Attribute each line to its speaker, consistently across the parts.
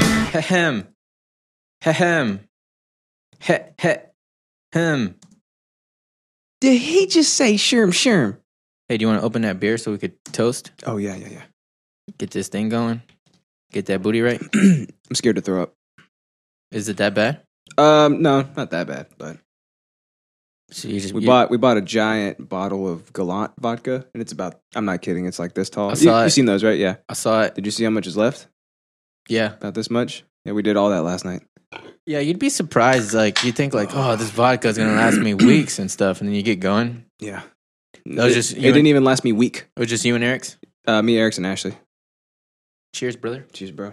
Speaker 1: Hem. Hem. He he. Hem.
Speaker 2: Did he just say sherm sherm?
Speaker 1: Hey, do you want to open that beer so we could toast?
Speaker 2: Oh yeah, yeah, yeah.
Speaker 1: Get this thing going. Get that booty right.
Speaker 2: I'm scared to throw up.
Speaker 1: Is it that bad?
Speaker 2: Um, no, not that bad, but
Speaker 1: So you just
Speaker 2: we
Speaker 1: you-
Speaker 2: bought we bought a giant bottle of Gallant vodka, and it's about I'm not kidding, it's like this tall.
Speaker 1: I
Speaker 2: You,
Speaker 1: saw it.
Speaker 2: have seen those, right? Yeah.
Speaker 1: I saw it.
Speaker 2: Did you see how much is left?
Speaker 1: Yeah,
Speaker 2: About this much? Yeah, we did all that last night.
Speaker 1: yeah. You'd be surprised. Like you think, like, oh, this vodka is gonna last me weeks and stuff, and then you get going.
Speaker 2: Yeah.
Speaker 1: That was
Speaker 2: it,
Speaker 1: just-
Speaker 2: it
Speaker 1: you and-
Speaker 2: didn't even last me a week.
Speaker 1: It was just you and Eric's.
Speaker 2: Uh, me, Erickson, Ashley.
Speaker 1: Cheers, brother.
Speaker 2: Cheers, bro.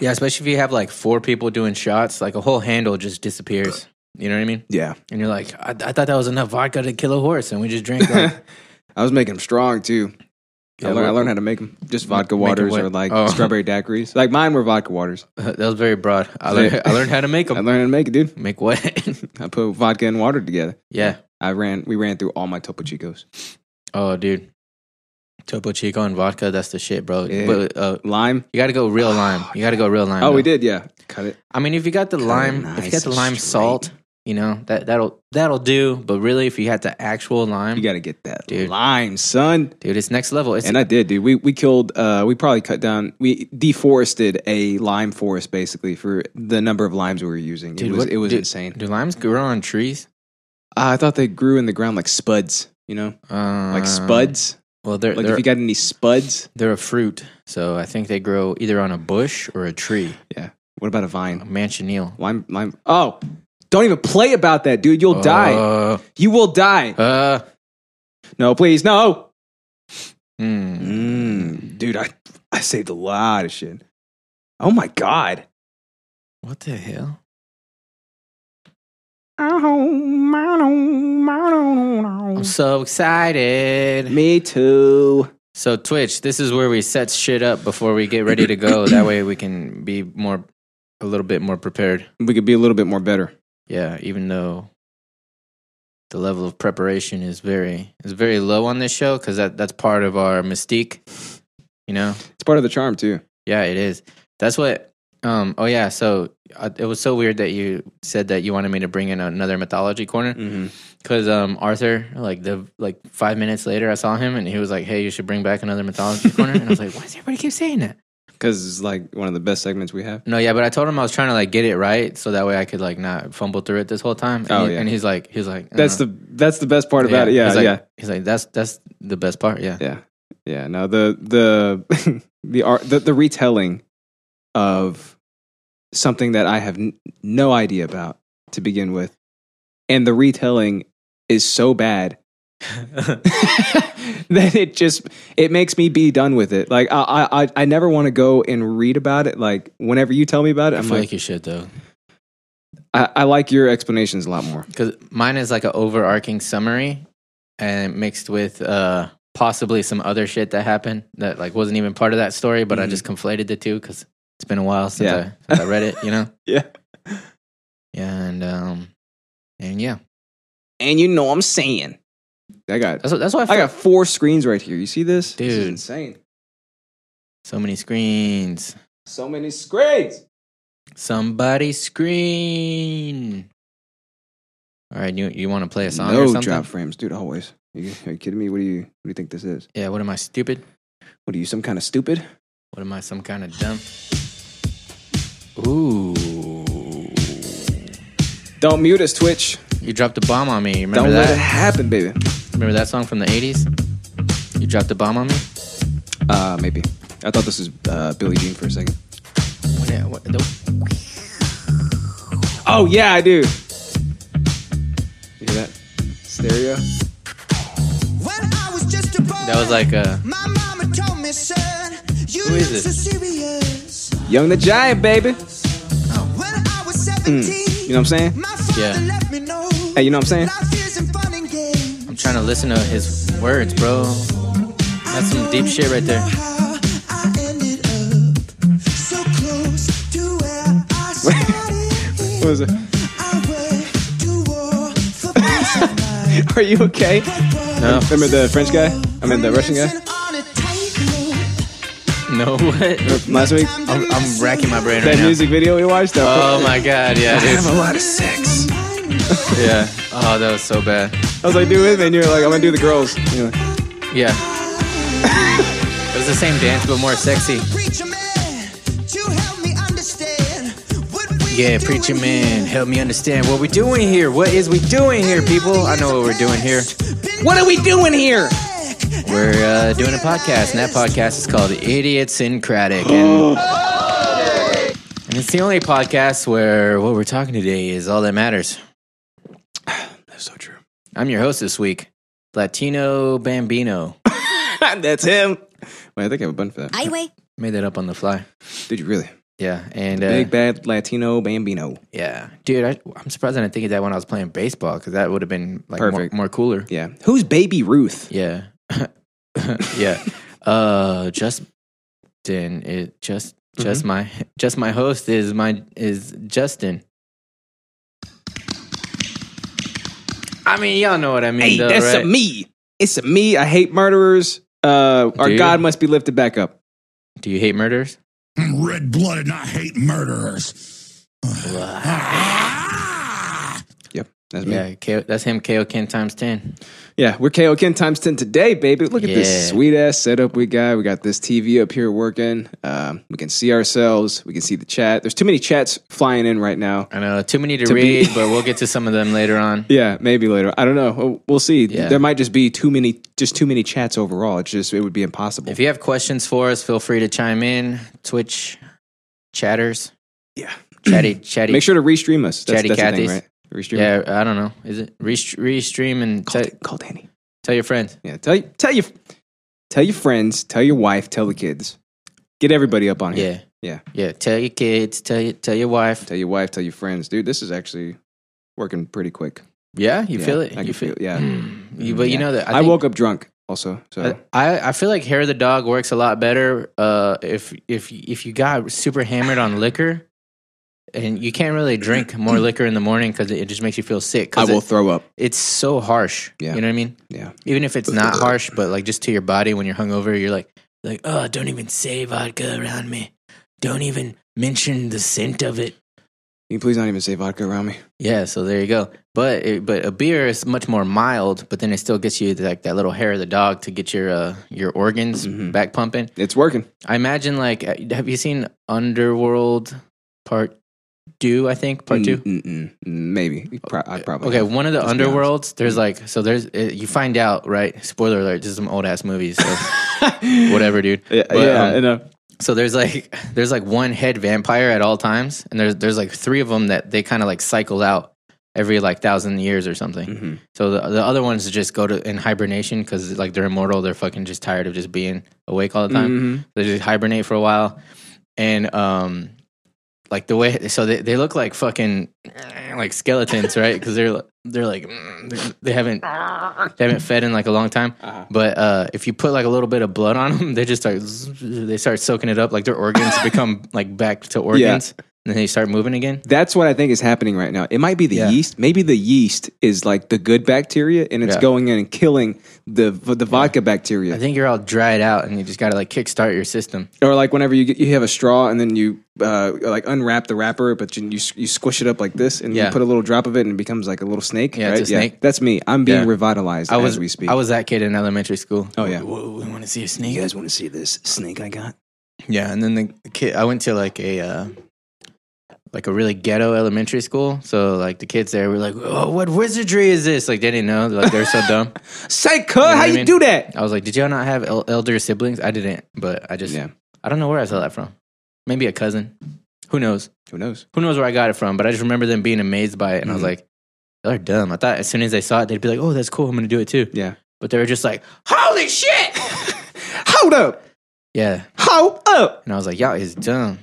Speaker 1: Yeah, especially if you have like four people doing shots, like a whole handle just disappears. You know what I mean?
Speaker 2: Yeah.
Speaker 1: And you're like, I, I thought that was enough vodka to kill a horse, and we just drank like
Speaker 2: I was making them strong too.
Speaker 1: Yeah,
Speaker 2: I, learned, I
Speaker 1: what-
Speaker 2: learned how to make them. Just
Speaker 1: Ma-
Speaker 2: vodka
Speaker 1: make 'em
Speaker 2: waters
Speaker 1: what?
Speaker 2: or like
Speaker 1: Oh.
Speaker 2: strawberry daiquiris. Like mine were vodka waters.
Speaker 1: that was very broad. I learned, I learned how to make
Speaker 2: I
Speaker 1: them.
Speaker 2: learned how to make it, dude.
Speaker 1: Make what?
Speaker 2: I put vodka and water together.
Speaker 1: yeah.
Speaker 2: I ran. We ran through all my Topo Chicos.
Speaker 1: Oh, dude. Topo Chico and vodka, that's the shit, bro.
Speaker 2: Yeah.
Speaker 1: But uh,
Speaker 2: Lime.
Speaker 1: you got to go real lime. You got to go real lime.
Speaker 2: Oh, we
Speaker 1: though.
Speaker 2: did. Yeah, cut it.
Speaker 1: I mean, if you got the lime, if you got the lime salt, you know that that'll that'll do. But really, if you had the actual lime,
Speaker 2: You got to get that
Speaker 1: Dude.
Speaker 2: lime, son.
Speaker 1: dude, it's next level. It's
Speaker 2: And uh, I did, dude. We we killed. Uh, we probably cut down. We deforested a lime forest basically for the number of limes we were using.
Speaker 1: Dude,
Speaker 2: it was
Speaker 1: what-
Speaker 2: it was
Speaker 1: dude-
Speaker 2: insane. Uh,
Speaker 1: do limes grow on trees?
Speaker 2: I thought they grew in the ground like spuds. You know,
Speaker 1: Um,
Speaker 2: like spuds.
Speaker 1: Well, they're
Speaker 2: Like
Speaker 1: they're,
Speaker 2: if you got any spuds,
Speaker 1: they're a fruit, so I think they grow either on a bush or a tree.
Speaker 2: what about a
Speaker 1: A
Speaker 2: vine?
Speaker 1: manchineel.
Speaker 2: Lime, lime. Oh, don't even play about that, dude. You'll die.
Speaker 1: Uh,
Speaker 2: You will die.
Speaker 1: uh,
Speaker 2: No, please, no.
Speaker 1: hmm.
Speaker 2: Mm, dude, I I saved a lot of shit. Oh my god.
Speaker 1: What the hell? I'm so excited.
Speaker 2: Me too.
Speaker 1: So Twitch, this is where we set shit up before we get ready to go. that way we can be more, a little bit more prepared.
Speaker 2: We could be a little bit more better.
Speaker 1: Yeah, even though the level of preparation is very is very low on this show because that that's part of our mystique. You know,
Speaker 2: It's part of the charm too.
Speaker 1: Yeah, it is. That's what. Um. Oh yeah. So uh, it was so weird that you said that you wanted me to bring in another mythology corner because um Arthur like the like five minutes later I saw him and he was like, "Hey, you should bring back another mythology corner." And I was like, "Why does everybody keep saying that?"
Speaker 2: Because it's like one of the best segments we have.
Speaker 1: No, yeah, but I told him I was trying to like get it right so that way I could like not fumble through it this whole time. And
Speaker 2: Oh,
Speaker 1: he-
Speaker 2: yeah.
Speaker 1: and he's like, he's like, uh,
Speaker 2: That's the that's the best part about it. Yeah,
Speaker 1: he's Uh-huh. like,
Speaker 2: yeah,
Speaker 1: He's like, that's that's the best part. Yeah.
Speaker 2: yeah, yeah. No, the the the art the, the retelling of something that I have n- no idea about to begin with, and the retelling is so bad then it just it makes me be done with it. Like I I I- I never want to go and read about it. Like whenever you tell me about it,
Speaker 1: I
Speaker 2: I'm
Speaker 1: feel like,
Speaker 2: like,
Speaker 1: you should though,
Speaker 2: I, I like your explanations a lot more.
Speaker 1: because mine is like an overarching summary, and mixed with uh possibly some other shit that happened that like wasn't even part of that story, but I
Speaker 2: Mhm.
Speaker 1: just conflated the two because it's been a while since,
Speaker 2: Yeah.
Speaker 1: I, since I read it, you know.
Speaker 2: Yeah.
Speaker 1: And um, and yeah,
Speaker 2: And you know what I'm saying. I got
Speaker 1: that's what, that's why I,
Speaker 2: I
Speaker 1: feel
Speaker 2: got four screens right here. You see this? This is
Speaker 1: Dude.
Speaker 2: insane.
Speaker 1: so many screens.
Speaker 2: So many screens.
Speaker 1: Somebody screen. All right, you you want to play a song or
Speaker 2: no
Speaker 1: something?
Speaker 2: drop frames, dude. Always. Are you, are you kidding me? What do you What do you think this is?
Speaker 1: Yeah. What am I stupid?
Speaker 2: What are you? Some kind of stupid?
Speaker 1: What am I? Some kind of dumb? Ooh.
Speaker 2: Don't mute us, Twitch.
Speaker 1: You dropped a bomb on me. You Remember
Speaker 2: Don't let
Speaker 1: that?
Speaker 2: it happen, baby.
Speaker 1: Remember that song from the '80s? You dropped a bomb on me.
Speaker 2: Uh, maybe. I thought this was uh, Billie Jean for a second.
Speaker 1: What, what, the,
Speaker 2: Oh yeah, I do. You hear that? Stereo.
Speaker 3: When I was just a boy,
Speaker 1: that was like uh, a.
Speaker 3: my mama told me, son, you
Speaker 1: Who
Speaker 3: look
Speaker 1: is
Speaker 3: so serious. Uh,
Speaker 2: Young the Giant, baby. You
Speaker 3: When I was
Speaker 1: Hmm,
Speaker 3: 17,
Speaker 2: know what I'm saying?
Speaker 3: my father
Speaker 1: Yeah.
Speaker 3: let me know.
Speaker 2: Hey, you know what I'm saying?
Speaker 3: Life isn't fun and games.
Speaker 1: I'm trying to listen to his words, bro. That's some deep shit right there.
Speaker 3: How I ended up so close to where I started.
Speaker 2: What was it?
Speaker 3: I went to war for peace of mind.
Speaker 2: Are you okay?
Speaker 3: But
Speaker 1: No.
Speaker 2: Remember the French guy? I mean the Russian guy.
Speaker 3: reminiscing on a tightrope.
Speaker 1: No, No, what?
Speaker 2: Last week,
Speaker 1: I'm, I'm racking my brain right
Speaker 2: that
Speaker 1: now.
Speaker 2: music video we watched. that-
Speaker 1: Oh my god, yeah, dude.
Speaker 2: lot of sex.
Speaker 1: yeah. Oh, that was so bad.
Speaker 2: I was like, do it, and you're like, I'm gonna do the girls. And you're like,
Speaker 1: Yeah. It was the same dance, but more sexy. Yeah, preacher man, help me understand what we're doing here. What is we doing here, people? I know what we're doing here.
Speaker 3: What are we doing here?
Speaker 1: We're uh, doing a podcast, and that podcast is called Idiosyncratic. And, and it's the only podcast where what we're talking today is all that matters.
Speaker 2: That's so true.
Speaker 1: I'm your host this week, Latino Bambino.
Speaker 2: That's him. Wait, I think I have a button for that.
Speaker 4: Highway.
Speaker 1: Made that up on the fly.
Speaker 2: Did you really?
Speaker 1: Yeah, and uh,
Speaker 2: Big bad Latino Bambino.
Speaker 1: yeah, dude, I, I'm surprised I didn't think of that when I was playing baseball because that would have been like more,
Speaker 2: Perfect.
Speaker 1: more cooler.
Speaker 2: Yeah. Who's Baby Ruth?
Speaker 1: Yeah. yeah. Uh Justin it just just
Speaker 2: Mm-hmm.
Speaker 1: my just my host is my is Justin. I mean, y'all know what I mean,
Speaker 2: Hey,
Speaker 1: though,
Speaker 2: that's
Speaker 1: right?
Speaker 2: a me. It's a me. I hate murderers. Uh, our
Speaker 1: Do you?
Speaker 2: God must be lifted back up.
Speaker 1: Do you hate murders?
Speaker 5: I'm red blooded and I hate murderers.
Speaker 2: Yep, that's me. Yeah,
Speaker 1: Yeah, K- that's him KO Ken times 10.
Speaker 2: we're KO Ken times ten today, baby. Look at
Speaker 1: Yeah.
Speaker 2: this sweet ass setup we got. We got this TV up here working. Um, we can see ourselves. We can see the chat. There's too many chats flying in right now.
Speaker 1: I know too many to,
Speaker 2: To be-
Speaker 1: read, but we'll get to some of them later on.
Speaker 2: Yeah, maybe later. I don't know. We'll- We'll see.
Speaker 1: Yeah.
Speaker 2: There might just be too many, just too many chats overall. It's just it would be impossible.
Speaker 1: If you have questions for us, feel free to chime in. Twitch chatters.
Speaker 2: Yeah.
Speaker 1: Chatty chatty.
Speaker 2: Make sure to restream us. That's,
Speaker 1: Chatty
Speaker 2: that's the thing,
Speaker 1: Cathy's.
Speaker 2: right? Restream.
Speaker 1: Yeah, I don't know. Is it Rest- restream and
Speaker 2: Call,
Speaker 1: te-
Speaker 2: call Danny.
Speaker 1: tell your friends?
Speaker 2: Yeah. Tell tell you tell your friends. Tell your wife. Tell the kids. Get everybody up on here.
Speaker 1: Yeah.
Speaker 2: Yeah.
Speaker 1: Yeah. Tell your kids, tell your tell your wife.
Speaker 2: Tell your wife. Tell your friends, dude. This is actually working pretty quick.
Speaker 1: Yeah, you
Speaker 2: Yeah,
Speaker 1: feel it.
Speaker 2: I
Speaker 1: you
Speaker 2: can feel. it. Yeah. Mm-hmm.
Speaker 1: You, but you
Speaker 2: Yeah.
Speaker 1: know that
Speaker 2: I,
Speaker 1: think- Uh,
Speaker 2: woke up drunk. Also, so
Speaker 1: I, I I feel like hair of the dog works a lot better uh, if if if you got super hammered on liquor, and you can't really drink more liquor in the morning because it just makes you feel sick.
Speaker 2: I
Speaker 1: 'cause
Speaker 2: will
Speaker 1: it-
Speaker 2: throw up.
Speaker 1: it's so harsh.
Speaker 2: Yeah.
Speaker 1: You know what I mean?
Speaker 2: Yeah. uh,
Speaker 1: Even if it's not harsh, but like just to your body when you're hungover, you're like like oh, don't even say vodka around me. Don't even mention the scent of it.
Speaker 2: Can you please not even say vodka around me?
Speaker 1: Yeah, so there you go. But it, but a beer is much more mild, but then it still gets you like that little hair of the dog to get your uh, your organs
Speaker 2: Mhm.
Speaker 1: back pumping.
Speaker 2: It's working.
Speaker 1: I imagine like uh, have you seen Underworld Part Two? I think Part Two. Oh,
Speaker 2: Mm-mm. Maybe. Pro- I probably.
Speaker 1: Okay, one of the
Speaker 2: Mm. Let's be Mm.
Speaker 1: underworlds. There's like so. There's uh, you find out right. Spoiler alert. This is some old ass movies. So whatever, dude.
Speaker 2: Yeah.
Speaker 1: But,
Speaker 2: yeah.
Speaker 1: um,
Speaker 2: I know.
Speaker 1: so there's like there's like one head vampire at all times, and there's there's like three of them that they kind of like cycle out every like thousand years or something.
Speaker 2: Mhm.
Speaker 1: So the the other ones just go to in hibernation because like they're immortal. They're fucking just tired of just being awake all the time.
Speaker 2: Mhm.
Speaker 1: They just hibernate for a while, and um, like the way so they, they look like fucking like skeletons, right? Because they're they're like mm, they haven't they haven't fed in like a long time.
Speaker 2: Uh-huh.
Speaker 1: But uh, if you put like a little bit of blood on them, they just start they start soaking it up. Like their organs become like back to organs, and then they start moving again.
Speaker 2: That's what I think is happening right now. It might be the
Speaker 1: Yeah.
Speaker 2: yeast. Maybe the yeast is like the good bacteria, and it's
Speaker 1: Yeah.
Speaker 2: going in and killing the the vodka bacteria.
Speaker 1: I think you're all dried out, and you just gotta like kickstart your system.
Speaker 2: or like whenever you get, you have a straw and then you uh, like unwrap the wrapper, but you you, you squish it up like this, and
Speaker 1: Yeah.
Speaker 2: you put a little drop of it, and it becomes like a little snake.
Speaker 1: Yeah, it's
Speaker 2: right?
Speaker 1: a snake.
Speaker 2: That's me. I'm being
Speaker 1: Yeah.
Speaker 2: revitalized
Speaker 1: I was
Speaker 2: as we speak.
Speaker 1: I was that kid in elementary school.
Speaker 2: Oh, yeah.
Speaker 1: whoa, we want to see a snake.
Speaker 2: You guys want to see this snake I got?
Speaker 1: Yeah, and then the kid. I went to like a uh, like a really ghetto elementary school, so like the kids there were like, "Oh, what wizardry is this?" Like they didn't know. Like they're so dumb.
Speaker 2: Psycho,
Speaker 1: what
Speaker 2: how
Speaker 1: I
Speaker 2: you
Speaker 1: mean?
Speaker 2: do that?
Speaker 1: I was like, "Did y'all not have el- elder siblings?" I didn't, but I just
Speaker 2: Yeah.
Speaker 1: I don't know where I saw that from. Maybe a cousin. Who knows?
Speaker 2: Who knows?
Speaker 1: Who knows where I got it from? But I just remember them being amazed by it, and I was
Speaker 2: Mhm.
Speaker 1: like, "Y'all are dumb." I thought as soon as they saw it, they'd be like, "Oh, that's cool. I'm gonna do it too."
Speaker 2: Yeah.
Speaker 1: But they were just like, "Holy shit!"
Speaker 2: Hold up.
Speaker 1: Yeah,
Speaker 2: Hold up.
Speaker 1: and I was like, "Y'all is dumb."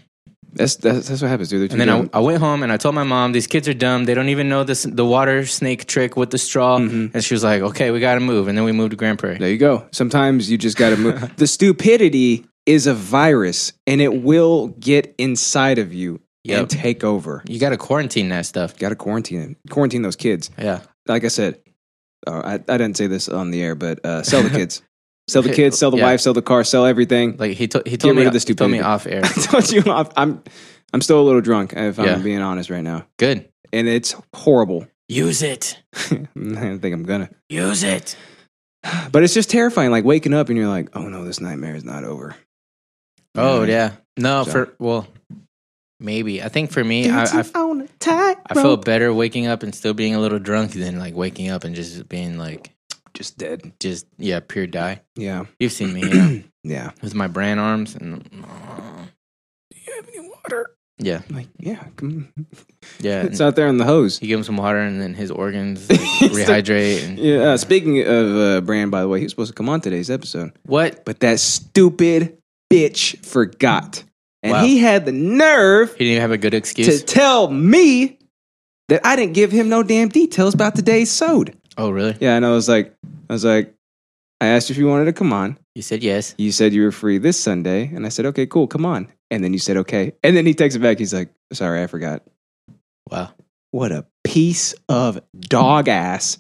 Speaker 2: That's that's, that's what happens, dude.
Speaker 1: And then I, I went home and I told my mom, these kids are dumb. They don't even know this the water snake trick with the straw.
Speaker 2: Mm-hmm.
Speaker 1: And she was like, okay, we got to move. And then we moved to Grand Prairie.
Speaker 2: There you go. Sometimes you just got to move. the stupidity is a virus and it will get inside of you
Speaker 1: Yep.
Speaker 2: and take over.
Speaker 1: You got to quarantine that stuff.
Speaker 2: Got to quarantine it. Quarantine those kids.
Speaker 1: Yeah.
Speaker 2: Like I said, uh, I, I didn't say this on the air, but uh, sell the kids. Sell the kids, sell the
Speaker 1: Yeah.
Speaker 2: wife, sell the car, sell everything.
Speaker 1: Like he told he told
Speaker 2: rid
Speaker 1: me
Speaker 2: of the
Speaker 1: he told me
Speaker 2: stupidity.
Speaker 1: off air.
Speaker 2: I told you I'm I'm, I'm still a little drunk if
Speaker 1: Yeah.
Speaker 2: I'm being honest right now,
Speaker 1: Good.
Speaker 2: and it's horrible.
Speaker 1: Use it.
Speaker 2: I don't think I'm gonna,
Speaker 1: Use it.
Speaker 2: but it's just terrifying. Like waking up and you're like, oh no, this nightmare is not over.
Speaker 1: Oh
Speaker 2: Mm.
Speaker 1: yeah. No,
Speaker 2: So-
Speaker 1: for well, maybe I think for me, I, I,
Speaker 2: Dancing on a tight
Speaker 1: I feel
Speaker 2: rope.
Speaker 1: better waking up and still being a little drunk than like waking up and just being like
Speaker 2: just dead.
Speaker 1: just yeah pure die.
Speaker 2: Yeah,
Speaker 1: You've seen me you know,
Speaker 2: yeah.
Speaker 1: with my brand arms and yeah
Speaker 2: Like yeah, come-
Speaker 1: yeah.
Speaker 2: it's out there on the hose.
Speaker 1: you give him some water and then his organs like, rehydrate. And,
Speaker 2: Yeah. Uh, speaking of uh, Brand, by the way, he was supposed to come on today's episode,
Speaker 1: What?
Speaker 2: but that stupid bitch forgot, and
Speaker 1: Wow.
Speaker 2: he had the nerve
Speaker 1: He didn't even have a good
Speaker 2: to
Speaker 1: excuse.
Speaker 2: tell me that I didn't give him no damn details about today's sode.
Speaker 1: oh really?
Speaker 2: Yeah, and I was like, I was like, I asked you if you wanted to come on.
Speaker 1: You said yes.
Speaker 2: You said you were free this Sunday, and I said, okay, cool, come on. And then you said, okay, and then he takes it back. He's like, sorry, I forgot.
Speaker 1: Wow.
Speaker 2: What a piece of dog ass,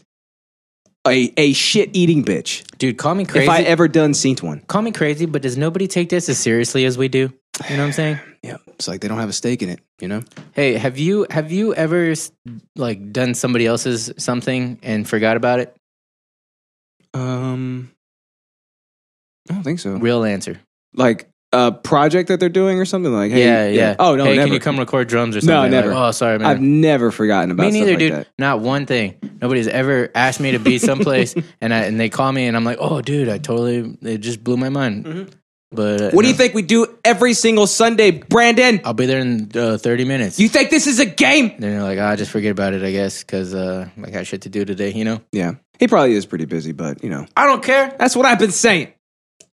Speaker 2: a a shit eating bitch.
Speaker 1: Dude, call me crazy.
Speaker 2: If I ever done seen one,
Speaker 1: call me crazy, but does nobody take this as seriously as we do? You know what I'm saying?
Speaker 2: yeah, it's like they don't have a stake in it, you know.
Speaker 1: Hey, have you have you ever s- like done somebody else's something and forgot about it?
Speaker 2: Um, I don't think so.
Speaker 1: Real answer.
Speaker 2: like a project that they're doing or something like hey,
Speaker 1: yeah, yeah,
Speaker 2: oh no
Speaker 1: Hey,
Speaker 2: never.
Speaker 1: can you come record drums or
Speaker 2: No,
Speaker 1: something? Like,
Speaker 2: never.
Speaker 1: oh, sorry, man.
Speaker 2: I've never forgotten about
Speaker 1: me
Speaker 2: stuff
Speaker 1: neither,
Speaker 2: like
Speaker 1: dude.
Speaker 2: that.
Speaker 1: Not one thing. Nobody's ever asked me to be someplace, and I, and they call me, and I'm like, oh, dude, I totally it just blew my mind. But uh,
Speaker 2: What do you
Speaker 1: no.
Speaker 2: think we do every single Sunday, Brandon?
Speaker 1: I'll be there in uh, 30 minutes.
Speaker 2: You think this is a game?
Speaker 1: and they're like, ah, just forget about it, I guess, because uh, I got shit to do today. You know,
Speaker 2: Yeah, he probably is pretty busy, but you know
Speaker 1: I don't care.
Speaker 2: that's what I've been saying.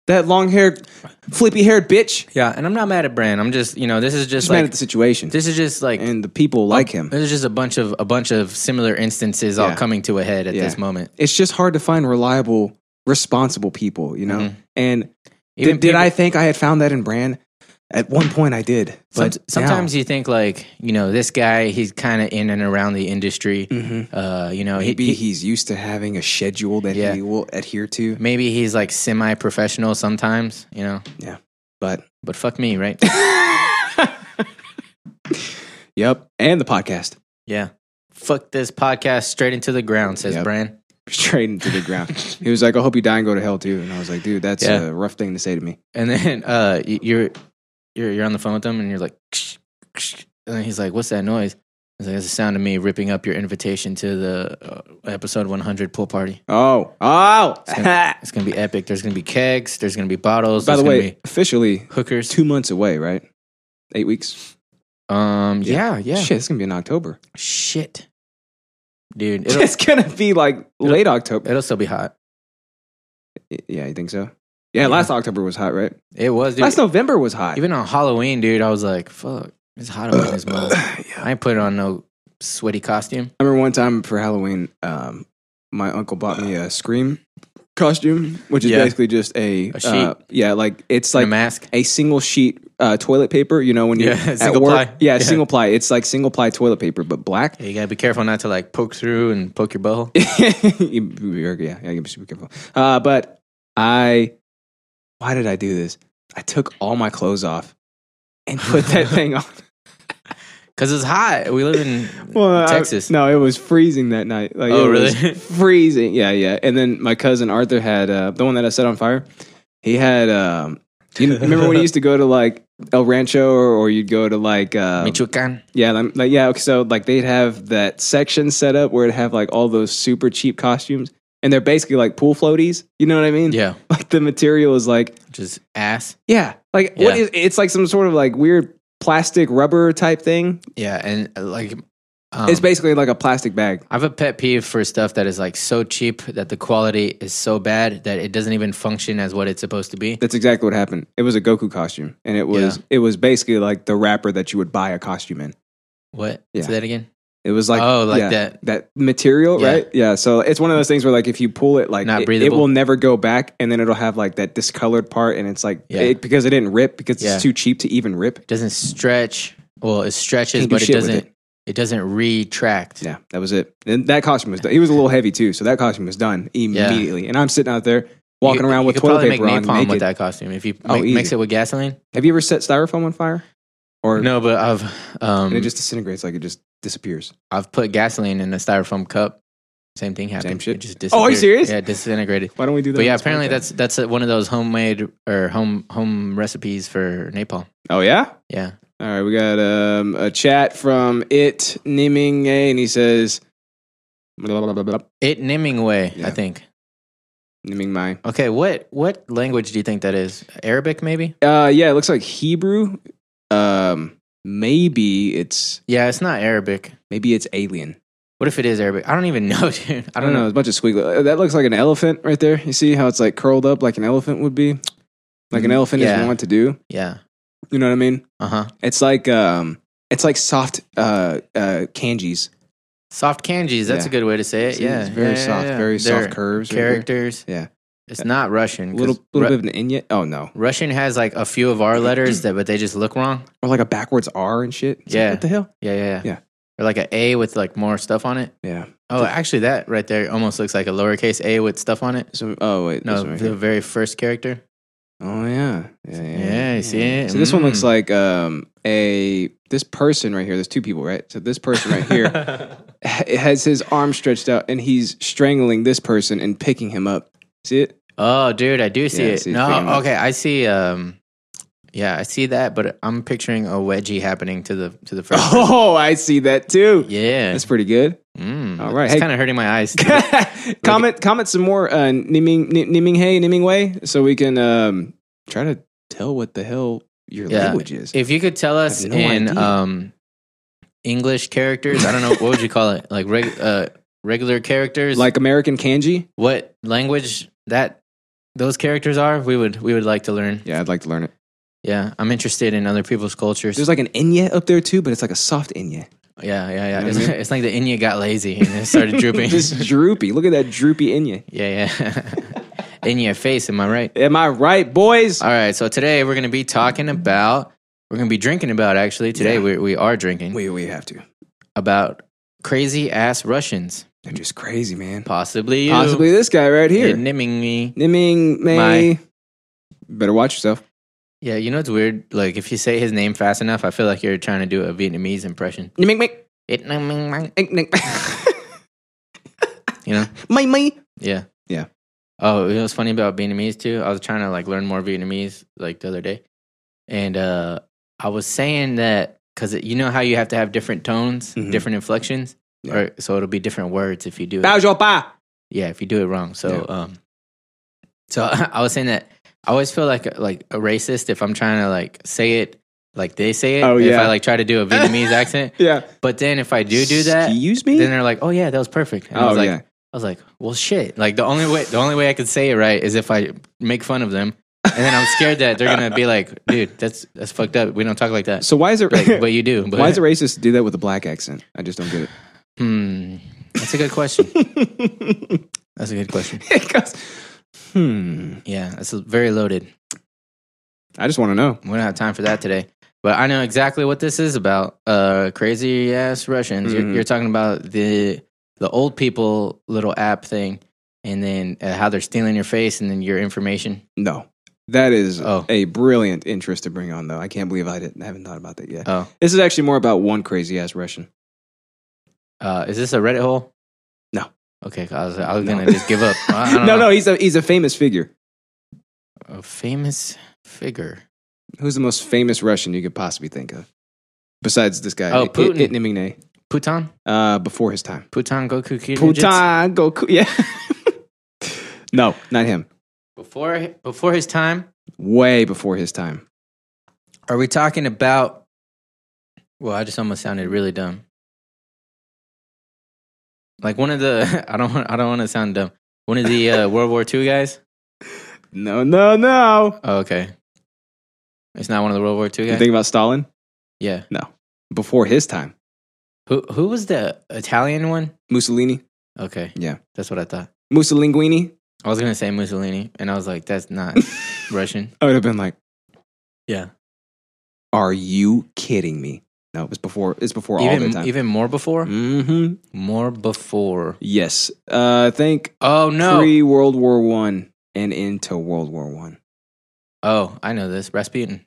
Speaker 2: That long haired, flippy haired bitch.
Speaker 1: Yeah, and I'm not mad at Brand. I'm just, you know, this is just,
Speaker 2: Just
Speaker 1: like
Speaker 2: mad at the situation
Speaker 1: this Oh, is just like
Speaker 2: and the people like him.
Speaker 1: There's just a bunch of a bunch of similar instances all
Speaker 2: Yeah.
Speaker 1: coming to a head at
Speaker 2: Yeah.
Speaker 1: this moment.
Speaker 2: It's just hard to find reliable, responsible people, you know.
Speaker 1: Mhm.
Speaker 2: And
Speaker 1: Even
Speaker 2: did, did
Speaker 1: people-
Speaker 2: I think I had found that in Brand? At one point, I did,
Speaker 1: Some-
Speaker 2: but
Speaker 1: sometimes you think like you know this guy he's kind of in and around the industry.
Speaker 2: hmm
Speaker 1: Uh, you know he-
Speaker 2: Maybe
Speaker 1: he,
Speaker 2: he's used to having a schedule that
Speaker 1: Yeah.
Speaker 2: he will adhere to,
Speaker 1: maybe he's like semi-professional sometimes. You know,
Speaker 2: but
Speaker 1: but fuck me, right?
Speaker 2: yep, and the podcast
Speaker 1: yeah, fuck this podcast straight into the ground, says
Speaker 2: Yep.
Speaker 1: Bran.
Speaker 2: straight into the ground. he was like, "I hope you die and go to hell too," and I was like, "Dude, that's
Speaker 1: Yeah.
Speaker 2: a rough thing to say to me."
Speaker 1: And then uh, y- you're you're you're on the phone with him, and you're like, "Ksh, ksh," and then he's like, "What's that noise?" He's like, "It's the sound of me ripping up your invitation to the uh, episode 100 pool party.
Speaker 2: Oh, oh!
Speaker 1: It's gonna, it's gonna be epic. There's gonna be kegs. There's gonna be bottles.
Speaker 2: By the
Speaker 1: there's gonna
Speaker 2: way,
Speaker 1: be
Speaker 2: officially
Speaker 1: hookers.
Speaker 2: two months away, right? Eight weeks.
Speaker 1: um, yeah, yeah.
Speaker 2: Shit, it's gonna be in October.
Speaker 1: Shit. Dude, it'll,
Speaker 2: it's gonna be like late October.
Speaker 1: it'll still be hot.
Speaker 2: Yeah, you think so? Yeah,
Speaker 1: Yeah.
Speaker 2: last October was hot, right?
Speaker 1: It was, dude.
Speaker 2: last November was hot.
Speaker 1: Even on Halloween, dude, I was like, fuck, it's hot up in this
Speaker 2: Uh,
Speaker 1: mall. I ain't put on no sweaty costume.
Speaker 2: I remember one time for Halloween, um, my uncle bought me a scream costume, which is
Speaker 1: Yeah.
Speaker 2: basically just a,
Speaker 1: A sheet.
Speaker 2: uh, yeah, like it's
Speaker 1: Like,
Speaker 2: like
Speaker 1: a mask.
Speaker 2: a single sheet uh, toilet paper. You know when you
Speaker 1: Yeah,
Speaker 2: at
Speaker 1: single
Speaker 2: work,
Speaker 1: ply.
Speaker 2: yeah,
Speaker 1: Yeah.
Speaker 2: single ply. It's like single ply toilet paper, but black.
Speaker 1: Yeah, you gotta be careful not to like poke through and poke your butthole.
Speaker 2: You- yeah, yeah, you gotta be super careful. Uh, but I, why did I do this? I took all my clothes off and put that thing on.
Speaker 1: Cause it's hot. We live in
Speaker 2: I-
Speaker 1: Texas.
Speaker 2: no, it was freezing that night. Like,
Speaker 1: Oh,
Speaker 2: it was
Speaker 1: really?
Speaker 2: freezing. Yeah, yeah. And then my cousin Arthur had uh, the one that I set on fire. He had. Um, you kn- remember when you used to go to like El Rancho, or, or you'd go to like uh,
Speaker 1: Michoacan.
Speaker 2: yeah, like, like, yeah. okay, So like they'd have that section set up where it'd have like all those super cheap costumes, and they're basically like pool floaties. You know what I mean?
Speaker 1: Yeah.
Speaker 2: Like the material is like
Speaker 1: Just ass.
Speaker 2: yeah, like what
Speaker 1: Yeah.
Speaker 2: is? It's like some sort of like weird plastic rubber type thing.
Speaker 1: Yeah. And uh, like um,
Speaker 2: it's basically like a plastic bag.
Speaker 1: I have a pet peeve for stuff that is like so cheap that the quality is so bad that it doesn't even function as what it's supposed to be.
Speaker 2: That's exactly what happened. It was a Goku costume, and it was it was basically like the wrapper that you would buy a costume in.
Speaker 1: What?
Speaker 2: Yeah.
Speaker 1: Say that again.
Speaker 2: It was like
Speaker 1: Oh, like
Speaker 2: yeah,
Speaker 1: that.
Speaker 2: that material,
Speaker 1: Yeah.
Speaker 2: right? Yeah. So it's one of those things where like if you pull it, like
Speaker 1: Not
Speaker 2: it- it,
Speaker 1: breathable.
Speaker 2: will never go back, and then it'll have like that discolored part, and it's like
Speaker 1: Yeah.
Speaker 2: it, because it didn't rip because
Speaker 1: Yeah.
Speaker 2: it's too cheap to even rip.
Speaker 1: doesn't stretch. Well, it stretches,
Speaker 2: Can't do
Speaker 1: but it
Speaker 2: shit with
Speaker 1: doesn't. It.
Speaker 2: it.
Speaker 1: doesn't retract.
Speaker 2: Yeah, that was it. And that costume was done. He was a little heavy too, so that costume was done immediately. And I'm sitting out there walking
Speaker 1: You-
Speaker 2: around
Speaker 1: you
Speaker 2: with
Speaker 1: could
Speaker 2: toilet
Speaker 1: probably
Speaker 2: paper
Speaker 1: make
Speaker 2: on
Speaker 1: napalm
Speaker 2: naked.
Speaker 1: with that costume if you
Speaker 2: Oh,
Speaker 1: mi- mix
Speaker 2: easy.
Speaker 1: it with gasoline.
Speaker 2: Have you ever set styrofoam on fire? Or
Speaker 1: No, but I've um,
Speaker 2: and it just disintegrates, like it just disappears.
Speaker 1: I've put gasoline in a styrofoam cup. Same thing happened.
Speaker 2: Same shit?
Speaker 1: It just
Speaker 2: Oh, are you
Speaker 1: disappeared.
Speaker 2: serious?
Speaker 1: Yeah, it disintegrated.
Speaker 2: Why don't we do that?
Speaker 1: But yeah,
Speaker 2: on this
Speaker 1: apparently
Speaker 2: podcast?
Speaker 1: that's that's uh one of those homemade or home home recipes for napalm.
Speaker 2: Oh yeah.
Speaker 1: Yeah,
Speaker 2: All right, we got um, a chat from it Niming, and he says, blah, blah, blah, blah, blah,
Speaker 1: it Nimingway,
Speaker 2: Yeah.
Speaker 1: I think.
Speaker 2: Niming Mai.
Speaker 1: Okay, what what language do you think that is? Arabic, maybe?
Speaker 2: Uh, yeah, it looks like Hebrew. Um, maybe it's
Speaker 1: Yeah, it's not Arabic.
Speaker 2: maybe it's alien.
Speaker 1: What if it is Arabic? I don't even know, dude. I
Speaker 2: I
Speaker 1: don't
Speaker 2: don't know.
Speaker 1: know.
Speaker 2: It's a bunch of squiggly. uh, That looks like an elephant right there. You see how it's like curled up like an elephant would be, like an
Speaker 1: Mm,
Speaker 2: elephant
Speaker 1: yeah.
Speaker 2: is wont to do.
Speaker 1: Yeah.
Speaker 2: You know what I mean?
Speaker 1: Uh huh.
Speaker 2: It's like um, it's like soft uh uh kanjis.
Speaker 1: Soft kanjis. That's
Speaker 2: Yeah.
Speaker 1: a good way to say it.
Speaker 2: See,
Speaker 1: Eh, yeah,
Speaker 2: it's very
Speaker 1: yeah, yeah,
Speaker 2: soft,
Speaker 1: yeah.
Speaker 2: very
Speaker 1: They're
Speaker 2: soft curves. right there.
Speaker 1: characters.
Speaker 2: Yeah.
Speaker 1: It's not Russian.
Speaker 2: A
Speaker 1: 'cause
Speaker 2: little little
Speaker 1: Ru-
Speaker 2: bit of an inyet. Oh no,
Speaker 1: Russian has like a few of our letters that, but they just look wrong.
Speaker 2: or like a backwards R and shit. It's like,
Speaker 1: Yeah.
Speaker 2: what the hell?
Speaker 1: Yeah, yeah, yeah.
Speaker 2: Yeah.
Speaker 1: Or like a A with like more stuff on it.
Speaker 2: Yeah.
Speaker 1: Oh, actually, that right there almost looks like a lowercase A with stuff on it.
Speaker 2: So oh wait,
Speaker 1: No,
Speaker 2: this one right
Speaker 1: the
Speaker 2: here.
Speaker 1: very first character.
Speaker 2: oh yeah, yeah, yeah.
Speaker 1: Yeah, you see it.
Speaker 2: So this one looks
Speaker 1: Mm.
Speaker 2: like um a this person right here. There's two people, right? So this person right here ha- has his arm stretched out and he's strangling this person and picking him up. See it?
Speaker 1: Oh, dude, I do see
Speaker 2: Yeah, I
Speaker 1: it.
Speaker 2: see it pretty
Speaker 1: no,
Speaker 2: much.
Speaker 1: okay, I see. Um, yeah, I see that, but I'm picturing a wedgie happening to the to the first. person.
Speaker 2: Oh, I see that too.
Speaker 1: yeah.
Speaker 2: That's pretty good.
Speaker 1: Mm.
Speaker 2: All right,
Speaker 1: It's
Speaker 2: hey.
Speaker 1: kind of hurting my eyes.
Speaker 2: comment comment some more uh, Niming Ni- Niminghe Nimingway so we can um try to tell what the hell your
Speaker 1: Yeah.
Speaker 2: language is.
Speaker 1: if you could tell us
Speaker 2: no
Speaker 1: in
Speaker 2: idea.
Speaker 1: um, English characters, I don't know what would you call it, like reg- uh, regular characters,
Speaker 2: like American kanji?
Speaker 1: what language that those characters are. We would we would like to learn.
Speaker 2: Yeah, I'd like to learn it.
Speaker 1: Yeah, I'm interested in other people's cultures.
Speaker 2: There's like an inye up there too, but it's like a soft inye.
Speaker 1: yeah, yeah, yeah.
Speaker 2: know
Speaker 1: It's,
Speaker 2: what I mean?
Speaker 1: it's like the Inya got lazy and it started drooping.
Speaker 2: Just droopy. Look at that droopy inye.
Speaker 1: Yeah, yeah. In your face, am I right?
Speaker 2: Am I right, boys?
Speaker 1: All right, so today we're going to be talking about, we're going to be drinking about actually. Today
Speaker 2: Yeah.
Speaker 1: we, we are drinking
Speaker 2: We we have to.
Speaker 1: about crazy ass Russians.
Speaker 2: They're just crazy, man.
Speaker 1: Possibly you.
Speaker 2: Possibly this guy right
Speaker 1: Yeah,
Speaker 2: here.
Speaker 1: Nimming me.
Speaker 2: Niming May. Better watch yourself.
Speaker 1: Yeah, you know it's weird. Like if you say his name fast enough, I feel like you're trying to do a Vietnamese impression.
Speaker 2: Niming May. eh,
Speaker 1: It nimming mang,
Speaker 2: Ink, ink.
Speaker 1: You know?
Speaker 2: May May.
Speaker 1: Yeah.
Speaker 2: Yeah.
Speaker 1: Oh, you know what's funny about Vietnamese too? I was trying to like learn more Vietnamese like the other day. And uh I was saying that because you know how you have to have different tones,
Speaker 2: Mhm.
Speaker 1: different inflections?
Speaker 2: Yeah.
Speaker 1: Or so it'll be different words if you do it.
Speaker 2: Bao Zhao Ba.
Speaker 1: yeah, if you do it wrong. So um so I was saying that I always feel like a, like a racist if I'm trying to like say it like they say it.
Speaker 2: Oh,
Speaker 1: If
Speaker 2: yeah.
Speaker 1: I like try to do a Vietnamese accent.
Speaker 2: Yeah.
Speaker 1: But then if I do do that,
Speaker 2: Excuse
Speaker 1: then
Speaker 2: me?
Speaker 1: they're like, "Oh yeah, that was perfect." And I
Speaker 2: Oh,
Speaker 1: was like,
Speaker 2: yeah.
Speaker 1: I was like, "Well, shit!" Like the only way, the only way I could say it right is if I make fun of them, and then I'm scared that they're gonna be like, "Dude, that's that's fucked up. We don't talk like that."
Speaker 2: So why is it
Speaker 1: Like, but you do. But,
Speaker 2: why is it racist to do that with a black accent? I just don't get it.
Speaker 1: Hmm, that's a good question. that's a good question.
Speaker 2: Because- hmm.
Speaker 1: Yeah, that's very loaded.
Speaker 2: I just want to know.
Speaker 1: We don't have time for that today. But I know exactly what this is about. Uh, crazy ass Russians. You're,
Speaker 2: Mhm.
Speaker 1: you're talking about the the old people little app thing, and then uh, how they're stealing your face and then your information.
Speaker 2: No. That is
Speaker 1: Oh.
Speaker 2: a brilliant interest to bring on, though. I can't believe I didn't, haven't thought about that yet.
Speaker 1: Oh,
Speaker 2: This is actually more about one crazy ass Russian.
Speaker 1: Uh, is this a Reddit hole?
Speaker 2: No.
Speaker 1: Okay, I was, I was
Speaker 2: No.
Speaker 1: gonna just give up. I, I don't
Speaker 2: no,
Speaker 1: know.
Speaker 2: no, he's a he's a famous figure.
Speaker 1: A famous figure.
Speaker 2: Who's the most famous Russian you could possibly think of, besides this guy?
Speaker 1: Oh,
Speaker 2: It-
Speaker 1: Putin.
Speaker 2: It, Itnimine,
Speaker 1: Putan?
Speaker 2: uh, before his time.
Speaker 1: Putan Goku Kirillitz?
Speaker 2: Putin Goku. Yeah. no, not him.
Speaker 1: Before, before his time,
Speaker 2: Way before his time.
Speaker 1: are we talking about. Well, I just almost sounded really dumb. Like one of the. I don't, want- I don't want to sound dumb. One of the uh, World War II guys?
Speaker 2: No, no, no.
Speaker 1: Oh, okay. It's not one of the World War II
Speaker 2: You
Speaker 1: guys?
Speaker 2: think about Stalin?
Speaker 1: yeah.
Speaker 2: Before his time.
Speaker 1: Who, who was the Italian one?
Speaker 2: Mussolini.
Speaker 1: Okay.
Speaker 2: Yeah.
Speaker 1: That's what I thought.
Speaker 2: Mussolini.
Speaker 1: I was gonna say Mussolini, and I was like, "That's not Russian."
Speaker 2: I would have been like,
Speaker 1: Yeah,
Speaker 2: "Are you kidding me?" No, it's before. It's before all the
Speaker 1: even
Speaker 2: time.
Speaker 1: even more before,
Speaker 2: mm-hmm.
Speaker 1: more before.
Speaker 2: Yes. Uh, I think
Speaker 1: Oh no!
Speaker 2: pre World War One. and into World War One.
Speaker 1: Oh, I know this. Rasputin.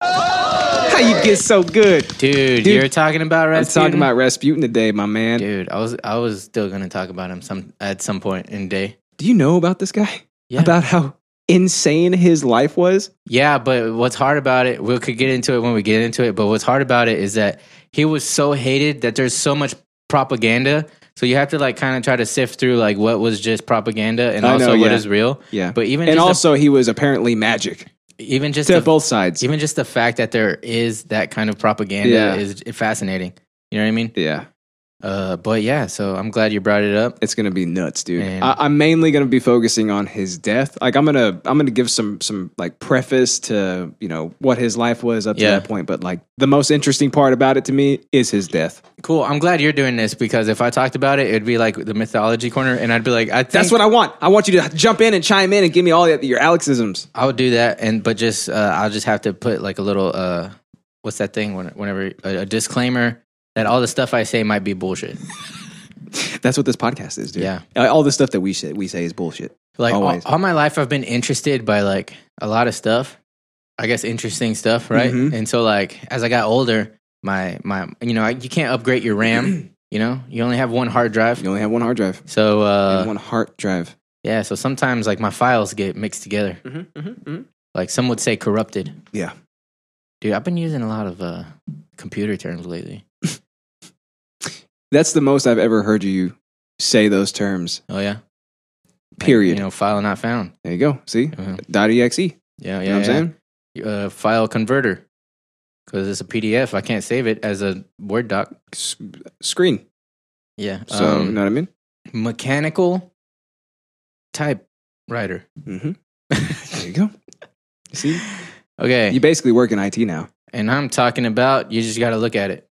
Speaker 2: How you get so good?
Speaker 1: Dude,
Speaker 2: Dude,
Speaker 1: you're talking about
Speaker 2: I'm
Speaker 1: Rasputin.
Speaker 2: talking about Rasputin today, my man.
Speaker 1: Dude, I was I was still gonna talk about him some at some point in the day.
Speaker 2: Do you know about this guy?
Speaker 1: Yeah.
Speaker 2: About how insane his life was?
Speaker 1: Yeah, but what's hard about it, we could get into it when we get into it, but what's hard about it is that he was so hated that there's so much propaganda. So you have to like kind of try to sift through like what was just propaganda and
Speaker 2: I
Speaker 1: also
Speaker 2: know,
Speaker 1: what
Speaker 2: yeah.
Speaker 1: is real.
Speaker 2: Yeah.
Speaker 1: But even
Speaker 2: and
Speaker 1: just
Speaker 2: also he was apparently magic
Speaker 1: the, even just
Speaker 2: to
Speaker 1: the,
Speaker 2: both sides.
Speaker 1: even just the fact that there is that kind of propaganda
Speaker 2: Yeah.
Speaker 1: is fascinating. You know what I mean?
Speaker 2: yeah.
Speaker 1: Uh, but yeah, so I'm glad you brought it up.
Speaker 2: It's gonna be nuts, dude.
Speaker 1: Man.
Speaker 2: I, I'm mainly gonna be focusing on his death. Like I'm gonna I'm gonna give some some like preface to you know what his life was up to
Speaker 1: Yeah.
Speaker 2: that point. But like the most interesting part about it to me is his death.
Speaker 1: Cool. I'm glad you're doing this because if I talked about it, it'd be like the mythology corner, and I'd be like, I think
Speaker 2: That's what I want. I want you to jump in and chime in and give me all the, your Alexisms.
Speaker 1: I would do that, and but just uh, I'll just have to put like a little uh, what's that thing? When, whenever a, a disclaimer that all the stuff I say might be bullshit.
Speaker 2: That's what this podcast is, dude.
Speaker 1: Yeah.
Speaker 2: Uh, all the stuff that we say, we say is bullshit.
Speaker 1: Like all,
Speaker 2: Always.
Speaker 1: all my life, I've been interested by like a lot of stuff. I guess interesting stuff, right?
Speaker 2: Mhm.
Speaker 1: And so like as I got older, my my you know I, you can't upgrade your RAM. You know, you only have one hard drive.
Speaker 2: You only have one hard drive.
Speaker 1: So uh,
Speaker 2: And one hard drive.
Speaker 1: yeah, so sometimes like my files get mixed together. mm-hmm, Like some would say corrupted.
Speaker 2: Yeah.
Speaker 1: Dude, I've been using a lot of uh, computer terms lately.
Speaker 2: That's the most I've ever heard you say those terms.
Speaker 1: Oh yeah. Like,
Speaker 2: Period.
Speaker 1: you know, file not found.
Speaker 2: there you go. See?
Speaker 1: Mhm.
Speaker 2: Dot exe. You
Speaker 1: Yeah, yeah.
Speaker 2: know what I'm saying?
Speaker 1: yeah. Uh, file converter because it's a PDF. I can't save it as a Word doc.
Speaker 2: S- screen.
Speaker 1: Yeah.
Speaker 2: So, you
Speaker 1: um,
Speaker 2: know what I mean?
Speaker 1: mechanical typewriter.
Speaker 2: Mm-hmm. there you go. See?
Speaker 1: Okay.
Speaker 2: You basically work in IT now.
Speaker 1: and I'm talking about you just got to look at it.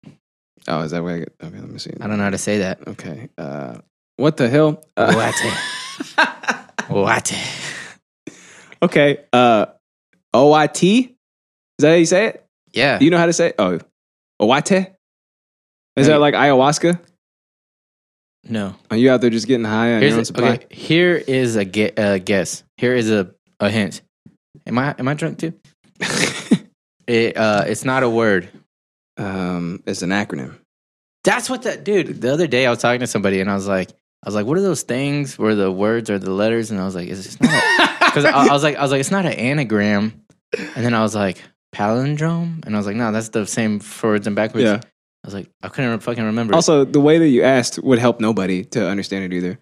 Speaker 2: Oh, is that where I get? Okay, let me see.
Speaker 1: I don't know how to say that.
Speaker 2: Okay. Uh, what the hell? Uh,
Speaker 1: What? what?
Speaker 2: okay. Uh, OIT? Is that how you say it?
Speaker 1: Yeah.
Speaker 2: Do you know how to say? Oh, Owate? Is
Speaker 1: No,
Speaker 2: that
Speaker 1: you-
Speaker 2: like ayahuasca?
Speaker 1: no.
Speaker 2: Are you out there just getting high on your own
Speaker 1: Here's a,
Speaker 2: supply?
Speaker 1: okay, here is a ge- uh, guess. Here is a, a hint. Am I am I drunk too? It uh it's not a word.
Speaker 2: um, it's an acronym.
Speaker 1: That's what that dude. The other day I was talking to somebody and I was like, I was like, what are those things where the words are the letters? And I was like, is this not? Because I, I was like, I was like, it's not an anagram. And then I was like, palindrome. And I was like, no, that's the same forwards and backwards.
Speaker 2: Yeah.
Speaker 1: I was like, I couldn't re- fucking remember.
Speaker 2: Also, the way that you asked would help nobody to understand it either.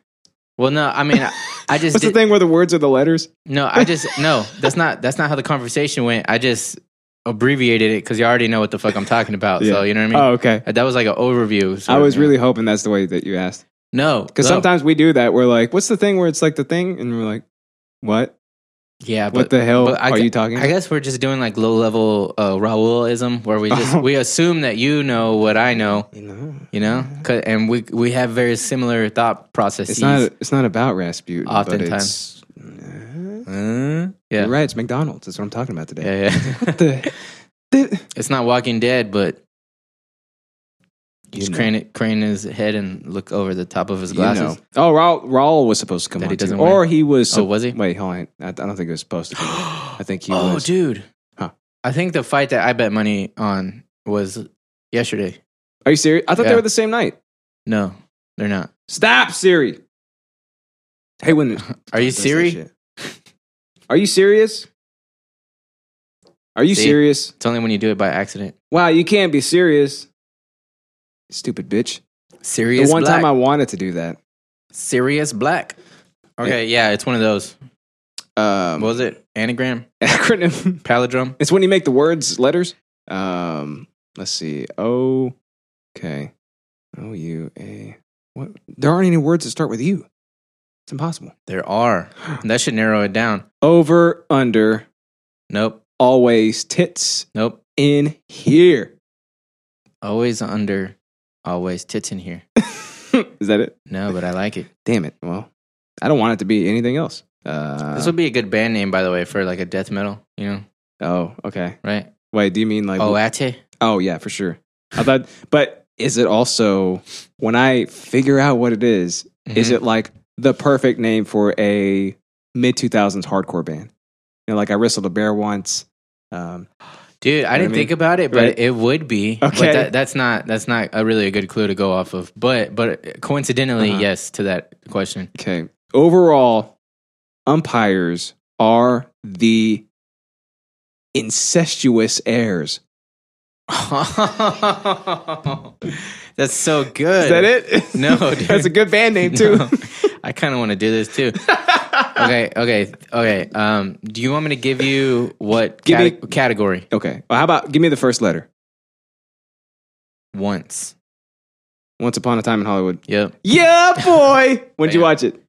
Speaker 1: well, no, I mean, I, I just
Speaker 2: What's the
Speaker 1: did,
Speaker 2: thing where the words are the letters?
Speaker 1: no, I just no. That's not that's not how the conversation went. I just abbreviated it because you already know what the fuck I'm talking about.
Speaker 2: Yeah.
Speaker 1: So you know what I mean. Uh,
Speaker 2: Oh, okay.
Speaker 1: That was like an overview.
Speaker 2: I
Speaker 1: sort of, you
Speaker 2: was
Speaker 1: know.
Speaker 2: really hoping that's the way that you asked.
Speaker 1: no
Speaker 2: Because
Speaker 1: no.
Speaker 2: sometimes we do that. We're like, what's the thing where it's like the thing? And we're like, what?
Speaker 1: yeah, but
Speaker 2: what the hell
Speaker 1: but I
Speaker 2: are
Speaker 1: g-
Speaker 2: you talking
Speaker 1: I guess we're just doing like low level uh, Raoul-ism where we just
Speaker 2: Oh.
Speaker 1: we assume that you know what I know,
Speaker 2: You know,
Speaker 1: you know, 'Cause- and we we have very similar thought processes.
Speaker 2: it's not, it's not about Rasputin.
Speaker 1: Oftentimes.
Speaker 2: But it's,
Speaker 1: Uh, yeah.
Speaker 2: You're right. It's McDonald's. That's what I'm talking about
Speaker 1: yeah,
Speaker 2: today.
Speaker 1: yeah.
Speaker 2: What the, the-
Speaker 1: it's not Walking Dead, but just
Speaker 2: know.
Speaker 1: crane it, crane his head and look over the top of his
Speaker 2: you
Speaker 1: glasses.
Speaker 2: know. Oh, Raul, Raul was supposed to come
Speaker 1: That
Speaker 2: on
Speaker 1: he
Speaker 2: too.
Speaker 1: doesn't
Speaker 2: or
Speaker 1: wear?
Speaker 2: he was.
Speaker 1: Oh, was he?
Speaker 2: Wait, hold on. I, I don't think it was supposed to. Be. I think he
Speaker 1: oh,
Speaker 2: was.
Speaker 1: dude.
Speaker 2: Huh.
Speaker 1: I think the fight that I bet money on was yesterday.
Speaker 2: Are you serious? I thought they
Speaker 1: Yeah.
Speaker 2: were the same night.
Speaker 1: No, they're not.
Speaker 2: Stop, Siri. Hey, when
Speaker 1: Are you
Speaker 2: does that
Speaker 1: Siri?
Speaker 2: shit. Are you serious? Are you
Speaker 1: See?
Speaker 2: serious?
Speaker 1: It's only when you do it by accident.
Speaker 2: Wow, you can't be serious. Stupid bitch.
Speaker 1: Serious.
Speaker 2: the one
Speaker 1: black.
Speaker 2: time I wanted to do that.
Speaker 1: Sirius Black. Okay, yeah, it's one of those.
Speaker 2: Um,
Speaker 1: What was it? Anagram?
Speaker 2: acronym.
Speaker 1: Palindrome?
Speaker 2: It's when you make the words letters. Um, let's see. O, okay. O U A. What? There aren't any words that start with U. It's impossible.
Speaker 1: There are. That should narrow it down.
Speaker 2: Over, under,
Speaker 1: Nope.
Speaker 2: always, tits
Speaker 1: Nope.
Speaker 2: in here.
Speaker 1: Always under, always tits in here.
Speaker 2: Is that it?
Speaker 1: No, but I like it.
Speaker 2: Damn it. Well, I don't want it to be anything else. Uh,
Speaker 1: This would be a good band name, by the way, for like a death metal, you know,
Speaker 2: oh, okay.
Speaker 1: right?
Speaker 2: Wait, do you mean like?
Speaker 1: Oh, ate?
Speaker 2: oh, yeah, for sure. I thought,
Speaker 1: Mm-hmm.
Speaker 2: but is it also when I figure out what it is, Is it like the perfect name for a mid 2000s hardcore band. You know, like I wrestled a bear once. Um,
Speaker 1: Dude, I
Speaker 2: know what I
Speaker 1: didn't think
Speaker 2: mean?
Speaker 1: about it, but
Speaker 2: Right.
Speaker 1: it would be.
Speaker 2: Okay.
Speaker 1: But that, that's not that's not a really a good clue to go off of. But but coincidentally,
Speaker 2: Uh-huh.
Speaker 1: yes to that question.
Speaker 2: okay. Overall, umpires are the incestuous heirs.
Speaker 1: that's so good.
Speaker 2: Is that it?
Speaker 1: No, dude.
Speaker 2: that's a good band name too.
Speaker 1: No. I kind of want to do this too. okay, okay, okay. Um, do you want me to give you what
Speaker 2: Give me-
Speaker 1: cate- category?
Speaker 2: Okay. Well, how about give me the first letter?
Speaker 1: Once.
Speaker 2: Once upon a time in Hollywood.
Speaker 1: Yep.
Speaker 2: Yeah, boy. When'd you
Speaker 1: Yeah.
Speaker 2: watch it?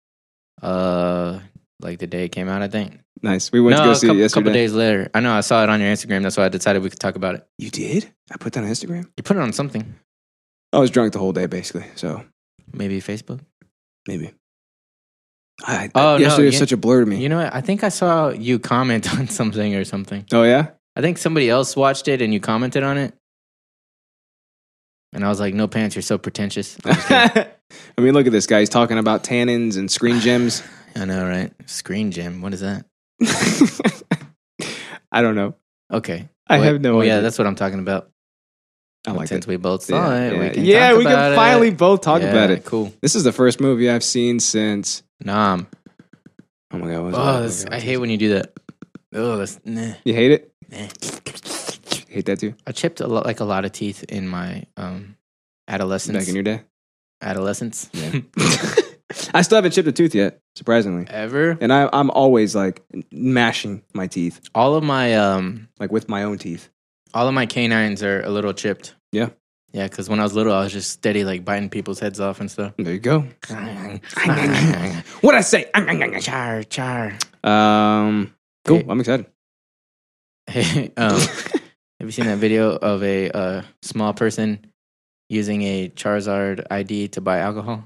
Speaker 1: Uh, like the day it came out, I think.
Speaker 2: Nice. We went to go
Speaker 1: a
Speaker 2: see
Speaker 1: couple,
Speaker 2: it
Speaker 1: couple
Speaker 2: yesterday.
Speaker 1: days later. I know. I saw it on your Instagram. That's why I decided we could talk about it.
Speaker 2: You did? I put that on Instagram.
Speaker 1: You put it on something,
Speaker 2: I was drunk the whole day, basically. So
Speaker 1: maybe Facebook.
Speaker 2: maybe. I,
Speaker 1: Oh, no,
Speaker 2: yesterday was
Speaker 1: you-
Speaker 2: such a blur to me.
Speaker 1: You know what? I think I saw you comment on something or something.
Speaker 2: oh yeah.
Speaker 1: I think somebody else watched it and you commented on it. And I was like, "No pants, you're so pretentious." I'm just kidding.
Speaker 2: I mean, look at this guy. He's talking about tannins and screen gems.
Speaker 1: I know, right? Screen gem. What is that?
Speaker 2: I don't know.
Speaker 1: Okay.
Speaker 2: I
Speaker 1: What-
Speaker 2: have no
Speaker 1: oh,
Speaker 2: idea.
Speaker 1: Yeah, that's what I'm talking about.
Speaker 2: I like
Speaker 1: Since
Speaker 2: it.
Speaker 1: we both saw
Speaker 2: Yeah,
Speaker 1: it,
Speaker 2: yeah.
Speaker 1: we can
Speaker 2: Yeah,
Speaker 1: talk
Speaker 2: we can
Speaker 1: about it.
Speaker 2: finally both talk
Speaker 1: Yeah,
Speaker 2: about it.
Speaker 1: Cool.
Speaker 2: This is the first movie I've seen since.
Speaker 1: Nom.
Speaker 2: Oh my god! what was it?
Speaker 1: Oh, that's, I hate when you do that. Oh, that's nah.
Speaker 2: You hate it?
Speaker 1: Nah.
Speaker 2: Hate that too.
Speaker 1: I chipped a lot, like a lot of teeth in my um adolescence.
Speaker 2: Back in your day.
Speaker 1: adolescence.
Speaker 2: I still haven't chipped a tooth yet, surprisingly.
Speaker 1: Ever.
Speaker 2: And I, I'm always like mashing my teeth,
Speaker 1: All of my um
Speaker 2: like with my own teeth.
Speaker 1: all of my canines are a little chipped.
Speaker 2: Yeah.
Speaker 1: Yeah, because when I was little, I was just steady, like biting people's heads off and stuff.
Speaker 2: There you go.
Speaker 1: what I say? char, char.
Speaker 2: Um, cool.
Speaker 1: Hey.
Speaker 2: I'm excited.
Speaker 1: Hey, um, have you seen that video of a uh, small person using a Charizard ID to buy alcohol?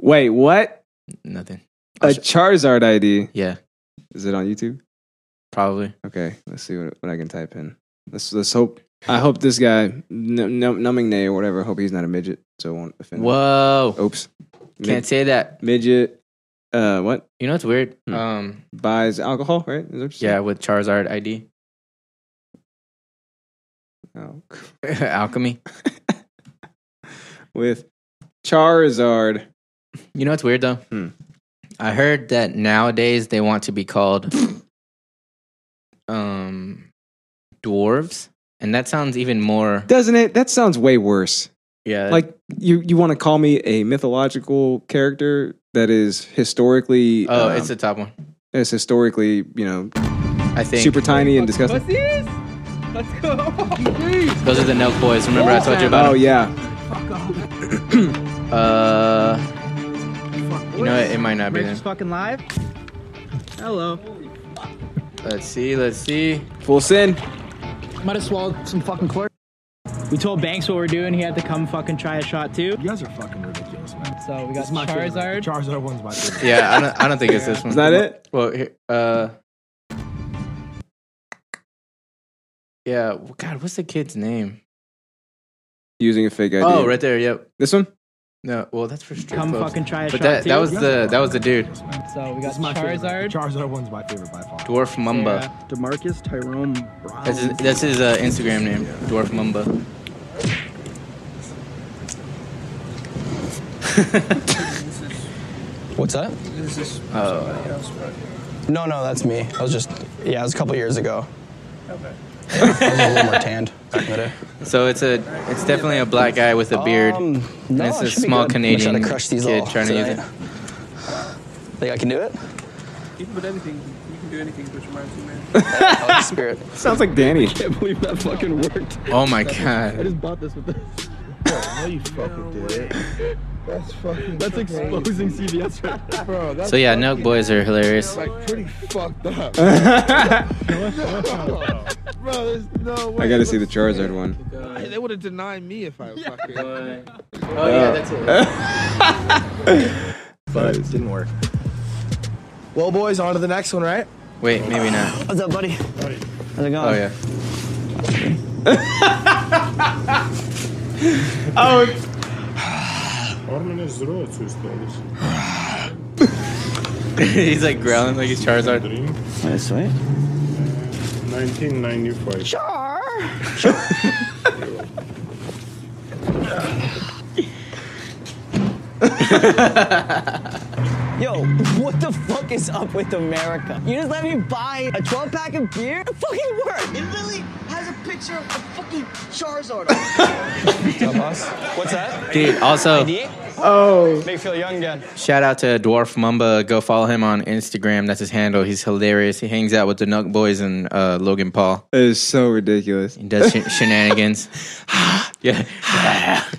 Speaker 2: Wait, what?
Speaker 1: Nothing.
Speaker 2: A
Speaker 1: I'll sh-
Speaker 2: Charizard ID.
Speaker 1: Yeah,
Speaker 2: Is it on YouTube?
Speaker 1: probably.
Speaker 2: Okay, let's see what, what I can type in. Let's let's hope. I hope this guy, n- n- numbing nay or whatever. Hope he's not a midget, so it won't offend. him.
Speaker 1: Whoa!
Speaker 2: Oops. Mid-
Speaker 1: Can't say that.
Speaker 2: midget. Uh, what
Speaker 1: You know what's weird?
Speaker 2: Hmm.
Speaker 1: Um,
Speaker 2: buys alcohol? Right? Is that what you
Speaker 1: yeah,
Speaker 2: said?
Speaker 1: with Charizard ID,
Speaker 2: Oh.
Speaker 1: alchemy.
Speaker 2: With Charizard.
Speaker 1: You know what's weird though?
Speaker 2: Hmm.
Speaker 1: I heard that nowadays they want to be called um dwarves, and that sounds even more
Speaker 2: Doesn't it? That sounds way worse.
Speaker 1: yeah
Speaker 2: like you, you want to call me a mythological character that is historically
Speaker 1: oh
Speaker 2: um,
Speaker 1: it's a top one.
Speaker 2: is historically you know
Speaker 1: I think
Speaker 2: super tiny and disgusting.
Speaker 4: Pussies! Let's go!
Speaker 1: those are the Nelk boys. Remember I told you
Speaker 2: Oh
Speaker 1: about?
Speaker 2: yeah, Oh.
Speaker 1: them? Uh, you know what? it might not be. Them.
Speaker 4: fucking live. Hello.
Speaker 1: Let's see. Let's see.
Speaker 2: full sin.
Speaker 4: Might have swallowed some fucking chlorine. We told Banks what we're doing. He had to come fucking try a shot too.
Speaker 6: You guys are fucking ridiculous, man.
Speaker 4: So we got
Speaker 6: My favorite.
Speaker 4: Charizard.
Speaker 6: Charizard one's my favorite.
Speaker 1: Yeah, I don't, I don't think it's this one.
Speaker 2: Is that it?
Speaker 1: Well, here, uh, yeah. well, God, what's the kid's name?
Speaker 2: Using a fake ID.
Speaker 1: Oh, right there. Yep.
Speaker 2: This one.
Speaker 1: No, well, that's for straight
Speaker 4: Come
Speaker 1: folks.
Speaker 4: fucking try a
Speaker 1: But
Speaker 4: shot
Speaker 1: that
Speaker 4: too.
Speaker 1: that was the that was the dude.
Speaker 4: So we got
Speaker 6: My favorite.
Speaker 4: Charizard.
Speaker 6: Charizard one's my favorite by far.
Speaker 1: Dwarf Mumba.
Speaker 4: Demarcus Tyrone Brown.
Speaker 1: That's his, that's his uh, Instagram name. Dwarf Mumba.
Speaker 7: What's that?
Speaker 1: Oh.
Speaker 7: No, no, that's me. I was just, yeah, it was a couple years ago. Okay. I was a little more tanned back in the day.
Speaker 1: So it's a it's definitely a black guy with a beard.
Speaker 7: Um,
Speaker 1: and
Speaker 7: no,
Speaker 1: it's
Speaker 7: it
Speaker 1: a
Speaker 7: should be
Speaker 1: small
Speaker 7: good. I'm gonna
Speaker 1: Canadian
Speaker 7: try to crush these
Speaker 1: kid
Speaker 7: all
Speaker 1: trying to use it.
Speaker 7: tonight. Think I can do it?
Speaker 8: You can put anything. You can do anything which reminds you, man.
Speaker 7: I like the spirit.
Speaker 2: Sounds like Danny.
Speaker 4: can't believe that fucking worked.
Speaker 1: Oh my god.
Speaker 4: just bought this with this.
Speaker 6: No, you fucking did it. That's fucking.
Speaker 4: That's exposing CVS right now.
Speaker 6: bro. That's
Speaker 1: So yeah, Nelk boys are hilarious.
Speaker 6: like pretty fucked up. bro, there's no way.
Speaker 2: I got to see the Charizard one.
Speaker 6: They would have denied me if I fucking.
Speaker 1: Oh yeah, that's it.
Speaker 6: But it didn't work. Well, boys, on to the next one, right?
Speaker 1: Wait, maybe not.
Speaker 7: What's up, buddy? How's it going?
Speaker 1: Oh yeah.
Speaker 9: Ormanın zırhı atıyorsun oğlum.
Speaker 1: he's like growling like he's Charizard.
Speaker 9: That's right.
Speaker 10: 1995.
Speaker 9: Yo, what the fuck is up with America? You just let me buy a 12 pack of beer? It fucking worked.
Speaker 11: It really has a picture of a fucking Charizard. on it.
Speaker 7: What's that?
Speaker 1: Dude, also-
Speaker 7: Oh. Make you feel young again.
Speaker 1: Shout out to Dwarf Mumba. Go follow him on Instagram. That's his handle. He's hilarious. He hangs out with the Nuck Boys and uh, Logan Paul.
Speaker 2: It is so ridiculous.
Speaker 1: He does sh- shenanigans. yeah.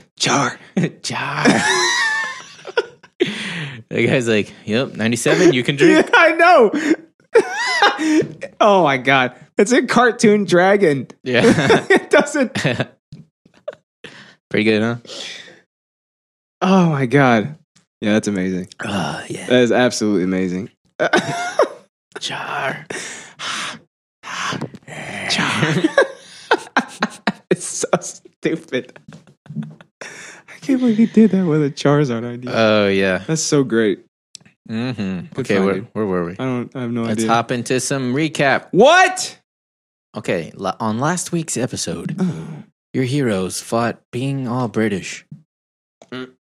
Speaker 2: Char.
Speaker 1: Jar. the guy's like, yep, 97, you can drink.
Speaker 2: I know. oh my god. It's a cartoon dragon.
Speaker 1: Yeah.
Speaker 2: it doesn't.
Speaker 1: Pretty good, huh?
Speaker 2: Oh my god. Yeah, that's amazing.
Speaker 1: Oh, yeah.
Speaker 2: That is absolutely amazing.
Speaker 1: Jar.
Speaker 2: It's so stupid. I can't believe he did that with a Charizard idea.
Speaker 1: Oh, yeah.
Speaker 2: that's so great.
Speaker 1: Mm-hmm.
Speaker 2: Good
Speaker 1: Okay,
Speaker 2: find,
Speaker 1: where,
Speaker 2: dude.
Speaker 1: where were we?
Speaker 2: I don't. I have no
Speaker 1: Let's
Speaker 2: idea.
Speaker 1: hop into some recap.
Speaker 2: What?
Speaker 1: Okay, la- on last week's episode, your heroes fought being all British.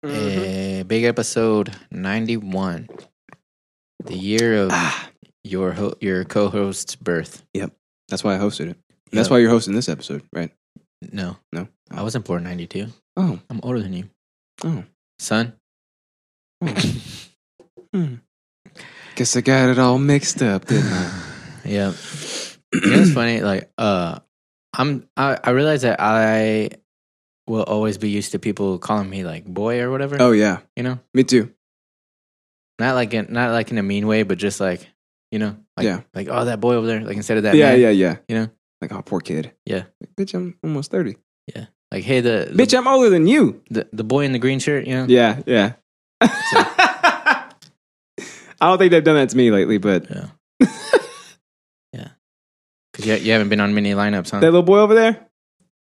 Speaker 2: Mm-hmm.
Speaker 1: Eh, big episode 91. The year of
Speaker 2: Ah.
Speaker 1: your ho- your co-host's birth.
Speaker 2: That's why I hosted it. That's
Speaker 1: Yeah.
Speaker 2: why you're hosting this episode, right?
Speaker 1: No.
Speaker 2: No.
Speaker 1: I wasn't born 92.
Speaker 2: Oh.
Speaker 1: I'm older than you.
Speaker 2: Oh.
Speaker 1: Son,
Speaker 2: Guess I got it all mixed up, didn't I?
Speaker 1: Yeah. you know, it's funny. Like, uh, I'm. I, I realize that I will always be used to people calling me like boy or whatever.
Speaker 2: oh yeah,
Speaker 1: you know,
Speaker 2: me too.
Speaker 1: not like in, not like in a mean way, but just like you know, like,
Speaker 2: Yeah.
Speaker 1: like oh that boy over there. Like instead of that,
Speaker 2: yeah,
Speaker 1: man,
Speaker 2: yeah, yeah.
Speaker 1: You know?
Speaker 2: like oh poor kid.
Speaker 1: Yeah.
Speaker 2: Like, bitch, I'm almost thirty.
Speaker 1: Like hey the the,
Speaker 2: bitch, I'm older than you.
Speaker 1: the the boy in the green shirt. You know,
Speaker 2: Yeah, yeah. I don't think they've done that to me lately, but
Speaker 1: yeah, yeah. Because you, you haven't been on many lineups, huh?
Speaker 2: that little boy over there,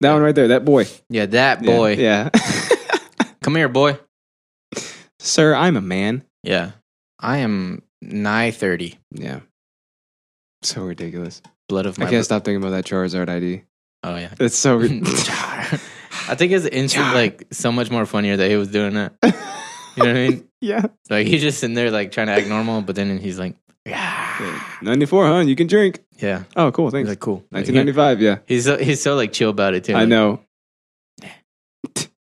Speaker 2: that one right there, that boy,
Speaker 1: yeah, that
Speaker 2: Yeah,
Speaker 1: boy.
Speaker 2: Yeah,
Speaker 1: Come here, boy.
Speaker 2: sir, I'm a man.
Speaker 1: Yeah, I am nigh thirty.
Speaker 2: Yeah, so ridiculous.
Speaker 1: Blood of my.
Speaker 2: I can't
Speaker 1: bro-
Speaker 2: stop thinking about that Charizard ID.
Speaker 1: oh yeah.
Speaker 2: It's so. ri-
Speaker 1: I think it's instant, like so much more funnier that he was doing that. You know what I mean?
Speaker 2: yeah,
Speaker 1: Like he's just in there like trying to act normal, but then he's like, yeah,
Speaker 2: ninety four, huh? You can drink.
Speaker 1: yeah.
Speaker 2: Oh, cool. Thanks.
Speaker 1: He's like cool. Like,
Speaker 2: Nineteen ninety five. Yeah,
Speaker 1: he's so, he's so like chill about it too.
Speaker 2: I
Speaker 1: Like,
Speaker 2: know.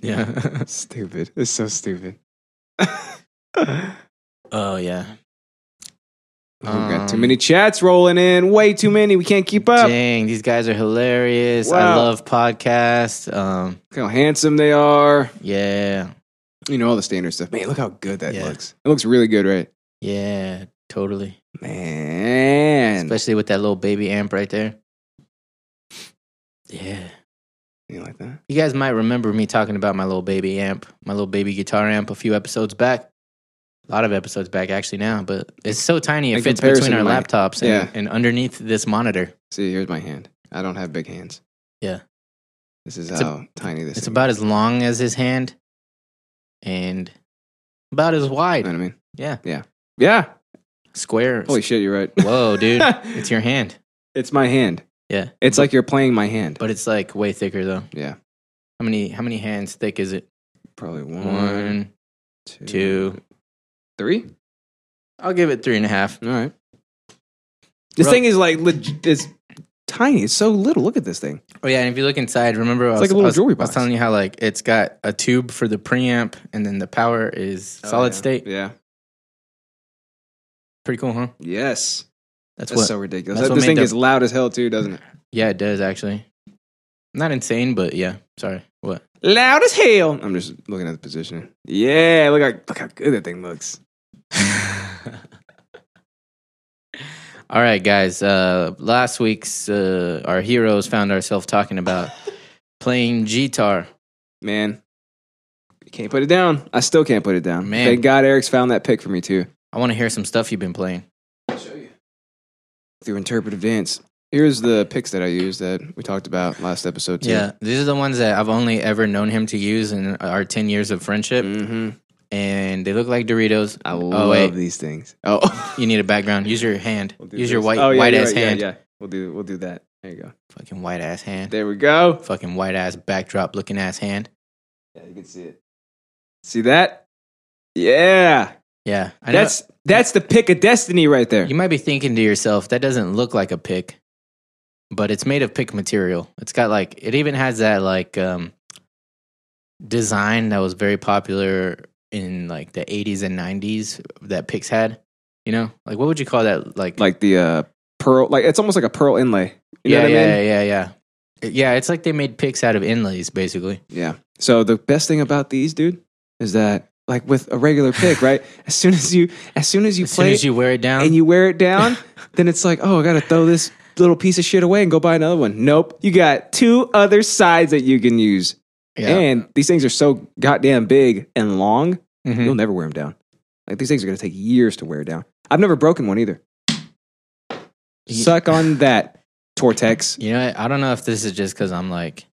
Speaker 1: yeah.
Speaker 2: stupid. It's so stupid.
Speaker 1: Oh yeah.
Speaker 2: We've got too
Speaker 1: Um,
Speaker 2: many chats rolling in. Way too many. We can't keep up.
Speaker 1: Dang, these guys are hilarious. I
Speaker 2: Wow.
Speaker 1: love podcasts. Um,
Speaker 2: Look how handsome they are.
Speaker 1: yeah,
Speaker 2: You know all the standard stuff. Man, look how good that
Speaker 1: Yeah.
Speaker 2: looks. It looks really good, right?
Speaker 1: yeah, totally.
Speaker 2: Man,
Speaker 1: Especially with that little baby amp right there. Yeah.
Speaker 2: you like that?
Speaker 1: You guys might remember me talking about my little baby amp, my little baby guitar amp a few episodes back. A lot of episodes back actually now, but it's so tiny it
Speaker 2: In
Speaker 1: fits
Speaker 2: comparison
Speaker 1: between our
Speaker 2: to my-
Speaker 1: laptops and,
Speaker 2: yeah.
Speaker 1: and underneath this monitor.
Speaker 2: See, here's my hand. I don't have big hands.
Speaker 1: Yeah.
Speaker 2: This is
Speaker 1: It's a-
Speaker 2: how tiny this.
Speaker 1: It's
Speaker 2: thing
Speaker 1: about as long as his hand and about as
Speaker 2: Is. You
Speaker 1: wide.
Speaker 2: know what I mean?
Speaker 1: Yeah.
Speaker 2: Yeah.
Speaker 1: Square.
Speaker 2: Holy shit, you're right.
Speaker 1: Whoa, dude. it's your hand.
Speaker 2: It's my hand.
Speaker 1: Yeah.
Speaker 2: It's like you're playing my hand.
Speaker 1: But it's like way thicker though.
Speaker 2: Yeah.
Speaker 1: How many how many hands thick is it?
Speaker 2: Probably one,
Speaker 1: One, two.
Speaker 2: three.
Speaker 1: I'll give it three and a half.
Speaker 2: All right. This
Speaker 1: Bro-
Speaker 2: thing is like legit. It's tiny. It's so little. Look at this thing.
Speaker 1: Oh yeah, and if you look inside, remember I was,
Speaker 2: like a little
Speaker 1: I was-
Speaker 2: jewelry
Speaker 1: I was
Speaker 2: box.
Speaker 1: telling you how like it's got a tube for the preamp, and then the power is Oh, solid
Speaker 2: yeah.
Speaker 1: state.
Speaker 2: Yeah.
Speaker 1: Pretty cool, huh?
Speaker 2: Yes.
Speaker 1: That's,
Speaker 2: That's,
Speaker 1: what.
Speaker 2: so ridiculous.
Speaker 1: that's
Speaker 2: That-
Speaker 1: what
Speaker 2: this
Speaker 1: made
Speaker 2: thing
Speaker 1: the-
Speaker 2: is loud as hell too, doesn't it?
Speaker 1: yeah, it does actually. Not insane, but yeah. Sorry. What?
Speaker 2: Loud as hell. I'm just looking at the position. Yeah. Look how look how good that thing looks.
Speaker 1: All right, guys. Uh, last week's uh, our heroes found ourselves talking about playing guitar.
Speaker 2: Man. You can't put it down. I still can't put it down.
Speaker 1: Man.
Speaker 2: Thank God Eric's found that pick for me too.
Speaker 1: I want to hear some stuff you've been playing.
Speaker 2: Through interpretive dance. Here's the picks that I used that we talked about last episode too.
Speaker 1: Yeah, these are the ones that I've only ever known him to use in our ten years of friendship.
Speaker 2: Mm-hmm.
Speaker 1: and they look like Doritos.
Speaker 2: I
Speaker 1: oh
Speaker 2: love
Speaker 1: wait,
Speaker 2: these things. Oh,
Speaker 1: you need a background. Use your hand.
Speaker 2: We'll do
Speaker 1: Use your
Speaker 2: this.
Speaker 1: white
Speaker 2: Oh, yeah,
Speaker 1: white
Speaker 2: you're
Speaker 1: ass
Speaker 2: right. Yeah,
Speaker 1: hand.
Speaker 2: Yeah, we'll do we'll do that. There you go.
Speaker 1: Fucking white ass hand.
Speaker 2: There we go.
Speaker 1: Fucking white ass backdrop looking ass hand.
Speaker 2: Yeah, you can see it. See that? Yeah,
Speaker 1: Yeah, I know.
Speaker 2: that's that's the pick of destiny right there.
Speaker 1: You might be thinking to yourself, that doesn't look like a pick, but it's made of pick material. It's got like it even has that like um design that was very popular in like the 80s and 90s that picks had, you know? Like what would you call that like
Speaker 2: Like the uh, pearl, like it's almost like a pearl inlay. You
Speaker 1: yeah,
Speaker 2: know what
Speaker 1: yeah,
Speaker 2: I mean?
Speaker 1: yeah, yeah, yeah. Yeah, it's like they made picks out of inlays basically.
Speaker 2: Yeah. So the best thing about these, dude, is that like with a regular pick, right? As soon as you as soon as you
Speaker 1: As soon
Speaker 2: play
Speaker 1: as you wear it down,
Speaker 2: and you wear it down, then it's like, oh, I gotta throw this little piece of shit away and go buy another one. Nope. You got two other sides that you can use.
Speaker 1: yeah.
Speaker 2: And these things are so goddamn big and long,
Speaker 1: Mhm.
Speaker 2: you'll never wear them down. Like these things are gonna take years to wear down. I've never broken one either.
Speaker 1: Ye-
Speaker 2: Suck on that, Tortex.
Speaker 1: You know, what? I don't know if this is just because I'm like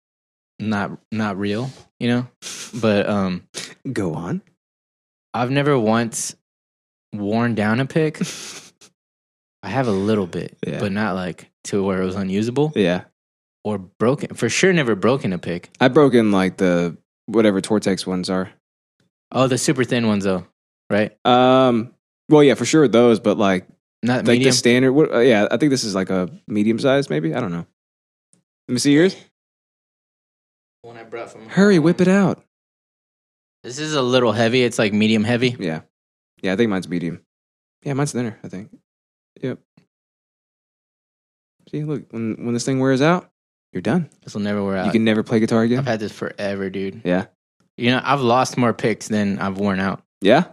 Speaker 1: not not real, you know, but um,
Speaker 2: Go on.
Speaker 1: I've never once worn down a pick. I have a little bit,
Speaker 2: Yeah.
Speaker 1: but not like to where it was unusable
Speaker 2: Yeah.
Speaker 1: or broken. For sure, never broken a pick.
Speaker 2: I've broken like the whatever Tortex ones are.
Speaker 1: Oh, the super thin ones though, right?
Speaker 2: Um. Well, yeah, for sure those, but like
Speaker 1: Not
Speaker 2: like the
Speaker 1: medium.
Speaker 2: standard. What, uh, yeah, I think this is like a medium size, maybe. I don't know. Let me see yours.
Speaker 1: One I brought from
Speaker 2: Hurry, whip it out.
Speaker 1: This is a little heavy. It's like medium heavy.
Speaker 2: Yeah, yeah. I think mine's medium. Yeah, mine's thinner. I think. Yep. See, look when when this thing wears out, you're done.
Speaker 1: This will never wear out.
Speaker 2: you can never play guitar again.
Speaker 1: Uh, I've had this forever, dude.
Speaker 2: yeah,
Speaker 1: You know, I've lost more picks than I've worn out
Speaker 2: yeah,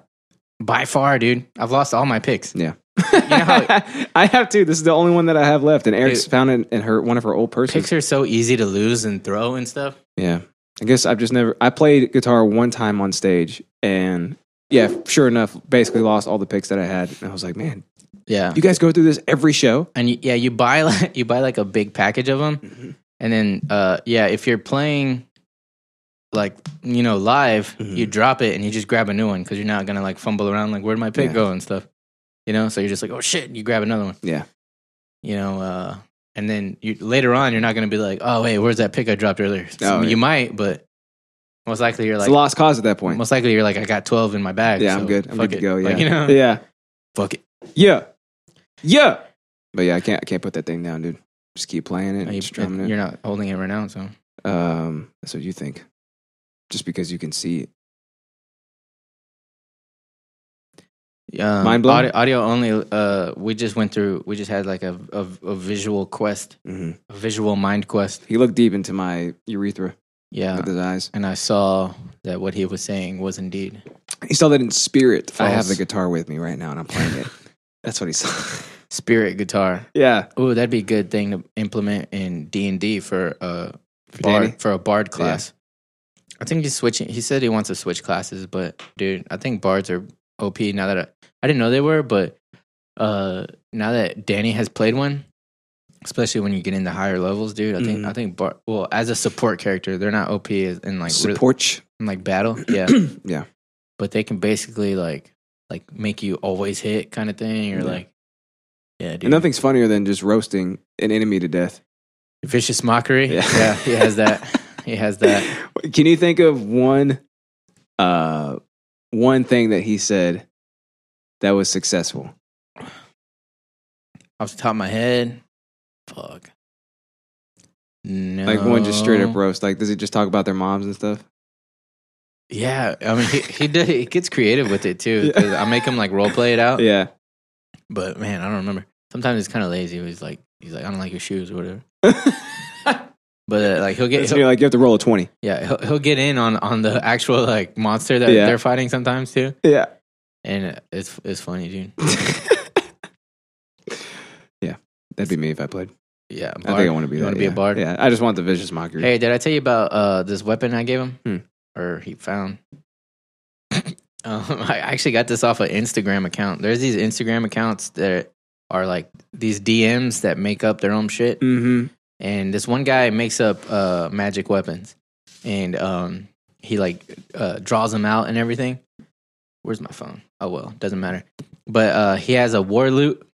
Speaker 1: by far, dude. I've lost all my picks.
Speaker 2: yeah.
Speaker 1: how-
Speaker 2: I have two. This is the only one that I have left, and Eric's
Speaker 1: Dude.
Speaker 2: found it in her one of her old purses.
Speaker 1: Picks are so easy to lose and throw and stuff.
Speaker 2: Yeah. I guess I've just never I played guitar one time on stage and yeah, sure enough, basically lost all the picks that I had. And I was like, man,
Speaker 1: Yeah,
Speaker 2: you guys go through this every show.
Speaker 1: and you, yeah, you buy like you buy like a big package of them,
Speaker 2: Mm-hmm.
Speaker 1: and then uh, yeah, if you're playing like you know live,
Speaker 2: Mm-hmm.
Speaker 1: you drop it and you just grab a new one because you're not gonna like fumble around like where'd my pick
Speaker 2: Yeah.
Speaker 1: go and stuff, you know. So you're just like oh shit, you grab another one,
Speaker 2: Yeah.
Speaker 1: you know. Uh, and then you, later on, you're not gonna be like oh wait, where's that pick I dropped earlier?
Speaker 2: Oh,
Speaker 1: you
Speaker 2: yeah.
Speaker 1: might, but most likely you're
Speaker 2: It's
Speaker 1: like
Speaker 2: a lost cause at that point.
Speaker 1: most likely you're like I got twelve in my bag.
Speaker 2: Yeah,
Speaker 1: so
Speaker 2: I'm good. I'm
Speaker 1: fuck
Speaker 2: good to
Speaker 1: it.
Speaker 2: go. Yeah.
Speaker 1: Like, you know,
Speaker 2: Yeah.
Speaker 1: fuck it.
Speaker 2: Yeah. Yeah. But yeah, I can't I can't put that thing down, dude. Just keep playing it and strumming it.
Speaker 1: You're not holding it right now, so
Speaker 2: Um, that's what you think. Just because you can see it.
Speaker 1: um,
Speaker 2: Mind blown?
Speaker 1: Audio, audio only. Uh, we just went through. We just had like a a, a visual quest,
Speaker 2: Mhm.
Speaker 1: a visual mind quest.
Speaker 2: He looked deep into my urethra
Speaker 1: Yeah,
Speaker 2: with his eyes.
Speaker 1: and I saw that what he was saying was indeed.
Speaker 2: He saw that in spirit. I have
Speaker 1: False.
Speaker 2: the guitar with me right now and I'm playing it. That's what he saw.
Speaker 1: Spirit guitar.
Speaker 2: yeah.
Speaker 1: Ooh, that'd be a good thing to implement in D and D for a
Speaker 2: Danny?
Speaker 1: bard, for a bard class. I think he's switching. He said he wants to switch classes, but dude, I think bards are OP now that I, I didn't know they were, but uh, now that Danny has played one, especially when you get into higher levels, dude, I
Speaker 2: Mm-hmm.
Speaker 1: think I think bard. Well, as a support character, they're not OP as- in like really-
Speaker 2: Support.
Speaker 1: in like battle, yeah,
Speaker 2: Yeah.
Speaker 1: but they can basically like like make you always hit kind of thing, or
Speaker 2: Yeah.
Speaker 1: like yeah, dude.
Speaker 2: And nothing's funnier than just roasting an enemy to death.
Speaker 1: Vicious mockery.
Speaker 2: Yeah.
Speaker 1: Yeah. he has that. he has that.
Speaker 2: Can you think of one uh one thing that he said that was successful?
Speaker 1: Off the top of my head, fuck. No,
Speaker 2: Like one just straight up roast. Like does he just talk about their moms and stuff?
Speaker 1: Yeah, I mean, he he, did, he gets creative with it too.
Speaker 2: Yeah.
Speaker 1: 'cause I make him like role play it out.
Speaker 2: Yeah.
Speaker 1: But man, I don't remember. Sometimes it's kind of lazy. He's like, he's like, I don't like your shoes or whatever. but uh, like he'll get
Speaker 2: So you're like you have to roll a 20.
Speaker 1: yeah he'll, he'll get in on on the actual like monster that
Speaker 2: Yeah.
Speaker 1: they're fighting sometimes too,
Speaker 2: Yeah.
Speaker 1: and it's it's funny, dude.
Speaker 2: That'd be me if I played.
Speaker 1: Yeah,
Speaker 2: I think I want to be
Speaker 1: You
Speaker 2: that.
Speaker 1: want to be
Speaker 2: yeah.
Speaker 1: a bard?
Speaker 2: Yeah. I just want the vicious mockery.
Speaker 1: Hey, did I tell you about uh, this weapon I gave him
Speaker 2: Hmm.
Speaker 1: or he found? um, I actually got this off an Instagram account. There's these Instagram accounts that are like these DMs that make up their own shit,
Speaker 2: Mm-hmm.
Speaker 1: and this one guy makes up uh, magic weapons, and um, he like uh, draws them out and everything. Where's my phone? Oh well, doesn't matter. But uh, he has a war loot.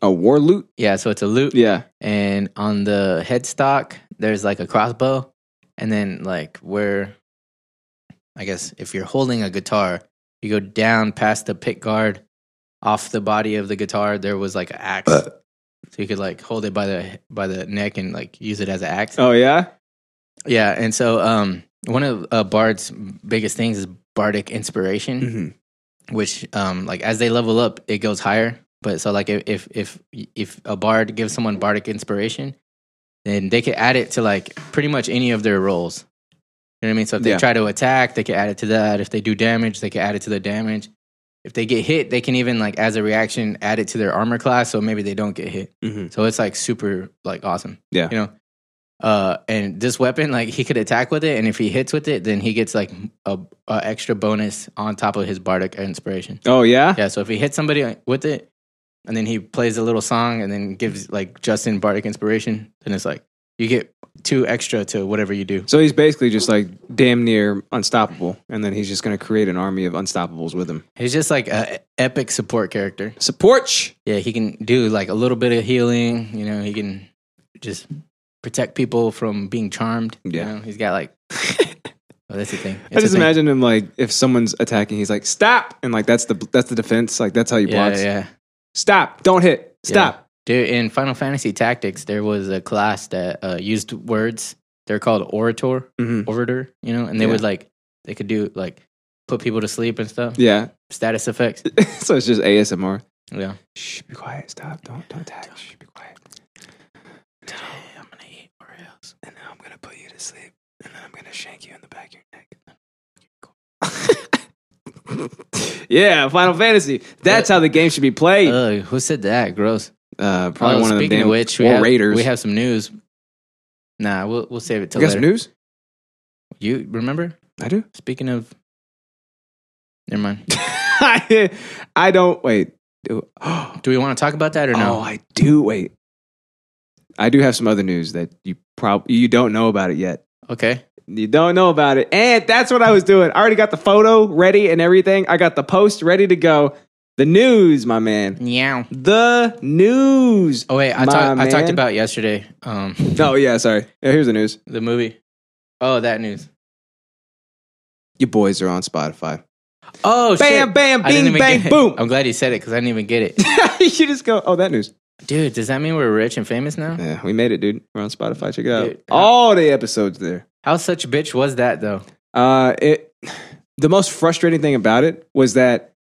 Speaker 2: A war loot?
Speaker 1: Yeah, so it's a loot.
Speaker 2: Yeah.
Speaker 1: And on the headstock, there's like a crossbow, and then like where, I guess if you're holding a guitar, you go down past the pick guard, off the body of the guitar. There was like an axe, so you could like hold it by the by the neck and like use it as an axe.
Speaker 2: Oh yeah.
Speaker 1: Yeah, and so um, one of uh, Bard's biggest things is bardic
Speaker 2: Mm-hmm.
Speaker 1: inspiration, which um, like as they level up, it goes higher. But so like if- if if if a bard gives someone bardic inspiration, then they could add it to like pretty much any of their rolls. You know what I mean? So if they
Speaker 2: Yeah.
Speaker 1: try to attack, they could add it to that. If they do damage, they could add it to the damage. If they get hit, they can even like as a reaction add it to their armor class, so maybe they don't get hit.
Speaker 2: Mhm.
Speaker 1: So it's like super like awesome.
Speaker 2: Yeah.
Speaker 1: you know. Uh, and this weapon, like he could attack with it, and if he hits with it, then he gets like a, a extra bonus on top of his bardic inspiration.
Speaker 2: Oh yeah.
Speaker 1: Yeah, so if he hits somebody with it, and then he plays a little song, and then gives like Justin bardic inspiration, then it's like you get two extra to whatever you do.
Speaker 2: So he's basically just like damn near unstoppable, and then he's just going to create an army of unstoppables with him.
Speaker 1: He's just like a epic support character.
Speaker 2: Support. sh-
Speaker 1: Yeah, he can do like a little bit of healing. You know, he can just protect people from being charmed.
Speaker 2: Yeah.
Speaker 1: you know? he's got like. oh, that's the thing. It's
Speaker 2: I
Speaker 1: a
Speaker 2: just
Speaker 1: thing.
Speaker 2: imagine him like if someone's attacking, he's like stop, and like that's the that's the defense. Like that's how you
Speaker 1: Yeah,
Speaker 2: block.
Speaker 1: yeah.
Speaker 2: Stop! Don't hit! Stop!
Speaker 1: Dude, in Final Fantasy Tactics, there was a class that uh, used words. They're called orator,
Speaker 2: Mhm.
Speaker 1: orator, you know, and they
Speaker 2: Yeah.
Speaker 1: would like, they could do like put people to sleep and stuff,
Speaker 2: Yeah.
Speaker 1: status effects.
Speaker 2: so it's just ASMR.
Speaker 1: Yeah.
Speaker 2: Shh! Be quiet! Stop! Don't don't attack! Shh! Be quiet!
Speaker 1: Today I'm going to eat Oreos.
Speaker 2: And now I'm gonna put you to sleep, and then I'm gonna shank you in the back of your neck. yeah, Final Fantasy. That's how the game should be played.
Speaker 1: Ugh, who said that? Gross.
Speaker 2: Uh, probably
Speaker 1: Oh,
Speaker 2: one of them
Speaker 1: Uh, speaking
Speaker 2: damn
Speaker 1: of which, we
Speaker 2: war
Speaker 1: have,
Speaker 2: raiders.
Speaker 1: we have some news. Nah, we'll, we'll save it till
Speaker 2: you got
Speaker 1: later.
Speaker 2: some news?
Speaker 1: You remember?
Speaker 2: I do.
Speaker 1: Speaking of. Never mind.
Speaker 2: I don't wait. Do, oh,
Speaker 1: Do we want to talk about that or no?
Speaker 2: I do wait. I do have some other news that you probably you don't know about it yet.
Speaker 1: okay.
Speaker 2: You don't know about it, and that's what I was doing. I already got the photo ready and everything. I got the post ready to go. The news, my man.
Speaker 1: Yeah.
Speaker 2: The news.
Speaker 1: Oh, wait. I,
Speaker 2: My
Speaker 1: talk, I talked
Speaker 2: man.
Speaker 1: about yesterday. Um,
Speaker 2: No, yeah, sorry. Yeah, here's the news.
Speaker 1: The movie. Oh, that news.
Speaker 2: Your boys are on Spotify.
Speaker 1: Oh,
Speaker 2: Bam,
Speaker 1: shit.
Speaker 2: bam,
Speaker 1: I didn't
Speaker 2: bing,
Speaker 1: even
Speaker 2: bang,
Speaker 1: get-
Speaker 2: boom.
Speaker 1: I'm glad you said it because I didn't even get it.
Speaker 2: you just go, oh, that news.
Speaker 1: Dude, does that mean we're rich and famous now?
Speaker 2: Yeah, we made it, dude. We're on Spotify. Check it out.
Speaker 1: Dude, how-
Speaker 2: All the episodes there.
Speaker 1: How such bitch was that though?
Speaker 2: Uh, it. The most frustrating thing about it was that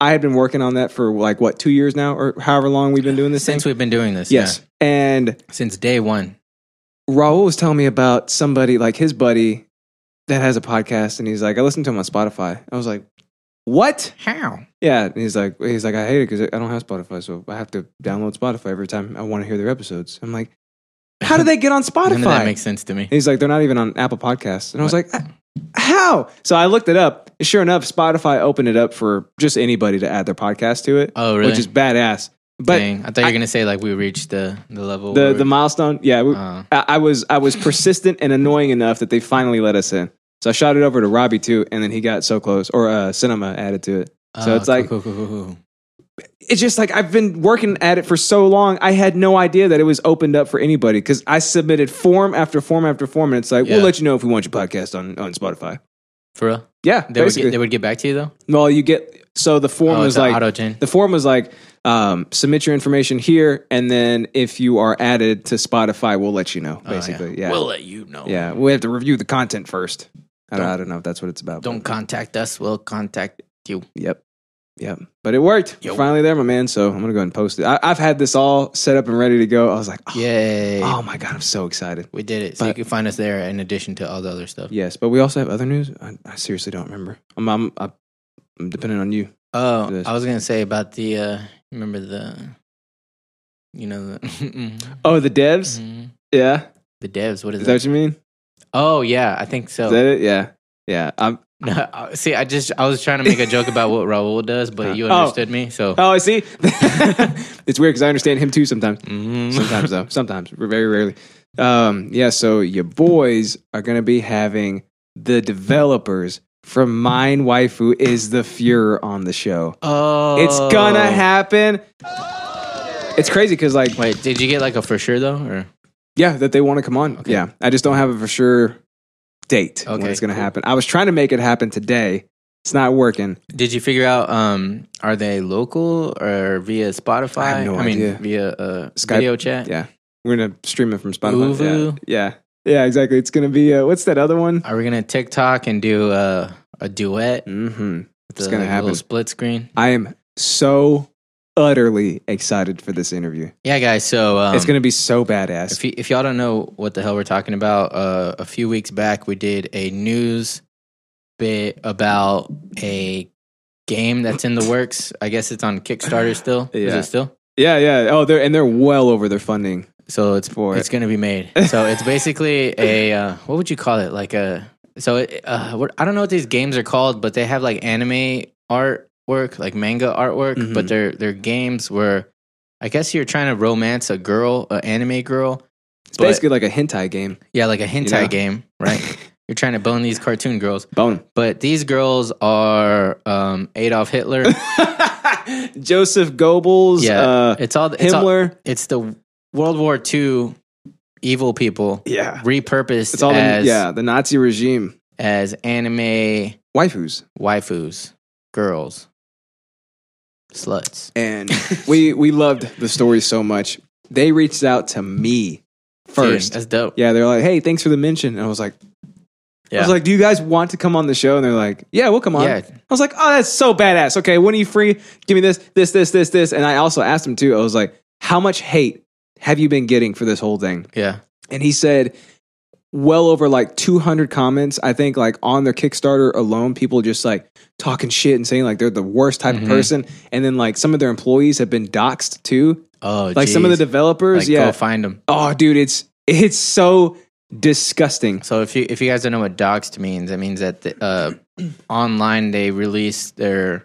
Speaker 2: I had been working on that for like what two years now, or however long we've been doing this
Speaker 1: Since
Speaker 2: thing.
Speaker 1: we've been doing this,
Speaker 2: yes, and
Speaker 1: yeah. since day one.
Speaker 2: Raul was telling me about somebody like his buddy that has a podcast, and he's like, I listened to him on Spotify. I was like, what?
Speaker 1: How?
Speaker 2: Yeah, and he's like, he's like, I hate it because I don't have Spotify, so I have to download Spotify every time I want to hear their episodes. I'm like, how do they get on Spotify?
Speaker 1: None of that makes sense to me.
Speaker 2: And he's like, they're not even on Apple Podcasts, and I was like, "Uh, how? So I looked it up. and Sure enough, Spotify opened it up for just anybody to add their podcast to it.
Speaker 1: Oh, really?
Speaker 2: Which is badass. But
Speaker 1: Dang, I thought you were gonna say like we reached the the level.
Speaker 2: the
Speaker 1: where-
Speaker 2: the milestone, yeah, we,
Speaker 1: Uh.
Speaker 2: I, I was I was persistent and annoying enough that they finally let us in. So I shot it over to Robbie too, and then he got so close, or uh, Cinema added to it. So
Speaker 1: Oh,
Speaker 2: it's like
Speaker 1: cool, cool, cool, cool, cool.
Speaker 2: it's just like I've been working at it for so long. I had no idea that it was opened up for anybody because I submitted form after form after form, and it's like
Speaker 1: Yeah.
Speaker 2: we'll let you know if we want your podcast on on Spotify.
Speaker 1: for real.
Speaker 2: Yeah,
Speaker 1: They would,
Speaker 2: basically.
Speaker 1: get, they would get back to you though.
Speaker 2: well, you get so the form
Speaker 1: Oh,
Speaker 2: was
Speaker 1: it's
Speaker 2: like
Speaker 1: auto gen.
Speaker 2: the form was like um, submit your information here, and then if you are added to Spotify, we'll let you know. Basically, yeah,
Speaker 1: Oh, We'll let you know.
Speaker 2: yeah. We have to review the content first. I don't, I don't know if that's what it's about. but-
Speaker 1: Don't contact us. We'll contact you.
Speaker 2: Yep. Yep. But it worked. We're Finally there, my man. So I'm gonna go ahead and post it. I, I've had this all set up and ready to go. I was like, oh,
Speaker 1: Yay!
Speaker 2: oh my god, I'm so excited.
Speaker 1: we did it. So you
Speaker 2: but-
Speaker 1: can find us there in addition to all the other stuff.
Speaker 2: Yes, but we also have other news. I, I seriously don't remember. I'm, I'm I'm depending on you.
Speaker 1: Oh,
Speaker 2: this.
Speaker 1: I was gonna say about the uh remember the you know the mhm,
Speaker 2: Oh, the devs.
Speaker 1: mhm.
Speaker 2: Yeah,
Speaker 1: the devs, what is
Speaker 2: is
Speaker 1: that?
Speaker 2: that what you mean?
Speaker 1: oh yeah, I think
Speaker 2: Is that
Speaker 1: so.
Speaker 2: it? Yeah, yeah. I'm,
Speaker 1: See, I just I was trying to make a joke about what Raul does, but you
Speaker 2: Oh.
Speaker 1: understood me. So
Speaker 2: oh, I see. it's weird because I understand him too sometimes.
Speaker 1: Mhm.
Speaker 2: Sometimes though, sometimes very rarely. Um, yeah. So your boys are gonna be having the developers from Mine Waifu is the Fuhrer on the show.
Speaker 1: Oh,
Speaker 2: It's gonna happen. It's crazy because like
Speaker 1: Wait, did you get like a for sure though? Or
Speaker 2: yeah, that they want to come on. Yeah, I just don't have a for sure date when
Speaker 1: Okay,
Speaker 2: it's gonna
Speaker 1: cool.
Speaker 2: happen. I was trying to make it happen today. It's not working.
Speaker 1: did you figure out um are they local or via Spotify?
Speaker 2: I have no
Speaker 1: mean
Speaker 2: idea.
Speaker 1: via uh
Speaker 2: Skype.
Speaker 1: video chat.
Speaker 2: Yeah, we're gonna stream it from Spotify.
Speaker 1: Uvu.
Speaker 2: Yeah. yeah, yeah, exactly. It's gonna be uh, what's that other one?
Speaker 1: Are we gonna TikTok and do uh, a duet?
Speaker 2: Mm-hmm.
Speaker 1: With
Speaker 2: it's gonna
Speaker 1: like, little
Speaker 2: happen.
Speaker 1: split screen.
Speaker 2: I am so utterly excited for this interview.
Speaker 1: Yeah, guys. So um,
Speaker 2: it's gonna be so badass.
Speaker 1: If, y- if y'all don't know what the hell we're talking about, uh, a few weeks back we did a news bit about a game that's in the works. I guess it's on Kickstarter still. Is
Speaker 2: Yeah.
Speaker 1: it still?
Speaker 2: yeah, yeah. Oh, they're and they're well over their funding.
Speaker 1: So it's
Speaker 2: For
Speaker 1: it's
Speaker 2: it.
Speaker 1: going to be made. So it's basically a uh, what would you call it? Like a so it, uh, what, I don't know what these games are called, but they have like anime artwork, like manga artwork,
Speaker 2: Mm-hmm.
Speaker 1: but they're they're games where I guess you're trying to romance a girl, an anime girl,
Speaker 2: It's
Speaker 1: But-
Speaker 2: basically like a hentai game.
Speaker 1: Yeah, like a hentai
Speaker 2: know?
Speaker 1: game, right? You're trying to bone these cartoon girls,
Speaker 2: Bone.
Speaker 1: but these girls are um, Adolf Hitler.
Speaker 2: Joseph Goebbels.
Speaker 1: Yeah,
Speaker 2: uh,
Speaker 1: it's all it's all-
Speaker 2: Himmler.
Speaker 1: it's the World War II evil people
Speaker 2: yeah,
Speaker 1: repurposed
Speaker 2: it's all the,
Speaker 1: as
Speaker 2: yeah the Nazi regime
Speaker 1: as anime
Speaker 2: waifus,
Speaker 1: waifus, girls, sluts.
Speaker 2: and we we loved the story so much. They reached out to me first.
Speaker 1: Dude, that's dope.
Speaker 2: yeah, they're like, "Hey, thanks for the mention." And I was like,
Speaker 1: Yeah.
Speaker 2: I was like, "Do you guys want to come on the show?" And they're like, "Yeah, we'll come on."
Speaker 1: Yeah.
Speaker 2: I was like, "Oh, that's so badass." Okay, when are you free? Give me this, this, this, this, this. And I also asked him too. I was like, "How much hate have you been getting for this whole thing?"
Speaker 1: yeah,
Speaker 2: and he said well over like 200 comments i think like on their kickstarter alone people just like talking shit and saying like they're the worst type
Speaker 1: Mm-hmm.
Speaker 2: of person and then like some of their employees have been doxxed too
Speaker 1: Oh,
Speaker 2: like some of the
Speaker 1: geez.
Speaker 2: developers
Speaker 1: Like,
Speaker 2: yeah
Speaker 1: go find them.
Speaker 2: oh dude it's it's so disgusting
Speaker 1: So if you if you guys don't know what doxed means, it means that the, uh, online they release their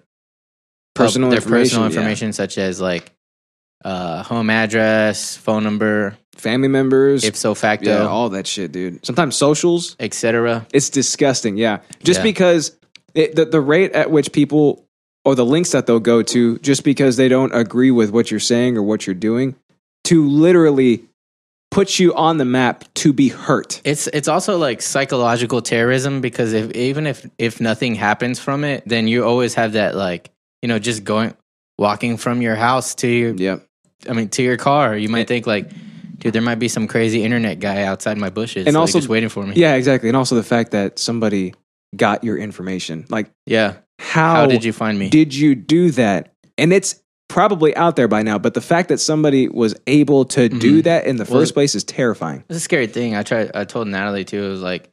Speaker 1: pub-
Speaker 2: Personal
Speaker 1: their
Speaker 2: information,
Speaker 1: personal
Speaker 2: yeah.
Speaker 1: information such as like uh, home address, phone number,
Speaker 2: family members
Speaker 1: if so facto,
Speaker 2: yeah all that shit dude sometimes socials
Speaker 1: etc.
Speaker 2: It's disgusting. Yeah. Just
Speaker 1: Yeah.
Speaker 2: because it, the, the rate at which people or the links that they'll go to just because they don't agree with what you're saying or what you're doing to literally put you on the map to be hurt.
Speaker 1: It's it's also like psychological terrorism because if even if if nothing happens from it, then you always have that like you know just going walking from your house to your
Speaker 2: Yep.
Speaker 1: I mean to your car, you might think like. Dude, there might be some crazy internet guy outside my bushes,
Speaker 2: And
Speaker 1: like,
Speaker 2: also-
Speaker 1: just waiting for me.
Speaker 2: Yeah, exactly. And also the fact that somebody got your information. Like,
Speaker 1: yeah.
Speaker 2: how,
Speaker 1: How did you find me?
Speaker 2: did you do that? And it's probably out there by now, but the fact that somebody was able to do that in the
Speaker 1: Mm-hmm. Well,
Speaker 2: first place is terrifying.
Speaker 1: It's a scary thing. I tried. I told Natalie too. It was like,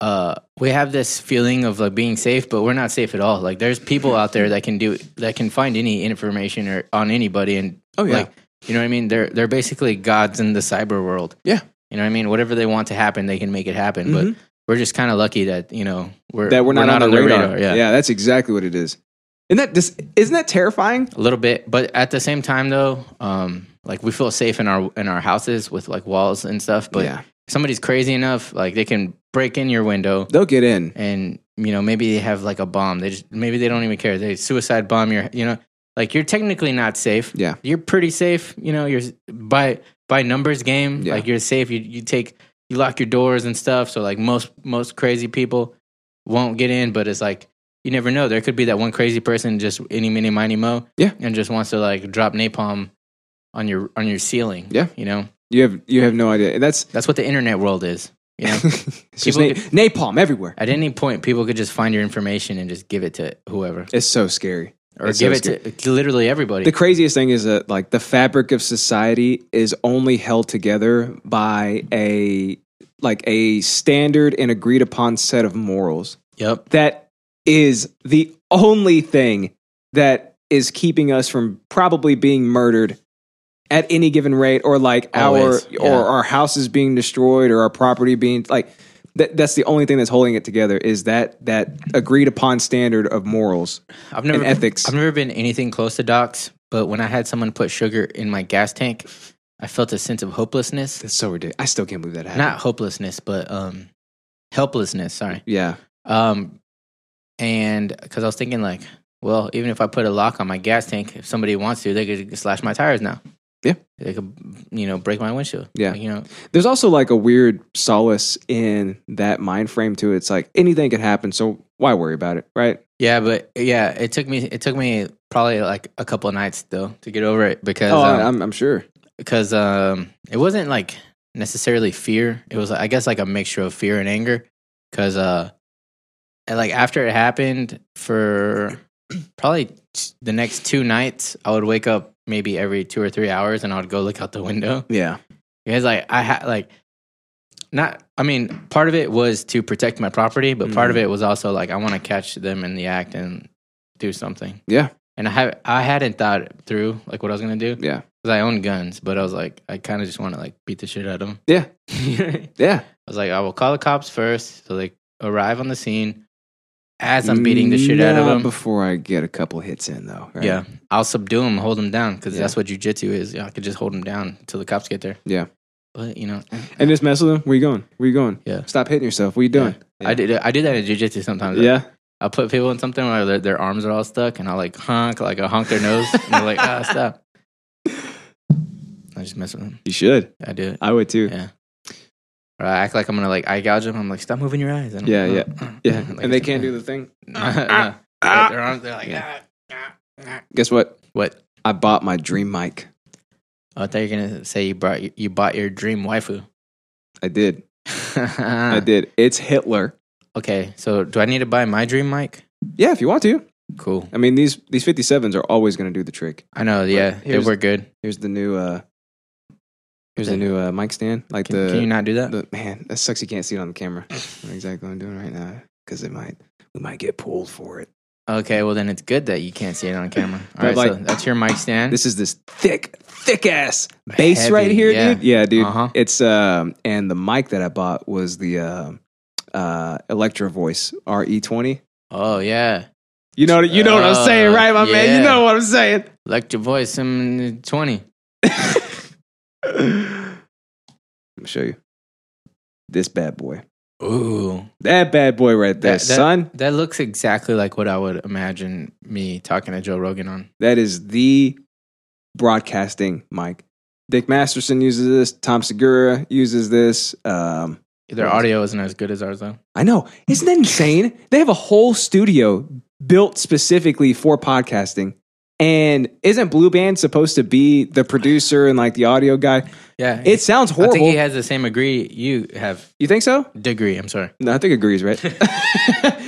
Speaker 1: uh, we have this feeling of like being safe, but we're not safe at all. Like, there's people out there that can do that can find any information or on anybody, and
Speaker 2: Oh, yeah.
Speaker 1: like, you know what I mean. They're they're basically gods in the cyber world.
Speaker 2: Yeah. Mm-hmm.
Speaker 1: you know what I mean. Whatever they want to happen, they can make it happen. But we're just kind of lucky that you know we're
Speaker 2: that we're not, on, the
Speaker 1: their
Speaker 2: radar.
Speaker 1: Yeah,
Speaker 2: Yeah. that's exactly what it is. Isn't that dis- isn't that terrifying?
Speaker 1: a little bit but at the same time though um like we feel safe in our in our houses with like walls and stuff but
Speaker 2: Yeah.
Speaker 1: if somebody's crazy enough like they can break in your window
Speaker 2: They'll get in.
Speaker 1: and you know maybe they have like a bomb they just maybe they don't even care they suicide bomb your you know like you're technically not safe
Speaker 2: Yeah.
Speaker 1: you're pretty safe you know you're s- by by numbers game
Speaker 2: Yeah.
Speaker 1: like you're safe you you take you lock your doors and stuff so like most most crazy people won't get in but it's like you never know there could be that one crazy person just any mini miny mo
Speaker 2: Yeah.
Speaker 1: and just wants to like drop napalm on your on your ceiling
Speaker 2: Yeah.
Speaker 1: you know
Speaker 2: You have you have no idea. That's
Speaker 1: that's what the internet world is you know
Speaker 2: it's just
Speaker 1: People
Speaker 2: na- napalm everywhere.
Speaker 1: at any point people could just find your information and just give it to whoever
Speaker 2: It's so scary.
Speaker 1: or
Speaker 2: It's so
Speaker 1: give
Speaker 2: scary.
Speaker 1: it to literally everybody.
Speaker 2: The craziest thing is that like the fabric of society is only held together by a like a standard and agreed upon set of morals.
Speaker 1: yep.
Speaker 2: that is the only thing that is keeping us from probably being murdered at any given rate or like
Speaker 1: Always,
Speaker 2: our
Speaker 1: yeah.
Speaker 2: or our houses being destroyed or our property being like that that's the only thing that's holding it together is that that agreed upon standard of morals
Speaker 1: I've never
Speaker 2: and ethics.
Speaker 1: I've never been anything close to docs, but when I had someone put sugar in my gas tank, I felt a sense of hopelessness.
Speaker 2: that's so ridiculous. I still can't believe that happened.
Speaker 1: Not hopelessness, but um helplessness, sorry.
Speaker 2: yeah.
Speaker 1: Um and because I was thinking like, well, even if I put a lock on my gas tank, if somebody wants to, they could slash my tires now.
Speaker 2: Yeah.
Speaker 1: they could, you know, break my windshield.
Speaker 2: Yeah.
Speaker 1: Like, you know,
Speaker 2: There's also like a weird solace in that mind frame too. It's like anything could happen, so why worry about it, right?
Speaker 1: yeah, but yeah, it took me, it took me probably like a couple of nights though to get over it because
Speaker 2: Oh,
Speaker 1: um,
Speaker 2: I'm, I'm sure.
Speaker 1: because um, it wasn't like necessarily fear. It was, I guess, like a mixture of fear and anger. Because uh, and, like after it happened, for probably t- the next two nights, I would wake up maybe every two or three hours, and I would go look out the window.
Speaker 2: Yeah,
Speaker 1: Because like I had like not. I mean, part of it was to protect my property, but part of it was also like I want to catch them in the act and do something.
Speaker 2: yeah,
Speaker 1: And I have I hadn't thought through like what I was gonna do.
Speaker 2: yeah,
Speaker 1: Cause I own guns, but I was like, I kind of just want to like beat the shit out of them.
Speaker 2: yeah,
Speaker 1: I
Speaker 2: yeah.
Speaker 1: was like, I will call the cops first, so they arrive on the scene. As I'm beating the shit out of
Speaker 2: Not
Speaker 1: them,
Speaker 2: before I get a couple hits in, though. right?
Speaker 1: yeah, I'll subdue them, hold them down, because
Speaker 2: Yeah.
Speaker 1: that's what jujitsu is. Yeah, I could just hold them down until the cops get there.
Speaker 2: yeah.
Speaker 1: But you know,
Speaker 2: And this mess with them. Where you going? Where you going?
Speaker 1: Yeah.
Speaker 2: Stop hitting yourself. What you doing?
Speaker 1: I did I do that in jujitsu sometimes.
Speaker 2: Yeah.
Speaker 1: I'll put people in something where their, their arms are all stuck, and I'll like honk, like I honk their nose, and they're like, ah, stop. I just mess with them.
Speaker 2: You should.
Speaker 1: I do it.
Speaker 2: I would too.
Speaker 1: Yeah. Or I act like I'm gonna like eye gouge them. I'm like, stop moving your eyes. And I'm
Speaker 2: Yeah, yeah,
Speaker 1: like, "Uh, uh, uh,"
Speaker 2: yeah.
Speaker 1: like
Speaker 2: and they
Speaker 1: it's-
Speaker 2: can't do the thing.
Speaker 1: No, no. But Their arms, they're like, "Ah."
Speaker 2: Guess what?
Speaker 1: what? Oh,
Speaker 2: I bought my dream mic.
Speaker 1: I thought you were gonna say you brought you bought your dream waifu.
Speaker 2: I did.
Speaker 1: Ah.
Speaker 2: I did. It's Hitler.
Speaker 1: Okay, so do I need to buy my dream mic?
Speaker 2: Yeah, if you want to.
Speaker 1: Cool.
Speaker 2: I mean, these these 57s are always going to do the trick.
Speaker 1: I know. Yeah, they
Speaker 2: here's-
Speaker 1: were good.
Speaker 2: Here's the new uh here's the new uh mic stand. Like
Speaker 1: Can,
Speaker 2: the
Speaker 1: can you not do that?
Speaker 2: the man, that sucks you can't see it on the camera. That's exactly what I'm doing right now cuz it might we might get pulled for it.
Speaker 1: okay, well then it's good that you can't see it on camera. All right, so
Speaker 2: like-
Speaker 1: that's your mic stand.
Speaker 2: This is this thick thick ass bass
Speaker 1: Mm-hmm. Heavy,
Speaker 2: right here,
Speaker 1: yeah.
Speaker 2: dude. Yeah, dude.
Speaker 1: Uh-huh.
Speaker 2: It's um and the mic that I bought was the uh uh Electro Voice RE20.
Speaker 1: oh yeah,
Speaker 2: You know you know what I'm saying,
Speaker 1: Uh,
Speaker 2: right, my man?
Speaker 1: yeah.
Speaker 2: You know what I'm saying.
Speaker 1: like your voice. I'm twenty.
Speaker 2: Let me show you. This bad boy.
Speaker 1: Ooh,
Speaker 2: That bad boy right there,
Speaker 1: that, that-
Speaker 2: son.
Speaker 1: That looks exactly like what I would imagine me talking to Joe Rogan on.
Speaker 2: That is the broadcasting mic. Dick Masterson uses this. Tom Segura uses this. Um,
Speaker 1: Their audio isn't as good as ours though.
Speaker 2: I know. Isn't that insane? They have a whole studio built specifically for podcasting. And isn't Blue Band supposed to be the producer and like the audio guy?
Speaker 1: Yeah,
Speaker 2: It sounds
Speaker 1: I think
Speaker 2: horrible.
Speaker 1: he has the same degree you have.
Speaker 2: you think so?
Speaker 1: Degree, I'm sorry.
Speaker 2: No, I think agrees, right?
Speaker 1: You got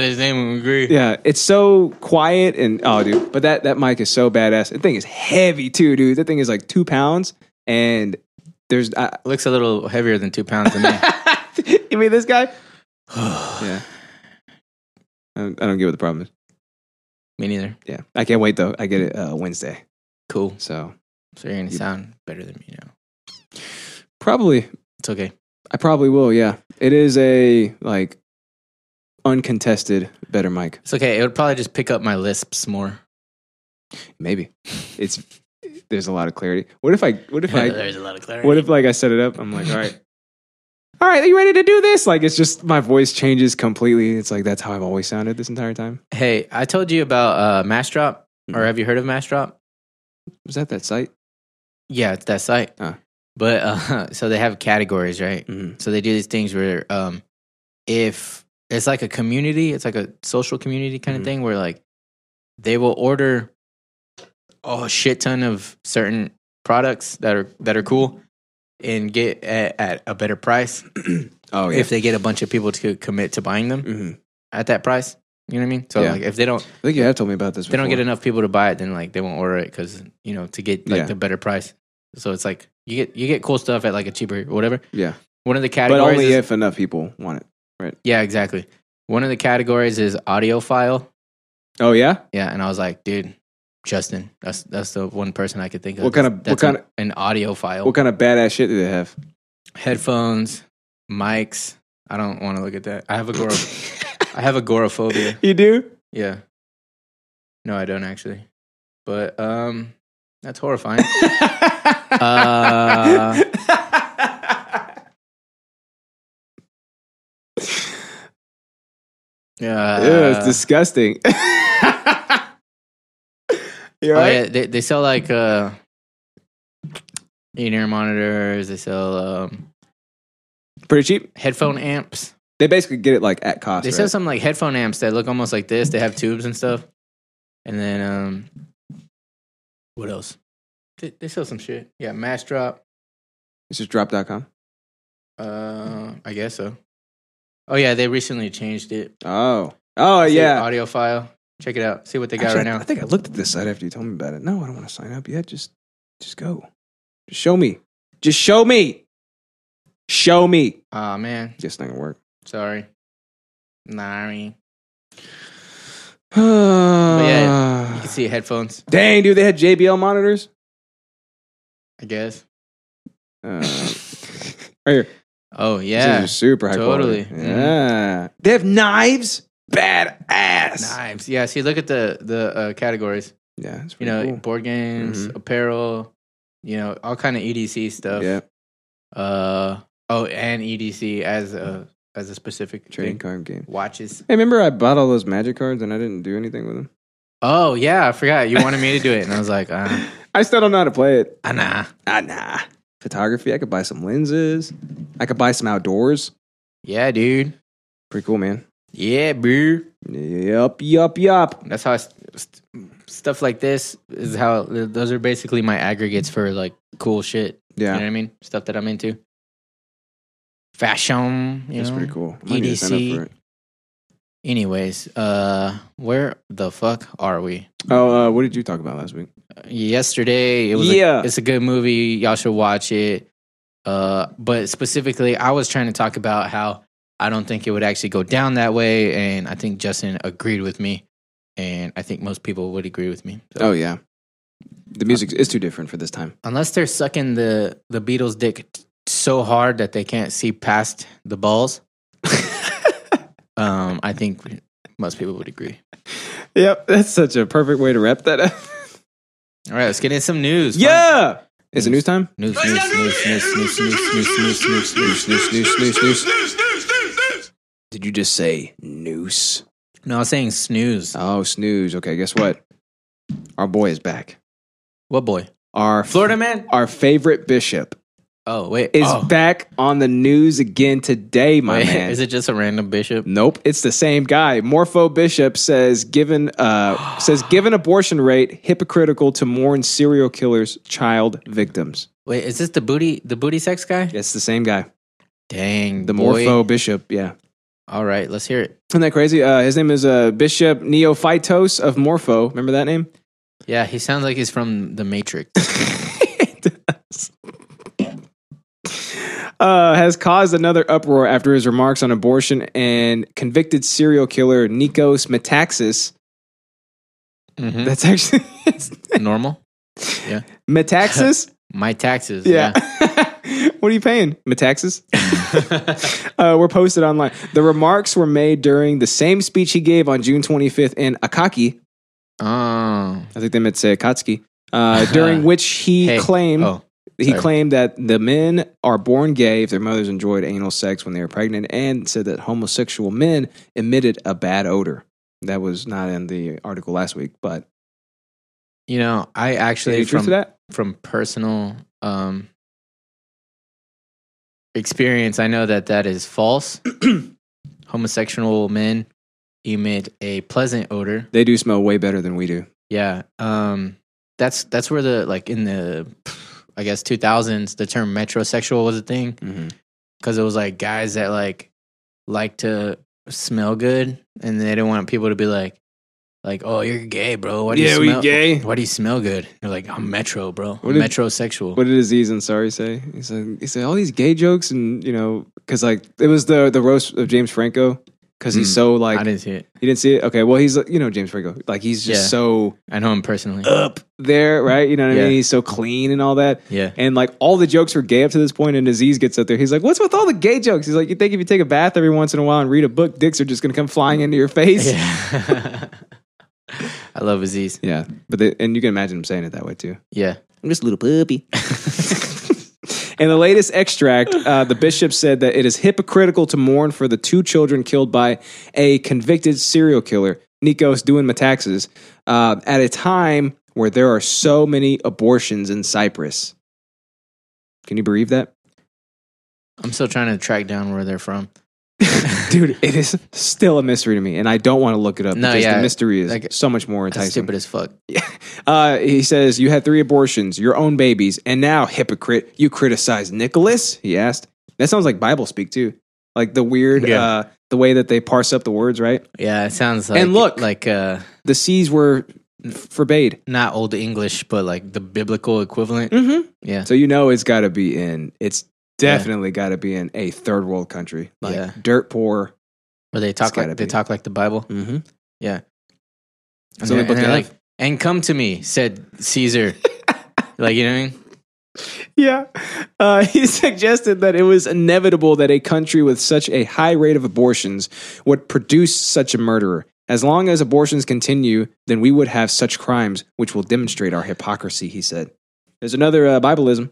Speaker 1: the same degree.
Speaker 2: Yeah, it's so quiet and oh, dude. But that that mic is so badass. The thing is heavy too, dude. That thing is like two pounds, and there's I,
Speaker 1: Looks a little heavier than two pounds to me.
Speaker 2: you mean this guy? yeah, I don't, I don't get what the problem is.
Speaker 1: me neither.
Speaker 2: Yeah, I can't wait though. I get it uh, Wednesday,
Speaker 1: Cool.
Speaker 2: so
Speaker 1: So you're gonna sound better than me now.
Speaker 2: probably
Speaker 1: It's okay.
Speaker 2: I probably will. Yeah, it is a like uncontested better mic.
Speaker 1: It's okay. It would probably just pick up my lisps more.
Speaker 2: Maybe it's there's a lot of clarity. What if I? What if I?
Speaker 1: There's a lot of clarity.
Speaker 2: What if like I set it up? I'm like, all right, all right, are you ready to do this? Like it's just my voice changes completely. It's like that's how I've always sounded this entire time.
Speaker 1: Hey, I told you about uh, Mash Drop,
Speaker 2: Mm-hmm.
Speaker 1: or have you heard of Mash Drop?
Speaker 2: Was that that site?
Speaker 1: Yeah, it's that site.
Speaker 2: Huh.
Speaker 1: But uh, so they have categories, right?
Speaker 2: Mhm.
Speaker 1: So they do these things where um, if it's like a community, it's like a social community
Speaker 2: Mm-hmm.
Speaker 1: kind of thing where like they will order a shit ton of certain products that are that are cool and get at, at a better price
Speaker 2: Oh
Speaker 1: if they get a bunch of people to commit to buying them
Speaker 2: hmm
Speaker 1: at that price. You know what I mean? So
Speaker 2: Yeah.
Speaker 1: like if they don't
Speaker 2: I think you have told me about this.
Speaker 1: if they don't get
Speaker 2: before.
Speaker 1: enough people to buy it, then like they won't order it because you know to get like
Speaker 2: Yeah.
Speaker 1: the better price. So it's like you get you get cool stuff at like a cheaper or whatever.
Speaker 2: Yeah,
Speaker 1: One of the
Speaker 2: but
Speaker 1: categories,
Speaker 2: only
Speaker 1: is-
Speaker 2: if enough people want it.
Speaker 1: yeah, exactly. One of the categories is audiophile.
Speaker 2: Oh yeah,
Speaker 1: Yeah, and I was like, dude, Justin, that's that's the one person I could think of.
Speaker 2: What kind of-
Speaker 1: That's
Speaker 2: what kind
Speaker 1: an, an audiophile?
Speaker 2: what kind of badass shit do they have?
Speaker 1: Headphones, mics. I don't want to look at that. I have agora. I have agoraphobia.
Speaker 2: You do?
Speaker 1: Yeah. No, I don't actually. But um, that's horrifying. uh, oh, Yeah.
Speaker 2: Ew, it's disgusting. you
Speaker 1: Oh,
Speaker 2: all right?
Speaker 1: yeah, they they sell like uh in-ear monitors. They sell um,
Speaker 2: Pretty cheap.
Speaker 1: headphone amps.
Speaker 2: They basically get it like at cost.
Speaker 1: They
Speaker 2: right?
Speaker 1: sell some like headphone amps that look almost like this. They have tubes and stuff. And then um, what else? They, they sell some shit. Yeah, mass drop.
Speaker 2: it's just drop.com.
Speaker 1: Uh, I guess so. Oh yeah, they recently changed it.
Speaker 2: Oh. Oh,
Speaker 1: It's a
Speaker 2: yeah.
Speaker 1: audio file. Check it out. See what they got
Speaker 2: Actually, I-
Speaker 1: right now.
Speaker 2: I think I looked at this site after you told me about it. No, I don't want to sign up yet. Just just go. Just show me. Just show me. Show me.
Speaker 1: Aw man,
Speaker 2: Just not gonna work.
Speaker 1: sorry. Nah, I mean, yeah, you
Speaker 2: yeah,
Speaker 1: can see headphones.
Speaker 2: Dang, dude, they had JBL monitors.
Speaker 1: I guess.
Speaker 2: Uh, right here.
Speaker 1: Oh
Speaker 2: These
Speaker 1: yeah,
Speaker 2: are super high
Speaker 1: totally.
Speaker 2: quality.
Speaker 1: Mhm.
Speaker 2: Yeah. They have knives. Badass.
Speaker 1: knives. Yeah, see, look at the the uh, categories.
Speaker 2: Yeah, it's
Speaker 1: You
Speaker 2: pretty
Speaker 1: know,
Speaker 2: cool. Mm-hmm.
Speaker 1: board games, apparel. You know, all kind of EDC stuff.
Speaker 2: Yeah,
Speaker 1: Uh oh, and EDC as a as a specific
Speaker 2: trading
Speaker 1: thing.
Speaker 2: card game.
Speaker 1: Watches.
Speaker 2: Hey, remember I bought all those magic cards and I didn't do anything with them?
Speaker 1: Oh yeah, I forgot. You wanted me to do it, and I was like, uh,
Speaker 2: I still don't know how to play it.
Speaker 1: ah, nah.
Speaker 2: Ah, nah. Photography. I could buy some lenses. I could buy some outdoors.
Speaker 1: Yeah, dude.
Speaker 2: Pretty cool, man.
Speaker 1: Yeah, boo.
Speaker 2: Yup, yup, yup.
Speaker 1: That's how I st- st- stuff like this is how those are basically my aggregates for like cool shit. You know what
Speaker 2: Yeah,
Speaker 1: I mean? Stuff that I'm into. Fashion. You
Speaker 2: that's
Speaker 1: know? E
Speaker 2: pretty cool. I might need to sign up
Speaker 1: EDC.
Speaker 2: for it.
Speaker 1: Anyways, uh, where the fuck are we?
Speaker 2: Oh, uh, what did you talk about last week?
Speaker 1: yesterday. It was
Speaker 2: Yeah.
Speaker 1: a, it's a good movie. Y'all should watch it. Uh, but specifically, I was trying to talk about how I don't think it would actually go down that way, and I think Justin agreed with me, and I think most people would agree with me. So,
Speaker 2: Oh yeah, the music is too different for this time.
Speaker 1: Unless they're sucking the the Beatles' dick t- so hard that they can't see past the balls, um, I think most people would agree.
Speaker 2: Yep, that's such a perfect way to wrap that up.
Speaker 1: All right, let's get in some news.
Speaker 2: yeah, is it news time?
Speaker 1: News, news, news, news, news, news, news, news, news, news, news, news, news, news.
Speaker 2: Did you just say noose?
Speaker 1: No, I was saying snooze.
Speaker 2: Oh, snooze. Okay, guess what? Our boy is back.
Speaker 1: What boy?
Speaker 2: Our
Speaker 1: Florida man?
Speaker 2: our favorite bishop
Speaker 1: Oh, wait.
Speaker 2: is
Speaker 1: oh.
Speaker 2: back on the news again today, my
Speaker 1: Wait,
Speaker 2: man.
Speaker 1: Is it just a random bishop?
Speaker 2: Nope, it's the same guy. Morpho Bishop says given uh says given abortion rate hypocritical to mourn serial killers child victims.
Speaker 1: Wait, is this the booty the booty sex guy?
Speaker 2: It's the same guy.
Speaker 1: Dang.
Speaker 2: The
Speaker 1: boy.
Speaker 2: Morpho Bishop, yeah.
Speaker 1: All right, let's hear it.
Speaker 2: Isn't that crazy? Uh, his name is uh, Bishop Neophytos of Morpho. Remember that name?
Speaker 1: Yeah, he sounds like he's from The Matrix.
Speaker 2: uh, has caused another uproar after his remarks on abortion and convicted serial killer Nikos Metaxas.
Speaker 1: Mhm.
Speaker 2: That's actually
Speaker 1: Normal?
Speaker 2: Metaxas.
Speaker 1: My taxes.
Speaker 2: Yeah. what are you paying? Metaxas? uh, were posted online. The remarks were made during the same speech he gave on June 25th in Akaki.
Speaker 1: Oh.
Speaker 2: I think they meant to say Akatsuki. Uh, during which he
Speaker 1: Hey.
Speaker 2: claimed
Speaker 1: Oh.
Speaker 2: he
Speaker 1: sorry.
Speaker 2: claimed that the men are born gay if their mothers enjoyed anal sex when they were pregnant, and said that homosexual men emitted a bad odor. That was not in the article last week, but
Speaker 1: You know, I actually
Speaker 2: any truth to
Speaker 1: from,
Speaker 2: that?
Speaker 1: from personal um experience, I know that that is false. Homosexual men emit a pleasant odor.
Speaker 2: They do smell way better than we do.
Speaker 1: Yeah. Um that's that's where the like in the I guess 2000s the term metrosexual was a thing
Speaker 2: Mhm.
Speaker 1: cuz it was like guys that like like to smell good and they didn't want people to be like like oh you're gay bro why do you
Speaker 2: Yeah, we
Speaker 1: smell
Speaker 2: gay.
Speaker 1: why do you smell good they're like I'm metro bro
Speaker 2: What
Speaker 1: I'm
Speaker 2: did-
Speaker 1: metrosexual
Speaker 2: What did Aziz Ansari say? He said, he said all these gay jokes and you know because like it was the the roast of James Franco because he's
Speaker 1: Mm.
Speaker 2: so like
Speaker 1: I didn't see it
Speaker 2: you didn't see it. Okay, well he's like, you know James Franco like he's just
Speaker 1: Yeah.
Speaker 2: so
Speaker 1: I know him personally
Speaker 2: up there, right? You know what I
Speaker 1: Yeah.
Speaker 2: mean? He's so clean and all that.
Speaker 1: yeah
Speaker 2: And like all the jokes were gay up to this point, and Aziz gets up there. He's like, "What's with all the gay jokes?" He's like, "You think if you take a bath every once in a while and read a book, dicks are just gonna come flying into your face?" Yeah,
Speaker 1: Mm. yeah I love Aziz
Speaker 2: but they, and you can imagine him saying it that way too.
Speaker 1: yeah
Speaker 2: I'm just a little puppy. In the latest extract, uh, the bishop said that it is hypocritical to mourn for the two children killed by a convicted serial killer, Nikos doing my taxes, uh, at a time where there are so many abortions in Cyprus. Can you believe that?
Speaker 1: I'm still trying to track down where they're from.
Speaker 2: Dude, it is still a mystery to me, and I don't want to look it up
Speaker 1: No,
Speaker 2: because
Speaker 1: yeah,
Speaker 2: the mystery is
Speaker 1: like,
Speaker 2: so much more
Speaker 1: That's
Speaker 2: enticing.
Speaker 1: stupid as fuck.
Speaker 2: Uh, he says, You had three abortions, your own babies, and now, hypocrite, you criticize Nicholas? He asked. That sounds like Bible speak, too. Like the weird,
Speaker 1: Yeah.
Speaker 2: uh, the way that they parse up the words, right?
Speaker 1: Yeah, it sounds like
Speaker 2: And look-
Speaker 1: like uh
Speaker 2: The C's were f- forbade.
Speaker 1: not old English, but like the biblical equivalent.
Speaker 2: Mm-hmm.
Speaker 1: Yeah.
Speaker 2: So you know it's got to be in, it's definitely got to be in a third world country. Like
Speaker 1: Yeah.
Speaker 2: dirt poor.
Speaker 1: Where they talk
Speaker 2: gotta
Speaker 1: like they
Speaker 2: be.
Speaker 1: talk like the Bible.
Speaker 2: Mm-hmm.
Speaker 1: Yeah. And,
Speaker 2: So
Speaker 1: they're,
Speaker 2: the book
Speaker 1: and they're
Speaker 2: of-
Speaker 1: like, and come to me, said Caesar. like, you know what I mean?
Speaker 2: Yeah. Uh, he suggested that it was inevitable that a country with such a high rate of abortions would produce such a murderer. As long as abortions continue, then we would have such crimes, which will demonstrate our hypocrisy, he said. There's another uh, Bibleism.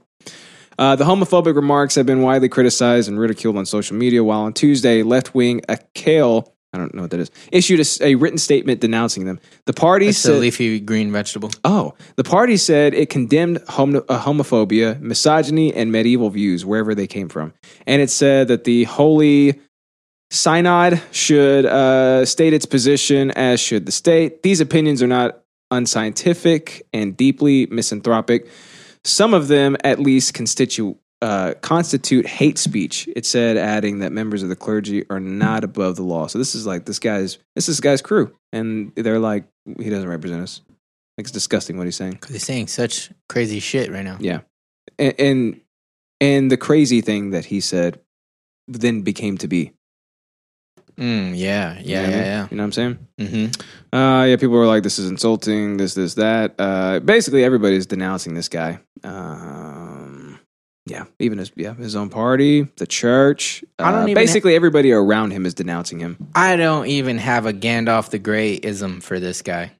Speaker 2: Uh, the homophobic remarks have been widely criticized and ridiculed on social media, while on Tuesday, left wing Akale, I don't know what that is, issued a, s- a written statement denouncing them. The party
Speaker 1: It's a
Speaker 2: said.
Speaker 1: leafy green vegetable.
Speaker 2: Oh, the party said it condemned homo- uh, homophobia, misogyny, and medieval views wherever they came from, and it said that the Holy Synod should uh, state its position, as should the state. These opinions are not unscientific and deeply misanthropic. Some of them, at least, constitu- uh, constitute hate speech. It said, adding that members of the clergy are not above the law. So this is like this guy's this is this guy's crew, and they're like, he doesn't represent us. Like it's disgusting what he's saying.
Speaker 1: Because they're saying such crazy shit right now.
Speaker 2: Yeah, and, and and the crazy thing that he said then became to be.
Speaker 1: Mm, yeah,
Speaker 2: You
Speaker 1: yeah,
Speaker 2: know what I mean?
Speaker 1: yeah,
Speaker 2: You know what I'm saying?
Speaker 1: yeah. Mm-hmm.
Speaker 2: Uh, yeah, people were like, "This is insulting." This, this, that. Uh, basically, everybody's denouncing this guy. Um, yeah, even his yeah his own party, the church.
Speaker 1: I don't
Speaker 2: Uh,
Speaker 1: even
Speaker 2: basically, everybody around him is denouncing him.
Speaker 1: I don't even have a Gandalf the Grey ism for this guy.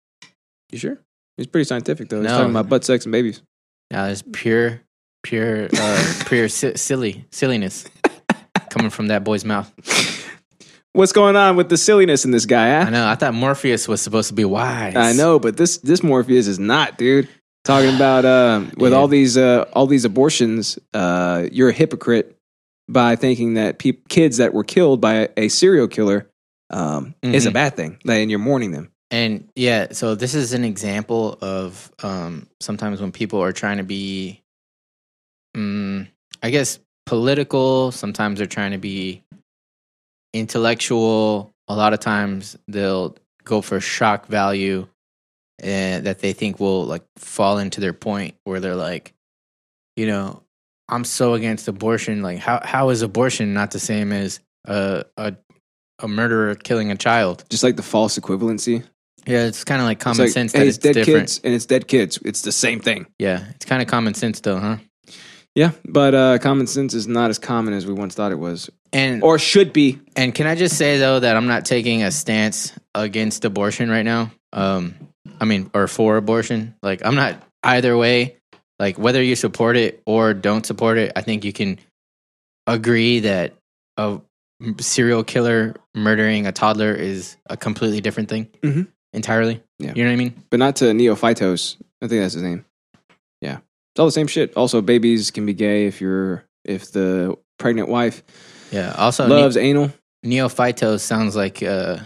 Speaker 2: You sure? He's pretty scientific though. He's
Speaker 1: No.
Speaker 2: talking about butt sex and babies.
Speaker 1: Now it's pure, pure, uh, pure si- silly silliness coming from that boy's mouth.
Speaker 2: What's going on with the silliness in this guy? eh?
Speaker 1: I know. I thought Morpheus was supposed to be wise.
Speaker 2: I know, but this this Morpheus is not, dude. Talking about um, with all these uh, all these abortions, uh, you're a hypocrite by thinking that peop kids that were killed by a serial killer um, is a
Speaker 1: Mm-hmm.
Speaker 2: bad thing, like, and you're mourning them.
Speaker 1: And yeah, so this is an example of um, sometimes when people are trying to be, mm, I guess, political. Sometimes they're trying to be intellectual. A lot of times they'll go for shock value and that they think will like fall into their point where they're like, you know, I'm so against abortion. Like, how how is abortion not the same as a a, a murderer killing a child?
Speaker 2: Just like the false equivalency.
Speaker 1: Yeah, it's kind of like
Speaker 2: It's
Speaker 1: common
Speaker 2: like,
Speaker 1: sense
Speaker 2: hey,
Speaker 1: that
Speaker 2: it's
Speaker 1: it's,
Speaker 2: dead
Speaker 1: different.
Speaker 2: kids and it's dead kids. It's the same thing.
Speaker 1: Yeah, it's kind of common sense though, huh?
Speaker 2: Yeah, but uh, common sense is not as common as we once thought it was,
Speaker 1: And
Speaker 2: or should be.
Speaker 1: and can I just say though that I'm not taking a stance against abortion right now. Um, I mean, or for abortion. Like I'm not either way. Like whether you support it or don't support it, I think you can agree that a m- serial killer murdering a toddler is a completely different thing
Speaker 2: Mhm.
Speaker 1: entirely.
Speaker 2: Yeah.
Speaker 1: You know what I mean?
Speaker 2: but not to Neophytos. I think that's his name. Yeah, it's all the same shit. Also, babies can be gay if you're if the pregnant wife
Speaker 1: Yeah. Also, Uh, ne-
Speaker 2: loves anal.
Speaker 1: Neophytos sounds like uh,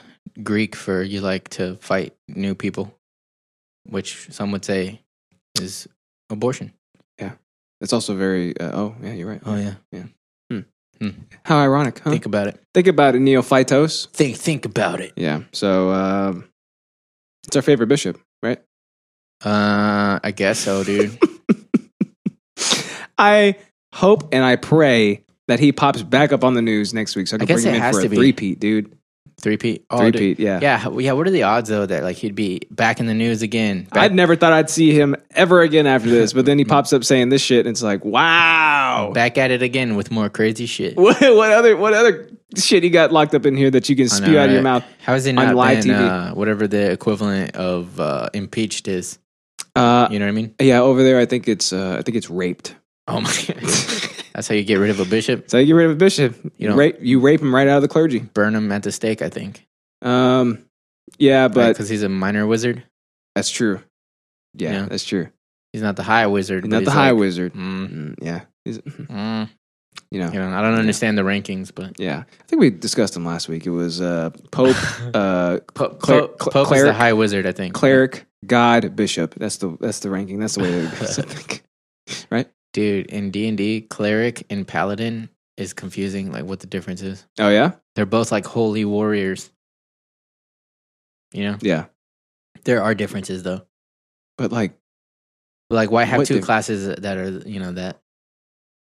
Speaker 1: Greek for you like to fight new people, which some would say is abortion.
Speaker 2: That's also very. Uh, oh yeah, you're right.
Speaker 1: Oh yeah,
Speaker 2: How ironic, huh?
Speaker 1: think
Speaker 2: Think,
Speaker 1: about it.
Speaker 2: about it, Neophytos.
Speaker 1: Think think about it.
Speaker 2: Yeah. So um, it's our favorite bishop, right?
Speaker 1: Uh, I guess so, dude.
Speaker 2: I hope and I pray that he pops back up on the news next week, so I
Speaker 1: I
Speaker 2: can
Speaker 1: guess
Speaker 2: bring him
Speaker 1: it
Speaker 2: in
Speaker 1: has
Speaker 2: for a
Speaker 1: to be.
Speaker 2: three-peat, dude.
Speaker 1: Three Pete.
Speaker 2: Three-peat, yeah.
Speaker 1: Oh, Yeah, h- yeah. What are the odds though that like he'd be back in the news again? Back-
Speaker 2: I'd never thought I'd see him ever again after this, but then he pops up saying this shit, and it's like, wow.
Speaker 1: back at it again with more crazy shit.
Speaker 2: What, what other what other shit you got locked up in here that you can
Speaker 1: I know,
Speaker 2: spew out of your
Speaker 1: right?
Speaker 2: mouth?
Speaker 1: uh, How is it
Speaker 2: on
Speaker 1: not
Speaker 2: live
Speaker 1: been,
Speaker 2: TV?
Speaker 1: Uh, whatever the equivalent of uh, impeached is?
Speaker 2: Uh,
Speaker 1: You know what I mean?
Speaker 2: yeah, over there, I uh, think it's uh, I think it's raped.
Speaker 1: Oh my god. That's how you get rid of a bishop.
Speaker 2: So you get rid of a bishop.
Speaker 1: You
Speaker 2: You
Speaker 1: know-
Speaker 2: rape you rape him right out of the clergy.
Speaker 1: Burn him at the stake, I think.
Speaker 2: Um, yeah, but
Speaker 1: because he's a minor wizard.
Speaker 2: that's true. Yeah,
Speaker 1: Yeah.
Speaker 2: that's true.
Speaker 1: He's not the high wizard. but
Speaker 2: Not the
Speaker 1: he's
Speaker 2: high
Speaker 1: like,
Speaker 2: wizard.
Speaker 1: mm,
Speaker 2: Mm, yeah, He's-
Speaker 1: mm.
Speaker 2: you know.
Speaker 1: You know, I don't understand the rankings, but
Speaker 2: Yeah, I think we discussed him last week. It was uh, Pope, uh,
Speaker 1: Pope,
Speaker 2: Cler-
Speaker 1: Pope,
Speaker 2: cl-
Speaker 1: Pope is the
Speaker 2: cleric-
Speaker 1: high wizard, I think.
Speaker 2: cleric, God, Bishop. That's the that's the ranking. That's the way that it goes. I think.
Speaker 1: Dude, in D and D, cleric and paladin is confusing. Like, what the difference is?
Speaker 2: Oh yeah,
Speaker 1: They're both like holy warriors. You know,
Speaker 2: yeah.
Speaker 1: there are differences though.
Speaker 2: But like,
Speaker 1: But, like, why have
Speaker 2: What
Speaker 1: two
Speaker 2: diff-
Speaker 1: classes that are you know that?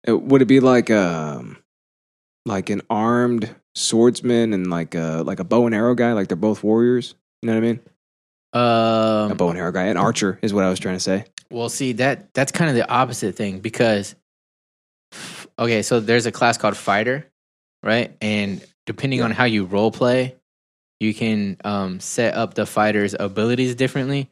Speaker 2: it, Uh, would it be like um, like an armed swordsman and like a like a bow and arrow guy? Like they're both warriors. You know what I mean? a
Speaker 1: Um,
Speaker 2: bow and arrow guy, an archer is what I was trying to say.
Speaker 1: Well, see that that's kind of the opposite thing because okay, so there's a class called fighter, right? And depending on how you role play, you can um, set up the fighter's abilities differently.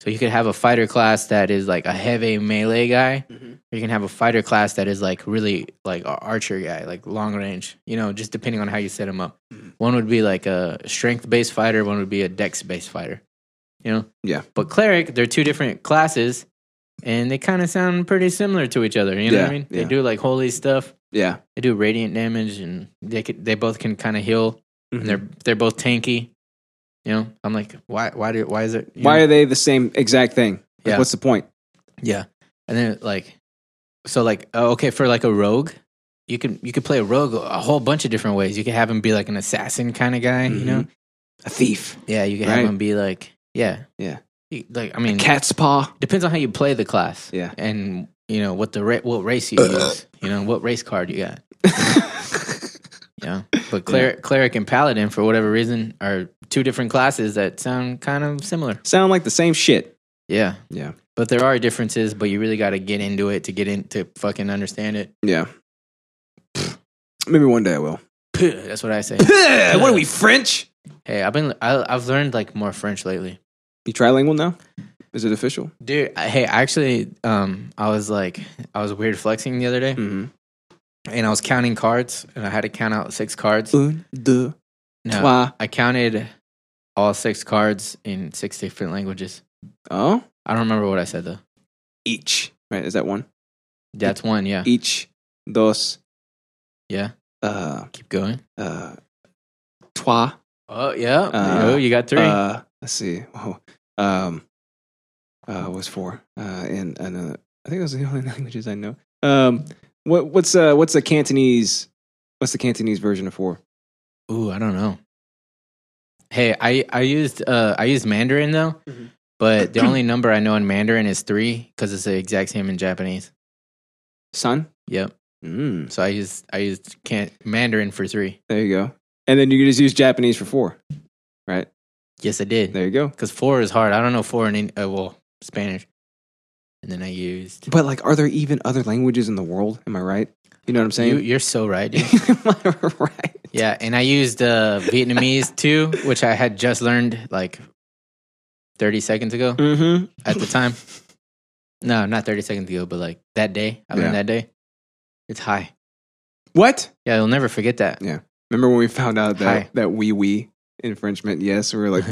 Speaker 1: So you could have a fighter class that is like a heavy melee guy,
Speaker 2: Mm-hmm.
Speaker 1: or you can have a fighter class that is like really like a archer guy, like long range. You know, just depending on how you set them up.
Speaker 2: Mm-hmm.
Speaker 1: One would be like a strength based fighter, one would be a dex based fighter. You know, but cleric, they're two different classes, and they kind of sound pretty similar to each other. You know what I
Speaker 2: Yeah,
Speaker 1: mean? They
Speaker 2: yeah.
Speaker 1: do like holy stuff.
Speaker 2: Yeah,
Speaker 1: They do radiant damage, and they could, they both can kind of heal.
Speaker 2: Mhm.
Speaker 1: And they're they're both tanky. You know, I'm like, why why do why is it? you
Speaker 2: Why
Speaker 1: know?
Speaker 2: are they the same exact thing? Like,
Speaker 1: Yeah.
Speaker 2: What's the point?
Speaker 1: yeah? And then like, so like oh, okay for like a rogue. You can you could play a rogue a whole bunch of different ways. You could have him be like an assassin kind of guy, you know?
Speaker 2: A thief,
Speaker 1: Yeah, you could
Speaker 2: Right.
Speaker 1: have him be like yeah,
Speaker 2: Yeah.
Speaker 1: You- Like I mean,
Speaker 2: cat's paw.
Speaker 1: depends on how you play the class.
Speaker 2: Yeah.
Speaker 1: And you know what the ra- what race you use. You know what race card you got. Yeah. But cleric, cleric and paladin, for whatever reason, are two different classes that sound kind of similar.
Speaker 2: Sound like the same shit.
Speaker 1: Yeah.
Speaker 2: Yeah,
Speaker 1: But there are differences. But you really got to get into it to get in to fucking understand it.
Speaker 2: yeah. Maybe one day I will.
Speaker 1: Puh, That's what I say.
Speaker 2: what are we French?
Speaker 1: hey, I've been I, I've learned like more French lately.
Speaker 2: You trilingual now? Is it official?
Speaker 1: Dude, I- hey, actually, um, I was like, I was weird flexing the other day,
Speaker 2: Mm-hmm.
Speaker 1: and I was counting cards, and I had to count out six cards.
Speaker 2: Un, deux,
Speaker 1: No,
Speaker 2: trois.
Speaker 1: I counted all six cards in six different languages.
Speaker 2: Oh,
Speaker 1: I don't remember what I said though.
Speaker 2: each. Right? Is that one?
Speaker 1: That's one, yeah.
Speaker 2: Each, dos,
Speaker 1: Yeah.
Speaker 2: uh,
Speaker 1: Keep going.
Speaker 2: uh, trois.
Speaker 1: Oh, yeah.
Speaker 2: Uh,
Speaker 1: oh, you got three.
Speaker 2: Uh, let's see. Oh, um, uh, what's four? Uh, and and uh, I think those are the only languages I know. Um, what what's uh what's the Cantonese? What's the Cantonese version of four?
Speaker 1: Ooh, I don't know. Hey, I I used uh I used Mandarin though, but the only number I know in Mandarin is three because it's the exact same in Japanese.
Speaker 2: Sun.
Speaker 1: Yep.
Speaker 2: Mm,
Speaker 1: So I used I used can Mandarin for three.
Speaker 2: there you go. And then you can just use Japanese for four, right?
Speaker 1: Yes, I did
Speaker 2: There you go.
Speaker 1: because four is hard. I don't know four in any- uh, well Spanish, and then I used.
Speaker 2: But like, are there even other languages in the world? Am I right? You know what I'm
Speaker 1: You,
Speaker 2: saying?
Speaker 1: you're so right. Dude.
Speaker 2: Am I right?
Speaker 1: Yeah, and I used uh, Vietnamese too, which I had just learned like 30 seconds ago
Speaker 2: Mm-hmm.
Speaker 1: at the time. No, not 30 seconds ago, but like that day. I learned
Speaker 2: Yeah.
Speaker 1: that day. It's high.
Speaker 2: What?
Speaker 1: Yeah, you'll never forget that.
Speaker 2: Remember when we found out that
Speaker 1: Hi.
Speaker 2: that wee wee infringement? Yes, we were like,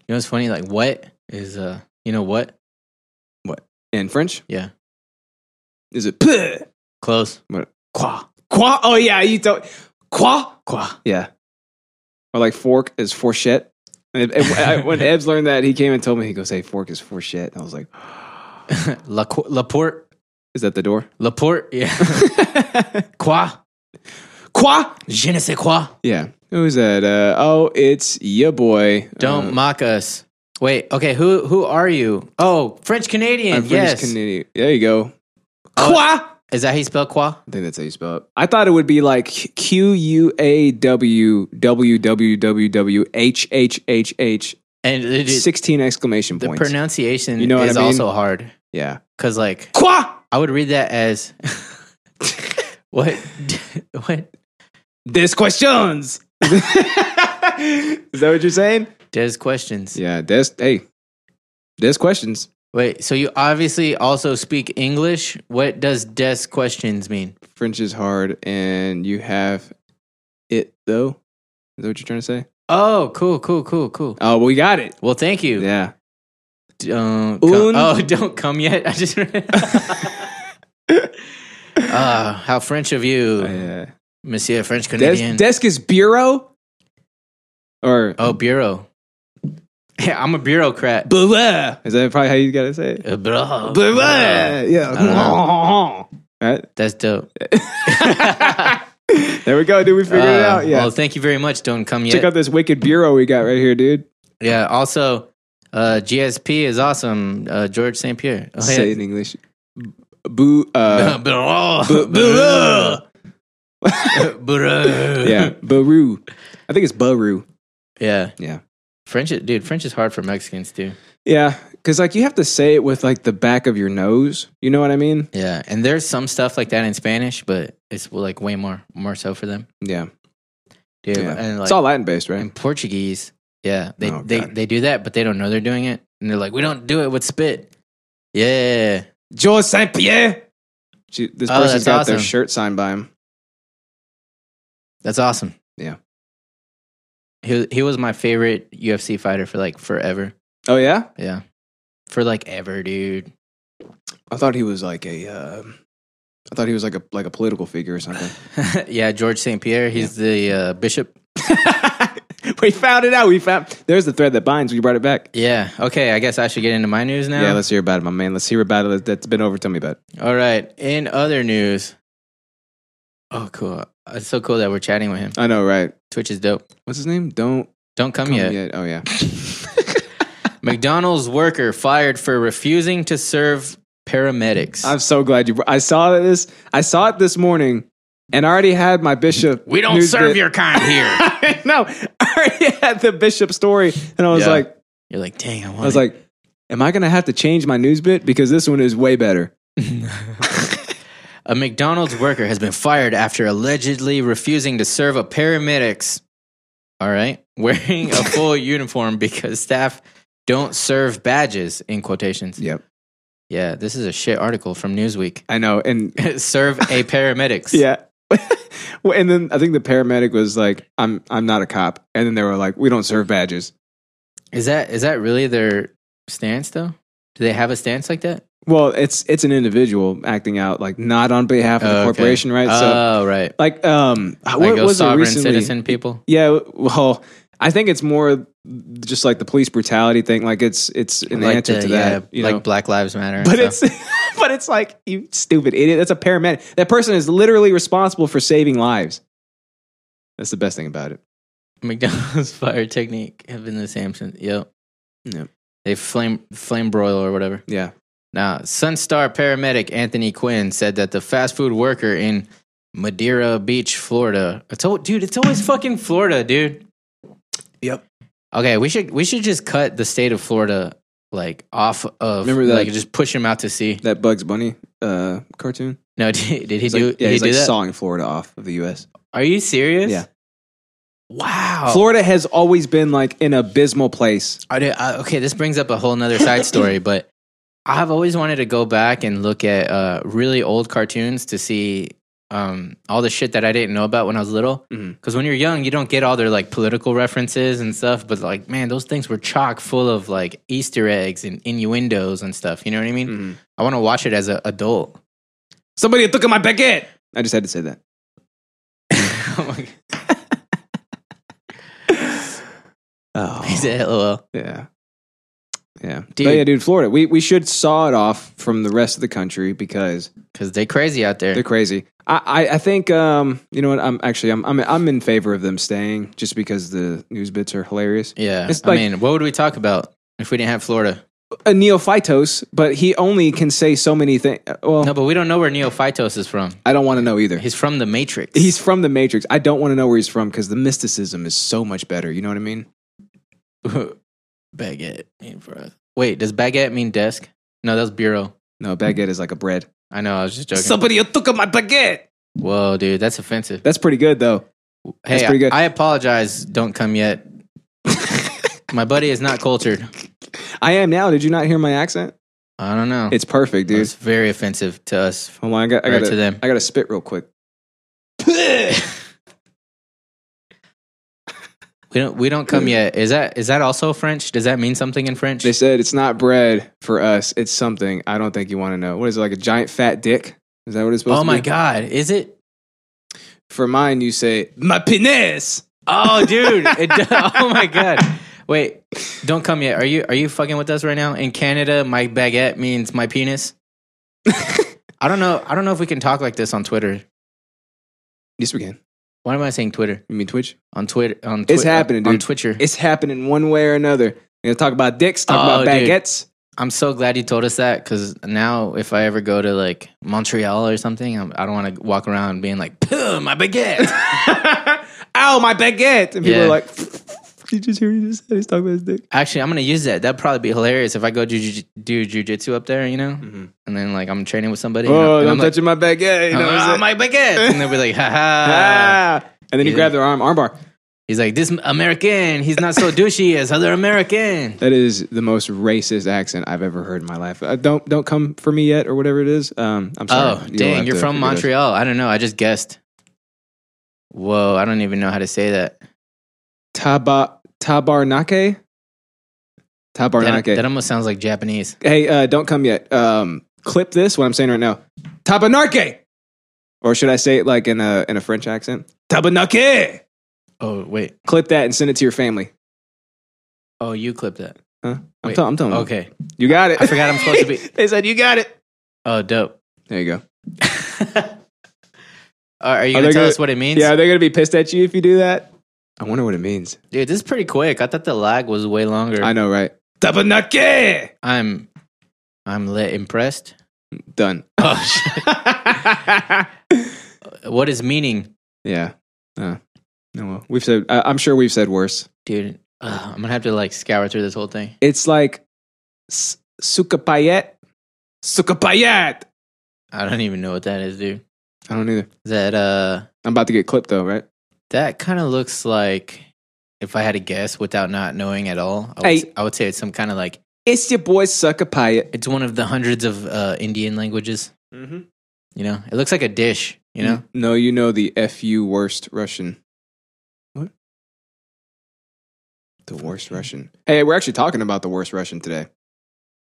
Speaker 1: You know what's funny? Like, what is, uh, you know what?
Speaker 2: in French,
Speaker 1: Yeah,
Speaker 2: is it? Puh?
Speaker 1: close.
Speaker 2: What? Qua. Qua. Oh yeah, you don't. Qua. Qua. Yeah. Or like fork is fourchette. And, and I- when Ebs learned that, he came and told me he goes, "Hey, fork is fourchette." I was like,
Speaker 1: La, Laporte.
Speaker 2: "Is that the door?"
Speaker 1: Laporte. Yeah. quoi?
Speaker 2: Qua.
Speaker 1: Je ne sais quoi.
Speaker 2: Yeah. Who's that? Uh, oh, it's your boy.
Speaker 1: Don't
Speaker 2: Uh,
Speaker 1: mock us. Wait, okay, who who are you? Oh, French Canadian.
Speaker 2: I'm French
Speaker 1: yes.
Speaker 2: Canadian. There you go.
Speaker 1: Oh,
Speaker 2: Qua.
Speaker 1: Is that how you spell qua?
Speaker 2: I think that's how you spell it. I thought it would be like Q U A W W W W W H H H H
Speaker 1: And it, it-
Speaker 2: sixteen exclamation
Speaker 1: the
Speaker 2: points.
Speaker 1: pronunciation
Speaker 2: You know what
Speaker 1: is
Speaker 2: I mean?
Speaker 1: also hard
Speaker 2: yeah.
Speaker 1: because, like,
Speaker 2: Qua.
Speaker 1: I would read that as what? what?
Speaker 2: There's questions. Is that what you're saying?
Speaker 1: Des questions.
Speaker 2: Yeah, there's hey, there's questions.
Speaker 1: Wait, so you obviously also speak English. What does des questions mean?
Speaker 2: French is hard, and you have it though. Is that what you're trying to say?
Speaker 1: Oh, cool, cool, cool, cool.
Speaker 2: Oh, we got it.
Speaker 1: Well, thank you.
Speaker 2: Yeah.
Speaker 1: Don't come-
Speaker 2: Un-
Speaker 1: oh, don't come yet. I just read. Ah, how French of you,
Speaker 2: Yeah.
Speaker 1: Monsieur French
Speaker 2: Des-
Speaker 1: Canadian.
Speaker 2: desk is bureau. Or
Speaker 1: oh, bureau. Yeah, I'm a bureaucrat.
Speaker 2: bureau. Is that probably how you gotta say it?
Speaker 1: Uh, bro.
Speaker 2: Bureau.
Speaker 1: Uh,
Speaker 2: Yeah. Right.
Speaker 1: Ah, That's dope.
Speaker 2: There we go, dude. We figured it
Speaker 1: Uh,
Speaker 2: out. Yeah.
Speaker 1: Well, thank you very much. Don't come
Speaker 2: Check
Speaker 1: yet.
Speaker 2: out this wicked bureau we got right here, dude.
Speaker 1: yeah. Also, uh, GSP is awesome. Uh, George St. Pierre. Oh,
Speaker 2: Say it in English. Boo. Uh,
Speaker 1: Bureau.
Speaker 2: bu- bureau.
Speaker 1: Bureau.
Speaker 2: yeah. Baru. I think it's Baru.
Speaker 1: Yeah.
Speaker 2: Yeah.
Speaker 1: French, is- dude. French is hard for Mexicans too.
Speaker 2: Yeah. Cause like you have to say it with like the back of your nose. You know what I mean?
Speaker 1: Yeah, and there's some stuff like that in Spanish, but it's like way more more so for them.
Speaker 2: Yeah.
Speaker 1: Dude,
Speaker 2: yeah.
Speaker 1: and like
Speaker 2: it's all Latin based, right?
Speaker 1: in Portuguese, yeah, they
Speaker 2: Oh,
Speaker 1: they
Speaker 2: God.
Speaker 1: they do that, but they don't know they're doing it, and they're like, we don't do it with spit. Yeah,
Speaker 2: George St. Pierre. She, this
Speaker 1: Oh,
Speaker 2: person's
Speaker 1: that's
Speaker 2: got their
Speaker 1: awesome.
Speaker 2: shirt signed by him.
Speaker 1: that's awesome.
Speaker 2: Yeah.
Speaker 1: he he was my favorite UFC fighter for like forever.
Speaker 2: Oh, yeah?
Speaker 1: Yeah, for like ever, dude.
Speaker 2: I thought he was like a. Uh, I thought he was like a like a political figure or something.
Speaker 1: yeah, George St. Pierre, he's the uh, bishop.
Speaker 2: we found it out. We found there's the thread that binds. We brought it back.
Speaker 1: Yeah. Okay, I guess I should get into my news now.
Speaker 2: Yeah, let's hear about it, my man. Let's hear about it. That's been over. Tell me about it.
Speaker 1: All right. In other news, oh, cool. It's so cool that we're chatting with him.
Speaker 2: I know, right?
Speaker 1: Twitch is dope.
Speaker 2: What's his name? Don't
Speaker 1: Don't come,
Speaker 2: come
Speaker 1: yet.
Speaker 2: yet. Oh yeah.
Speaker 1: McDonald's worker fired for refusing to serve paramedics.
Speaker 2: I'm so glad you. br- I saw this. I saw it this morning, and I already had my bishop.
Speaker 5: We don't
Speaker 2: news
Speaker 5: serve
Speaker 2: bit.
Speaker 5: your kind here.
Speaker 2: no, I already had the bishop story, and I was
Speaker 1: Yeah.
Speaker 2: like,
Speaker 1: You're like, dang, I want.
Speaker 2: I was like, am I gonna have to change my news bit because this one is way better?
Speaker 1: a McDonald's worker has been fired after allegedly refusing to serve a paramedics. All right, wearing a full uniform because staff don't serve badges in quotations.
Speaker 2: Yep,
Speaker 1: Yeah, this is a shit article from Newsweek.
Speaker 2: I know. And
Speaker 1: serve a paramedics.
Speaker 2: Yeah. well, and then I think the paramedic was like, "I'm I'm not a cop," and then they were like, "We don't serve badges."
Speaker 1: Is that is that really their stance though? Do they have a stance like that?
Speaker 2: Well, it's it's an individual acting out like not on behalf of the
Speaker 1: Okay.
Speaker 2: corporation, Uh, right?
Speaker 1: Oh, right.
Speaker 2: like, um,
Speaker 1: Like
Speaker 2: what
Speaker 1: those
Speaker 2: was it
Speaker 1: sovereign
Speaker 2: recently?
Speaker 1: citizen people.
Speaker 2: Yeah. Well, I think it's more just like the police brutality thing. Like it's it's an
Speaker 1: like
Speaker 2: answer
Speaker 1: the-
Speaker 2: to that,
Speaker 1: yeah,
Speaker 2: you
Speaker 1: like
Speaker 2: know?
Speaker 1: Black Lives Matter. and
Speaker 2: But
Speaker 1: stuff.
Speaker 2: it's but it's like you stupid idiot. That's a paramedic. That person is literally responsible for saving lives. That's the best thing about it.
Speaker 1: McDonald's fire technique have been the same since. Yep.
Speaker 2: Yep.
Speaker 1: They flame flame broil or whatever.
Speaker 2: Yeah.
Speaker 1: Now, Sunstar paramedic Anthony Quinn said that the fast food worker in Madeira Beach, Florida. It's al- dude, it's always fucking Florida, dude.
Speaker 2: Yep.
Speaker 1: Okay, we should we should just cut the state of Florida like off of
Speaker 2: Remember that-
Speaker 1: like just push him out to sea.
Speaker 2: That Bugs Bunny uh, cartoon.
Speaker 1: No, did, did he
Speaker 2: He's
Speaker 1: do
Speaker 2: like,
Speaker 1: did
Speaker 2: yeah,
Speaker 1: he
Speaker 2: he's
Speaker 1: do
Speaker 2: like
Speaker 1: that?
Speaker 2: sawing Florida off of the U.S.
Speaker 1: Are you serious?
Speaker 2: Yeah.
Speaker 1: Wow.
Speaker 2: Florida has always been like an abysmal place.
Speaker 1: I did, I, okay, this brings up a whole nother side story, but I've always wanted to go back and look at uh, really old cartoons to see um, all the shit that I didn't know about when I was little. Because
Speaker 2: Mhm.
Speaker 1: when you're young, you don't get all their like political references and stuff. But like, man, those things were chock full of like Easter eggs and innuendos and stuff. You know what I mean?
Speaker 2: Mm-hmm.
Speaker 1: I want to watch it as an adult.
Speaker 2: Somebody took my baguette. I just had to say that.
Speaker 1: oh my God. He
Speaker 2: Oh,
Speaker 1: said, "LOL."
Speaker 2: yeah, yeah,
Speaker 1: Dude.
Speaker 2: But yeah, dude. Florida, we we should saw it off from the rest of the country because
Speaker 1: Because they crazy out there.
Speaker 2: they're crazy. I I, I think um you know what I'm actually I'm I'm I'm in favor of them staying just because the news bits are hilarious.
Speaker 1: yeah.
Speaker 2: It's
Speaker 1: I
Speaker 2: like-
Speaker 1: mean, what would we talk about if we didn't have Florida?
Speaker 2: A neophytos, Uh, but he only can say so many things. Well,
Speaker 1: No, but we don't know where Neophytos is from.
Speaker 2: I don't want to know either.
Speaker 1: He's from the Matrix.
Speaker 2: He's from the Matrix. I don't want to know where he's from because the mysticism is so much better. You know what I mean?
Speaker 1: baguette. mean for us. Wait, does baguette mean desk? No, that's bureau.
Speaker 2: No, baguette is like a bread.
Speaker 1: I know. I was just joking.
Speaker 2: Somebody took my baguette.
Speaker 1: Whoa, dude, that's offensive.
Speaker 2: That's pretty good though.
Speaker 1: hey,
Speaker 2: pretty good.
Speaker 1: I, I apologize. Don't come yet. My buddy is not cultured.
Speaker 2: I am now. Did you not hear my accent?
Speaker 1: I don't know.
Speaker 2: It's perfect, dude.
Speaker 1: It's very offensive to us.
Speaker 2: Hold on, I got, I
Speaker 1: Right
Speaker 2: got
Speaker 1: to them.
Speaker 2: I got to spit real quick.
Speaker 1: We don't we don't come yet. Is that is that also French? Does that mean something in French?
Speaker 2: They said it's not bread for us. It's something I don't think you want to know. What is it like a giant fat dick? Is that what it's supposed
Speaker 1: oh
Speaker 2: to be?
Speaker 1: my god, is it?
Speaker 2: For mine, you say my penis.
Speaker 1: Oh dude, it do- oh my god. Wait, don't come yet. Are you are you fucking with us right now? In Canada, my baguette means my penis. I don't know. I don't know if we can talk like this on Twitter.
Speaker 2: Yes, we can.
Speaker 1: Why am I saying Twitter?
Speaker 2: You mean Twitch?
Speaker 1: On Twitter, on
Speaker 2: It's
Speaker 1: Twi-
Speaker 2: happening,
Speaker 1: on
Speaker 2: dude.
Speaker 1: Twitcher.
Speaker 2: It's happening one way or another. We're gonna talk about dicks. Talk
Speaker 1: Oh,
Speaker 2: about
Speaker 1: dude.
Speaker 2: baguettes.
Speaker 1: I'm so glad you told us that because now if I ever go to like Montreal or something, I'm, I don't want to walk around being like, "Puh, my baguette.
Speaker 2: Ow, my baguette! And people
Speaker 1: Yeah.
Speaker 2: are like, "You just hear what he just said. He's talking about his dick."
Speaker 1: Actually, I'm gonna use that. That'd probably be hilarious if I go do ju- do jujitsu up there, you know, and then like I'm training with somebody. and
Speaker 2: Mm-hmm.
Speaker 1: I'm-
Speaker 2: Oh,
Speaker 1: and
Speaker 2: don't
Speaker 1: I'm like,
Speaker 2: touching my baguette. You know what I'm
Speaker 1: "Ah,
Speaker 2: saying?
Speaker 1: my baguette, and they'll be like, "Ha ha."
Speaker 2: ah. And then you
Speaker 1: Yeah.
Speaker 2: grab their arm, armbar.
Speaker 1: He's like, "This American, he's not so douchey as other American."
Speaker 2: That is the most racist accent I've ever heard in my life. Uh, don't don't come for me yet or whatever it is. Um, I'm sorry.
Speaker 1: Oh,
Speaker 2: You'll
Speaker 1: dang,
Speaker 2: have
Speaker 1: you're
Speaker 2: to
Speaker 1: from
Speaker 2: forgive us.
Speaker 1: Montreal. I don't know. I just guessed. Whoa, I don't even know how to say that.
Speaker 2: Taba Tabarnake.
Speaker 1: That, that
Speaker 2: Tabarnake.
Speaker 1: almost sounds like Japanese.
Speaker 2: Hey, uh, don't come yet. Um, clip this. What I'm saying right now. Tabarnake. Or should I say it like in a in a French accent? Tabarnake.
Speaker 1: Oh wait.
Speaker 2: Clip that and send it to your family.
Speaker 1: Oh, you clipped that.
Speaker 2: Huh? I'm,
Speaker 1: Wait.
Speaker 2: tell- I'm telling you.
Speaker 1: Okay.
Speaker 2: You got it.
Speaker 1: I forgot I'm supposed to be-
Speaker 2: they said you got it.
Speaker 1: Oh, dope.
Speaker 2: There you go.
Speaker 1: Uh, are you
Speaker 2: Are
Speaker 1: gonna tell
Speaker 2: they gonna-
Speaker 1: us what it means?
Speaker 2: Yeah, they're gonna be pissed at you if you do that. I wonder what it means.
Speaker 1: Dude, this is pretty quick. I thought the lag was way longer.
Speaker 2: I know, right? Tabanake!
Speaker 1: I'm I'm lit impressed.
Speaker 2: Done.
Speaker 1: Oh shit. what is meaning,
Speaker 2: Yeah. Uh, no, well, we've said. I, I'm sure we've said worse.
Speaker 1: dude? Ugh, I'm gonna have to like scour through this whole thing.
Speaker 2: It's like s- sukapayet. Sukapayet.
Speaker 1: I don't even know what that is, dude.
Speaker 2: I don't either.
Speaker 1: Is That uh,
Speaker 2: I'm about to get clipped though, right?
Speaker 1: that kind of looks like if I had to guess without not knowing at all, I would,
Speaker 2: Hey.
Speaker 1: I would say it's some kind of like
Speaker 2: It's your boy Sukapayet.
Speaker 1: it's one of the hundreds of uh, Indian languages.
Speaker 2: Mm-hmm.
Speaker 1: You know, it looks like a dish. You know,
Speaker 2: No, you know the fu worst Russian. What? The worst Russian. Hey, we're actually talking about the worst Russian today.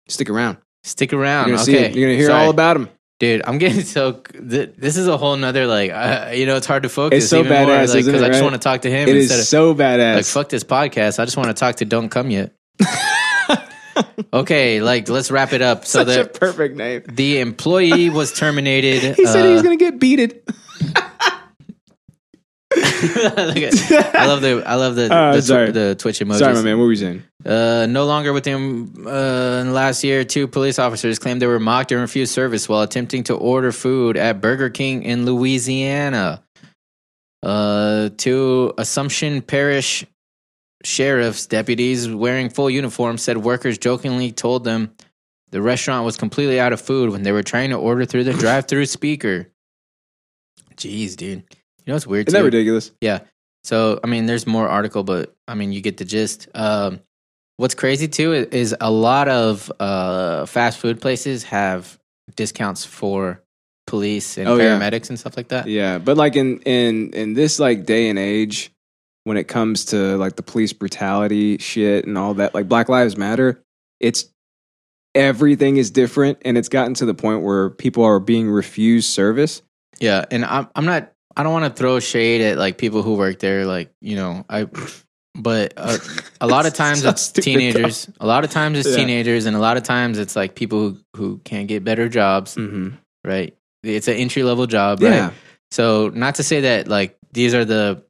Speaker 2: Stick around.
Speaker 1: stick
Speaker 2: You're
Speaker 1: around.
Speaker 2: gonna
Speaker 1: Oh, okay,
Speaker 2: see. it. You're gonna hear
Speaker 1: Sorry.
Speaker 2: all about him.
Speaker 1: Dude, I'm getting so. Th- this is a whole nother like. Uh, you know, it's hard to focus.
Speaker 2: It's so badass,
Speaker 1: because
Speaker 2: isn't it,
Speaker 1: I just
Speaker 2: right?
Speaker 1: want to talk to him
Speaker 2: It
Speaker 1: instead
Speaker 2: is so
Speaker 1: of like
Speaker 2: badass.
Speaker 1: fuck this podcast. I just want to talk to Don't Come Yet. okay, like let's wrap it up. So
Speaker 2: Such a
Speaker 1: that
Speaker 2: perfect name.
Speaker 1: the employee was terminated.
Speaker 2: He said he was
Speaker 1: uh,
Speaker 2: gonna get beated.
Speaker 1: look at- I love the I love the
Speaker 2: Uh,
Speaker 1: the, tw-
Speaker 2: sorry.
Speaker 1: the Twitch emojis.
Speaker 2: Sorry, my man. What were you saying?
Speaker 1: Uh, no longer with him. Uh, in last year, two police officers claimed they were mocked and refused service while attempting to order food at Burger King in Louisiana. Uh, two Assumption Parish sheriff's deputies wearing full uniforms said workers jokingly told them the restaurant was completely out of food when they were trying to order through the drive-through speaker. Jeez, dude. You know what's weird?
Speaker 2: Isn't that
Speaker 1: too?
Speaker 2: ridiculous?
Speaker 1: Yeah. So I mean, there's more article, but I mean, you get the gist. Um, what's crazy too i- is a lot of uh, fast food places have discounts for police and
Speaker 2: Oh, yeah.
Speaker 1: paramedics and stuff like that.
Speaker 2: Yeah, but like in in in this like day and age, when it comes to like the police brutality shit and all that, like Black Lives Matter, it's everything is different, and it's gotten to the point where people are being refused service.
Speaker 1: Yeah, and I'm I'm not I don't want to throw shade at like people who work there, like you know I, but uh, a lot of times
Speaker 2: So
Speaker 1: it's
Speaker 2: stupid,
Speaker 1: teenagers. A lot of times it's
Speaker 2: Yeah.
Speaker 1: teenagers, and a lot of times it's like people who who can't get better jobs,
Speaker 2: Mm-hmm.
Speaker 1: right? It's an entry level job, right?
Speaker 2: Yeah,
Speaker 1: So not to say that like these are the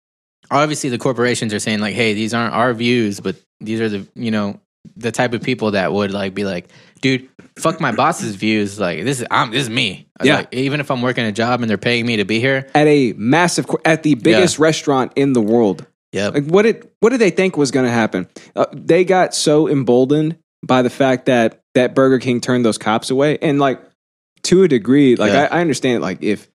Speaker 1: obviously the corporations are saying like, hey, these aren't our views, but these are the you know the type of people that would like be like, dude, fuck my boss's views. Like this is I'm this is me. I was
Speaker 2: Yeah.
Speaker 1: Like, even if I'm working a job and they're paying me to be here.
Speaker 2: at a massive, qu- at the biggest restaurant in the world.
Speaker 1: Yep.
Speaker 2: Like what did what did they think was going to happen? Uh, they got so emboldened by the fact that that Burger King turned those cops away, and like to a degree, like
Speaker 1: Yeah.
Speaker 2: I, I understand. Like if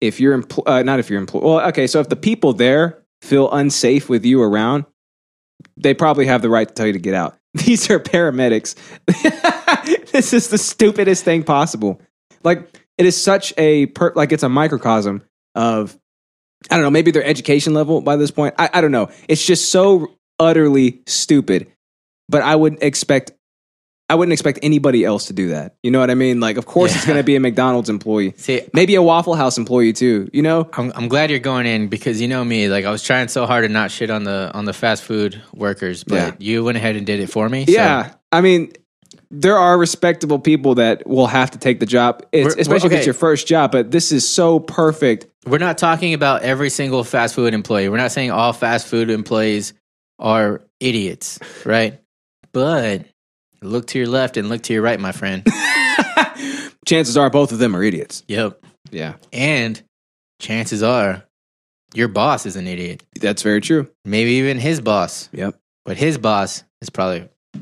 Speaker 2: if you're empl- uh, not if you're employed, well, okay. So if the people there feel unsafe with you around, they probably have the right to tell you to get out. These are paramedics. this is the stupidest thing possible. Like it is such a per- like it's a microcosm of I don't know, maybe their education level by this point. I, I don't know. It's just so utterly stupid. But I would expect I wouldn't expect anybody else to do that. You know what I mean? Like of course it's
Speaker 1: Yeah.
Speaker 2: going to be a McDonald's employee.
Speaker 1: See,
Speaker 2: Maybe a Waffle House employee too, you know?
Speaker 1: I'm, I'm glad you're going in because you know me. Like I was trying so hard to not shit on the on the fast food workers, but
Speaker 2: Yeah.
Speaker 1: you went ahead and did it for me. so-
Speaker 2: Yeah, I mean, there are respectable people that will have to take the job, it's,
Speaker 1: We're-
Speaker 2: especially
Speaker 1: we're-
Speaker 2: if it's
Speaker 1: okay.
Speaker 2: your first job. But this is so perfect.
Speaker 1: We're not talking about every single fast food employee. We're not saying all fast food employees are idiots, right? But look to your left and look to your right, my friend.
Speaker 2: Chances are both of them are idiots.
Speaker 1: yep.
Speaker 2: Yeah,
Speaker 1: And chances are your boss is an idiot.
Speaker 2: that's very true.
Speaker 1: Maybe even his boss.
Speaker 2: Yep.
Speaker 1: But his boss is probably a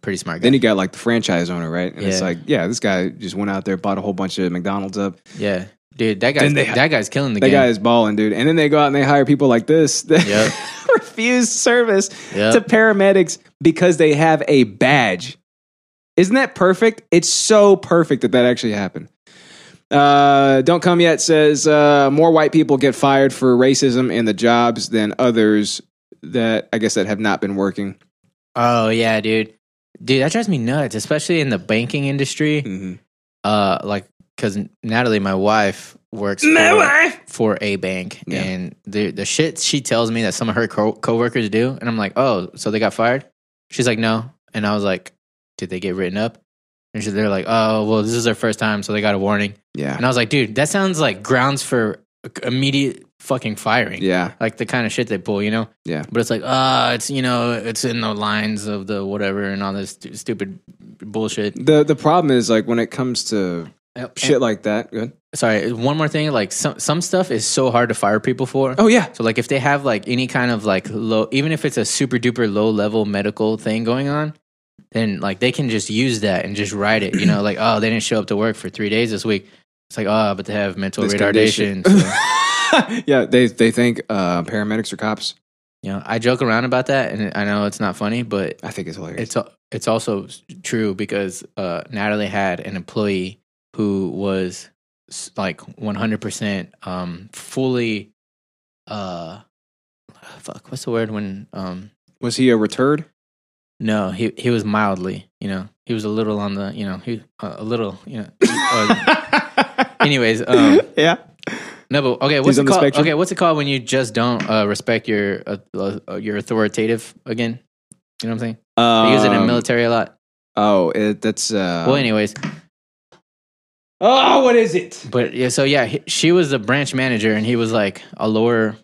Speaker 1: pretty smart guy.
Speaker 2: Then you got like the franchise owner, right? And it's
Speaker 1: Yeah.
Speaker 2: like, yeah, this guy just went out there, bought a whole bunch of McDonald's up.
Speaker 1: yeah. Dude, that guy's
Speaker 2: Then they-
Speaker 1: that guy's killing the
Speaker 2: That
Speaker 1: game.
Speaker 2: guy is balling, dude. And then they go out and they hire people like this that
Speaker 1: Yep.
Speaker 2: refuse service
Speaker 1: Yep.
Speaker 2: to paramedics because they have a badge. Isn't that perfect? It's so perfect that that actually happened. Uh, Don't Come Yet says uh, more white people get fired for racism in the jobs than others that I guess that have not been working.
Speaker 1: Oh yeah, dude. Dude, that drives me nuts, especially in the banking industry. Uh, like because Natalie, my wife, works for, for a bank,
Speaker 2: Yeah.
Speaker 1: and the the shit she tells me that some of her co- coworkers do, and I'm like, oh, so they got fired? She's like, no, and I was like, did they get written up? And she, they're like, oh, well, this is their first time, so they got a warning.
Speaker 2: Yeah.
Speaker 1: And I was like, dude, that sounds like grounds for immediate fucking firing
Speaker 2: Yeah.
Speaker 1: like the kind of shit they pull, you know?
Speaker 2: Yeah.
Speaker 1: But it's like, ah, it's, you know, it's in the lines of the whatever and all this stu- stupid bullshit.
Speaker 2: The the problem is like when it comes to shit like that. Good.
Speaker 1: Sorry, one more thing. Like, some, some stuff is so hard to fire people for.
Speaker 2: Oh yeah.
Speaker 1: So, like, if they have like any kind of like low, even if it's a super duper low level medical thing going on, then like they can just use that and just write it, you know, like, oh, they didn't show up to work for three days this week. It's like, oh, but they have mental
Speaker 2: This
Speaker 1: retardation.
Speaker 2: condition.
Speaker 1: so-
Speaker 2: yeah. They they think uh, paramedics are cops.
Speaker 1: you know, I joke around about that and I know it's not funny, but
Speaker 2: I think it's hilarious.
Speaker 1: it's al- it's also s- true because uh, Natalie had an employee who was s- like 100% um, fully uh fuck what's the word when um
Speaker 2: Was he a retard?
Speaker 1: no he he was mildly you know he was a little on the you know he uh, a little you know uh, anyways um
Speaker 2: Yeah.
Speaker 1: no but okay what's it
Speaker 2: on the
Speaker 1: called
Speaker 2: spectrum?
Speaker 1: okay what's it called when you just don't uh, respect your uh, uh, your authoritative again you know what I'm saying they use it in
Speaker 2: Um,
Speaker 1: military a lot
Speaker 2: Oh, it, that's uh.
Speaker 1: well anyways
Speaker 2: Oh, what is it?
Speaker 1: But yeah, so yeah, he, she was the branch manager, and he was like a lower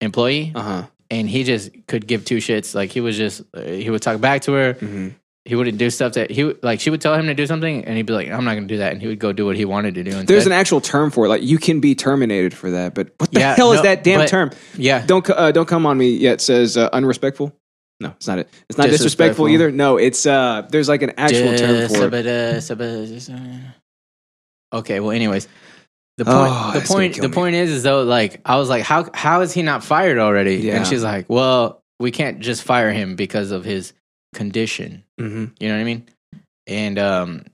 Speaker 1: employee,
Speaker 2: Uh huh.
Speaker 1: and he just could give two shits. Like he was just uh, he would talk back to her.
Speaker 2: Mm-hmm.
Speaker 1: He wouldn't do stuff that he would- like. She would tell him to do something, and he'd be like, "I'm not going to do that," and he would go do what he wanted to do. Instead.
Speaker 2: There's an actual term for it. Like you can be terminated for that, but what the
Speaker 1: Yeah,
Speaker 2: hell is
Speaker 1: no,
Speaker 2: that damn
Speaker 1: but-
Speaker 2: term?
Speaker 1: yeah,
Speaker 2: Don't co- uh, don't come on me yet. Says uh, unrespectful. No, it's not it. It's not disrespectful,
Speaker 1: Disrespectful.
Speaker 2: either. No, it's uh. There's like an actual term for it.
Speaker 1: Okay, well, anyways, the point,
Speaker 2: Oh,
Speaker 1: the
Speaker 2: that's gonna
Speaker 1: point,
Speaker 2: kill
Speaker 1: the
Speaker 2: me.
Speaker 1: point is, is though, like I was like, how how is he not fired already?
Speaker 2: Yeah.
Speaker 1: And she's like, well, we can't just fire him because of his condition.
Speaker 2: Mhm.
Speaker 1: You know what I mean? And um,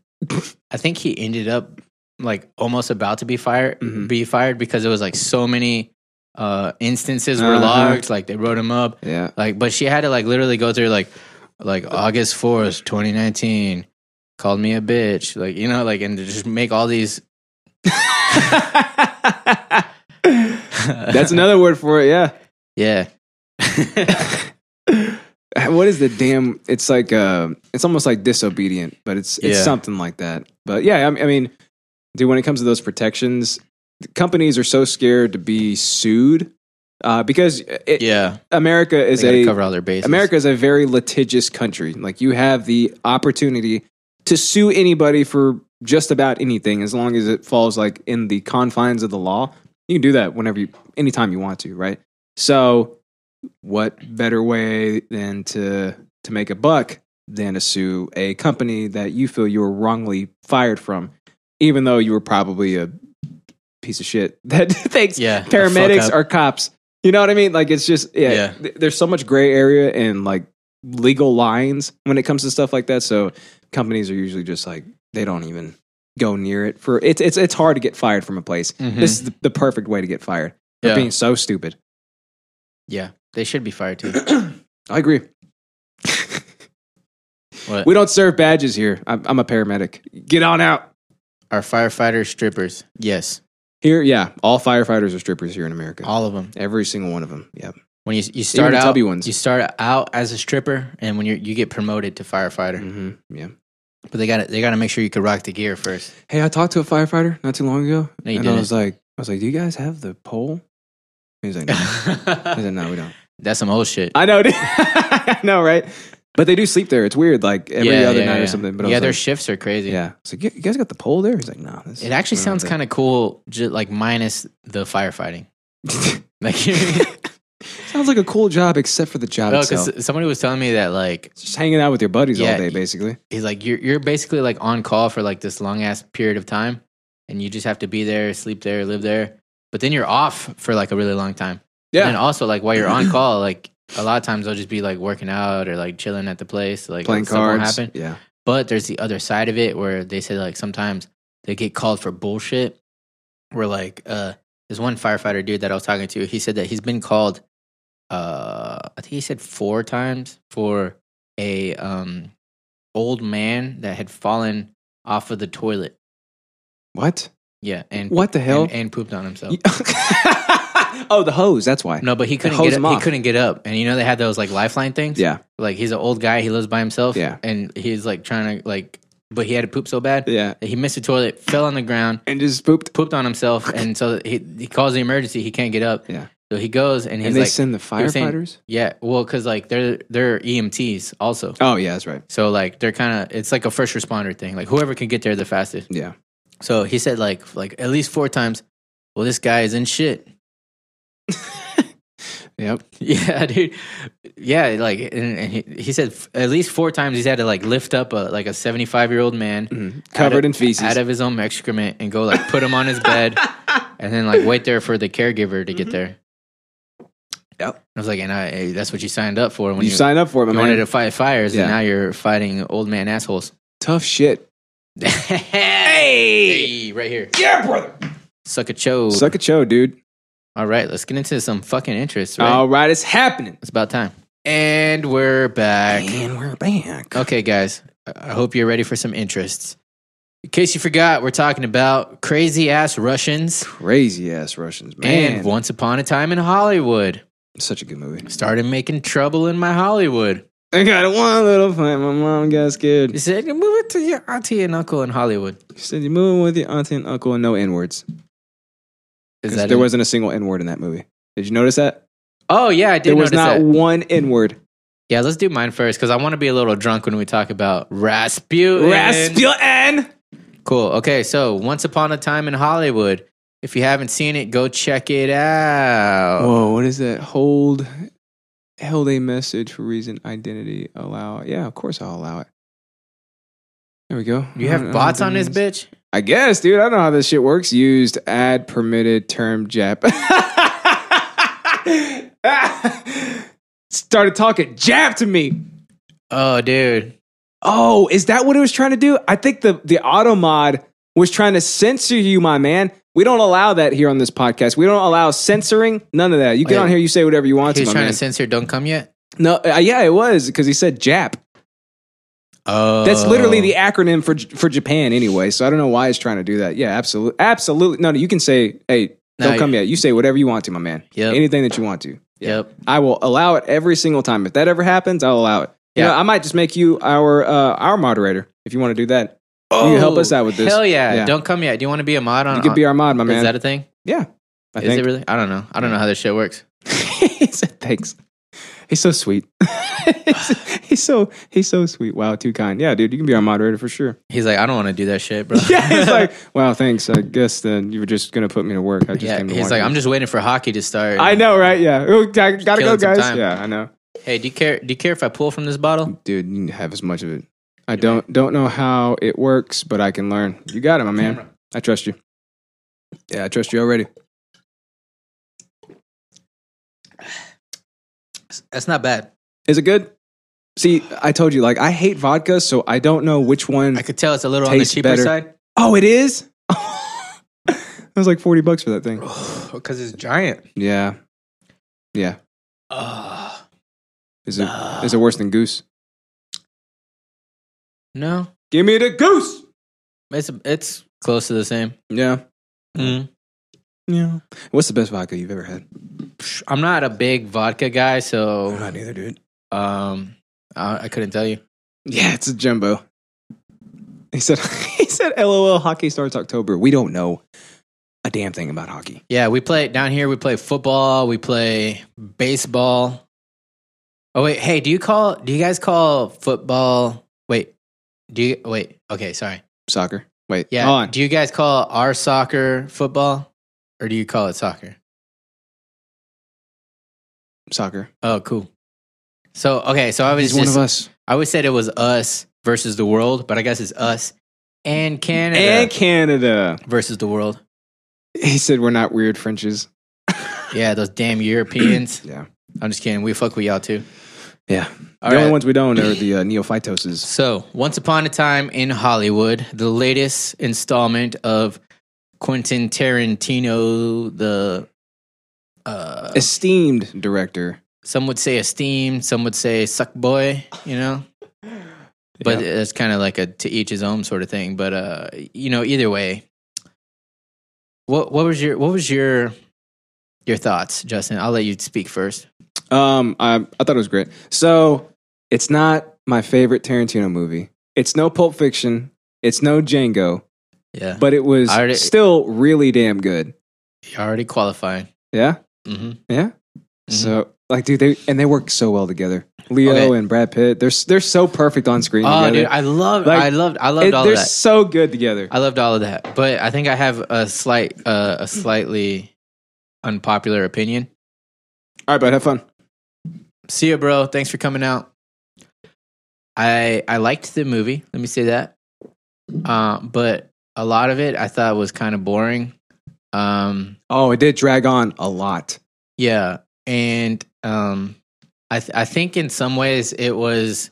Speaker 1: I think he ended up like almost about to be fired,
Speaker 2: Mhm.
Speaker 1: be fired because it was like so many uh instances were
Speaker 2: Uh-huh.
Speaker 1: logged. Like they wrote him up.
Speaker 2: Yeah.
Speaker 1: Like, but she had to like literally go through like, like August fourth, twenty nineteen, called me a bitch, like you know, like and to just make all these.
Speaker 2: That's another word for it. Yeah.
Speaker 1: yeah,
Speaker 2: What is the damn? It's like uh, it's almost like disobedient, but it's it's
Speaker 1: Yeah.
Speaker 2: something like that. But yeah, I, I mean, dude, when it comes to those protections, companies are so scared to be sued uh, because it,
Speaker 1: yeah.
Speaker 2: America
Speaker 1: They
Speaker 2: is
Speaker 1: gotta
Speaker 2: a
Speaker 1: cover all their bases.
Speaker 2: America is a very litigious country. Like you have the opportunity to sue anybody for just about anything as long as it falls like in the confines of the law. You can do that whenever you anytime you want to, right? So what better way than to to make a buck than to sue a company that you feel you were wrongly fired from, even though you were probably a piece of shit that thinks
Speaker 1: Yeah, a fuck
Speaker 2: paramedics
Speaker 1: up.
Speaker 2: are cops. You know what I mean? Like it's just yeah,
Speaker 1: Yeah.
Speaker 2: th- there's so much gray area and like legal lines when it comes to stuff like that. So companies are usually just like they don't even go near it for it's it's it's hard to get fired from a place.
Speaker 1: Mhm.
Speaker 2: This is the, the perfect way to get fired for
Speaker 1: Yeah.
Speaker 2: being so stupid.
Speaker 1: Yeah, they should be fired too.
Speaker 2: I agree.
Speaker 1: What?
Speaker 2: We don't serve badges here. I'm, I'm a paramedic. Get on out
Speaker 1: Are firefighters strippers? Yes,
Speaker 2: here. Yeah, all firefighters are strippers here in America.
Speaker 1: all of them.
Speaker 2: Every single one of them. Yep.
Speaker 1: When you you start
Speaker 2: the
Speaker 1: out,
Speaker 2: tubby ones.
Speaker 1: you start out as a stripper, and when you you get promoted to firefighter,
Speaker 2: hmm Yeah.
Speaker 1: but they got to they got to make sure you can rock the gear first.
Speaker 2: Hey, I talked to a firefighter not too long ago,
Speaker 1: No, you
Speaker 2: and I
Speaker 1: didn't.
Speaker 2: was like, I was like, "Do you guys have the pole?" He's like, "No." I said, "No, we don't."
Speaker 1: That's some old shit.
Speaker 2: I know, dude. I know, right? But they do sleep there. It's weird, like every
Speaker 1: Yeah,
Speaker 2: other
Speaker 1: yeah,
Speaker 2: night
Speaker 1: yeah.
Speaker 2: or something. But I
Speaker 1: yeah,
Speaker 2: was
Speaker 1: their
Speaker 2: like,
Speaker 1: shifts are crazy.
Speaker 2: yeah. So you you guys got the pole there? He's like, "No." This
Speaker 1: It actually sounds kind of cool, ju- like minus the firefighting. Like, you know what I mean?
Speaker 2: sounds like a cool job, except for the job
Speaker 1: no,
Speaker 2: itself.
Speaker 1: because somebody was telling me that like
Speaker 2: Just hanging out with your buddies
Speaker 1: Oh, Yeah,
Speaker 2: all day,
Speaker 1: y-
Speaker 2: basically.
Speaker 1: he's like you're you're basically like on call for like this long ass period of time, and you just have to be there, sleep there, live there. But then you're off for like a really long time.
Speaker 2: Yeah.
Speaker 1: And also like while you're on call, like a lot of times they'll just be like working out or like chilling at the place, like
Speaker 2: Playing
Speaker 1: something won't
Speaker 2: cards.
Speaker 1: happen.
Speaker 2: Yeah.
Speaker 1: But there's the other side of it where they say like sometimes they get called for bullshit. Where like uh there's one firefighter dude that I was talking to, he said that he's been called uh I think he said four times for a um old man that had fallen off of the toilet.
Speaker 2: What?
Speaker 1: Yeah, and
Speaker 2: What the hell?
Speaker 1: and, and pooped on himself.
Speaker 2: oh, the hose. That's why.
Speaker 1: No, but he couldn't
Speaker 2: hose
Speaker 1: get
Speaker 2: him
Speaker 1: up. He
Speaker 2: off.
Speaker 1: couldn't get up. And you know they had those like lifeline things?
Speaker 2: Yeah.
Speaker 1: Like he's an old guy, he lives by himself.
Speaker 2: Yeah.
Speaker 1: And he's like trying to like but he had to poop so bad.
Speaker 2: Yeah.
Speaker 1: that He missed the toilet, fell on the ground,
Speaker 2: And just pooped.
Speaker 1: pooped on himself, and so he, he calls the emergency. He can't get up.
Speaker 2: Yeah.
Speaker 1: So he goes and he's
Speaker 2: And they
Speaker 1: like,
Speaker 2: send the
Speaker 1: he was saying-
Speaker 2: firefighters.
Speaker 1: yeah, well, because like they're they're EMTs also,
Speaker 2: Oh yeah, that's right.
Speaker 1: so like they're kind of it's like a first responder thing. Like whoever can get there the fastest.
Speaker 2: Yeah.
Speaker 1: So he said like like at least four times. Well, this guy is in shit.
Speaker 2: Yep.
Speaker 1: Yeah, dude. Yeah, like, and, and he, he said f- at least four times he's had to like lift up a like a seventy five year old man out
Speaker 2: Covered
Speaker 1: of-
Speaker 2: in feces.
Speaker 1: out of his own excrement and go like put him on his bed and then like wait there for the caregiver to get there.
Speaker 2: Mm-hmm. Yep.
Speaker 1: I was like, and I hey, that's what you signed up for when
Speaker 2: you
Speaker 1: you,
Speaker 2: sign up for it, my
Speaker 1: you
Speaker 2: man.
Speaker 1: wanted to fight fires,
Speaker 2: Yeah.
Speaker 1: and now you're fighting old man assholes.
Speaker 2: Tough shit.
Speaker 1: hey! right here, yeah, brother. Suck a chode.
Speaker 2: Suck a show, dude.
Speaker 1: All right, let's get into some fucking interest. Right?
Speaker 2: All right, it's happening.
Speaker 1: It's about time. And we're back.
Speaker 2: And we're back.
Speaker 1: Okay, guys, I I hope you're ready for some interests. In case you forgot, we're talking about crazy ass Russians
Speaker 2: Crazy ass Russians, man.
Speaker 1: and Once Upon a Time in Hollywood.
Speaker 2: Such a good movie.
Speaker 1: Started making trouble in my Hollywood.
Speaker 2: I got one little fight. My mom got scared.
Speaker 1: He said, Move it to your auntie and uncle in Hollywood.
Speaker 2: She said, "You're moving with your auntie and uncle, and no n words."
Speaker 1: Is
Speaker 2: There
Speaker 1: it?
Speaker 2: wasn't a single n word in that movie. Did you notice that?
Speaker 1: Oh, yeah, I did
Speaker 2: There was
Speaker 1: notice
Speaker 2: not
Speaker 1: that.
Speaker 2: one n word.
Speaker 1: yeah, let's do mine first because I want to be a little drunk when we talk about Rasputin.
Speaker 2: Rasputin.
Speaker 1: Cool. Okay, so Once Upon a Time in Hollywood. If you haven't seen it, go check it out.
Speaker 2: Whoa, what is that? Hold, held a message for reason, identity, allow. Yeah, of course I'll allow it. There we go.
Speaker 1: You
Speaker 2: I don't
Speaker 1: have
Speaker 2: know
Speaker 1: bots
Speaker 2: how to
Speaker 1: on
Speaker 2: do
Speaker 1: this bitch?
Speaker 2: I guess, dude. I don't know how this shit works. Used add permitted term Jap. Started talking Jap to me.
Speaker 1: Oh, dude.
Speaker 2: Oh, is that what it was trying to do? I think the the auto mod was trying to censor you, my man. We don't allow that here on this podcast. We don't allow censoring. None of that. You get
Speaker 1: yeah.
Speaker 2: on here, you say whatever you want
Speaker 1: He was
Speaker 2: to, my
Speaker 1: trying
Speaker 2: man.
Speaker 1: to censor Don't Come Yet?
Speaker 2: no, uh, yeah, it was because he said Jap.
Speaker 1: Oh.
Speaker 2: That's literally the acronym for J- for Japan anyway. So I don't know why it's trying to do that. Yeah, absolutely, absolutely. No, no, you can say, hey,
Speaker 1: No,
Speaker 2: don't come
Speaker 1: you-
Speaker 2: yet. You say whatever you want to, my man.
Speaker 1: Yep.
Speaker 2: anything that you want to.
Speaker 1: Yep.
Speaker 2: I will allow it every single time. If that ever happens, I'll allow it. You
Speaker 1: Yeah.
Speaker 2: know, I might just make you our uh, our moderator if you want to do that. you can help us out with this.
Speaker 1: Oh, Hell yeah.
Speaker 2: Yeah.
Speaker 1: Don't Come Yet. Do you want to be a mod on
Speaker 2: You could be our mod, my
Speaker 1: Is
Speaker 2: man.
Speaker 1: that a thing?
Speaker 2: yeah, I
Speaker 1: is
Speaker 2: think.
Speaker 1: it really? I don't know. I don't know how this shit works.
Speaker 2: he said thanks. He's so sweet. he's, he's so he's so sweet. Wow, too kind. Yeah, dude, you can be our moderator for sure.
Speaker 1: He's like, I don't want to do that shit, bro.
Speaker 2: Yeah, he's like, wow, thanks. I guess then you were just gonna put me to work. I just
Speaker 1: Yeah,
Speaker 2: came to
Speaker 1: he's
Speaker 2: watch
Speaker 1: like,
Speaker 2: you.
Speaker 1: I'm just waiting for hockey to start.
Speaker 2: I know, right? Yeah, Ooh, I gotta go,
Speaker 1: killing some
Speaker 2: guys.
Speaker 1: time.
Speaker 2: Yeah, I know,
Speaker 1: Hey, do you care? Do you care if I pull from this bottle?
Speaker 2: dude. You can have as much of it. I don't don't know how it works, but I can learn. You got it, my man. I trust you. Yeah, I trust you already.
Speaker 1: That's not bad.
Speaker 2: Is it good? See, I told you, like I hate vodka, so I don't know which one.
Speaker 1: I could tell it's a little on the
Speaker 2: Tastes
Speaker 1: cheaper
Speaker 2: better.
Speaker 1: side
Speaker 2: oh, it is. That was like forty bucks for that thing.
Speaker 1: because it's giant.
Speaker 2: Yeah, yeah. Is it is it worse than goose?
Speaker 1: No,
Speaker 2: Give me the goose.
Speaker 1: it's it's close to the same.
Speaker 2: Yeah, Mm. yeah. What's the best vodka you've ever had?
Speaker 1: Psh, I'm not a big vodka guy, so
Speaker 2: not either, dude.
Speaker 1: um, I, I couldn't tell you.
Speaker 2: Yeah, it's a jumbo. He said, he said, LOL, hockey starts October. We don't know a damn thing about hockey.
Speaker 1: Yeah, we play down here. We play football. We play baseball. Oh wait, hey, do you call? Do you guys call football? Wait, do you wait? Okay, sorry.
Speaker 2: Soccer. Wait,
Speaker 1: Yeah,
Speaker 2: hold on.
Speaker 1: do you guys call our soccer football, or do you call it soccer?
Speaker 2: Soccer.
Speaker 1: Oh, cool. So okay, so I was
Speaker 2: He's one
Speaker 1: just
Speaker 2: of us.
Speaker 1: I always said it was us versus the world, but I guess it's us and Canada
Speaker 2: And Canada.
Speaker 1: versus the world.
Speaker 2: He said, we're not weird Frenches.
Speaker 1: Yeah, those damn Europeans.
Speaker 2: Yeah.
Speaker 1: I'm just kidding. We fuck with y'all too.
Speaker 2: Yeah.
Speaker 1: All
Speaker 2: the
Speaker 1: right.
Speaker 2: only ones we don't are the uh, neophytoses.
Speaker 1: So, once upon a time in Hollywood, the latest installment of Quentin Tarantino, the uh,
Speaker 2: Esteemed director.
Speaker 1: some would say esteemed, some would say suck boy, you know. But it's kind of like a to each his own sort of thing. But uh, you know, either way, what what was your what was your your thoughts, Justin? I'll let you speak first.
Speaker 2: Um, I, I thought it was great. So it's not my favorite Tarantino movie. It's no Pulp Fiction. It's no Django,
Speaker 1: Yeah, but
Speaker 2: but it was
Speaker 1: I already-
Speaker 2: still really damn good.
Speaker 1: you're already qualifying.
Speaker 2: Yeah.
Speaker 1: hmm Mhm.
Speaker 2: Yeah. So like, dude, they and they work so well together. Leo
Speaker 1: Okay.
Speaker 2: and Brad Pitt, they're s- they're so perfect on screen.
Speaker 1: Oh,
Speaker 2: together.
Speaker 1: dude, I love,
Speaker 2: Like,
Speaker 1: I loved, I
Speaker 2: It-
Speaker 1: loved all
Speaker 2: they're
Speaker 1: of that.
Speaker 2: so good together.
Speaker 1: I loved all of that. But I think I have a slight, uh, a slightly unpopular opinion.
Speaker 2: All right, bud, have fun.
Speaker 1: See ya, bro. Thanks for coming out. I I liked the movie. Let me say that. Uh, but a lot of it I thought was kind of boring. Um,
Speaker 2: Oh, it did drag on a lot.
Speaker 1: yeah, and um, I th- I think in some ways it was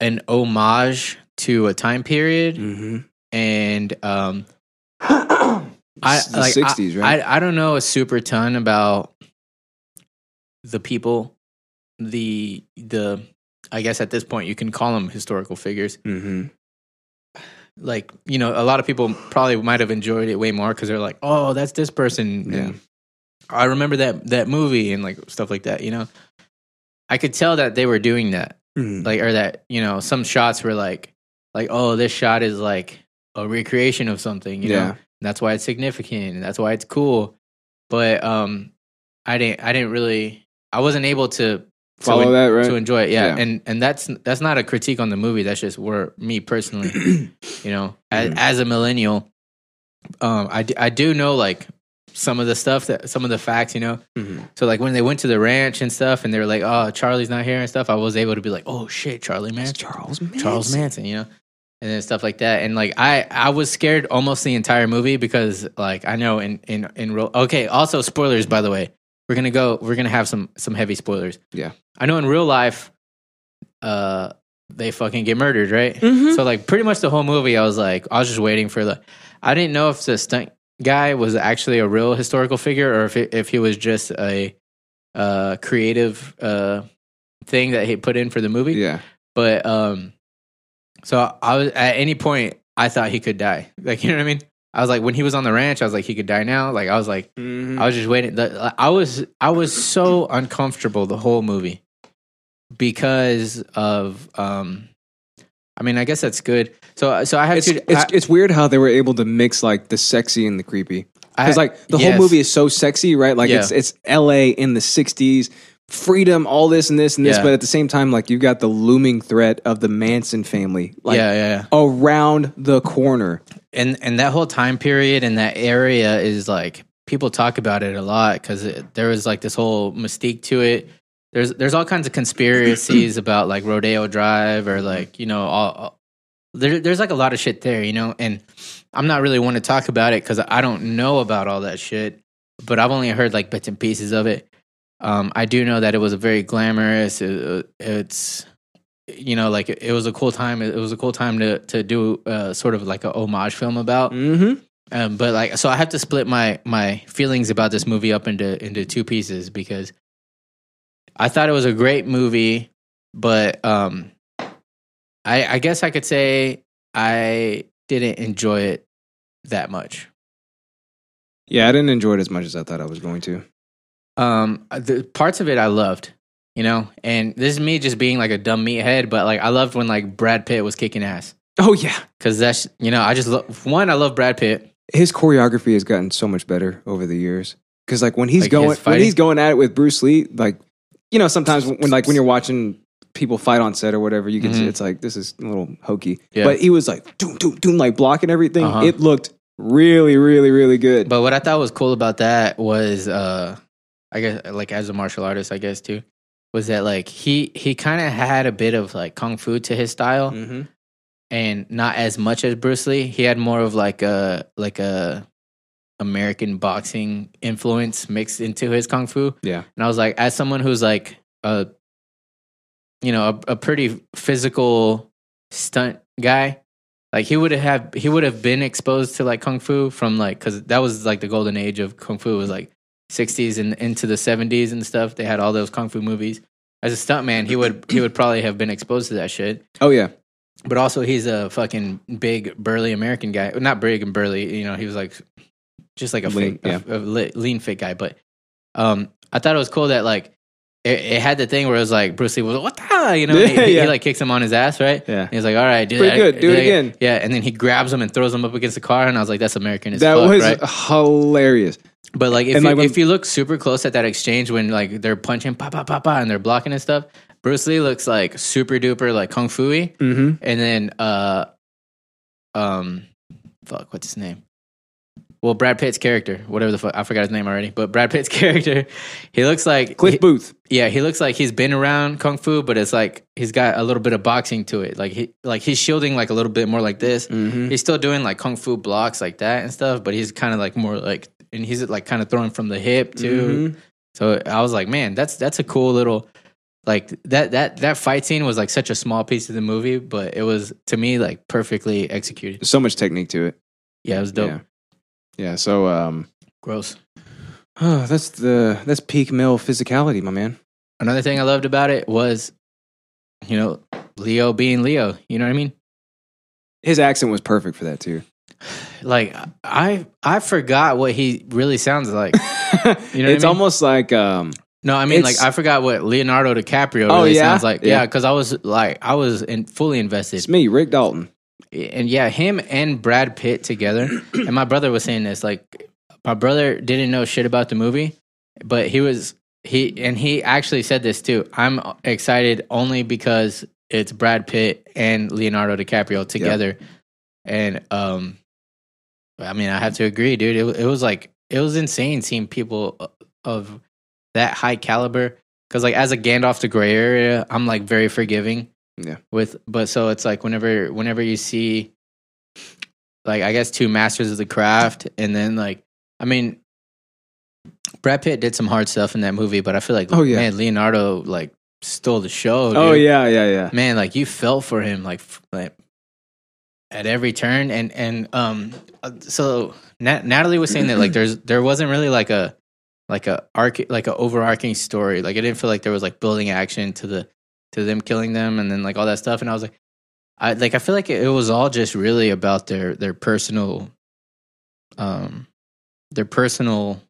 Speaker 1: an homage to a time period,
Speaker 2: Mm-hmm.
Speaker 1: and um, I
Speaker 2: I, the
Speaker 1: like I-
Speaker 2: '60s, right?
Speaker 1: I I don't know a super ton about the people, the the. I guess at this point you can call them historical figures.
Speaker 2: mm-hmm.
Speaker 1: Like you know, a lot of people probably might have enjoyed it way more because they're like, "Oh, that's this person."
Speaker 2: Yeah.
Speaker 1: and I remember that that movie and like stuff like that. You know, I could tell that they were doing that,
Speaker 2: Mm.
Speaker 1: like, or that you know, some shots were like, like, "Oh, this shot is like a recreation of something." You know,
Speaker 2: yeah,
Speaker 1: and that's why it's significant and that's why it's cool but um i didn't i didn't really i wasn't able to
Speaker 2: follow
Speaker 1: to, en-
Speaker 2: that, right?
Speaker 1: to enjoy it yeah.
Speaker 2: Yeah.
Speaker 1: and and that's that's not a critique on the movie that's just where me personally you know as,
Speaker 2: Mm-hmm.
Speaker 1: as a millennial um I, d- I do know like some of the stuff that some of the facts you know
Speaker 2: Mhm.
Speaker 1: so like when they went to the ranch and stuff and they were like oh charlie's not here and stuff i was able to be like oh shit charlie man
Speaker 2: Charles Manson.
Speaker 1: Charles Manson, you know, and then stuff like that. And like I, I was scared almost the entire movie because like I know in in in real okay. Also spoilers, by the way, we're gonna go. We're gonna have some some heavy spoilers.
Speaker 2: Yeah.
Speaker 1: I know in real life, uh, they fucking get murdered, right? So like pretty much the whole movie, I was like, I was just waiting for the. I didn't know if the stunt guy was actually a real historical figure or if it, if he was just a uh creative uh thing that he put in for the movie
Speaker 2: Yeah,
Speaker 1: but um so i was at any point i thought he could die like you know what i mean i was like when he was on the ranch i was like he could die now like i was like
Speaker 2: Mm-hmm.
Speaker 1: i was just waiting The- i was i was so uncomfortable the whole movie because of um i mean i guess that's good so so i have
Speaker 2: it's
Speaker 1: two
Speaker 2: it's,
Speaker 1: I-
Speaker 2: it's weird how they were able to mix like the sexy and the creepy. Because
Speaker 1: I-
Speaker 2: like the
Speaker 1: yes.
Speaker 2: whole movie is so sexy, right? Like
Speaker 1: Yeah.
Speaker 2: it's it's L.A. in the '60s, freedom, all this and this and this.
Speaker 1: Yeah.
Speaker 2: But at the same time, like you've got the looming threat of the Manson family, like
Speaker 1: yeah, yeah yeah
Speaker 2: around the corner.
Speaker 1: and and that whole time period and that area is like people talk about it a lot because there was like this whole mystique to it. There's there's all kinds of conspiracies about like Rodeo Drive or like you know all, all- there, there's like a lot of shit there you know and I'm not really one to talk about it because I don't know about all that shit but I've only heard like bits and pieces of it. Um, I do know that it was a very glamorous. It, it's you know, like it was a cool time. It was a cool time to to do uh, sort of like a homage film about.
Speaker 2: Mm-hmm.
Speaker 1: Um, but like, so I have to split my my feelings about this movie up into into two pieces because I thought it was a great movie, but um, I I guess I could say I didn't enjoy it that much.
Speaker 2: Yeah, I didn't enjoy it as much as I thought I was going to.
Speaker 1: um the parts of it i loved you know and this is me just being like a dumb meathead but like i loved when like brad pitt was kicking ass
Speaker 2: Oh yeah,
Speaker 1: because that's you know i just love one i love brad pitt
Speaker 2: his choreography has gotten so much better over the years. Because like when he's
Speaker 1: Like his
Speaker 2: going when
Speaker 1: fighting?
Speaker 2: he's going at it with Bruce Lee, like you know sometimes when like when you're watching people fight on set or whatever, you can see
Speaker 1: Mhm.
Speaker 2: it's like this is a little hokey.
Speaker 1: Yeah.
Speaker 2: But he was like doom doom doom like blocking everything.
Speaker 1: Uh-huh.
Speaker 2: It looked really really really good.
Speaker 1: but what i thought was cool about that was uh i guess like as a martial artist i guess too was that like he he kind of had a bit of like kung fu to his style
Speaker 2: mm-hmm.
Speaker 1: and not as much as Bruce Lee. He had more of like a like a American boxing influence mixed into his kung fu.
Speaker 2: Yeah.
Speaker 1: And I was like, as someone who's like a you know a, a pretty physical stunt guy, like he would have he would have been exposed to like kung fu from like because that was like the golden age of kung fu was like 60s and into the 70s and stuff. They had all those kung fu movies. As a stuntman, he would he would probably have been exposed to that shit
Speaker 2: Oh yeah,
Speaker 1: but also he's a fucking big burly American guy. Not big and burly, you know. He was like just like a,
Speaker 2: Lean,
Speaker 1: fit, a- a li- lean fit guy. But um, I thought it was cool that like it, it had the thing where it was like Bruce Lee was like, what the you know and he,
Speaker 2: Yeah,
Speaker 1: he- he,
Speaker 2: yeah.
Speaker 1: like kicks him on his ass right.
Speaker 2: Yeah.
Speaker 1: and he's like all right, do
Speaker 2: Pretty
Speaker 1: that,
Speaker 2: good, do it
Speaker 1: that
Speaker 2: again.
Speaker 1: Yeah, and then he grabs him and throws him up against the car, and I was like that's American as
Speaker 2: that
Speaker 1: fuck,
Speaker 2: was
Speaker 1: right?
Speaker 2: hilarious.
Speaker 1: But like if
Speaker 2: And,
Speaker 1: you,
Speaker 2: like, when-
Speaker 1: if you look super close at that exchange when like they're punching pa pa pa pa and they're blocking and stuff, Bruce Lee looks like super duper like kung fu y.
Speaker 2: Mm-hmm.
Speaker 1: And then uh um fuck, what's his name? Well, Brad Pitt's character, whatever the fuck, I forgot his name already, but Brad Pitt's character, he looks like
Speaker 2: Cliff
Speaker 1: he-
Speaker 2: Booth.
Speaker 1: yeah, he looks like he's been around kung fu, but it's like he's got a little bit of boxing to it. Like he like he's shielding like a little bit more like this. He's still doing like kung fu blocks like that and stuff, but he's kind of like more like and he's like kind of throwing from the hip too. So I was like, man, that's that's a cool little like that that that fight scene was like such a small piece of the movie, but it was to me like perfectly executed.
Speaker 2: So much technique to it.
Speaker 1: Yeah, it was dope.
Speaker 2: Yeah. Yeah. So um,
Speaker 1: Gross.
Speaker 2: that's the that's peak male physicality, my man.
Speaker 1: Another thing I loved about it was, you know, Leo being Leo. You know what I mean?
Speaker 2: His accent was perfect for that too.
Speaker 1: like I I forgot what he really sounds like. You know what I
Speaker 2: it's
Speaker 1: mean?
Speaker 2: almost like um,
Speaker 1: No, I mean
Speaker 2: It's-
Speaker 1: like I forgot what Leonardo DiCaprio
Speaker 2: Oh,
Speaker 1: really
Speaker 2: yeah?
Speaker 1: sounds like.
Speaker 2: Yeah.
Speaker 1: Yeah, because I was like I was in, fully invested,
Speaker 2: it's me, Rick Dalton.
Speaker 1: and yeah, him and Brad Pitt together. and my brother was saying this like my brother didn't know shit about the movie, but he was he and he actually said this too. I'm excited only because it's Brad Pitt and Leonardo DiCaprio together, and um, I mean I have to agree, dude. It wa- it was like it was insane seeing people uh, of that high caliber. Because like as a Gandalf the Gray area, I'm like very forgiving.
Speaker 2: Yeah.
Speaker 1: With but so it's like whenever whenever you see like I guess two masters of the craft, and then like I mean, Brad Pitt did some hard stuff in that movie, but I feel like
Speaker 2: Oh, yeah.
Speaker 1: man, Leonardo like stole the show.
Speaker 2: Oh
Speaker 1: dude.
Speaker 2: yeah, yeah, yeah.
Speaker 1: man, like you felt for him like f- like at every turn, and and um, uh, so Nat- Natalie was saying that like there's there wasn't really like a like a arc like a overarching story. Like I didn't feel like there was like building action to the to them killing them and then like all that stuff. And I was like, I like I feel like it, it was all just really about their their personal, um, their personal jour-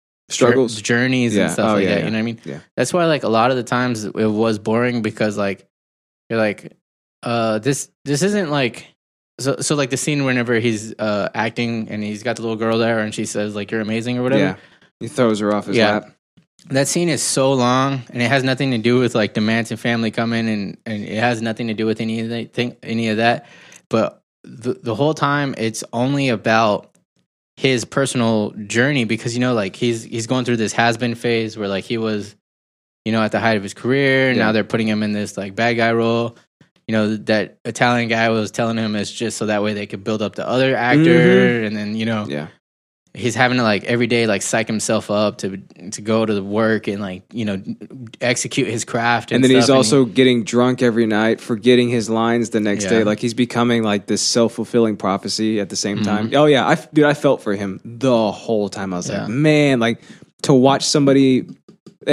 Speaker 2: Struggles.
Speaker 1: journeys
Speaker 2: Yeah.
Speaker 1: and stuff
Speaker 2: Oh,
Speaker 1: like
Speaker 2: yeah,
Speaker 1: that.
Speaker 2: yeah.
Speaker 1: You know what I mean?
Speaker 2: Yeah.
Speaker 1: That's why like a lot of the times it was boring because like you're like, uh, this this isn't like. So, so like the scene whenever he's uh, acting and he's got the little girl there and she says like you're amazing or whatever
Speaker 2: Yeah. He throws her off his
Speaker 1: Yeah.
Speaker 2: lap.
Speaker 1: that scene is so long and it has nothing to do with like the Manson family coming and, and it has nothing to do with any of that thing, any of that. But the, the whole time it's only about his personal journey because you know like he's he's going through this has been phase where like he was you know at the height of his career
Speaker 2: Yeah.
Speaker 1: now they're putting him in this like bad guy role you know that Italian guy was telling him it's just so that way they could build up the other actor and then you know
Speaker 2: Yeah.
Speaker 1: he's having to like every day like psych himself up to to go to the work and like you know execute his craft. And,
Speaker 2: and then he's
Speaker 1: stuff, and
Speaker 2: also getting drunk every night, forgetting his lines the next
Speaker 1: Yeah.
Speaker 2: day. Like he's becoming like this self fulfilling prophecy at the same time. Oh yeah, I f- dude, I felt for him the whole time. I was
Speaker 1: Mm-hmm. Yeah.
Speaker 2: like, man, like to watch somebody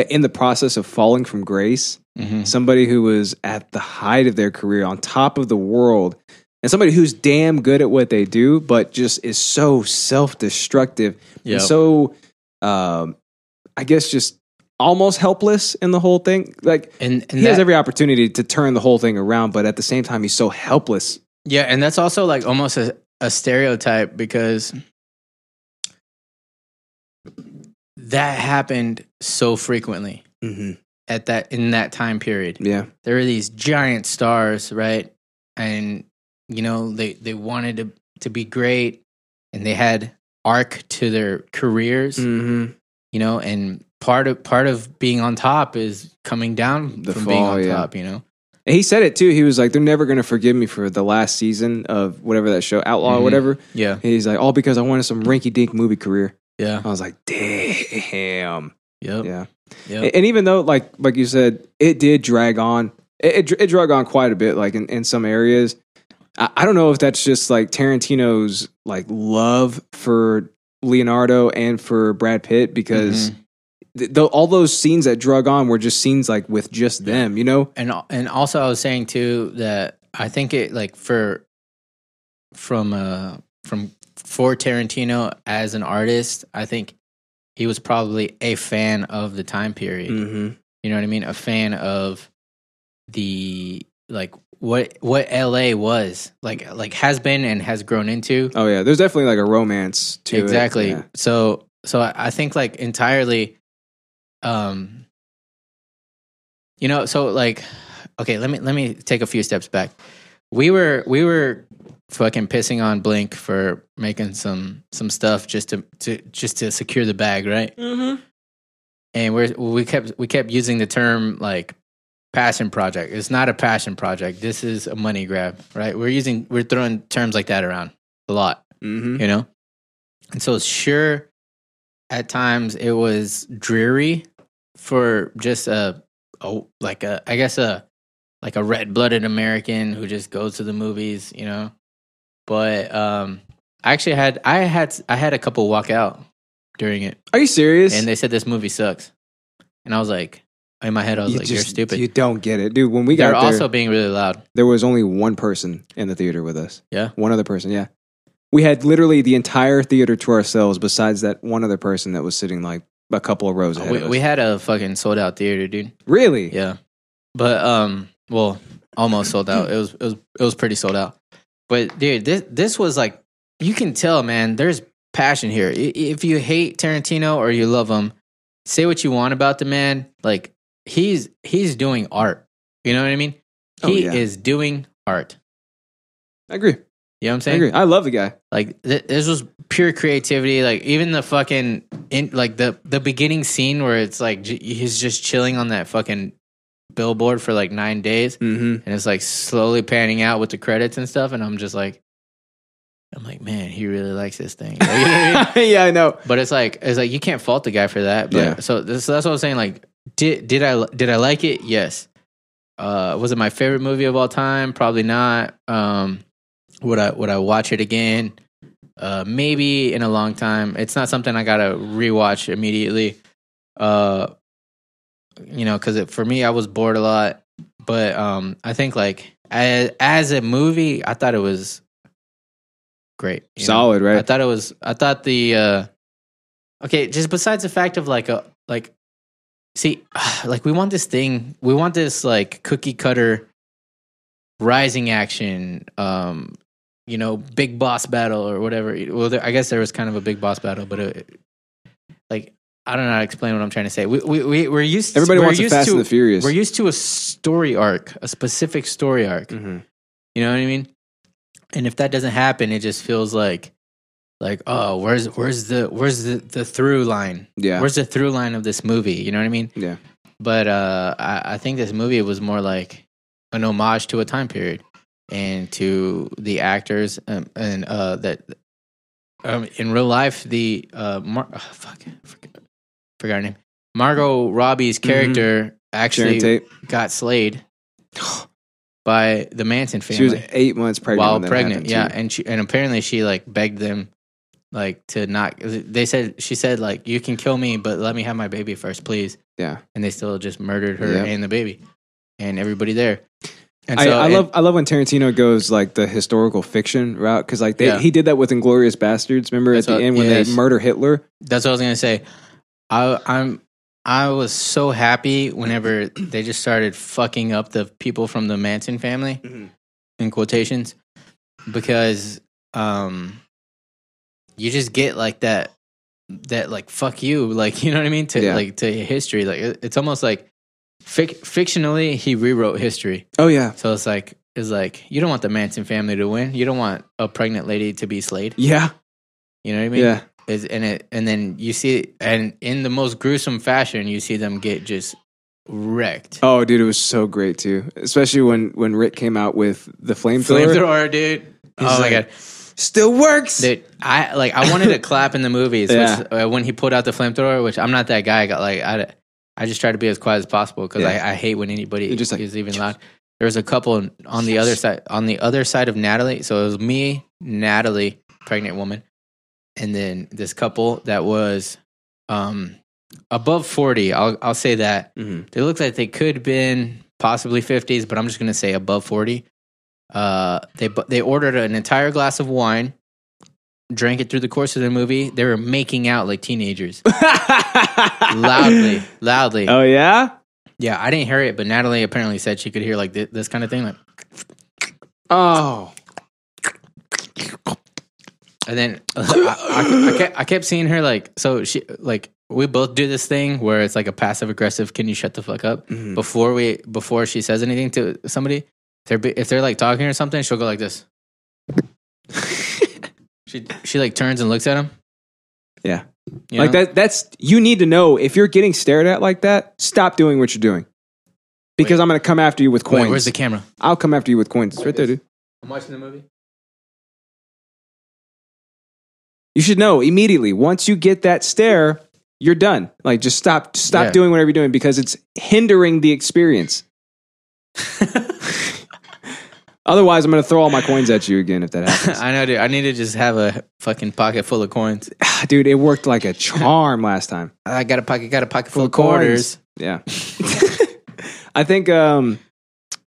Speaker 2: in the process of falling from grace,
Speaker 1: Mm-hmm.
Speaker 2: somebody who was at the height of their career, on top of the world, and somebody who's damn good at what they do, but just is so self destructive
Speaker 1: Yep.
Speaker 2: and so. Um, I guess just almost helpless in the whole thing. Like
Speaker 1: And- and
Speaker 2: he has
Speaker 1: that-
Speaker 2: every opportunity to turn the whole thing around, but at the same time, he's so helpless.
Speaker 1: Yeah, and that's also like almost a, a stereotype because that happened so frequently
Speaker 2: Mhm.
Speaker 1: at that in that time period.
Speaker 2: Yeah,
Speaker 1: There were these giant stars, right? And you know, they they wanted to to be great and they had arc to their careers,
Speaker 2: mm-hmm.
Speaker 1: you know, and part of part of being on top is coming down
Speaker 2: The
Speaker 1: from being
Speaker 2: fall,
Speaker 1: on
Speaker 2: yeah.
Speaker 1: top, you know.
Speaker 2: and he said it too. He was like, "They're never going to forgive me for the last season of whatever that show, Outlaw, or
Speaker 1: Mhm.
Speaker 2: whatever."
Speaker 1: Yeah.
Speaker 2: And he's like, "All because I wanted some rinky-dink movie career."
Speaker 1: Yeah.
Speaker 2: I was like, "Damn,
Speaker 1: Yep.
Speaker 2: yeah."
Speaker 1: Yep.
Speaker 2: And- And even though, like like you said, it did drag on. It it, dr- it drug on quite a bit, like in, in some areas. I, I don't know if that's just like Tarantino's like love for Leonardo and for Brad Pitt because.
Speaker 1: Mm-hmm.
Speaker 2: th- tho- all those scenes that drug on were just scenes like with just them, you know.
Speaker 1: and and also I was saying too that I think it like for from uh from for Tarantino as an artist, I think he was probably a fan of the time period.
Speaker 2: Mm-hmm.
Speaker 1: You know what I mean? A fan of the like what what LA was like like has been and has grown into
Speaker 2: Oh yeah, there's definitely like a romance to it,
Speaker 1: exactly
Speaker 2: yeah.
Speaker 1: so so I, I think like entirely um you know so like okay let me let me take a few steps back we were we were fucking pissing on blink for making some some stuff just to, to just to secure the bag right mm-hmm. and we're we kept we kept using the term like passion project it's not a passion project this is a money grab right we're using we're throwing terms like that around a lot
Speaker 2: Mhm.
Speaker 1: you know and so sure at times it was dreary for just a, a like a i guess a like a red-blooded american who just goes to the movies you know but um i actually had i had i had a couple walk out during it
Speaker 2: Are you serious?
Speaker 1: and they said this movie sucks and i was like in my head i was
Speaker 2: you
Speaker 1: like
Speaker 2: just,
Speaker 1: you're stupid
Speaker 2: You don't get it, dude. When we got
Speaker 1: they're
Speaker 2: there,
Speaker 1: also being really loud
Speaker 2: there was only one person in the theater with us.
Speaker 1: yeah
Speaker 2: One other person, yeah. We had literally the entire theater to ourselves, besides that one other person that was sitting like a couple of rows ahead
Speaker 1: Oh, we,
Speaker 2: of us.
Speaker 1: we had a fucking sold out theater dude
Speaker 2: really?
Speaker 1: Yeah. But um well, almost sold out. It was it was it was pretty sold out. But dude, this this was like you can tell, man, there's passion here. I- If you hate Tarantino or you love him, say what you want about the man, like he's he's doing art. You know what I mean?
Speaker 2: Oh,
Speaker 1: he
Speaker 2: yeah.
Speaker 1: is doing art.
Speaker 2: I agree.
Speaker 1: You know what I'm
Speaker 2: I
Speaker 1: saying?
Speaker 2: agree. I love the guy.
Speaker 1: Like th- this was pure creativity. Like even the fucking in like the the beginning scene where it's like j- he's just chilling on that fucking billboard for like nine days,
Speaker 2: Mm-hmm.
Speaker 1: and it's like slowly panning out with the credits and stuff, and I'm just like, I'm like, man, he really likes this thing. Like, you know what I mean?
Speaker 2: yeah, I know.
Speaker 1: But it's like it's like you can't fault the guy for that. But
Speaker 2: Yeah.
Speaker 1: so, this, so that's what I'm saying. Like, did did I did I like it? Yes. Uh, was it my favorite movie of all time? Probably not. Um, would I would I watch it again? Uh, maybe in a long time. It's not something I gotta rewatch immediately. Uh, you know, because for me, I was bored a lot. But um, I think like as, as a movie, I thought it was great, you know?
Speaker 2: Solid, right?
Speaker 1: I thought it was. I thought the. uh Okay, just besides the fact of like a like, see, like we want this thing. We want this like cookie cutter, rising action. Um, you know, big boss battle or whatever. Well, there, I guess there was kind of a big boss battle, but it, like I don't know how to explain what I'm trying to say. We we, we we're used.
Speaker 2: Everybody
Speaker 1: we're
Speaker 2: wants a
Speaker 1: used
Speaker 2: Fast
Speaker 1: to,
Speaker 2: and the Furious.
Speaker 1: We're used to a story arc, a specific story arc.
Speaker 2: Mhm.
Speaker 1: You know what I mean? And if that doesn't happen, it just feels like like oh, where's where's the where's the, the through line?
Speaker 2: Yeah.
Speaker 1: Where's the through line of this movie? You know what I mean?
Speaker 2: Yeah.
Speaker 1: But uh I, I think this movie was more like an homage to a time period and to the actors um, and uh that um, in real life, the uh, Mar- oh, fuck, I forgot, forgot her name. Margot Robbie's character actually
Speaker 2: Mm-hmm. Sharon Tate.
Speaker 1: got slayed by the Manson family
Speaker 2: She was eight months pregnant.
Speaker 1: while
Speaker 2: when that
Speaker 1: pregnant.
Speaker 2: happened,
Speaker 1: Yeah,
Speaker 2: too.
Speaker 1: and she and apparently she like begged them, like to not. They said she said like you can kill me, but let me have my baby first, please.
Speaker 2: yeah.
Speaker 1: And they still just murdered her
Speaker 2: Yeah.
Speaker 1: and the baby, and everybody there. And
Speaker 2: I, I
Speaker 1: it-
Speaker 2: love I love when Tarantino goes like the historical fiction route because like they,
Speaker 1: Yeah.
Speaker 2: he did that with Inglorious Bastards. Remember
Speaker 1: That's
Speaker 2: at the
Speaker 1: what-
Speaker 2: end when
Speaker 1: yes.
Speaker 2: they murder Hitler?
Speaker 1: That's what I was gonna say. I, I'm I was so happy whenever they just started fucking up the people from the Manson family in quotations because um you just get like that that like fuck you like you know what I mean to
Speaker 2: Yeah.
Speaker 1: like to history like it- it's almost like fic- fictionally he rewrote history
Speaker 2: Oh yeah,
Speaker 1: so it's like it's like you don't want the Manson family to win you don't want a pregnant lady to be slayed
Speaker 2: yeah,
Speaker 1: you know what I mean
Speaker 2: yeah.
Speaker 1: is and it and then you see and in the most gruesome fashion you see them get just wrecked
Speaker 2: Oh dude, it was so great too. Especially when when Rick came out with the flamethrower.
Speaker 1: flamethrower dude oh my
Speaker 2: like-
Speaker 1: god
Speaker 2: Still works.
Speaker 1: dude i like i wanted to clap in the movies
Speaker 2: Yeah.
Speaker 1: which, uh, when he pulled out the flamethrower which i'm not that guy i got like i i just try to be as quiet as possible because
Speaker 2: Yeah.
Speaker 1: I, I hate when anybody
Speaker 2: You're just like-
Speaker 1: is even loud there was a couple on the other side on the other side of natalie so it was me natalie pregnant woman and then this couple that was um above 40 i'll i'll say that
Speaker 2: Mhm.
Speaker 1: they looked like they could have been possibly 50s but i'm just going to say above 40 uh they bu- they ordered an entire glass of wine drank it through the course of the movie they were making out like teenagers loudly loudly
Speaker 2: Oh yeah.
Speaker 1: yeah i didn't hear it but natalie apparently said she could hear like thi- this kind of thing like
Speaker 2: Oh
Speaker 1: And then I, I, I, kept, I kept seeing her like, so she like we both do this thing where it's like a passive aggressive. Can you shut the fuck up
Speaker 2: Mm-hmm.
Speaker 1: before we before she says anything to somebody? They're be- if they're like talking or something, she'll go like this. she she like turns and looks at him.
Speaker 2: yeah.
Speaker 1: you
Speaker 2: Like
Speaker 1: know?
Speaker 2: that. That's you need to know if you're getting stared at like that. Stop doing what you're doing. Because I'm gonna come after you with
Speaker 1: Wait,
Speaker 2: coins.
Speaker 1: where's the camera?
Speaker 2: I'll come after you with coins. It's right there, dude.
Speaker 1: I'm watching the movie.
Speaker 2: You should know immediately. Once you get that stare, you're done. Like just stop stop
Speaker 1: Yeah.
Speaker 2: doing whatever you're doing because it's hindering the experience. Otherwise, I'm going to throw all my coins at you again if that happens.
Speaker 1: I know, dude. I need to just have a fucking pocket full of coins.
Speaker 2: Ah, Dude, it worked like a charm last time.
Speaker 1: I got a pocket, got a pocket full, of quarters.
Speaker 2: Coins. Yeah. I think um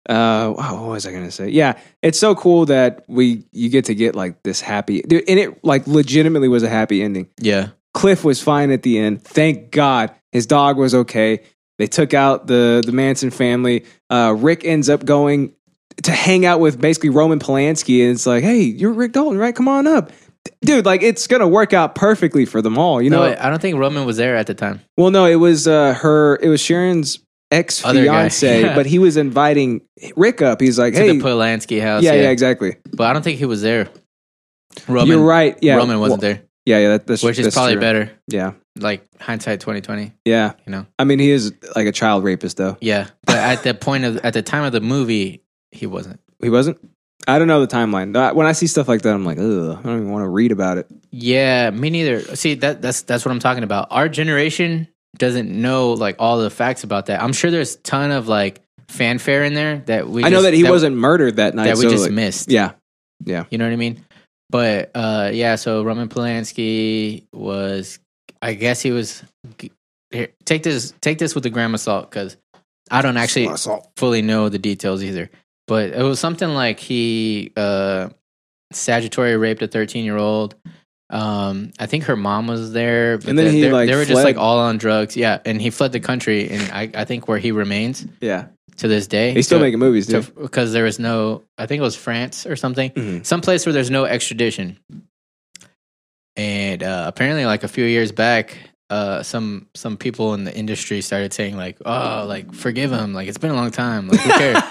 Speaker 2: uh wow, what was I going to say? Yeah, it's so cool that we you get to get like this happy dude and it like legitimately was a happy ending.
Speaker 1: Yeah,
Speaker 2: Cliff was fine at the end. Thank God his dog was okay. They took out the the Manson family. Uh, Rick ends up going to hang out with basically Roman Polanski, and it's like, hey, you're Rick Dalton, right? Come on up, dude. Like it's gonna work out perfectly for them all, you
Speaker 1: no,
Speaker 2: know.
Speaker 1: I don't think Roman was there at the time.
Speaker 2: well, no, it was uh, her. It was Sharon's ex
Speaker 1: Other guy.
Speaker 2: fiance, but he was inviting Rick up. He's like,
Speaker 1: To
Speaker 2: hey,
Speaker 1: the Polanski house.
Speaker 2: yeah, yeah, exactly.
Speaker 1: But I don't think he was there. Roman,
Speaker 2: You're right. Yeah,
Speaker 1: Roman wasn't
Speaker 2: Well,
Speaker 1: there,
Speaker 2: Yeah, yeah, that, that's
Speaker 1: which is
Speaker 2: that's
Speaker 1: probably
Speaker 2: true.
Speaker 1: better.
Speaker 2: Yeah,
Speaker 1: Like hindsight twenty twenty,
Speaker 2: yeah.
Speaker 1: you know.
Speaker 2: I mean, he is like a child rapist, though.
Speaker 1: Yeah, but at the point of at the time of the movie, he wasn't.
Speaker 2: He wasn't. I don't know the timeline. Uh, When I see stuff like that, I'm like, ugh, I don't even want to read about it.
Speaker 1: Yeah, me neither. See, that that's that's what I'm talking about. Our generation doesn't know like all the facts about that. I'm sure there's a ton of like fanfare in there that we.
Speaker 2: I know
Speaker 1: just-
Speaker 2: that he wasn't murdered that night.
Speaker 1: that we
Speaker 2: so,
Speaker 1: just
Speaker 2: like,
Speaker 1: missed.
Speaker 2: Yeah,
Speaker 1: You know what I mean? But uh, yeah, so Roman Polanski was, I guess he was. Here, take this, take this with the gram of salt because I don't actually fully know the details either. But it was something like he uh, Sagittary raped a thirteen-year-old. Um, I think her mom was there, but
Speaker 2: And then
Speaker 1: they-
Speaker 2: he,
Speaker 1: they-
Speaker 2: like,
Speaker 1: they were just
Speaker 2: fled.
Speaker 1: like all on drugs. Yeah, and he fled the country, and I, I think where he remains
Speaker 2: yeah.
Speaker 1: to this day.
Speaker 2: He's still
Speaker 1: So-
Speaker 2: making movies, dude.
Speaker 1: because there was no i think it was france or something
Speaker 2: Mm-hmm.
Speaker 1: some place where there's no extradition and uh, apparently like a few years back uh, some some people in the industry started saying like oh like forgive him like it's been a long time like who cares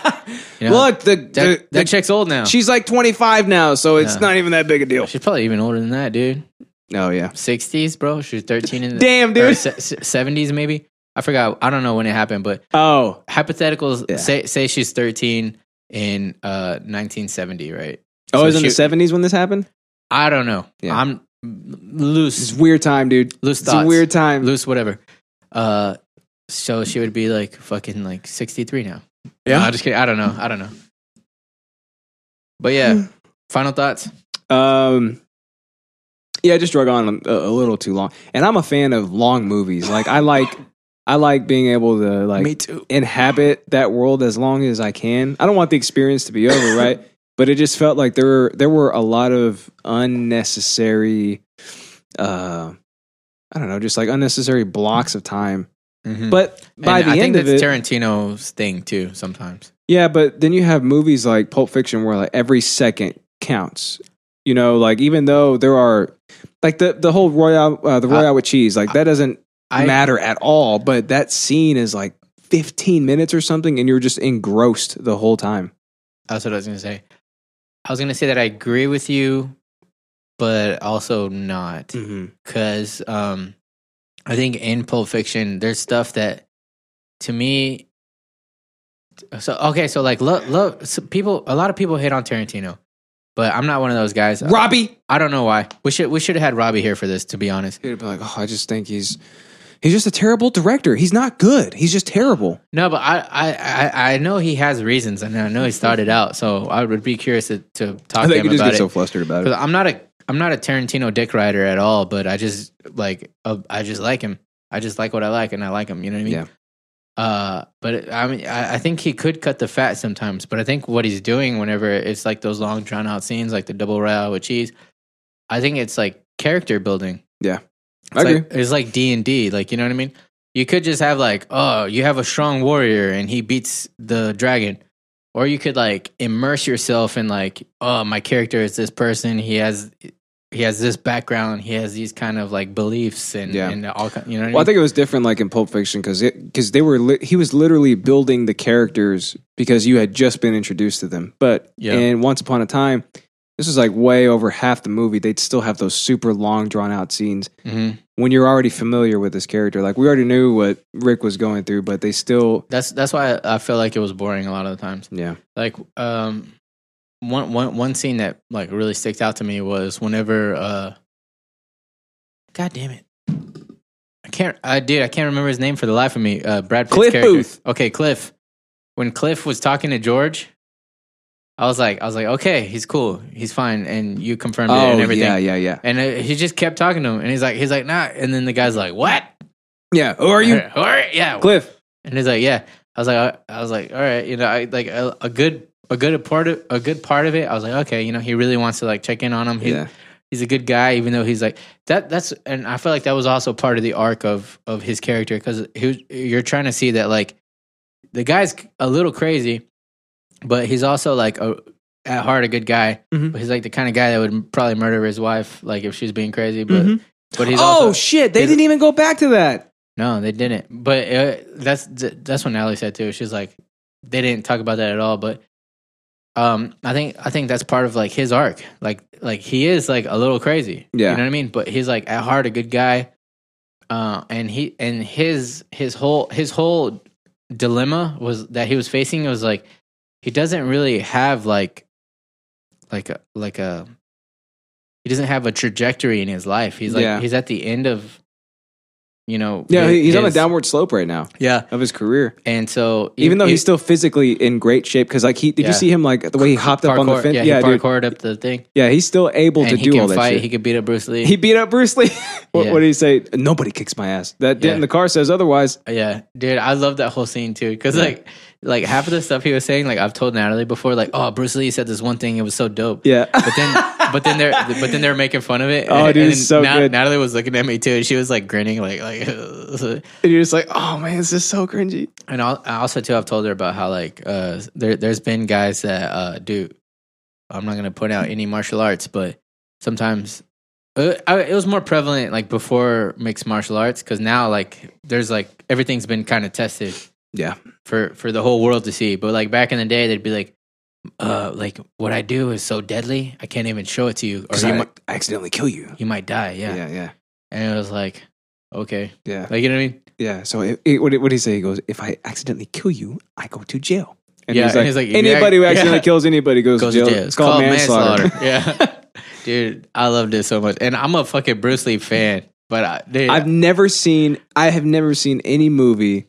Speaker 1: you know,
Speaker 2: Look, the,
Speaker 1: that,
Speaker 2: the,
Speaker 1: that chick's old now
Speaker 2: she's like 25 now, so it's
Speaker 1: Yeah.
Speaker 2: not even that big a deal.
Speaker 1: she's probably even older than that dude
Speaker 2: Oh yeah,
Speaker 1: 60s bro she was 13 in the
Speaker 2: Damn,
Speaker 1: or
Speaker 2: dude.
Speaker 1: se- se- 70s maybe i forgot i don't know when it happened but
Speaker 2: Oh
Speaker 1: hypotheticals
Speaker 2: Yeah.
Speaker 1: say say she's 13 in uh 1970 right
Speaker 2: oh,
Speaker 1: So
Speaker 2: it was in
Speaker 1: she-
Speaker 2: Oh, the 70s when this happened.
Speaker 1: I don't know.
Speaker 2: Yeah.
Speaker 1: I'm loose
Speaker 2: It's weird time, dude.
Speaker 1: loose
Speaker 2: it's
Speaker 1: thoughts,
Speaker 2: a weird time.
Speaker 1: loose whatever. Uh, so she would be like fucking like sixty three now.
Speaker 2: Yeah?
Speaker 1: No, I'm just kidding. I don't know. I don't know. But
Speaker 2: Hmm.
Speaker 1: yeah, final thoughts.
Speaker 2: Um, yeah, I just drug on a, a little too long, and I'm a fan of long movies. Like I like, I like being able to like
Speaker 1: too.
Speaker 2: inhabit that world as long as I can. I don't want the experience to be over, right? But it just felt like there were there were a lot of unnecessary, uh, I don't know, just like unnecessary blocks of time. Mm-hmm. But by the
Speaker 1: I
Speaker 2: end
Speaker 1: think
Speaker 2: of
Speaker 1: that's
Speaker 2: it,
Speaker 1: Tarantino's thing too. Sometimes
Speaker 2: yeah, but then you have movies like Pulp Fiction where like every second counts. You know, like even though there are like the the whole royale uh, the royale with cheese, like that doesn't
Speaker 1: I-
Speaker 2: matter at all, but that scene is like 15 minutes or something and you're just engrossed the whole time.
Speaker 1: that's what I was gonna say. I was gonna say that I agree with you, but also not.
Speaker 2: Mm-hmm.
Speaker 1: because um, I think in Pulp Fiction there's stuff that to me. So okay, so like love, love so people. A lot of people hate on Tarantino, but I'm not one of those guys.
Speaker 2: Robbie
Speaker 1: I don't know why. We should we should have had Robbie here for this. To be honest,
Speaker 2: He'd be like, "Oh, I just think he's he's just a terrible director. He's not good. He's just terrible."
Speaker 1: no, but I I I, I know he has reasons, and I know he started out. So I would be curious to, to talk to him about it.
Speaker 2: flustered about
Speaker 1: 'Cause I'm not a I'm not a Tarantino dick rider at all, but I just like uh, I just like him. I just like what I like, and I like him. You know what I mean?
Speaker 2: Yeah.
Speaker 1: Uh, but it- I mean, I, I think he could cut the fat sometimes. But I think what he's doing whenever it's like those long drawn out scenes, like the double royale with cheese, I think it's like character building.
Speaker 2: I
Speaker 1: It's
Speaker 2: agree.
Speaker 1: Like, it's like D and D, like you know what I mean. You could just have like, oh, you have a strong warrior and he beats the dragon, or you could like immerse yourself in like, oh, my character is this person. He has he has this background. He has these kind of like beliefs and
Speaker 2: Yeah.
Speaker 1: and all kind. You know what
Speaker 2: Well, I
Speaker 1: I mean?
Speaker 2: think it was different, like in Pulp Fiction, because because they were li- he was literally building the characters because you had just been introduced to them. But
Speaker 1: Yeah.
Speaker 2: in Once Upon a Time, this was like way over half the movie. They'd still have those super long, drawn out scenes
Speaker 1: Mhm.
Speaker 2: when you're already familiar with this character. Like we already knew what Rick was going through, but they still,
Speaker 1: That's that's why I feel like it was boring a lot of the times.
Speaker 2: yeah,
Speaker 1: like um one one one scene that like really sticks out to me was whenever uh god damn it i can't i dude i can't remember his name for the life of me uh brad Pitt's
Speaker 2: Cliff
Speaker 1: character.
Speaker 2: Booth.
Speaker 1: okay cliff when cliff was talking to george i was like i was like okay he's cool he's fine and you confirmed it and everything
Speaker 2: Oh, yeah, yeah, yeah,
Speaker 1: and uh, he just kept talking to him and he's like he's like nah and then the guy's like what
Speaker 2: yeah. Who are you,
Speaker 1: all right yeah
Speaker 2: Cliff?
Speaker 1: and he's like, yeah. I was like, I, I was like, all right, you know, I like a, a good, a good part of a good part of it. I was like, okay, you know, he really wants to like check in on him. He's,
Speaker 2: Yeah.
Speaker 1: he's a good guy, even though he's like that. That's and I feel like that was also part of the arc of of his character because you're trying to see that like the guy's a little crazy, but he's also like a at heart a good guy.
Speaker 2: Mhm.
Speaker 1: But he's like the kind of guy that would probably murder his wife, like if she's being crazy. But
Speaker 2: Mhm.
Speaker 1: but he's
Speaker 2: oh
Speaker 1: also,
Speaker 2: shit! They
Speaker 1: he's-
Speaker 2: didn't even go back to that.
Speaker 1: no, they didn't. But uh, that's that's what Natalie said too. She's like, they didn't talk about that at all. But um, I think I think that's part of like his arc. Like like he is like a little crazy.
Speaker 2: Yeah.
Speaker 1: you know what I mean. But he's like at heart a good guy. Uh, and he and his his whole his whole dilemma was that he was facing was like he doesn't really have like like a like a he doesn't have a trajectory in his life. He's like
Speaker 2: Yeah.
Speaker 1: he's at the end of you know
Speaker 2: Yeah,
Speaker 1: his-
Speaker 2: he- he's on a
Speaker 1: his-
Speaker 2: downward slope right now
Speaker 1: yeah.
Speaker 2: of his career.
Speaker 1: And so
Speaker 2: even though
Speaker 1: he-
Speaker 2: he's still physically in great shape because like he did
Speaker 1: Yeah.
Speaker 2: you see him like the way he hopped up on the
Speaker 1: parkour-
Speaker 2: fence
Speaker 1: yeah,
Speaker 2: yeah,
Speaker 1: he
Speaker 2: dude.
Speaker 1: parkoured up the thing.
Speaker 2: yeah he's still able
Speaker 1: and
Speaker 2: to
Speaker 1: he
Speaker 2: do
Speaker 1: can
Speaker 2: all that
Speaker 1: fight,
Speaker 2: shit.
Speaker 1: he
Speaker 2: He,
Speaker 1: could beat up Bruce Lee.
Speaker 2: beat up bruce lee what,
Speaker 1: Yeah.
Speaker 2: what did he say nobody kicks my ass that did
Speaker 1: Yeah.
Speaker 2: in the car says otherwise
Speaker 1: yeah, dude, I love that whole scene too cuz like like half of the stuff he was saying like I've told Natalie before like oh Bruce Lee said this one thing it was so dope.
Speaker 2: yeah
Speaker 1: But then but then they're but then they're making fun of it.
Speaker 2: Oh,
Speaker 1: and,
Speaker 2: dude,
Speaker 1: and
Speaker 2: it's so good.
Speaker 1: Natalie was looking at me too and she was like grinning like like
Speaker 2: and you're just like oh man this is so cringy
Speaker 1: and al- I also too I've told her about how like uh there there's been guys that uh do I'm not gonna point out any martial arts, but sometimes uh, I, it was more prevalent like before mixed martial arts because now like there's like everything's been kind of tested
Speaker 2: yeah
Speaker 1: for for the whole world to see. But like back in the day, they'd be like, uh, like what I do is so deadly I can't even show it to you, or
Speaker 2: because
Speaker 1: you
Speaker 2: I
Speaker 1: might
Speaker 2: accidentally kill you
Speaker 1: you might die. Yeah.
Speaker 2: yeah yeah yeah
Speaker 1: and it was like okay,
Speaker 2: yeah,
Speaker 1: like you know what I mean?
Speaker 2: so it, it, what, did- what did he say he goes if i accidentally kill you i go to jail and
Speaker 1: Yeah,
Speaker 2: he's
Speaker 1: and
Speaker 2: like,
Speaker 1: he's like, if you
Speaker 2: anybody who
Speaker 1: act-
Speaker 2: accidentally
Speaker 1: yeah.
Speaker 2: kills anybody goes,
Speaker 1: Goes
Speaker 2: to jail.
Speaker 1: It's, called manslaughter. yeah. dude. I loved it so much, and I'm a fucking Bruce Lee fan. But I, dude,
Speaker 2: I've never seen I have never seen any movie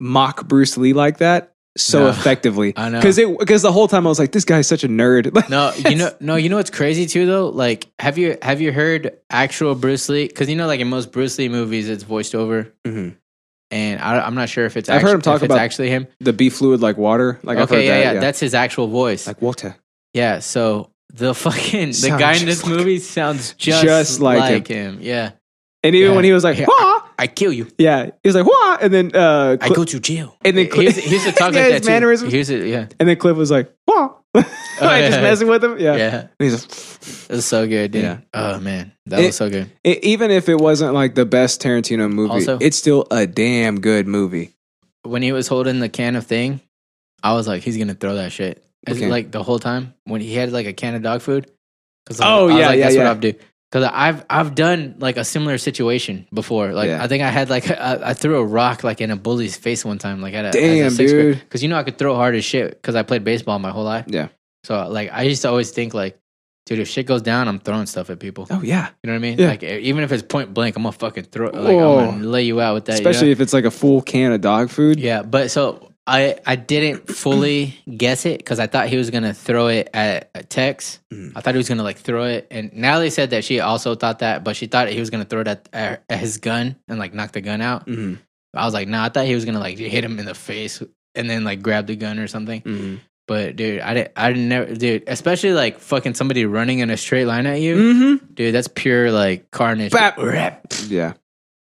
Speaker 2: mock Bruce Lee like that so
Speaker 1: No.
Speaker 2: effectively.
Speaker 1: I know.
Speaker 2: Cuz it cuz the whole time I was like this guy's such a nerd. Like,
Speaker 1: No, you know, no, you know what's crazy too though. Like, have you have you heard actual Bruce Lee? Because you know, like in most Bruce Lee movies, it's voiced over,
Speaker 2: Mhm.
Speaker 1: and I, I'm not sure if it's.
Speaker 2: I've heard
Speaker 1: actu-
Speaker 2: him talk
Speaker 1: if it's
Speaker 2: about-
Speaker 1: actually him.
Speaker 2: the B fluid like water. Like I've heard
Speaker 1: okay, yeah,
Speaker 2: that.
Speaker 1: yeah, that's his actual voice.
Speaker 2: like water.
Speaker 1: yeah, so the fucking the
Speaker 2: Sounds
Speaker 1: guy in
Speaker 2: just
Speaker 1: this
Speaker 2: like-
Speaker 1: movie sounds just,
Speaker 2: just like
Speaker 1: like,
Speaker 2: him.
Speaker 1: him. Yeah,
Speaker 2: And even
Speaker 1: Yeah.
Speaker 2: when he was like,
Speaker 1: Yeah.
Speaker 2: "Wah!"
Speaker 1: I kill you.
Speaker 2: yeah, he was like, "Wah!" and then uh
Speaker 1: I
Speaker 2: Cl-
Speaker 1: go to jail.
Speaker 2: And then Cl-
Speaker 1: here's, here's the talk
Speaker 2: Yeah,
Speaker 1: like
Speaker 2: his
Speaker 1: that too.
Speaker 2: mannerisms.
Speaker 1: Here's it. Yeah,
Speaker 2: and then Cliff was like, "Wah!" like just
Speaker 1: Oh, yeah.
Speaker 2: messing with him. Yeah.
Speaker 1: yeah.
Speaker 2: And he's just-
Speaker 1: It was so good, dude.
Speaker 2: Yeah.
Speaker 1: Oh man, that
Speaker 2: It-
Speaker 1: was so good.
Speaker 2: E- even if it wasn't like the best Tarantino movie,
Speaker 1: Also-
Speaker 2: it's still a damn good movie.
Speaker 1: when he was holding the can of thing, I was like, he's gonna throw that shit. It's
Speaker 2: Okay.
Speaker 1: Like the whole time when he had like a can of dog food. 'Cause, like,
Speaker 2: Oh,
Speaker 1: I was
Speaker 2: yeah,
Speaker 1: like,
Speaker 2: yeah,
Speaker 1: that's what
Speaker 2: yeah.
Speaker 1: I'll do. Because I've I've done like a similar situation before. Like
Speaker 2: Yeah.
Speaker 1: I think I had like I, I threw a rock like in a bully's face one time. Like at a
Speaker 2: Damn, dude.
Speaker 1: Because you know I could throw hard as shit because I played baseball my whole life.
Speaker 2: Yeah.
Speaker 1: So like I used to always think like, dude, if shit goes down, I'm throwing stuff at people.
Speaker 2: Oh yeah.
Speaker 1: You know what I mean?
Speaker 2: Yeah.
Speaker 1: Like e, even if it's point blank, I'm gonna fucking throw. Like I'm gonna lay you out with that. you know?
Speaker 2: Especially if it's like a full can of dog food.
Speaker 1: Yeah, but so I I didn't fully guess it because I thought he was gonna throw it at, at Tex.
Speaker 2: Mm.
Speaker 1: I thought he was gonna like throw it, and Natalie said that she also thought that, but she thought he was gonna throw it at, at, at his gun and like knock the gun out.
Speaker 2: Mhm.
Speaker 1: I was like, nah, I thought he was gonna like hit him in the face and then like grab the gun or something.
Speaker 2: Mhm.
Speaker 1: But dude, I didn't, I didn't never, dude, especially like fucking somebody running in a straight line at you,
Speaker 2: Mm-hmm.
Speaker 1: dude. That's pure like carnage.
Speaker 2: Bap, rap. Yeah.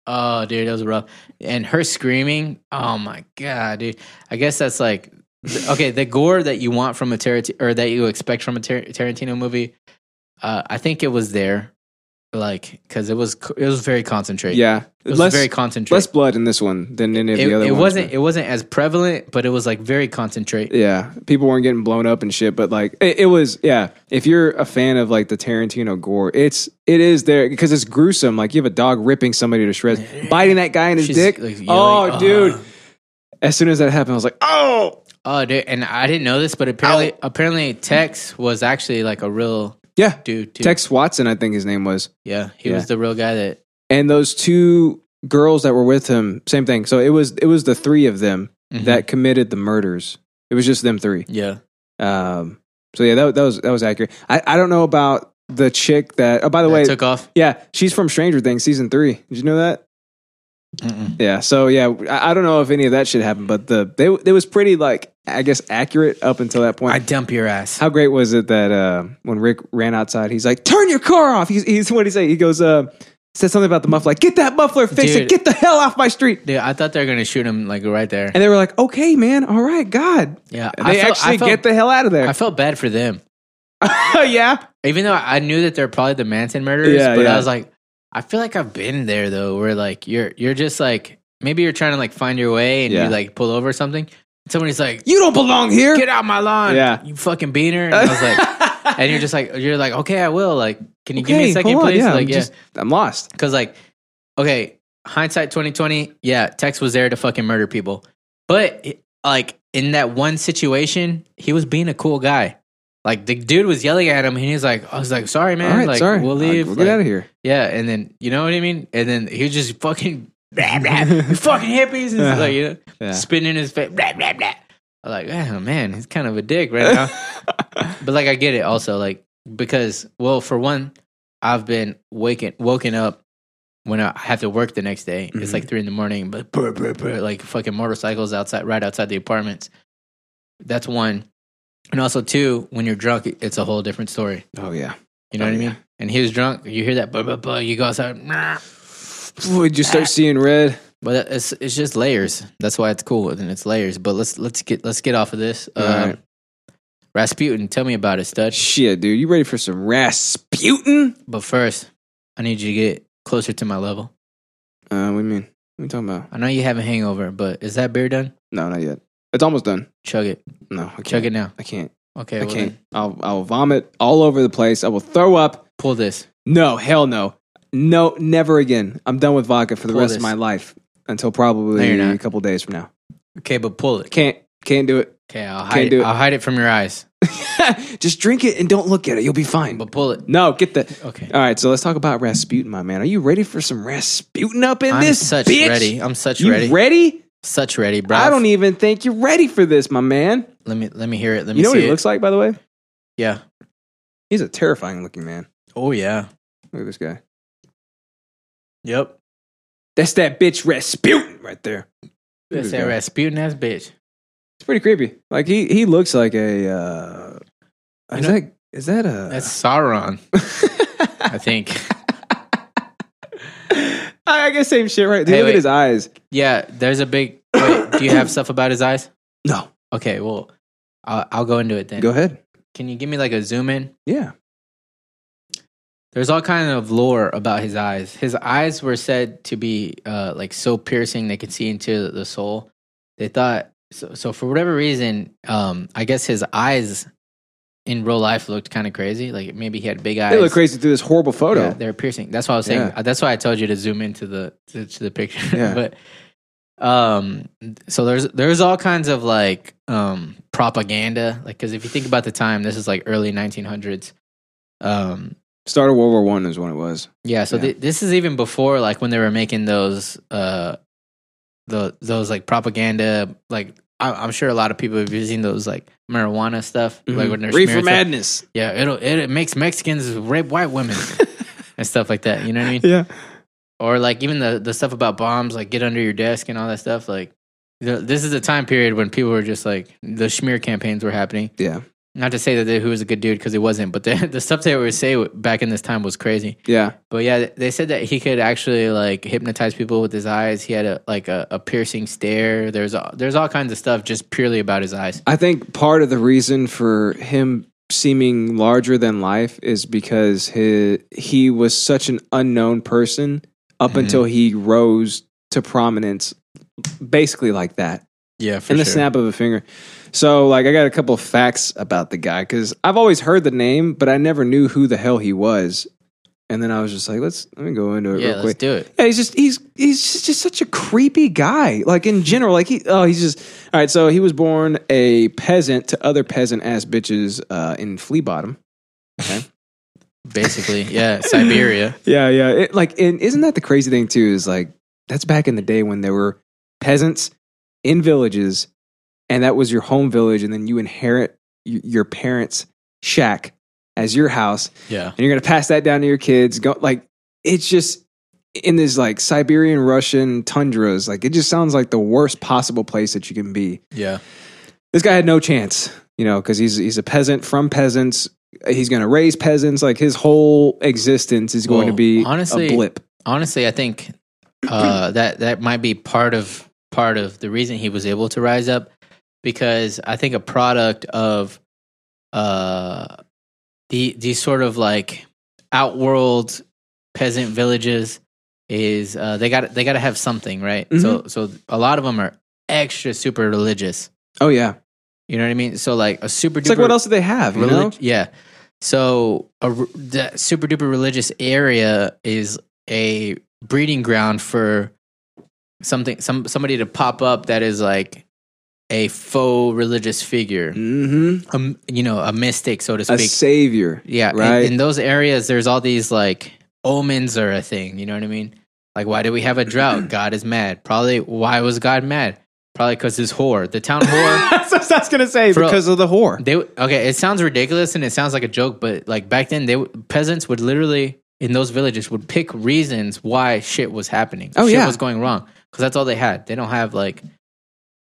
Speaker 1: Oh, dude, that was rough. And her screaming. Oh my god, dude. I guess that's like th- okay. The gore that you want from a Tarantino or that you expect from a Tar- Tarantino movie. Uh, I think it was there, like because it was c- it was very concentrated.
Speaker 2: Yeah.
Speaker 1: it was
Speaker 2: Less,
Speaker 1: very concentrated.
Speaker 2: less blood in this one than any of
Speaker 1: it,
Speaker 2: the other
Speaker 1: it
Speaker 2: ones.
Speaker 1: wasn't it wasn't as prevalent, but it was like very concentrated.
Speaker 2: yeah. People weren't getting blown up and shit, but like it, it was yeah. If you're a fan of like the Tarantino gore, it's it is there because it's gruesome. Like you have a dog ripping somebody to shreds, biting that guy in his
Speaker 1: She's,
Speaker 2: dick.
Speaker 1: like, yelling,
Speaker 2: oh,
Speaker 1: "Ah."
Speaker 2: dude. As soon as that happened, I was like, oh
Speaker 1: Oh, dude, and I didn't know this, but apparently apparently Tex was actually like a real
Speaker 2: yeah.
Speaker 1: dude too.
Speaker 2: Tex Watson, I think his name was.
Speaker 1: yeah, he
Speaker 2: yeah.
Speaker 1: was the real guy that
Speaker 2: and those two girls that were with him same thing so it was it was the three of them
Speaker 1: Mhm.
Speaker 2: that committed the murders it was just them three
Speaker 1: yeah.
Speaker 2: um so yeah that, that was that was accurate I, I don't know about the chick that oh by the
Speaker 1: that
Speaker 2: way
Speaker 1: took off.
Speaker 2: yeah she's from stranger things season three did you know that
Speaker 1: Mm-mm.
Speaker 2: yeah so yeah I, I don't know if any of that shit happened but the they it was pretty like i guess accurate up until that point
Speaker 1: I dump your ass.
Speaker 2: how great was it that uh, when Rick ran outside, he's like, "Turn your car off." He's, he's what did he say? He goes, uh, said something about the muffler. Like, get that muffler, fix it,
Speaker 1: Dude.
Speaker 2: get the hell off my street.
Speaker 1: Dude, I thought they were gonna shoot him like right there.
Speaker 2: And they were like, "Okay, man, all right, God."
Speaker 1: yeah,
Speaker 2: And
Speaker 1: I
Speaker 2: they
Speaker 1: felt-
Speaker 2: actually
Speaker 1: I felt-
Speaker 2: get the hell out of
Speaker 1: I
Speaker 2: there.
Speaker 1: felt bad for them,
Speaker 2: yeah,
Speaker 1: even though I knew that they're probably the Manson murderers.
Speaker 2: Yeah,
Speaker 1: but
Speaker 2: yeah.
Speaker 1: I was like, I feel like I've been there though, where like you're you're just like maybe you're trying to like find your way and
Speaker 2: Yeah.
Speaker 1: you like pull over or something. Somebody's like,
Speaker 2: you don't belong here.
Speaker 1: "Get out my lawn,
Speaker 2: Yeah.
Speaker 1: you fucking beaner!" And I was like, and you're just like, you're like, okay, I will. Like, can you give me
Speaker 2: Okay,
Speaker 1: a second,
Speaker 2: hold on,
Speaker 1: please?
Speaker 2: yeah,
Speaker 1: like,
Speaker 2: I'm
Speaker 1: yeah,
Speaker 2: just- I'm lost.
Speaker 1: Because like, okay, hindsight twenty twenty, yeah, Tex was there to fucking murder people, but like in that one situation, he was being a cool guy. Like the dude was yelling at him, and he's like, "I was like, sorry, man,
Speaker 2: all right,
Speaker 1: like
Speaker 2: sorry.
Speaker 1: we'll
Speaker 2: I'll-
Speaker 1: leave,
Speaker 2: We'll
Speaker 1: Like,
Speaker 2: get out of here.
Speaker 1: yeah." And then you know what I mean? And then he was just fucking, blah, blah, you fucking hippies, and
Speaker 2: Yeah.
Speaker 1: like you know,
Speaker 2: Yeah.
Speaker 1: spitting in his face, blah, blah, blah. I'm like, oh man, he's kind of a dick right now. But like I get it also, like because well, for one, I've been waking woken up when I have to work the next day. It's
Speaker 2: Mm-hmm.
Speaker 1: like three in the morning, but brr, brr, brr, like fucking motorcycles outside, right outside the apartments. That's one, and also two, when you're drunk, it's a whole different story.
Speaker 2: Oh yeah.
Speaker 1: You know
Speaker 2: Oh,
Speaker 1: what I
Speaker 2: yeah.
Speaker 1: mean? And he was drunk. You hear that, blah, blah, blah, you go outside. nah.
Speaker 2: Would you
Speaker 1: Ah.
Speaker 2: start seeing red?
Speaker 1: But it's it's just layers. That's why it's cool and it's layers. But let's let's get let's get off of this. Um,
Speaker 2: Alright.
Speaker 1: Rasputin, tell me about it, stud.
Speaker 2: Shit, dude, you ready for some Rasputin?
Speaker 1: But first, I need you to get closer to my level.
Speaker 2: Uh, what do you mean? What are you talking about?
Speaker 1: I know you have a hangover, but is that beer done?
Speaker 2: No, not yet. It's almost done.
Speaker 1: Chug it.
Speaker 2: No, I
Speaker 1: Chug
Speaker 2: can't.
Speaker 1: it now.
Speaker 2: I can't.
Speaker 1: Okay,
Speaker 2: I
Speaker 1: well
Speaker 2: can't.
Speaker 1: then,
Speaker 2: I'll I'll vomit all over the place. I will throw up.
Speaker 1: pull this.
Speaker 2: No, hell no. No, never again. I'm done with vodka for the
Speaker 1: Pull
Speaker 2: rest of
Speaker 1: this.
Speaker 2: my life until probably
Speaker 1: No, you're not.
Speaker 2: a couple days from now.
Speaker 1: Okay, but pull it.
Speaker 2: Can't can't do it.
Speaker 1: Okay, I'll
Speaker 2: Can't
Speaker 1: hide.
Speaker 2: do it.
Speaker 1: I'll hide it from your eyes.
Speaker 2: Just drink it and don't look at it. You'll be fine.
Speaker 1: But pull it.
Speaker 2: No, get that.
Speaker 1: Okay.
Speaker 2: All right, so let's talk about Rasputin, my man. Are you ready for some Rasputin up in
Speaker 1: I'm
Speaker 2: this?
Speaker 1: such
Speaker 2: bitch?
Speaker 1: ready. I'm such
Speaker 2: you
Speaker 1: ready.
Speaker 2: ready?
Speaker 1: Such ready, bro.
Speaker 2: I don't e-, even think you're ready for this, my man.
Speaker 1: Let me let me hear it. Let me
Speaker 2: You know
Speaker 1: see
Speaker 2: what he
Speaker 1: it.
Speaker 2: looks like, by the way?
Speaker 1: yeah.
Speaker 2: He's a terrifying looking man.
Speaker 1: Oh yeah.
Speaker 2: Look at this guy.
Speaker 1: Yep.
Speaker 2: That's that bitch Rasputin right there. Look at
Speaker 1: That's
Speaker 2: this
Speaker 1: that
Speaker 2: guy.
Speaker 1: Rasputin ass bitch.
Speaker 2: It's pretty creepy. Like he he looks like a uh
Speaker 1: You
Speaker 2: is
Speaker 1: know-
Speaker 2: that is that a
Speaker 1: That's Sauron. I think.
Speaker 2: I, I guess same shit right dude.
Speaker 1: Hey,
Speaker 2: Look at
Speaker 1: wait.
Speaker 2: his eyes.
Speaker 1: Yeah. There's a big. Wait, do you have stuff about his eyes?
Speaker 2: No.
Speaker 1: Okay. Well, I'll, I'll go into it then.
Speaker 2: Go ahead.
Speaker 1: Can you give me like a zoom in?
Speaker 2: Yeah.
Speaker 1: There's all kind of lore about his eyes. His eyes were said to be uh, like so piercing they could see into the soul. They thought so. So for whatever reason, um, I guess his eyes in real life looked kind of crazy. Like maybe he had big eyes.
Speaker 2: They look crazy through this horrible photo.
Speaker 1: Yeah, they're piercing. That's why I was saying.
Speaker 2: Yeah.
Speaker 1: That's why I told you to zoom into the to, to the picture.
Speaker 2: Yeah.
Speaker 1: but um, so there's there's all kinds of like um propaganda. Like because if you think about the time, this is like early 1900s. Um,
Speaker 2: Start of World War One is when it was.
Speaker 1: yeah, so
Speaker 2: Yeah.
Speaker 1: thi- this is even before like when they were making those uh the those like propaganda like I, I'm sure a lot of people have seen those like marijuana stuff like when they're
Speaker 2: Mm-hmm. Reefer
Speaker 1: smearing stuff.
Speaker 2: Madness.
Speaker 1: Yeah, it'll it, it makes Mexicans rape white women and stuff like that. You know what I mean?
Speaker 2: Yeah.
Speaker 1: Or like even the the stuff about bombs like get under your desk and all that stuff like. th- This is a time period when people were just like the smear campaigns were happening.
Speaker 2: Yeah.
Speaker 1: Not to say that they, who was a good dude because he wasn't, but the, the stuff they were saying back in this time was crazy.
Speaker 2: Yeah.
Speaker 1: But yeah, they said that he could actually like hypnotize people with his eyes. He had a like a, a piercing stare. There's a, there's all kinds of stuff just purely about his eyes.
Speaker 2: I think part of the reason for him seeming larger than life is because his, he was such an unknown person up
Speaker 1: Mm-hmm.
Speaker 2: until he rose to prominence, basically like that,
Speaker 1: Yeah, for
Speaker 2: in the snap of a finger. So, like, I got a couple of facts about the guy because I've always heard the name, but I never knew who the hell he was. And then I was just like, let's let me go into it
Speaker 1: Yeah, let's
Speaker 2: real quick.
Speaker 1: do it.
Speaker 2: Yeah, he's just he's he's just, just such a creepy guy. Like in general, like he oh he's just all right. So he was born a peasant to other peasant ass bitches uh, in Flea Bottom.
Speaker 1: Basically, yeah, Siberia.
Speaker 2: Yeah, yeah. It, like and isn't that the crazy thing too? Is like that's back in the day when there were peasants in villages, and that was your home village, and then you inherit y- your parents' shack as your house,
Speaker 1: Yeah,
Speaker 2: and you're gonna pass that down to your kids. Go like it's just in this like Siberian Russian tundras. Like it just sounds like the worst possible place that you can be.
Speaker 1: yeah,
Speaker 2: This guy had no chance, you know, because he's he's a peasant from peasants. He's gonna raise peasants. Like his whole existence is going
Speaker 1: Well,
Speaker 2: to be
Speaker 1: honestly-
Speaker 2: a blip.
Speaker 1: Honestly, I think uh, that that might be part of part of the reason he was able to rise up because I think a product of uh the these sort of like outworld peasant villages is uh they got they got to have something right
Speaker 2: Mm-hmm.
Speaker 1: so so a lot of them are extra super religious
Speaker 2: Oh yeah,
Speaker 1: you know what i mean so like a super
Speaker 2: it's like
Speaker 1: duper-
Speaker 2: what else do they have? You know?
Speaker 1: Relig- Yeah. So a r that super duper religious area is a breeding ground for something, some somebody to pop up that is like a faux religious figure,
Speaker 2: hmm
Speaker 1: um, you know, a mystic, so to
Speaker 2: A
Speaker 1: speak.
Speaker 2: savior.
Speaker 1: yeah. and
Speaker 2: right.
Speaker 1: in those areas, there's all these like omens are a thing. You know what I mean? Like, why do we have a drought? God is mad. Probably. Why was God mad? Probably because his whore, the town whore.
Speaker 2: that's what I was gonna say
Speaker 1: For-
Speaker 2: because of the whore.
Speaker 1: They okay. It sounds ridiculous and it sounds like a joke, but like back then, they would- peasants would literally in those villages would pick reasons why shit was happening.
Speaker 2: Oh,
Speaker 1: shit
Speaker 2: yeah.
Speaker 1: was going wrong because that's all they had. They don't have like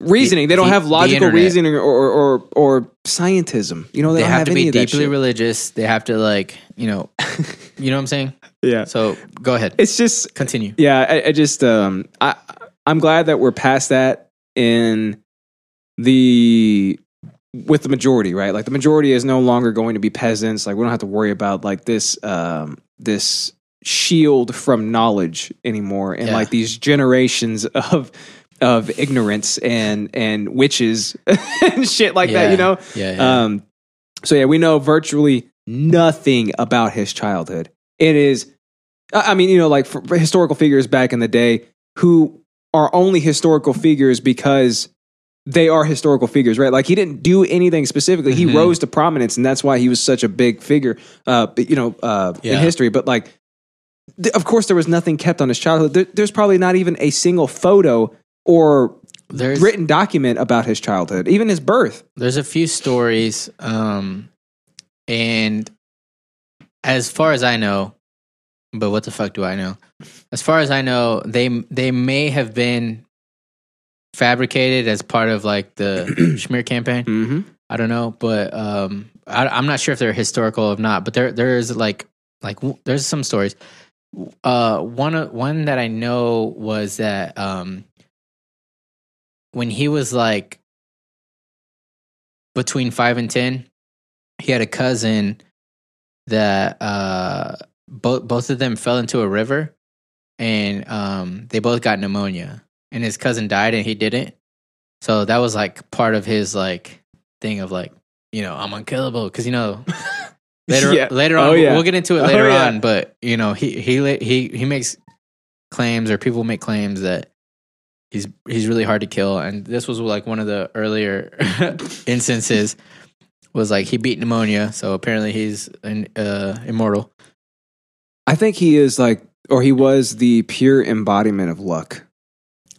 Speaker 2: Reasoning. They don't
Speaker 1: the-
Speaker 2: have
Speaker 1: the
Speaker 2: logical
Speaker 1: internet.
Speaker 2: reasoning or or or, or scientism. You know they,
Speaker 1: they,
Speaker 2: don't
Speaker 1: have, to
Speaker 2: any
Speaker 1: be
Speaker 2: of that
Speaker 1: deeply
Speaker 2: shit.
Speaker 1: religious. They have to like you know, you know what I'm saying.
Speaker 2: yeah.
Speaker 1: So go ahead,
Speaker 2: It's just
Speaker 1: continue.
Speaker 2: yeah i, I just um i i'm glad that we're past that in the with the majority right like the majority is no longer going to be peasants like we don't have to worry about like this um this shield from knowledge anymore and
Speaker 1: Yeah.
Speaker 2: like these generations of of ignorance and and witches and shit like that
Speaker 1: Yeah.
Speaker 2: you know
Speaker 1: Yeah, yeah.
Speaker 2: um so yeah we know virtually nothing about his childhood it is I I mean, you know, like for for historical figures back in the day who are only historical figures because they are historical figures, right? Like he didn't do anything specifically.
Speaker 1: Mm-hmm.
Speaker 2: He rose to prominence, and that's why he was such a big figure, uh, but, you know, uh, in
Speaker 1: Yeah.
Speaker 2: history. But like, th- of course, there was nothing kept on his childhood. There, there's probably not even a single photo or
Speaker 1: There's
Speaker 2: written document about his childhood, even his birth.
Speaker 1: there's a few stories, um, and as far as I know, but what the fuck do I know? As far as I know, they they may have been fabricated as part of like the smear campaign.
Speaker 2: Mm-hmm.
Speaker 1: I don't know, but um, I, I'm not sure if they're historical or not. But there, there is like, like w- there's some stories. Uh, one of- one that I know was that um, when he was like between five and ten, he had a cousin that uh, both both of them fell into a river, and um, they both got pneumonia, and his cousin died, and he didn't. So that was like part of his like thing of like, you know, I'm unkillable because you know later
Speaker 2: Yeah.
Speaker 1: later
Speaker 2: Oh,
Speaker 1: on
Speaker 2: yeah.
Speaker 1: we'll get into it
Speaker 2: Oh,
Speaker 1: later
Speaker 2: yeah.
Speaker 1: on, but you know he he la- he he makes claims or people make claims that he's he's really hard to kill, and this was like one of the earlier instances was like he beat pneumonia, so apparently he's an, uh, immortal.
Speaker 2: I think he is like, or he was the pure embodiment of luck,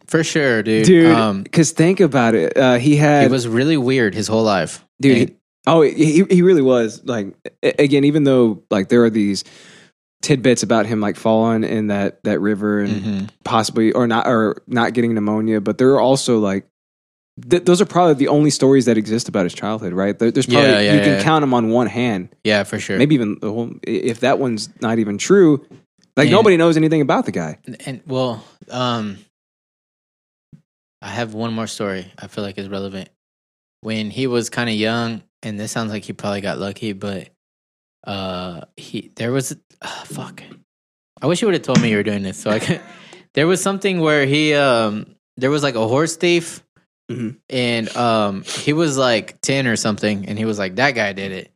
Speaker 1: For sure, dude.
Speaker 2: dude.
Speaker 1: um,
Speaker 2: Because think about it, uh, he
Speaker 1: he
Speaker 2: had
Speaker 1: was really weird his whole life,
Speaker 2: dude.
Speaker 1: And-
Speaker 2: he- oh, he he really was like a- again. Even though like there are these tidbits about him like falling in that that river and
Speaker 1: Mhm.
Speaker 2: possibly or not or not getting pneumonia, but there are also like th- those are probably the only stories that exist about his childhood, right? There, there's probably
Speaker 1: Yeah, yeah,
Speaker 2: you can
Speaker 1: yeah.
Speaker 2: count them on one hand,
Speaker 1: Yeah, for sure.
Speaker 2: maybe even the whole- i- if that one's not even true. Like
Speaker 1: Yeah.
Speaker 2: nobody knows anything about the guy.
Speaker 1: and well, um, I have one more story I feel like is relevant. When he was kind of young, and this sounds like he probably got lucky, but uh, he there was uh, fuck. I wish you would have told me you were doing this, so I could. there was something where he um there was like a horse thief,
Speaker 2: Mhm.
Speaker 1: and um he was like ten or something, and he was like that guy did it.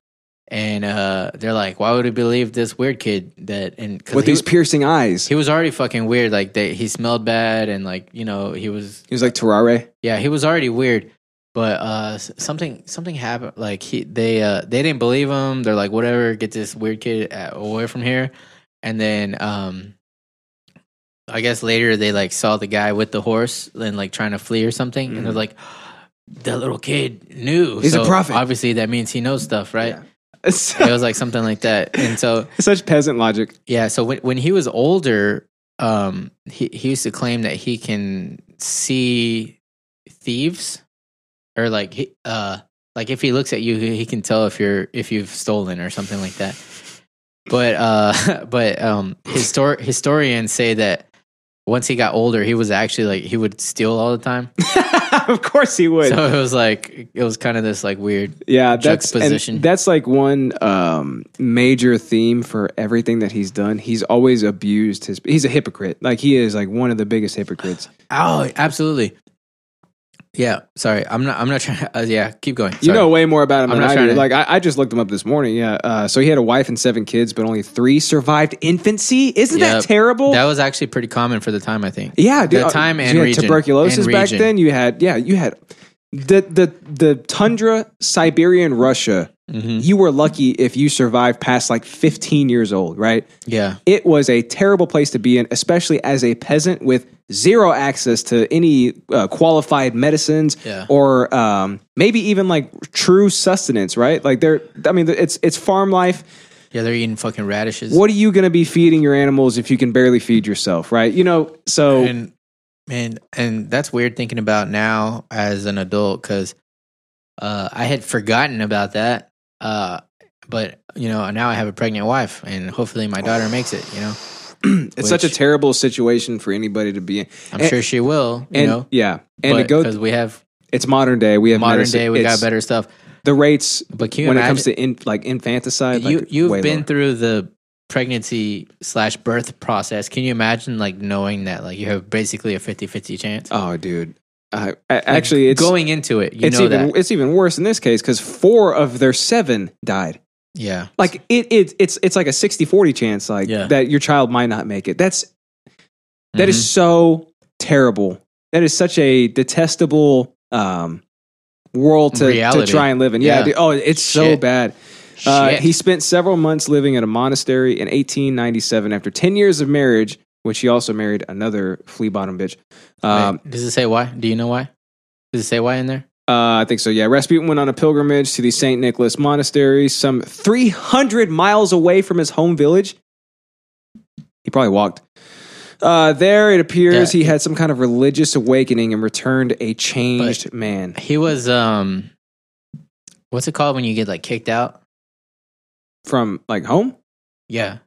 Speaker 1: And uh, they're like, why would we believe this weird kid that? And cause
Speaker 2: With
Speaker 1: he-
Speaker 2: these piercing eyes,
Speaker 1: he was already fucking weird. Like they, he smelled bad, and like you know he was
Speaker 2: he was like Terrare.
Speaker 1: yeah he was already weird. But uh, s- something something happened. Like he they uh, they didn't believe him. They're like whatever, get this weird kid a- away from here. And then um, I guess later they like saw the guy with the horse and like trying to flee or something, and they're like. That little kid knew.
Speaker 2: Mm-hmm. He's a prophet.
Speaker 1: Obviously, that means he knows stuff, right? It was like something like that. And so
Speaker 2: Such peasant logic.
Speaker 1: yeah, so when when he was older, um, he he used to claim that he can see thieves, or like he, uh, like if he looks at you, he he can tell if you're if you've stolen or something like that. But uh, but um, histor- historians say that once he got older, he was actually like he would steal all the time.
Speaker 2: of course he would.
Speaker 1: So it was like it was kind of this like weird.
Speaker 2: yeah, that's and
Speaker 1: juxtaposition.
Speaker 2: that's like one um, major theme for everything that he's done. He's always abused his. He's a hypocrite. Like he is like one of the biggest hypocrites.
Speaker 1: Oh, absolutely. Yeah, sorry, I'm not. I'm not trying. Uh, yeah, keep going.
Speaker 2: You
Speaker 1: Sorry.
Speaker 2: know way more about him
Speaker 1: I'm
Speaker 2: than
Speaker 1: not
Speaker 2: I
Speaker 1: trying
Speaker 2: do.
Speaker 1: to-
Speaker 2: Like I, I just looked him up this morning. Yeah, uh, so he had a wife and seven kids, but only three survived infancy. Isn't
Speaker 1: Yep.
Speaker 2: that terrible?
Speaker 1: That was actually pretty common for the time, I think.
Speaker 2: yeah, dude.
Speaker 1: the
Speaker 2: uh,
Speaker 1: time and
Speaker 2: you had
Speaker 1: region.
Speaker 2: tuberculosis
Speaker 1: And
Speaker 2: back
Speaker 1: region.
Speaker 2: then. You had yeah, you had the the the tundra Siberian Russia.
Speaker 1: Mm-hmm.
Speaker 2: You were lucky if you survived past like 15 years old, right?
Speaker 1: Yeah,
Speaker 2: it was a terrible place to be in, especially as a peasant with zero access to any uh, qualified medicines
Speaker 1: Yeah.
Speaker 2: or um, maybe even like true sustenance. Right? Like they're, I mean, it's it's farm life.
Speaker 1: yeah, they're eating fucking radishes.
Speaker 2: What are you going to be feeding your animals if you can barely feed yourself? Right? You know. So
Speaker 1: And man, and that's weird thinking about now as an adult because uh, I had forgotten about that. Uh, but you know, now I have a pregnant wife, and hopefully my daughter makes it. You know,
Speaker 2: it's such a
Speaker 1: which-
Speaker 2: terrible situation for anybody to be in.
Speaker 1: I'm
Speaker 2: And-
Speaker 1: sure she will. You
Speaker 2: And
Speaker 1: know,
Speaker 2: yeah, and to
Speaker 1: but
Speaker 2: go,
Speaker 1: because we have
Speaker 2: it's modern day. We have
Speaker 1: modern
Speaker 2: medicine.
Speaker 1: day, we
Speaker 2: It's-
Speaker 1: got better stuff.
Speaker 2: the rates.
Speaker 1: But can you
Speaker 2: when it
Speaker 1: imagine-
Speaker 2: comes to in, like infanticide, like,
Speaker 1: you you've
Speaker 2: way
Speaker 1: been
Speaker 2: lower.
Speaker 1: through the pregnancy slash birth process. Can you imagine like knowing that like you have basically a 50-50 chance?
Speaker 2: Oh, dude. I, I, actually, it's
Speaker 1: going into it, you
Speaker 2: it's
Speaker 1: know
Speaker 2: even
Speaker 1: that.
Speaker 2: it's even worse in this case because four of their seven died.
Speaker 1: Yeah.
Speaker 2: Like it, it it's it's like a 60-40 chance like
Speaker 1: Yeah. Mm-hmm.
Speaker 2: that your child might not make it. That's that is so terrible. That is such a detestable um, world to, to
Speaker 1: Reality.
Speaker 2: try and live in. Yeah.
Speaker 1: Yeah.
Speaker 2: dude. oh, it's so
Speaker 1: Shit.
Speaker 2: bad. Uh,
Speaker 1: Shit.
Speaker 2: he spent several months living at a monastery in 1897 after 10 years of marriage, which he also married another flea bottom bitch. Um,
Speaker 1: Wait, does it say why? Do you know why? Does it say why in there?
Speaker 2: uh, I think so. Yeah, Rasputin went on a pilgrimage to the Saint Nicholas Monastery, some 300 miles away from his home village. He probably walked. Uh, there, it appears
Speaker 1: Yeah.
Speaker 2: he had some kind of religious awakening and returned a changed man.
Speaker 1: He was um, what's it called when you get like kicked out?
Speaker 2: From like home,
Speaker 1: Yeah,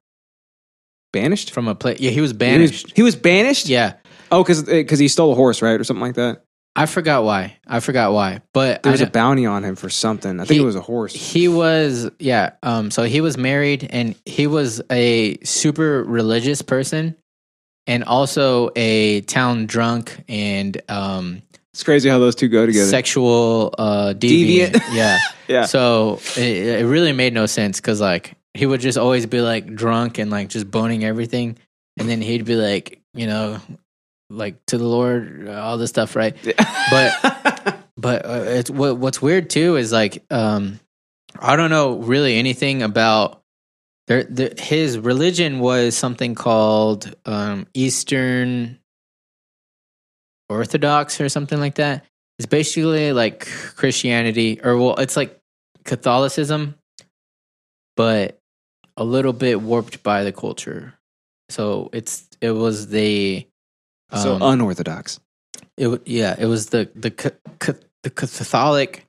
Speaker 2: banished.
Speaker 1: from a place. Yeah, he was
Speaker 2: He was,
Speaker 1: banished.
Speaker 2: he was banished.
Speaker 1: yeah,
Speaker 2: Oh, because because he stole a horse, right, or something like that.
Speaker 1: I forgot why. I forgot why. But
Speaker 2: There
Speaker 1: I
Speaker 2: was
Speaker 1: know-
Speaker 2: a bounty on him for something. I think
Speaker 1: He-
Speaker 2: it was a horse.
Speaker 1: he was yeah um so he was married and he was a super religious person and also a town drunk and um
Speaker 2: It's crazy how those two go together.
Speaker 1: sexual uh deviant,
Speaker 2: Deviant.
Speaker 1: yeah
Speaker 2: Yeah.
Speaker 1: so it, it really made no sense because like he would just always be like drunk and like just boning everything and then he'd be like you know like to the lord uh, all this stuff right but but uh, it's what what's weird too is like um i don't know really anything about there, there his religion was something called um eastern orthodox or something like that it's basically like christianity or well it's like catholicism but a little bit warped by the culture so it's it was the
Speaker 2: so
Speaker 1: um,
Speaker 2: unorthodox.
Speaker 1: it w- yeah, it was the the ca- ca- the Catholic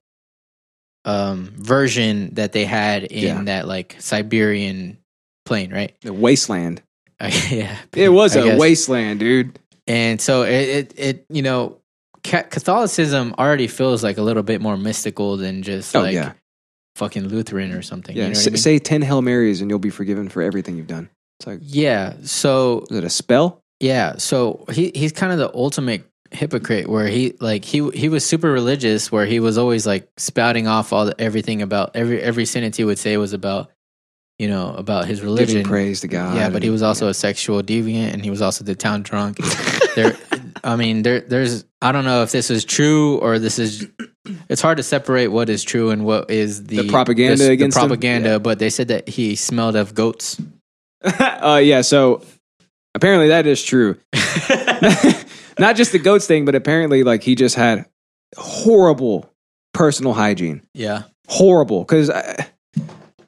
Speaker 1: um version that they had in
Speaker 2: Yeah.
Speaker 1: that like Siberian plane, right?
Speaker 2: The wasteland.
Speaker 1: yeah,
Speaker 2: It was
Speaker 1: I
Speaker 2: a
Speaker 1: guess.
Speaker 2: wasteland, dude.
Speaker 1: And so it it, it you know ca- Catholicism already feels like a little bit more mystical than just
Speaker 2: Oh,
Speaker 1: like
Speaker 2: yeah.
Speaker 1: fucking Lutheran or something.
Speaker 2: Yeah.
Speaker 1: you know what
Speaker 2: s-
Speaker 1: I mean?
Speaker 2: Say 10 Hail Marys and you'll be forgiven for everything you've done. It's like,
Speaker 1: yeah. So
Speaker 2: is it a spell?
Speaker 1: Yeah, so he he's kind of the ultimate hypocrite where he like he he was super religious where he was always like spouting off all the, everything about every every sentence he would say was about you know about his religion.
Speaker 2: Giving praise to God.
Speaker 1: yeah, but he
Speaker 2: and-
Speaker 1: was also a sexual deviant and he was also the town drunk. there I mean there there's I don't know if this is true or this is it's hard to separate what is true and what is the,
Speaker 2: The propaganda
Speaker 1: the,
Speaker 2: against him?
Speaker 1: propaganda,
Speaker 2: Yeah.
Speaker 1: but they said that he smelled of goats.
Speaker 2: uh, yeah, so apparently that is true. Not just the goats thing, but apparently, like, he just had horrible personal hygiene.
Speaker 1: Yeah.
Speaker 2: Horrible. Because,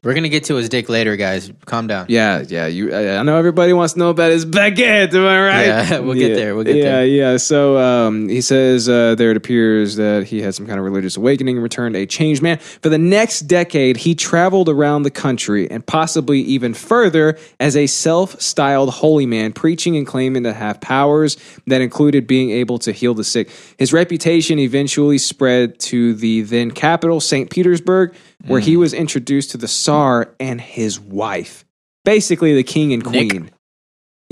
Speaker 1: We're going to get to his dick later guys. Calm down.
Speaker 2: yeah, yeah, you, I, I know everybody wants to know about his baguette, am I right?
Speaker 1: Yeah, we'll get there, we'll get
Speaker 2: yeah,
Speaker 1: there.
Speaker 2: Yeah, So um, he says uh, there it appears that he had some kind of religious awakening and returned a changed man. For the next decade, he traveled around the country and possibly even further as a self styled holy man, preaching and claiming to have powers that included being able to heal the sick. His reputation eventually spread to the then capital, St. Petersburg, where he
Speaker 1: Mm.
Speaker 2: was introduced to the Tsar and his wife. Basically, the king and
Speaker 1: Nick.
Speaker 2: queen.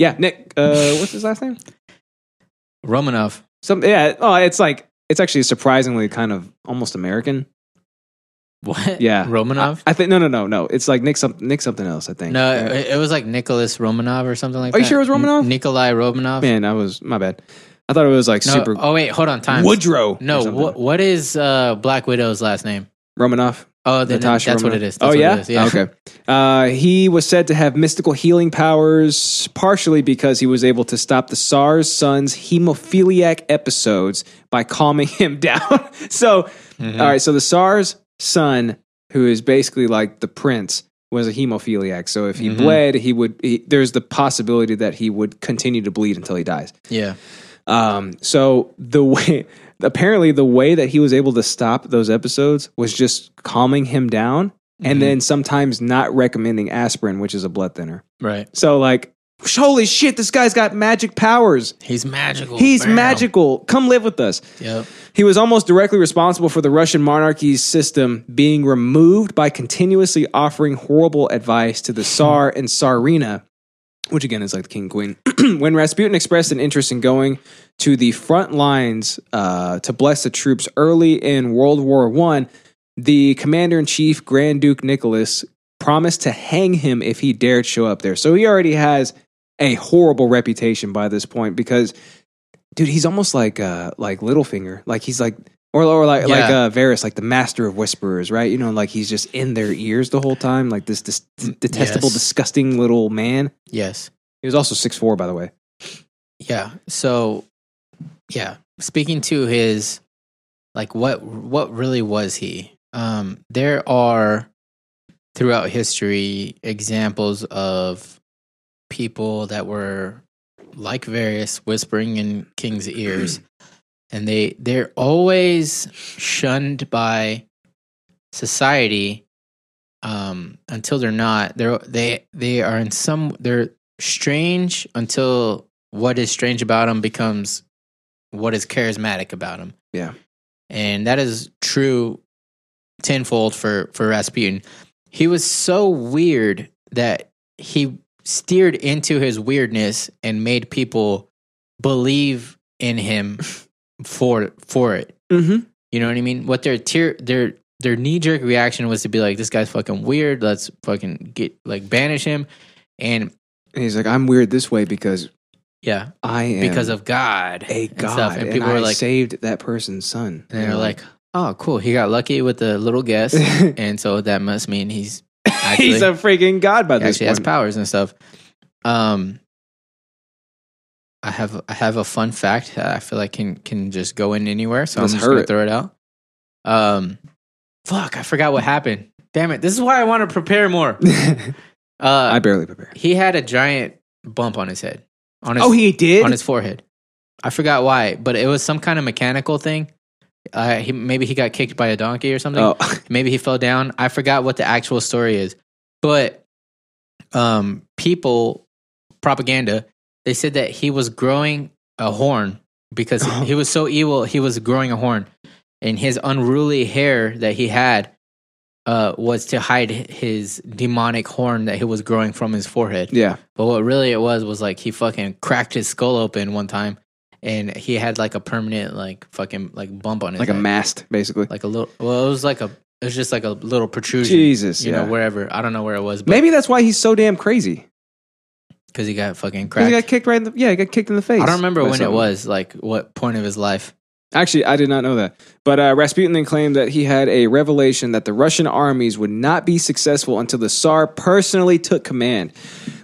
Speaker 2: Yeah, Nick. Uh, what's his last name?
Speaker 1: Romanov.
Speaker 2: Some yeah. Oh, it's like it's actually surprisingly kind of almost American.
Speaker 1: What?
Speaker 2: Yeah,
Speaker 1: Romanov?
Speaker 2: I, I think no, no, no, no. It's like Nick some, Nick something else. I think.
Speaker 1: no,
Speaker 2: Right?
Speaker 1: it, it was like Nicholas Romanov or something like that.
Speaker 2: Are you sure it was Romanov?
Speaker 1: N- Nikolai Romanov?
Speaker 2: man, I was my bad. I thought it was like
Speaker 1: no,
Speaker 2: super
Speaker 1: Oh, wait, hold on. Time.
Speaker 2: Woodrow.
Speaker 1: No,
Speaker 2: what
Speaker 1: what, what is uh, Black Widow's last name?
Speaker 2: Romanoff.
Speaker 1: Oh, the,
Speaker 2: Natasha.
Speaker 1: that's what it
Speaker 2: Romanoff.
Speaker 1: is. That's
Speaker 2: oh
Speaker 1: what
Speaker 2: yeah.
Speaker 1: It is. yeah.
Speaker 2: Okay. Uh, he was said to have mystical healing powers, partially because he was able to stop the Tsar's son's hemophiliac episodes by calming him down. so,
Speaker 1: Mm-hmm.
Speaker 2: all right. So the Tsar's son, who is basically like the prince, was a hemophiliac. So if he
Speaker 1: Mm-hmm.
Speaker 2: bled, he would. He, there's the possibility that he would continue to bleed until he dies.
Speaker 1: Yeah.
Speaker 2: Um, so the way apparently the way that he was able to stop those episodes was just calming him down and then sometimes not recommending aspirin, which is a blood thinner.
Speaker 1: Right.
Speaker 2: So like holy shit, this guy's got magic powers.
Speaker 1: He's magical.
Speaker 2: He's
Speaker 1: Oh, Bam.
Speaker 2: magical. Come live with us.
Speaker 1: Yep.
Speaker 2: He was almost directly responsible for the Russian monarchy's system being removed by continuously offering horrible advice to the Tsar and Tsarina, which again is like the king and queen. when Rasputin expressed an interest in going to the front lines uh, to bless the troops early in World War One, the commander in chief, Grand Duke Nicholas, promised to hang him if he dared show up there. So he already has a horrible reputation by this point because dude, he's almost like uh like Littlefinger. Like he's like Or, or like like
Speaker 1: Yeah.
Speaker 2: uh, Varys, like the master of whisperers, right? You know, like he's just in their ears the whole time, like this, dis- detestable,
Speaker 1: Mm, yes.
Speaker 2: disgusting little man.
Speaker 1: Yes.
Speaker 2: He was also six four, by the way.
Speaker 1: Yeah. So, yeah. Speaking to his, like, what what really was he? Um, there are throughout history examples of people that were like various whispering in kings' ears, and they they're always shunned by society um until they're not they're they they are in some they're strange until what is strange about them becomes what is charismatic about them
Speaker 2: Yeah.
Speaker 1: and that is true tenfold for for rasputin he was so weird that he steered into his weirdness and made people believe in him for for it
Speaker 2: Mm-hmm.
Speaker 1: you know what I mean? What their tier their their knee jerk reaction was to be like, "This guy's fucking weird. Let's fucking get like banish him." And
Speaker 2: And he's like, I'm weird this way because
Speaker 1: yeah,
Speaker 2: I am
Speaker 1: because of God,
Speaker 2: a
Speaker 1: and
Speaker 2: god,
Speaker 1: stuff.
Speaker 2: and,
Speaker 1: and, people
Speaker 2: I
Speaker 1: were like,
Speaker 2: saved that person's son.
Speaker 1: and they're like, "Oh, cool. He got lucky with the little guess, and so that must mean he's actually,
Speaker 2: he's a freaking god by
Speaker 1: he
Speaker 2: this
Speaker 1: actually has
Speaker 2: point.
Speaker 1: powers and stuff." Um, I have I have a fun fact that I feel like can can just go in anywhere, so
Speaker 2: Let's
Speaker 1: I'm just
Speaker 2: hear
Speaker 1: gonna
Speaker 2: it.
Speaker 1: throw it out. Um, fuck, I forgot what happened. Damn it! This is why I want to prepare more.
Speaker 2: I
Speaker 1: Uh,
Speaker 2: barely prepare.
Speaker 1: he had a giant bump on his head. On his,
Speaker 2: Oh, he did.
Speaker 1: on his forehead. I forgot why, but it was some kind of mechanical thing. Uh, he, maybe he got kicked by a donkey or something.
Speaker 2: oh,
Speaker 1: Maybe he fell down. I forgot what the actual story is, but um, people propaganda they said that he was growing a horn because he was so evil. He was growing a horn, and his unruly hair that he had uh, was to hide his demonic horn that he was growing from his forehead.
Speaker 2: yeah.
Speaker 1: But what really it was was like he fucking cracked his skull open one time, and he had like a permanent like fucking like bump on his
Speaker 2: Like a
Speaker 1: head.
Speaker 2: mast, basically.
Speaker 1: like a little. Well, it was like a it was just like a little protrusion.
Speaker 2: Jesus,
Speaker 1: you
Speaker 2: yeah.
Speaker 1: know wherever I don't know where it was, but
Speaker 2: Maybe that's why he's so damn crazy.
Speaker 1: because he got fucking
Speaker 2: Because
Speaker 1: cracked.
Speaker 2: he got kicked right in the yeah, he got kicked in the face.
Speaker 1: I don't remember
Speaker 2: by
Speaker 1: when it
Speaker 2: something.
Speaker 1: was, like what point of his life.
Speaker 2: Actually, I did not know that. But uh, Rasputin then claimed that he had a revelation that the Russian armies would not be successful until the Tsar personally took command.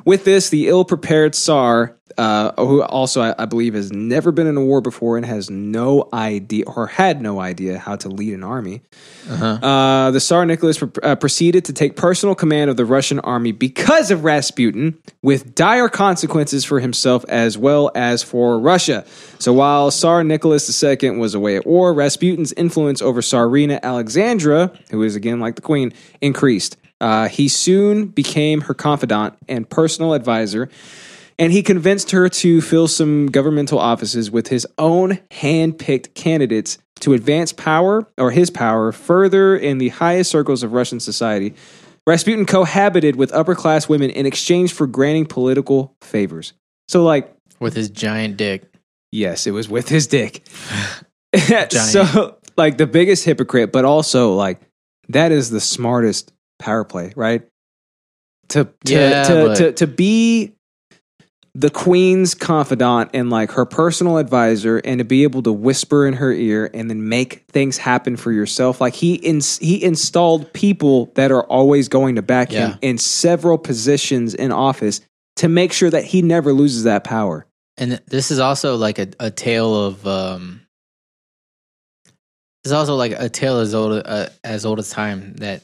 Speaker 2: With this, the ill prepared Tsar, uh, who also I, I believe has never been in a war before and has no idea or had no idea how to lead an army, uh, the Tsar Nicholas pr- uh, proceeded to take personal command of the Russian army because of Rasputin, with dire consequences for himself as well as for Russia. So while Tsar Nicholas II was away at war, Rasputin's influence over Tsarina Alexandra, who is again like the queen, increased. Uh, he soon became her confidant and personal advisor, and he convinced her to fill some governmental offices with his own hand-picked candidates to advance power or his power further in the highest circles of Russian society. Rasputin cohabited with upper-class women in exchange for granting political favors. So like
Speaker 1: With his giant dick,
Speaker 2: Yes, it was with his dick. so, like the biggest hypocrite, but also like that is the smartest power play, right? To to
Speaker 1: Yeah,
Speaker 2: to,
Speaker 1: but-
Speaker 2: to to be the queen's confidant and like her personal advisor, and to be able to whisper in her ear and then make things happen for yourself. Like he ins he installed people that are always going to back
Speaker 1: Yeah.
Speaker 2: him in several positions in office to make sure that he never loses that power.
Speaker 1: and th- this is also like a, a tale of um it's also like a tale as old uh, as old as time that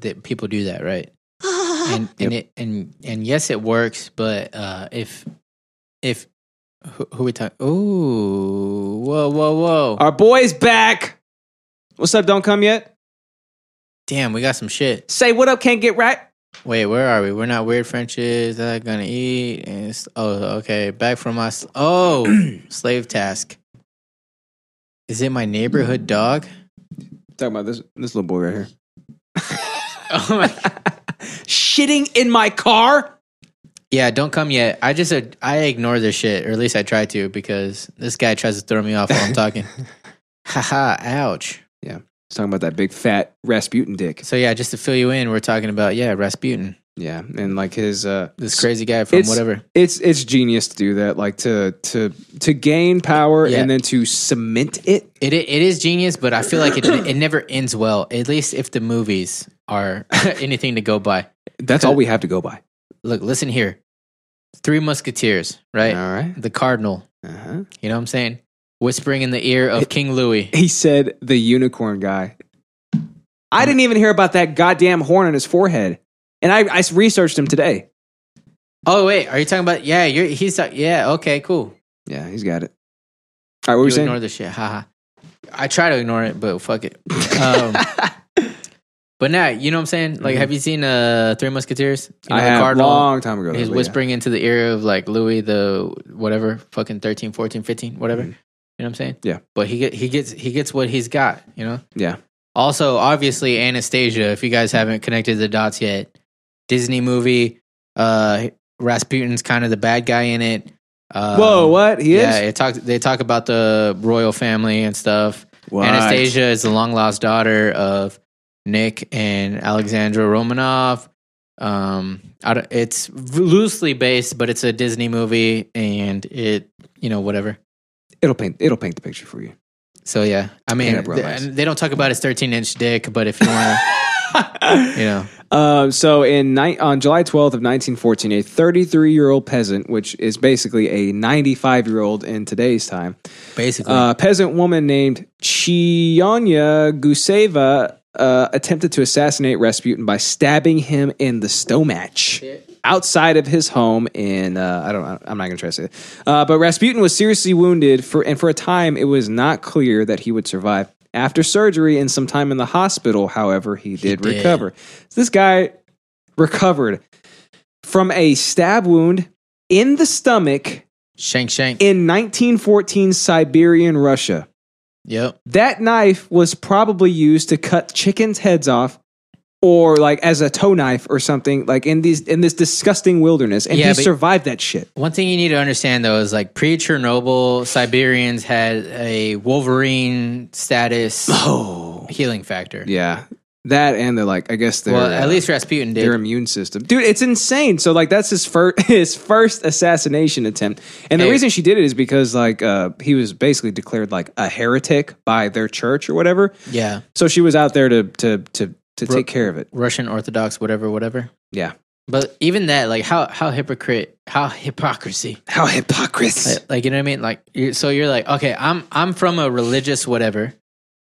Speaker 1: that people do that right and and it and and yes it works but uh if if who, who we talk ooh whoa whoa whoa
Speaker 2: Our boy's back. What's up? Don't come yet.
Speaker 1: damn we got some shit
Speaker 2: Say what up? Can't get right.
Speaker 1: wait where are we we're not weird frenches that gonna eat and it's, oh okay back from my s- oh slave task is it my neighborhood dog
Speaker 2: Talking about this this little boy right here.
Speaker 1: oh my
Speaker 2: Shitting in my car.
Speaker 1: Yeah, don't come yet. I just uh, I ignore this shit, or at least I try to, because this guy tries to throw me off while I'm talking. Haha, ouch.
Speaker 2: He's talking about that big fat Rasputin dick.
Speaker 1: So yeah, just to fill you in, we're talking about yeah Rasputin,
Speaker 2: Yeah, and like his uh
Speaker 1: This crazy guy from
Speaker 2: it's-
Speaker 1: whatever.
Speaker 2: It's it's genius to do that, like to to to gain power
Speaker 1: Yeah.
Speaker 2: and then to cement it.
Speaker 1: It i- it is genius, but I feel like it it never ends well. At least if the movies are anything to go by.
Speaker 2: That's all we have to go by.
Speaker 1: Look, listen here. Three Musketeers, right?
Speaker 2: All right.
Speaker 1: The Cardinal.
Speaker 2: Uh-huh.
Speaker 1: You know what I'm saying? Whispering in the ear of King Louis.
Speaker 2: He said the unicorn guy. I didn't even hear about that goddamn horn on his forehead, and I, I researched him today.
Speaker 1: Oh wait, are you talking about? Yeah, you're. He's. Yeah. Okay. Cool.
Speaker 2: Yeah, he's got it. All right, what were you
Speaker 1: you ignore
Speaker 2: saying?
Speaker 1: this shit. Haha. I try to ignore it, but fuck it. Um, but now, you know what I'm saying? Like, have you seen uh, Three Musketeers? You
Speaker 2: Mm-hmm. I
Speaker 1: know, the
Speaker 2: have
Speaker 1: Cardinal,
Speaker 2: long time ago.
Speaker 1: He's
Speaker 2: though, but
Speaker 1: whispering into the ear of like Louis the whatever, fucking 13, 14, 15, whatever. You know what I'm saying?
Speaker 2: Mm-hmm. Yeah.
Speaker 1: But he get he gets he gets what he's got. You know.
Speaker 2: Yeah.
Speaker 1: Also, obviously, Anastasia. If you guys haven't connected the dots yet, Disney movie. Uh, Rasputin's kind of the bad guy in it.
Speaker 2: yeah.
Speaker 1: Um,
Speaker 2: Whoa, what he
Speaker 1: yeah,
Speaker 2: is?
Speaker 1: it talk, they talk about the royal family and stuff.
Speaker 2: What?
Speaker 1: Anastasia is the long lost daughter of Nick and Alexandra Romanov. Um, I don't- it's loosely based, but it's a Disney movie, and it you know whatever.
Speaker 2: It'll paint. It'll paint the picture for you.
Speaker 1: So yeah, I mean
Speaker 2: Yeah, bro,
Speaker 1: they,
Speaker 2: nice.
Speaker 1: they don't talk about his thirteen inch dick, but if you want to, you know,
Speaker 2: Um, so in ni- on July 12th of 1914, a 33 year old peasant, which is basically a 95 year old in today's time,
Speaker 1: basically,
Speaker 2: Uh, a peasant woman named Chionya Guseva uh, attempted to assassinate Rasputin by stabbing him in the stomach outside of his home in uh, I don't I'm not going to try to say it. Uh, but Rasputin was seriously wounded for and for a time it was not clear that he would survive. After surgery and some time in the hospital, however, he did,
Speaker 1: did.
Speaker 2: recover. So this guy recovered from a stab wound in the stomach
Speaker 1: shank shank.
Speaker 2: in 1914 Siberian Russia.
Speaker 1: yep,
Speaker 2: That knife was probably used to cut chickens' heads off or like as a toe knife or something like in these in this disgusting wilderness and
Speaker 1: Yeah,
Speaker 2: he
Speaker 1: but-
Speaker 2: survived that shit.
Speaker 1: One thing you need to understand though is like pre Chernobyl Siberians had a Wolverine status
Speaker 2: Oh.
Speaker 1: healing factor.
Speaker 2: Yeah. That and they're like I guess they're
Speaker 1: Well, at
Speaker 2: uh,
Speaker 1: least Rasputin did.
Speaker 2: their immune system. Dude, it's insane. So like that's his first his first assassination attempt. And the
Speaker 1: Hey.
Speaker 2: reason she did it is because like uh he was basically declared like a heretic by their church or whatever.
Speaker 1: yeah,
Speaker 2: So she was out there to to to to take care of it.
Speaker 1: Russian Orthodox, whatever, whatever.
Speaker 2: Yeah.
Speaker 1: But even that, like, how how hypocrite, how hypocrisy,
Speaker 2: How hypocrisy.
Speaker 1: like, like, you know what I mean? Like, you so you're like, okay, I'm I'm from a religious whatever,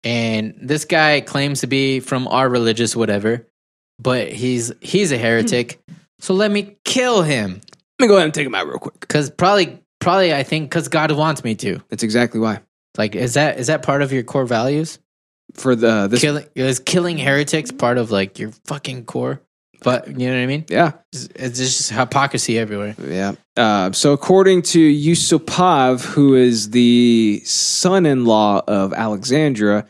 Speaker 1: and this guy claims to be from our religious whatever, but he's he's a heretic, so let me kill him
Speaker 2: Hmm. Let me go ahead and take him out real quick.
Speaker 1: because probably probably I think because God wants me to.
Speaker 2: That's exactly why.
Speaker 1: Like, is that is that part of your core values?
Speaker 2: For the this
Speaker 1: killing is killing heretics part of like your fucking core? But you know what I mean?
Speaker 2: yeah.
Speaker 1: It's, it's just hypocrisy everywhere.
Speaker 2: Yeah. Uh, so according to Yusupov, who is the son-in-law of Alexandra,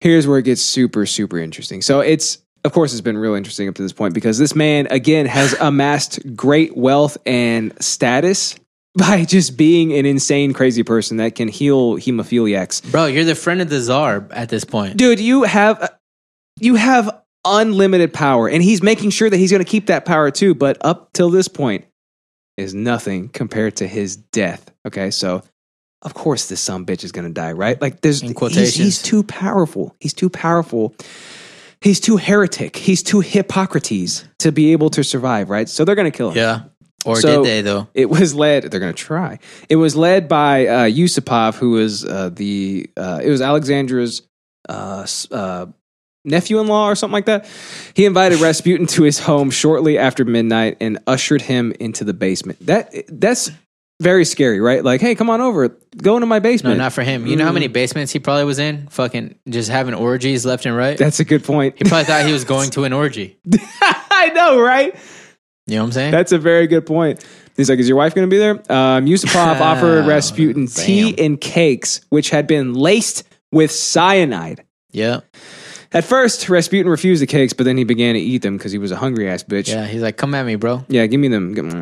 Speaker 2: here's where it gets super super interesting. So it's of course it's been real interesting up to this point because this man again has amassed great wealth and status by just being an insane crazy person that can heal hemophiliacs.
Speaker 1: Bro, you're the friend of the czar at this point.
Speaker 2: dude you have uh, you have unlimited power and he's making sure that he's going to keep that power too but up till this point is nothing compared to his death okay so of course this some bitch is going to die right like there's
Speaker 1: In
Speaker 2: he's, he's
Speaker 1: quotations.
Speaker 2: too powerful he's too powerful he's too heretic he's too hippocrates to be able to survive right so they're going to kill him
Speaker 1: Yeah. Or
Speaker 2: So-
Speaker 1: did they though?
Speaker 2: it was led. They're going to try. It was led by uh, Yusupov, who was uh, the. Uh, it was Alexandra's uh, s- uh, nephew-in-law or something like that. He invited Rasputin to his home shortly after midnight and ushered him into the basement. That that's very scary, right? Like, hey, come on over, go into my
Speaker 1: No,
Speaker 2: basement.
Speaker 1: not for him. You
Speaker 2: Mm.
Speaker 1: know how many basements he probably was in? Fucking just having orgies left and right.
Speaker 2: that's a good point.
Speaker 1: he probably thought he was going to an orgy.
Speaker 2: I know, right?
Speaker 1: You know what I'm saying?
Speaker 2: That's a very good point. He's like, is your wife going to be there? Um, Yusupov
Speaker 1: Oh,
Speaker 2: offered Rasputin tea and cakes, which had been laced with cyanide.
Speaker 1: yeah.
Speaker 2: At first, Rasputin refused the cakes, but then he began to eat them because he was a hungry ass bitch.
Speaker 1: Yeah. He's like, come at me, bro.
Speaker 2: Yeah, give me them. Give-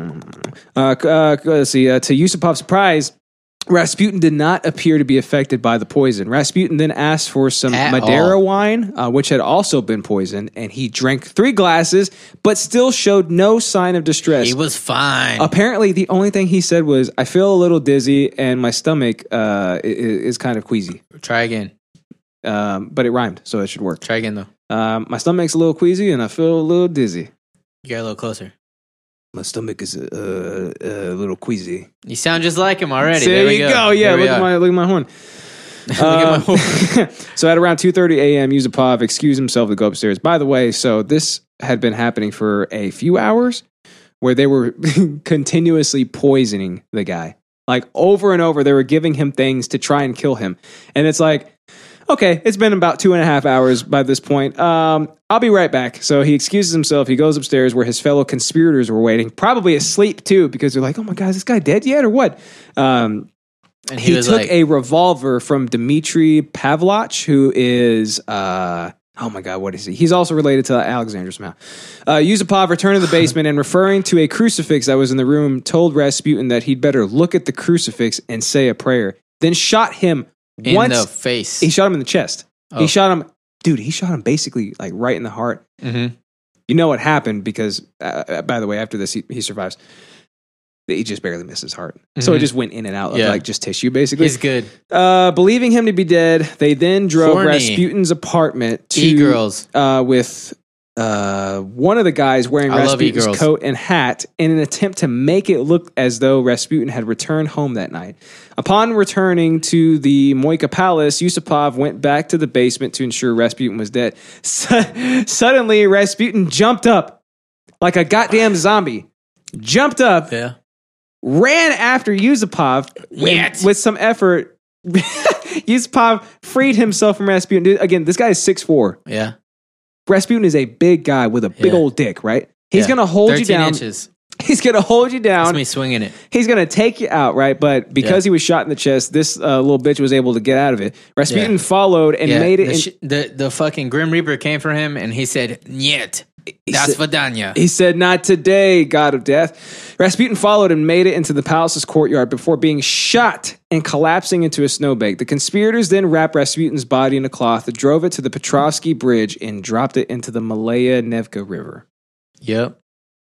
Speaker 2: Uh, uh, let's see. Uh, to Yusupov's surprise, Rasputin did not appear to be affected by the poison. Rasputin then asked for some
Speaker 1: At
Speaker 2: Madeira
Speaker 1: all.
Speaker 2: wine, uh, which had also been poisoned, and he drank three glasses, but still showed no sign of distress.
Speaker 1: He was
Speaker 2: Uh,
Speaker 1: fine.
Speaker 2: Apparently, the only thing he said was, "I feel a little dizzy, and my stomach uh, i- i- is kind of queasy."
Speaker 1: Try again.
Speaker 2: Um, but it rhymed, so it should work.
Speaker 1: Try again though.
Speaker 2: Um, my stomach's a little queasy, and I feel a little dizzy.
Speaker 1: You get a little closer.
Speaker 2: My stomach is uh, a little queasy.
Speaker 1: You sound just like him already.
Speaker 2: There,
Speaker 1: there we
Speaker 2: you
Speaker 1: go.
Speaker 2: go. Yeah,
Speaker 1: Here we
Speaker 2: look at
Speaker 1: are.
Speaker 2: my look at my horn.
Speaker 1: at my
Speaker 2: Um, so at around 2:30 a.m., Yusupov excused himself to go upstairs. By the way, so this had been happening for a few hours where they were continuously poisoning the guy. Like over and over, they were giving him things to try and kill him. And it's like, okay, it's been about two and a half hours by this point. Um, I'll be right back. So he excuses himself. He goes upstairs where his fellow conspirators were waiting, probably asleep too, because they're like, oh my God, is this guy dead yet or what? Um,
Speaker 1: and he,
Speaker 2: he,
Speaker 1: was
Speaker 2: took
Speaker 1: like,
Speaker 2: a revolver from Dmitry Pavloch, who is uh oh my god, what is he? He's also related to Alexander somehow. Uh, Yusupov returned to the basement and referring to a crucifix that was in the room, told Rasputin that he'd better look at the crucifix and say a prayer. Then shot him
Speaker 1: in
Speaker 2: once.
Speaker 1: the face.
Speaker 2: he shot him in the chest.
Speaker 1: Oh.
Speaker 2: He shot him, dude. He shot him basically like right in the heart.
Speaker 1: Mhm.
Speaker 2: You know what happened because, uh, uh, by the way, after this he, he survives. He just barely missed his heart, so it
Speaker 1: Mhm.
Speaker 2: just went in and out of
Speaker 1: Yeah.
Speaker 2: like just tissue, basically.
Speaker 1: He's good.
Speaker 2: Uh, believing him to be dead, they then drove
Speaker 1: Horny. E
Speaker 2: Rasputin's apartment to
Speaker 1: E-girls.
Speaker 2: uh, with uh, one of the guys wearing
Speaker 1: I love E
Speaker 2: Rasputin's
Speaker 1: e-girls.
Speaker 2: coat and hat in an attempt to make it look as though Rasputin had returned home that night. Upon returning to the Moika Palace, Yusupov went back to the basement to ensure Rasputin was dead. Su- suddenly, Rasputin jumped up like a goddamn zombie. Jumped up
Speaker 1: Yeah.
Speaker 2: ran after Yusupov
Speaker 1: Yet.
Speaker 2: with some effort. Yusupov freed himself from Rasputin. Dude, again, this guy is 6'4.
Speaker 1: Yeah.
Speaker 2: Rasputin is a big guy with a big
Speaker 1: Yeah.
Speaker 2: old dick, right? He's
Speaker 1: Yeah.
Speaker 2: going to hold you
Speaker 1: 13
Speaker 2: down.
Speaker 1: inches.
Speaker 2: He's going to hold you
Speaker 1: That's
Speaker 2: down.
Speaker 1: me swinging it.
Speaker 2: He's going to take you out, right? But because he was shot in the chest, this uh, little bitch was able to get out of it. Rasputin
Speaker 1: Yeah.
Speaker 2: followed and
Speaker 1: yeah.
Speaker 2: made it.
Speaker 1: the,
Speaker 2: in-
Speaker 1: sh- the the fucking Grim Reaper came for him and he said, "Niet, that's
Speaker 2: said-
Speaker 1: Vidania."
Speaker 2: He said, Not today, God of Death. Rasputin followed and made it into the palace's courtyard before being shot and collapsing into a snowbank. The conspirators then wrapped Rasputin's body in a cloth, drove it to the Petrovsky Bridge, and dropped it into the Malaya Nevka River,
Speaker 1: Yep.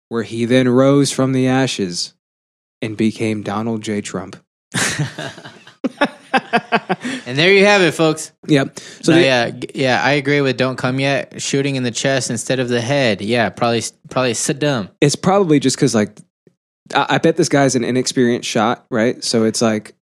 Speaker 2: where he then rose from the ashes and became Donald J. Trump.
Speaker 1: And there you have it, folks.
Speaker 2: Yep. So,
Speaker 1: So
Speaker 2: the-
Speaker 1: yeah, g- yeah, I agree with "Don't Come Yet." Shooting in the chest instead of the head. Yeah, probably, probably Saddam.
Speaker 2: it's probably just because like I, I bet this guy's an inexperienced shot, right? So it's like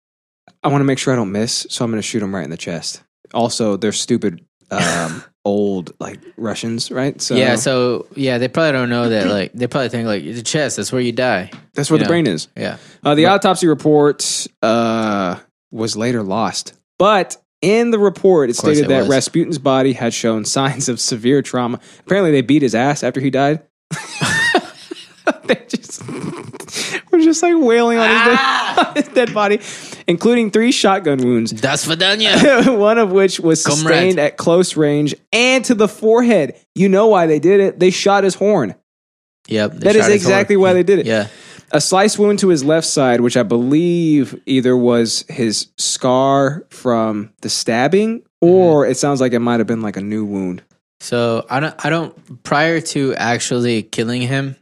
Speaker 2: I want to make sure I don't miss, so I'm going to shoot him right in the chest. Also, they're stupid um, old like Russians, right? So
Speaker 1: yeah, so yeah, they probably don't know that. Like, they probably think like the chest. That's where you die.
Speaker 2: that's where the
Speaker 1: yeah.
Speaker 2: brain is.
Speaker 1: Yeah.
Speaker 2: Uh, the autopsy report uh, was later lost, but in the report, it
Speaker 1: course
Speaker 2: stated
Speaker 1: it
Speaker 2: that
Speaker 1: was.
Speaker 2: Rasputin's body had shown signs of severe trauma. Apparently, they beat his ass after he died. they just were just like wailing on his,
Speaker 1: Ah!
Speaker 2: dead, his dead body, including three shotgun wounds.
Speaker 1: That's Vidania.
Speaker 2: One of which was
Speaker 1: Comrade.
Speaker 2: sustained at close range and to the forehead. You know why they did it? They shot his horn.
Speaker 1: yep. they
Speaker 2: That is
Speaker 1: shot his
Speaker 2: exactly
Speaker 1: horn.
Speaker 2: why they did it
Speaker 1: Yeah.
Speaker 2: a slice wound to his left side, which I believe either was his scar from the stabbing,
Speaker 1: Mm-hmm.
Speaker 2: or it sounds like it might have been like a new wound.
Speaker 1: So I don't. I don't. Prior to actually killing him,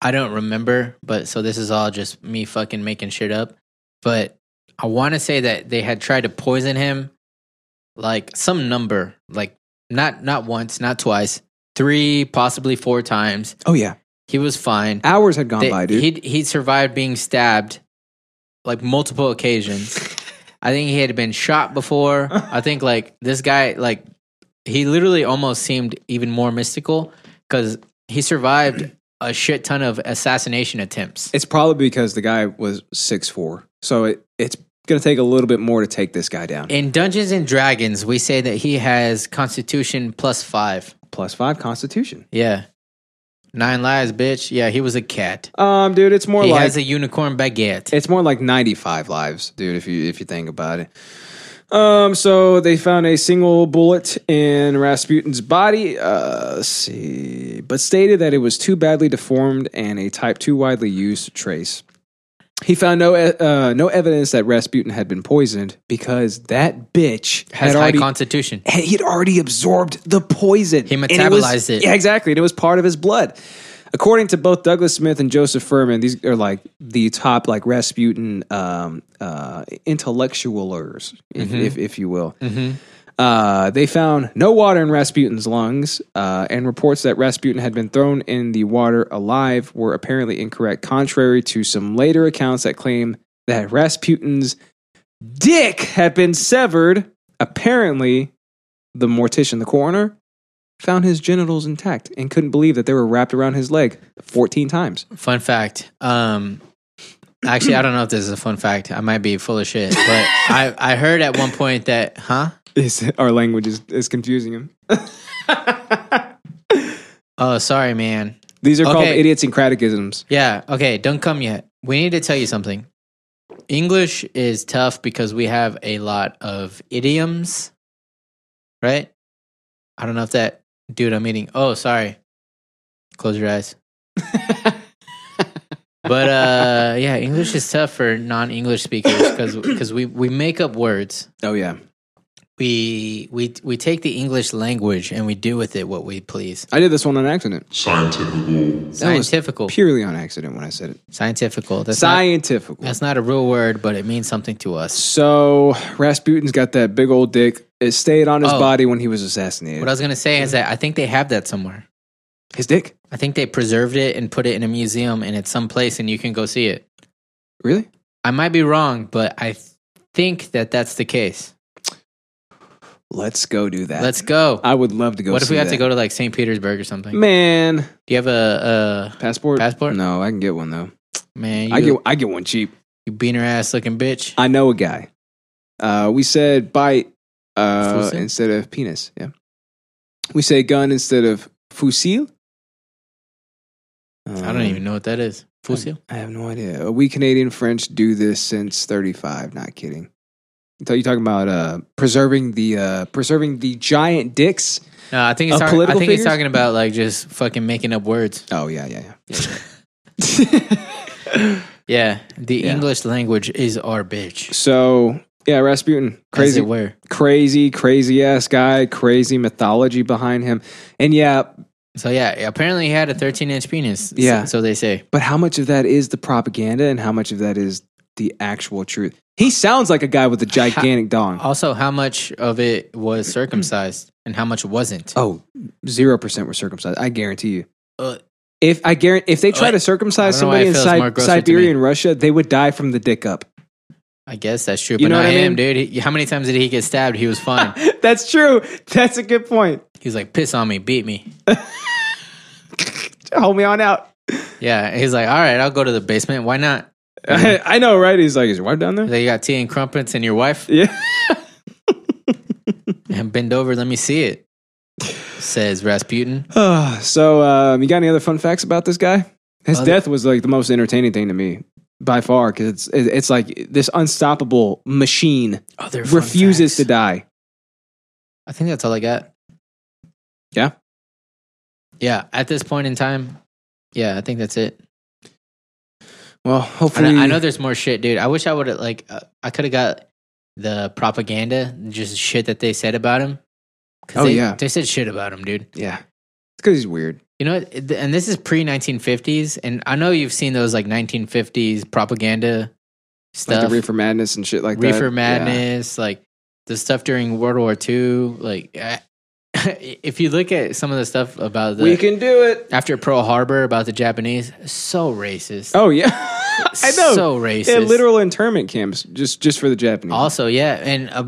Speaker 1: I don't remember. But so this is all just me fucking making shit up. But I want to say that they had tried to poison him, like some number, like not not once, not twice, three, possibly four times.
Speaker 2: Oh yeah,
Speaker 1: He was fine.
Speaker 2: hours had gone
Speaker 1: They-
Speaker 2: by, dude.
Speaker 1: He he survived being stabbed like multiple occasions. I think he had been shot before. I think like this guy like he literally almost seemed even more mystical cuz he survived a shit ton of assassination attempts.
Speaker 2: it's probably because the guy was six four, so it, it's gonna take a little bit more to take this guy down.
Speaker 1: In Dungeons and Dragons, we say that he has constitution plus 5.
Speaker 2: Plus five Constitution.
Speaker 1: Yeah. Nine lives, bitch. Yeah, he was a cat.
Speaker 2: Um, dude, it's more
Speaker 1: he
Speaker 2: like
Speaker 1: has a unicorn baguette.
Speaker 2: It's more like 95 lives, dude, if you if you think about it. Um, so they found a single bullet in Rasputin's body. Uh, let's see, but stated that it was too badly deformed and a type two widely used trace. He found no e- uh, no evidence that Rasputin had been poisoned because that bitch
Speaker 1: Has
Speaker 2: had
Speaker 1: high
Speaker 2: already
Speaker 1: constitution.
Speaker 2: and he'd already absorbed the poison.
Speaker 1: He
Speaker 2: And was-
Speaker 1: metabolized it.
Speaker 2: Yeah, exactly. And it was part of his blood. According to both Douglas Smith and Joseph Furman, these are like the top like Rasputin um, uh, intellectualers, if,
Speaker 1: Mm-hmm.
Speaker 2: if, if you will. Uh, they found no water in Rasputin's lungs, uh, and reports that Rasputin had been thrown in the water alive were apparently incorrect, contrary to some later accounts that claim that Rasputin's dick had been severed. Apparently, the mortician, the coroner, found his genitals intact and couldn't believe that they were wrapped around his leg 14 times.
Speaker 1: Fun fact. Um, actually, I don't know if this is a fun fact. I might be full of shit, but I, I heard at one point that, huh?
Speaker 2: Is our language is, is confusing him.
Speaker 1: Oh, sorry, man.
Speaker 2: These are called
Speaker 1: Okay.
Speaker 2: idiosyncraticisms.
Speaker 1: Yeah. Okay. Don't come yet. We need to tell you something. English is tough because we have a lot of idioms, right? I don't know if that dude I'm eating. Oh, sorry. Close your eyes. but uh, yeah, English is tough for non-English speakers because we we make up words.
Speaker 2: Oh yeah.
Speaker 1: We we we take the English language and we do with it what we please.
Speaker 2: I did this one on accident.
Speaker 1: Scientifical,
Speaker 2: Purely on accident when I said it.
Speaker 1: scientifical. That's not,
Speaker 2: Scientific.
Speaker 1: that's not a real word, but it means something to us.
Speaker 2: So Rasputin's got that big old dick. It stayed on his
Speaker 1: Oh.
Speaker 2: body when he was assassinated.
Speaker 1: What I was gonna say is that I think they have that somewhere.
Speaker 2: his dick?
Speaker 1: I think they preserved it and put it in a museum, and it's someplace, and you can go see it.
Speaker 2: Really?
Speaker 1: I might be wrong, but I th- think that that's the case.
Speaker 2: Let's go do that.
Speaker 1: Let's go.
Speaker 2: I would love to go.
Speaker 1: what if
Speaker 2: see
Speaker 1: we have to
Speaker 2: that.
Speaker 1: go to like St. Petersburg or something?
Speaker 2: Man,
Speaker 1: Do you have a,
Speaker 2: passport.
Speaker 1: Passport?
Speaker 2: No, I can get one though.
Speaker 1: a man? You,
Speaker 2: I get. I get one cheap.
Speaker 1: you beaner ass looking bitch.
Speaker 2: I know a guy. Uh, we said bite uh,
Speaker 1: Fusil?
Speaker 2: instead of penis. Yeah. We say gun instead of fusil. Um,
Speaker 1: I don't even know what that is. Fusil.
Speaker 2: I have no idea. Uh, We Canadian French do this since 35. Not kidding. You're talking about uh, preserving the uh, preserving the giant dicks.
Speaker 1: No, I think it's
Speaker 2: Of
Speaker 1: talk- I
Speaker 2: political
Speaker 1: think it's
Speaker 2: figures?
Speaker 1: talking about like just fucking making up words.
Speaker 2: Oh yeah, yeah, yeah.
Speaker 1: Yeah, the
Speaker 2: Yeah.
Speaker 1: English language is our bitch.
Speaker 2: So yeah, Rasputin,
Speaker 1: As
Speaker 2: crazy,
Speaker 1: it were.
Speaker 2: crazy, crazy ass guy, crazy mythology behind him, and yeah,
Speaker 1: So yeah, apparently he had a 13 inch penis. so-
Speaker 2: Yeah.
Speaker 1: so they say.
Speaker 2: But how much of that is the propaganda and how much of that is the actual truth? He sounds like a guy with a gigantic dong.
Speaker 1: Also, how much of it was circumcised and how much wasn't?
Speaker 2: Oh, zero percent were circumcised. I guarantee you.
Speaker 1: Uh,
Speaker 2: If I guarantee, if they try to
Speaker 1: What?
Speaker 2: circumcise
Speaker 1: I don't know why
Speaker 2: somebody
Speaker 1: it
Speaker 2: in
Speaker 1: feels
Speaker 2: Sib-
Speaker 1: more grosser to
Speaker 2: Siberia
Speaker 1: me.
Speaker 2: and Russia, they would die from the dick up.
Speaker 1: I guess that's true.
Speaker 2: You
Speaker 1: but
Speaker 2: know
Speaker 1: not
Speaker 2: what I
Speaker 1: him,
Speaker 2: mean?
Speaker 1: dude. He- how many times did he get stabbed? He was fine.
Speaker 2: That's true. That's a good point.
Speaker 1: he's like, piss on me, beat me.
Speaker 2: Hold me on out.
Speaker 1: Yeah. and He's like, all right, I'll go to the basement. Why not?
Speaker 2: I know, right? He's like, is your wife down there?
Speaker 1: He's like, you got tea and crumpets and your wife?
Speaker 2: Yeah.
Speaker 1: And bend over, let me see it. Says Rasputin.
Speaker 2: so, um, you got any other fun facts about this guy? His
Speaker 1: Other-
Speaker 2: death was like the most entertaining thing to me by far because it's it- it's like this unstoppable machine
Speaker 1: Other
Speaker 2: refuses to die.
Speaker 1: I think that's all I got.
Speaker 2: Yeah.
Speaker 1: Yeah. At this point in time, yeah, I think that's it.
Speaker 2: Well,
Speaker 1: I
Speaker 2: hopefully,
Speaker 1: know, I know there's more shit, dude. I wish I would have like uh, I could have got the propaganda, just shit that they said about him. 'Cause
Speaker 2: Oh,
Speaker 1: they,
Speaker 2: yeah.
Speaker 1: they said shit about him, dude.
Speaker 2: Yeah, it's because he's weird.
Speaker 1: You know, what? and this is pre 1950s, and I know you've seen those like 1950s propaganda
Speaker 2: Like
Speaker 1: stuff,
Speaker 2: the reefer madness and shit like that.
Speaker 1: Reefer
Speaker 2: Yeah.
Speaker 1: madness, like the stuff during World War II. Like, I, if you look at some of the stuff about the
Speaker 2: We can do it.
Speaker 1: after Pearl Harbor about the Japanese, so racist.
Speaker 2: Oh yeah, I know.
Speaker 1: so racist.
Speaker 2: yeah, literal internment camps just just for the Japanese.
Speaker 1: Also, yeah, and uh,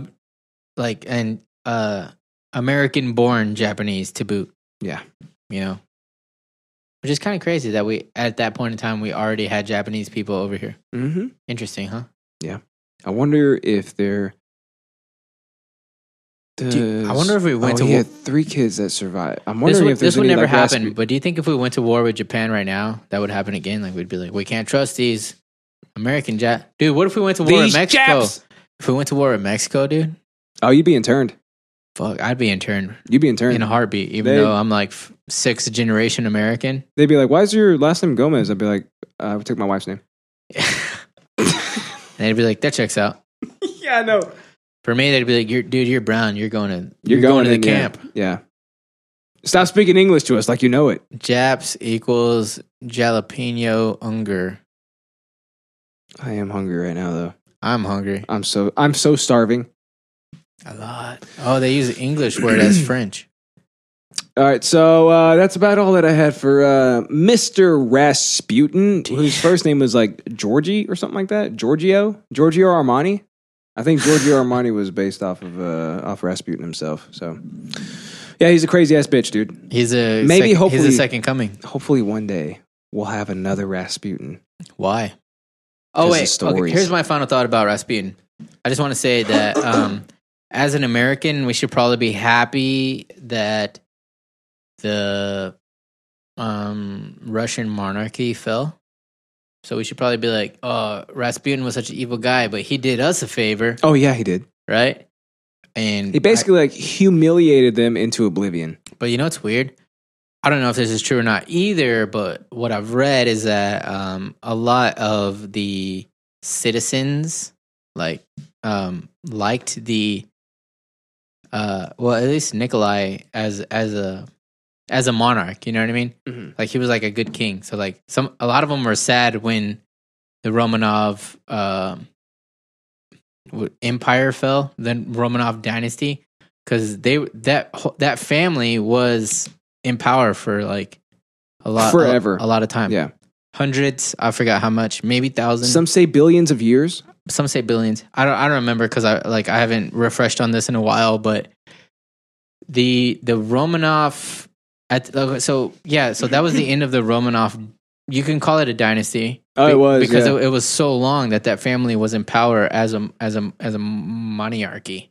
Speaker 1: like and uh American born Japanese to boot,
Speaker 2: Yeah,
Speaker 1: you know. Which is kind of crazy that we at that point in time we already had Japanese people over here.
Speaker 2: hmm
Speaker 1: Interesting, huh?
Speaker 2: I wonder if they're.
Speaker 1: Dude, I wonder if we went
Speaker 2: oh,
Speaker 1: to
Speaker 2: he
Speaker 1: wa-
Speaker 2: had three kids that survived. I'm
Speaker 1: This
Speaker 2: wondering
Speaker 1: would,
Speaker 2: if there's
Speaker 1: this would
Speaker 2: any,
Speaker 1: never
Speaker 2: like,
Speaker 1: happen,
Speaker 2: Raspu-
Speaker 1: but do you think if we went to war with Japan right now, that would happen again? Like we'd be like, we can't trust these American Jap. Dude, what if we went to war
Speaker 2: These
Speaker 1: with Mexico?
Speaker 2: Japs!
Speaker 1: If we went to war with Mexico, dude,
Speaker 2: Oh, you'd be interned.
Speaker 1: fuck, I'd be interned
Speaker 2: You'd be interned.
Speaker 1: in a heartbeat, even
Speaker 2: They-
Speaker 1: though I'm like f- sixth generation American.
Speaker 2: "Uh, They'd be like, "Why is your last name Gomez?" I'd be like, "I took my wife's name."
Speaker 1: And they'd be like, that checks out.
Speaker 2: yeah, I know.
Speaker 1: For me, they'd be like, you're, dude, you're brown. You're going to,
Speaker 2: You're, going,
Speaker 1: to the
Speaker 2: in, yeah.
Speaker 1: camp.
Speaker 2: Yeah. Stop speaking English to us like you know it.
Speaker 1: Japs equals jalapeno hunger.
Speaker 2: I am hungry right now though.
Speaker 1: I'm hungry.
Speaker 2: I'm so I'm so starving.
Speaker 1: A lot. Oh, they use the English word as French.
Speaker 2: All right, so uh, that's about all that I had for uh, Mr. Rasputin, whose first name was like Georgie or something like that. Giorgio, Giorgio Armani. I think Giorgio Armani was based off of uh, off Rasputin himself. So, yeah, he's a crazy ass bitch, dude.
Speaker 1: He's a
Speaker 2: Maybe
Speaker 1: sec-
Speaker 2: hopefully-
Speaker 1: he's a second coming.
Speaker 2: Hopefully, one day we'll have another Rasputin.
Speaker 1: Why? Oh
Speaker 2: 'Cause
Speaker 1: wait.
Speaker 2: of stories.
Speaker 1: Okay, here's my final thought about Rasputin. I just want to say that um, as an American, we should probably be happy that the um, Russian monarchy fell. So we should probably be like, "Oh, Rasputin was such an evil guy, but he did us a favor,
Speaker 2: Oh yeah, he did.
Speaker 1: right?" And
Speaker 2: He basically like humiliated them into oblivion.
Speaker 1: But you know what's weird? I don't know if this is true or not either, but what I've read is that um, a lot of the citizens like um, liked the uh, well, at least Nikolai as as a as a monarch. You know what I mean?
Speaker 2: Mm-hmm.
Speaker 1: Like he was like a good king. So like some a lot of them were sad when the Romanov um, w- empire fell, then Romanov dynasty because they that wh- that family was in power for like a lot
Speaker 2: Forever.
Speaker 1: a, lot of time.
Speaker 2: Yeah.
Speaker 1: hundreds. I forgot how much, maybe thousands. Some
Speaker 2: Some say billions of years.
Speaker 1: some say billions. I don't I don't remember because I like I haven't refreshed on this in a while. But the the Romanov at okay, so yeah so that was the end of the Romanov. You can call it a dynasty.
Speaker 2: Oh, it was,
Speaker 1: because
Speaker 2: yeah.
Speaker 1: it, it was so long that that family was in power as a as a as a monarchy,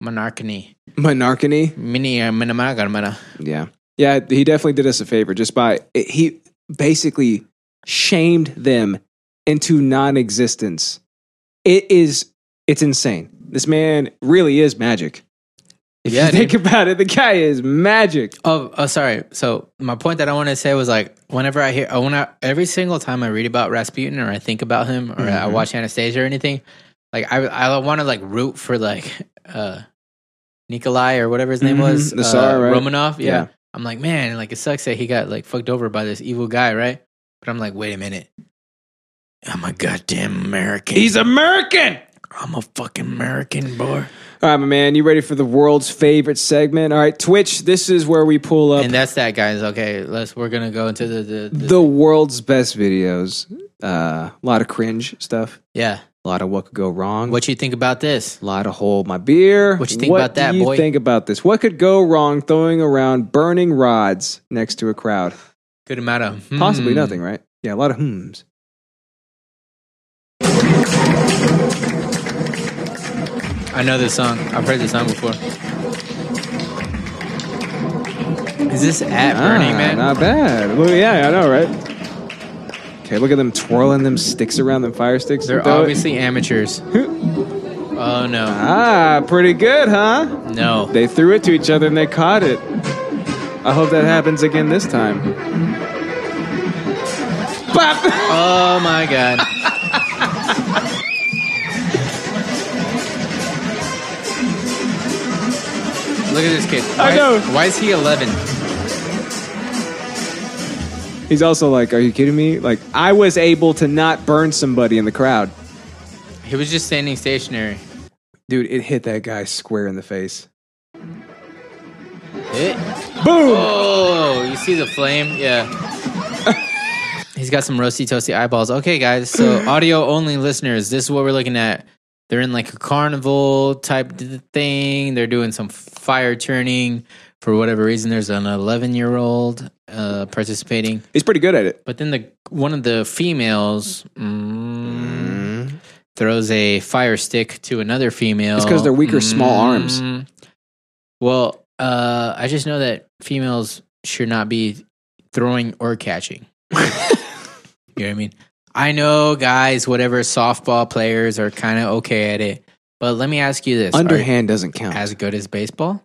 Speaker 1: monarchy.
Speaker 2: Monarchy.
Speaker 1: Mini uh, minamana garmana.
Speaker 2: Yeah. Yeah, he definitely did us a favor just by eh, he basically shamed them into non-existence. It is it's insane. This man really is magic. If
Speaker 1: Yeah,
Speaker 2: you think about it, the guy is magic.
Speaker 1: Oh, oh, sorry. So my point that I want to say was like, whenever I hear, I want to every single time I read about Rasputin or I think about him or I
Speaker 2: Mm-hmm.
Speaker 1: watch Anastasia or anything, like I I want to like root for like uh Nikolai or whatever his name
Speaker 2: Mhm.
Speaker 1: was,
Speaker 2: The
Speaker 1: uh,
Speaker 2: Tsar, right?
Speaker 1: Romanov. Yeah.
Speaker 2: Yeah.
Speaker 1: I'm like, man, like it sucks that he got like fucked over by this evil guy, right? But I'm like, wait a minute, I'm a goddamn American.
Speaker 2: He's American.
Speaker 1: I'm a fucking American, boy.
Speaker 2: All right, my man, you ready for the world's favorite segment? All right, Twitch, this is where we pull up
Speaker 1: And that's that, guys. Okay, let's we're gonna go into the the, the
Speaker 2: the world's best videos. Uh, a lot of cringe stuff,
Speaker 1: yeah.
Speaker 2: a lot of what could go wrong.
Speaker 1: What you think about this?
Speaker 2: A lot of hold my beer.
Speaker 1: What you think about that,
Speaker 2: do you
Speaker 1: boy?
Speaker 2: think about this? What could go wrong throwing around burning rods next to a crowd?
Speaker 1: Good amount of hmm.
Speaker 2: Possibly nothing, right? Yeah, a lot of hmms.
Speaker 1: I know this song. I've heard this song before. Is this at Burning
Speaker 2: Ah,
Speaker 1: Man?
Speaker 2: Not bad. Well, yeah, I know, right? Okay, look at them twirling them sticks around, them fire sticks.
Speaker 1: They're
Speaker 2: Throw it.
Speaker 1: obviously amateurs. oh no,
Speaker 2: Ah, pretty good, huh?
Speaker 1: no.
Speaker 2: They threw it to each other and they caught it. I hope that happens again this time. Bop!
Speaker 1: Oh my god. Look at this kid. Why,
Speaker 2: I know.
Speaker 1: Why is he 11?
Speaker 2: He's also like, "Are you kidding me? Like, I was able to not burn somebody in the crowd,
Speaker 1: He was just standing stationary.
Speaker 2: dude. It hit that guy square in the face.
Speaker 1: It-
Speaker 2: Boom!
Speaker 1: Oh, you see the flame? Yeah. He's got some roasty toasty eyeballs. Okay, guys. So audio only listeners, this is what we're looking at. They're in like a carnival type d- thing. They're doing some fire turning for whatever reason. There's an 11 year old uh, participating,
Speaker 2: He's pretty good at it.
Speaker 1: but then the one of the females mm, throws a fire stick to another female.
Speaker 2: It's 'cause they're weaker small arms.
Speaker 1: Mm. Well, uh, I just know that females should not be throwing or catching. you know what I mean? I know guys, whatever softball players are kind of okay at it, but let me ask you this: Are you
Speaker 2: Underhand doesn't count.
Speaker 1: as good as baseball?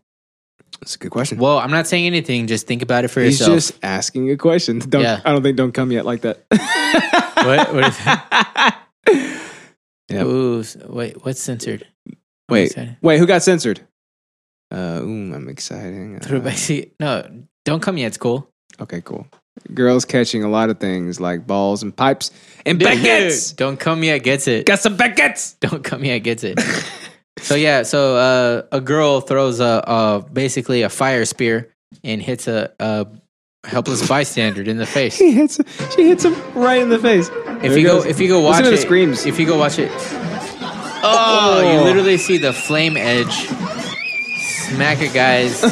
Speaker 2: That's a good question.
Speaker 1: Well, I'm not saying anything. Just think about it for
Speaker 2: He's
Speaker 1: yourself.
Speaker 2: just asking a question. Don't,
Speaker 1: Yeah.
Speaker 2: I don't think don't come yet like that.
Speaker 1: what, what is
Speaker 2: Yep.
Speaker 1: Ooh, s- wait, what's censored? I'm
Speaker 2: Wait,
Speaker 1: excited.
Speaker 2: wait, who got censored? Uh, ooh, I'm exciting.
Speaker 1: Throw
Speaker 2: Uh,
Speaker 1: back seat. No, don't come yet. It's Uh, cool.
Speaker 2: okay, cool. Girls catching a lot of things like balls and pipes and baguettes.
Speaker 1: Don't come yet. Gets it.
Speaker 2: got some baguettes.
Speaker 1: Don't come yet. Gets it. so yeah. So uh, a girl throws a, a basically a fire spear and hits a, a helpless bystander in the face.
Speaker 2: He hits. She hits him right in the face.
Speaker 1: If you go, if you go watch
Speaker 2: Listen to
Speaker 1: it,
Speaker 2: the screams.
Speaker 1: If you go watch it, oh, you literally see the flame edge smack a guy's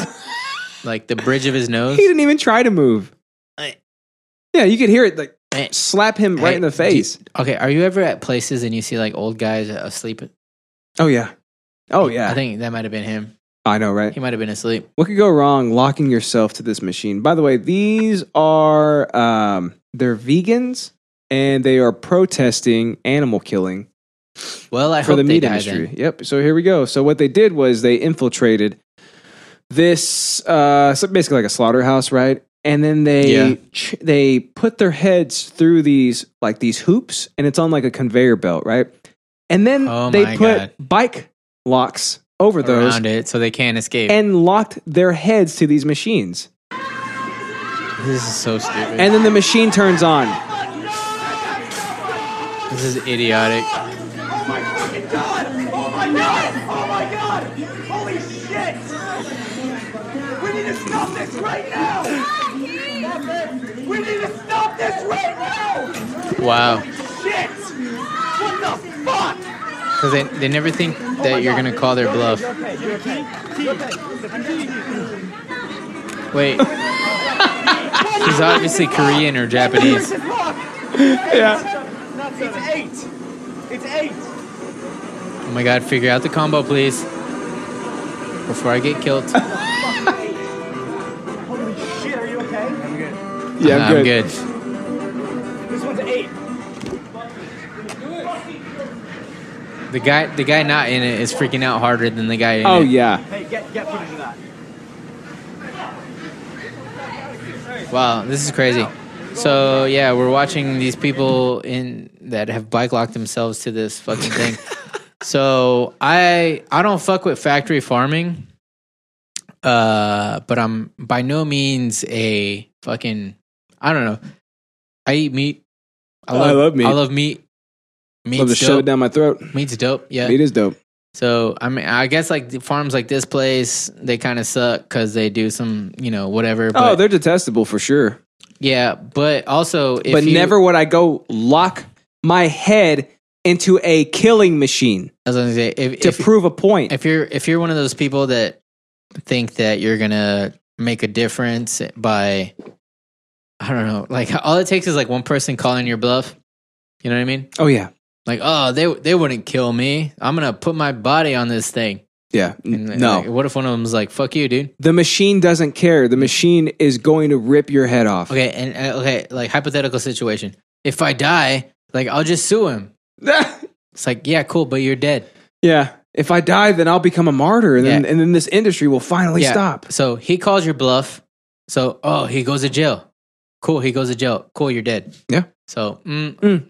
Speaker 1: like the bridge of his nose.
Speaker 2: he didn't even try to move.
Speaker 1: Eh.
Speaker 2: Yeah, you could hear it like
Speaker 1: Eh.
Speaker 2: slap him right
Speaker 1: Hey,
Speaker 2: in the
Speaker 1: do you-
Speaker 2: face.
Speaker 1: Okay, are you ever at places and you see like old guys asleep?
Speaker 2: Oh yeah. Oh yeah.
Speaker 1: I think that might have been him.
Speaker 2: I know, right?
Speaker 1: He might have been asleep.
Speaker 2: What could go wrong locking yourself to this machine? By the way, these are um they're vegans and they are protesting animal killing
Speaker 1: Well, I
Speaker 2: for
Speaker 1: hope
Speaker 2: the
Speaker 1: they
Speaker 2: meat
Speaker 1: die
Speaker 2: industry.
Speaker 1: then.
Speaker 2: Yep. So here we go. So what they did was they infiltrated this uh so basically like a slaughterhouse, right? And then they
Speaker 1: Yeah.
Speaker 2: ch- they put their heads through these like these hoops and it's on like a conveyor belt, right? And then
Speaker 1: Oh
Speaker 2: they
Speaker 1: my
Speaker 2: put
Speaker 1: God.
Speaker 2: bike locks over those
Speaker 1: around it so they can't escape.
Speaker 2: and locked their heads to these machines.
Speaker 1: this is so stupid.
Speaker 2: And then the machine turns on.
Speaker 1: this is idiotic. Wow. Because they, they never think that you're going to call their bluff. Wait. He's obviously Korean or Japanese.
Speaker 9: It's eight. It's eight.
Speaker 1: Oh my god, figure out the combo, please. Before I get killed.
Speaker 9: Holy shit, are you okay?
Speaker 2: Yeah, I'm
Speaker 1: I'm
Speaker 2: good.
Speaker 1: good.
Speaker 9: This one's eight.
Speaker 1: The guy, the guy not in it is freaking out harder than the guy in
Speaker 2: Oh
Speaker 1: it.
Speaker 2: yeah.
Speaker 9: Hey, get get footage of that.
Speaker 1: Wow, this is crazy. So yeah, we're watching these people in that have bike locked themselves to this fucking thing. so I I don't fuck with factory farming, uh, but I'm by no means a fucking I don't know. I eat meat. I
Speaker 2: Oh, I love meat.
Speaker 1: I love meat. Meat's
Speaker 2: Love to Oh, shove it
Speaker 1: dope.
Speaker 2: down my throat.
Speaker 1: Meat's dope. Yeah.
Speaker 2: It is dope.
Speaker 1: So I mean, I guess like the farms like this place, they kind of suck because they do some you know whatever.
Speaker 2: Oh,
Speaker 1: But,
Speaker 2: they're detestable for sure.
Speaker 1: yeah, but also if
Speaker 2: But
Speaker 1: you-
Speaker 2: never would I go lock my head into a killing machine
Speaker 1: I was gonna say, if,
Speaker 2: to
Speaker 1: if,
Speaker 2: prove a point.
Speaker 1: if you're if you're one of those people that think that you're gonna make a difference by I don't know, like all it takes is like one person calling your bluff. You know what I mean?
Speaker 2: oh yeah.
Speaker 1: Like, oh, they they wouldn't kill me. I'm gonna put my body on this thing.
Speaker 2: Yeah.
Speaker 1: And
Speaker 2: no.
Speaker 1: like, what if one of them's like, "Fuck you, dude"?
Speaker 2: the machine doesn't care. The machine is going to rip your head off.
Speaker 1: Okay, and uh, okay, like hypothetical situation. If I die, like I'll just sue him. It's like, yeah, cool, but you're dead.
Speaker 2: yeah. If I die, then I'll become a martyr and then
Speaker 1: Yeah.
Speaker 2: and then this industry will finally
Speaker 1: yeah.
Speaker 2: stop.
Speaker 1: So he calls your bluff. So oh, he goes to jail. Cool, he goes to jail. Cool, you're dead.
Speaker 2: Yeah.
Speaker 1: So mm,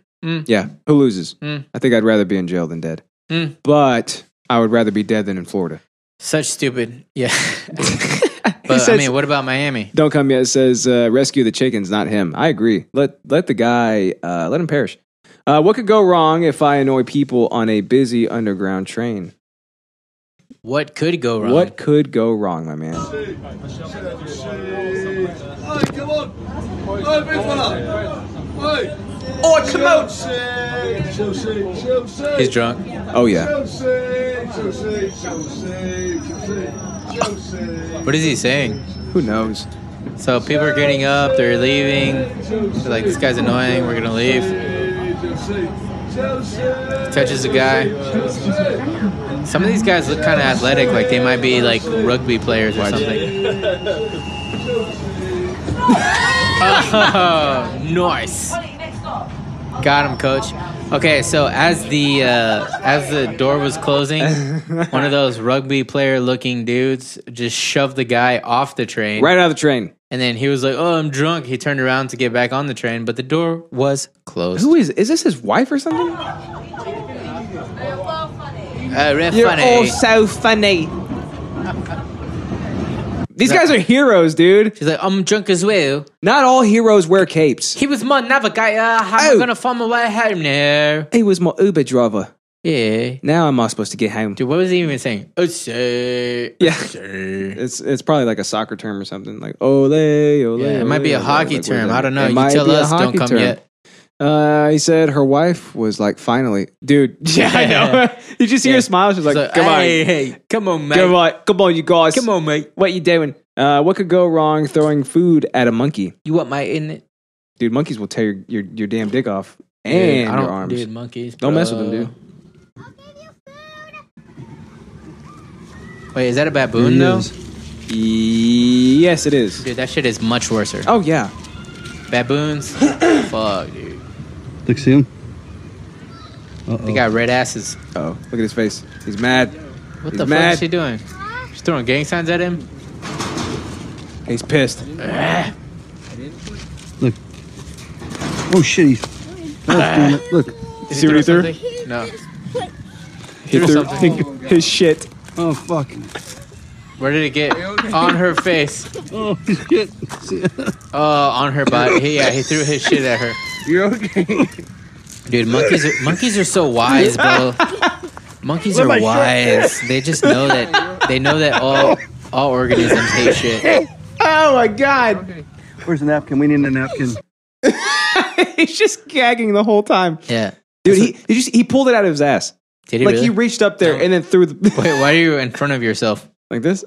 Speaker 2: Yeah. Who loses?
Speaker 1: Mm.
Speaker 2: I think I'd rather be in jail than dead.
Speaker 1: Mm.
Speaker 2: But I would rather be dead than in Florida.
Speaker 1: such stupid. Yeah.
Speaker 2: He
Speaker 1: but I
Speaker 2: says-
Speaker 1: mean, what about Miami?
Speaker 2: Don't come yet. Says uh, rescue the chickens, not him. I agree. Let let the guy uh, let him perish. Uh, what could go wrong if I annoy people on a busy underground train?
Speaker 1: What could go wrong?
Speaker 2: What could go wrong, my man?
Speaker 1: He's drunk.
Speaker 2: Oh yeah,
Speaker 1: What is he saying?
Speaker 2: who knows?
Speaker 1: So people are getting up, they're leaving. They're like, this guy's annoying, we're gonna leave. Touches a guy. Some of these guys look kind of athletic, like they might be like rugby players or something. Oh, nice. Got him, coach. Okay, so as the uh, as the door was closing, one of those rugby player looking dudes just shoved the guy off the train.
Speaker 2: Right out of the train.
Speaker 1: And then he was like, "Oh, I'm drunk." He turned around to get back on the train, but the door was closed.
Speaker 2: Who is? Is this his wife or something?
Speaker 1: Uh, real
Speaker 2: You're
Speaker 1: funny.
Speaker 2: all so funny. These guys are heroes, dude.
Speaker 1: She's like, I'm drunk as well.
Speaker 2: Not all heroes wear capes.
Speaker 1: He was my navigator. How am
Speaker 2: Oh.
Speaker 1: I gonna find my way home now?
Speaker 2: He was my Uber driver.
Speaker 1: Yeah.
Speaker 2: Now am I supposed to get home?
Speaker 1: Dude, what was he even saying? Oh, say,
Speaker 2: Yeah.
Speaker 1: oh, say.
Speaker 2: It's it's probably like a soccer term or something like ole ole.
Speaker 1: Yeah, it might
Speaker 2: ole,
Speaker 1: be a
Speaker 2: ole,
Speaker 1: hockey
Speaker 2: like, what is
Speaker 1: term.
Speaker 2: that?
Speaker 1: I don't know.
Speaker 2: It
Speaker 1: You
Speaker 2: might
Speaker 1: tell
Speaker 2: be a
Speaker 1: us, don't
Speaker 2: hockey
Speaker 1: come yet.
Speaker 2: Uh, he said her wife was like finally, dude. Yeah, I know. you just hear
Speaker 1: Yeah.
Speaker 2: a smile. She's like,
Speaker 1: So,
Speaker 2: come
Speaker 1: hey,
Speaker 2: on,
Speaker 1: hey, come on, mate.
Speaker 2: come on, come on, you guys,
Speaker 1: Come on, mate.
Speaker 2: what you doing? Uh, what could go wrong throwing food at a monkey?
Speaker 1: You want my in it?
Speaker 2: Dude, monkeys will tear your, your, your damn dick off and
Speaker 1: Dude,
Speaker 2: your
Speaker 1: I don't,
Speaker 2: arms.
Speaker 1: Dude, monkeys.
Speaker 2: don't mess with them,
Speaker 1: bro.
Speaker 2: dude.
Speaker 1: Wait, is that a baboon, though?
Speaker 2: Yes, it is.
Speaker 1: Dude, that shit is much worse.
Speaker 2: Oh yeah,
Speaker 1: Baboons? Fuck, dude.
Speaker 10: Look, see him?
Speaker 1: They got red asses.
Speaker 2: oh look at his face. He's mad.
Speaker 1: What
Speaker 2: He's
Speaker 1: the fuck
Speaker 2: mad.
Speaker 1: is she doing? She's throwing gang signs at him?
Speaker 2: He's pissed.
Speaker 10: Look. Oh, shit. He's. That's doing it. Look.
Speaker 1: Did
Speaker 2: See what
Speaker 1: throw
Speaker 2: he threw?
Speaker 1: something? No.
Speaker 2: He
Speaker 1: Threw
Speaker 2: threw
Speaker 1: something.
Speaker 2: his shit.
Speaker 10: Oh, fuck.
Speaker 1: Where did it get? On her face.
Speaker 10: Oh, shit. See?
Speaker 1: Oh, on her butt. He, yeah, he threw his shit at her.
Speaker 10: You're okay.
Speaker 1: Dude, monkeys are, monkeys are so wise, bro. Monkeys are wise. They just know that they know that all all organisms hate shit.
Speaker 2: Oh my god.
Speaker 10: Where's the napkin? We need a napkin.
Speaker 2: He's just gagging the whole time.
Speaker 1: Yeah.
Speaker 2: Dude, he he, just, he pulled it out of his ass.
Speaker 1: Did he
Speaker 2: like
Speaker 1: really?
Speaker 2: he reached up there and then threw the
Speaker 1: Wait, why are you in front of yourself?
Speaker 2: like this.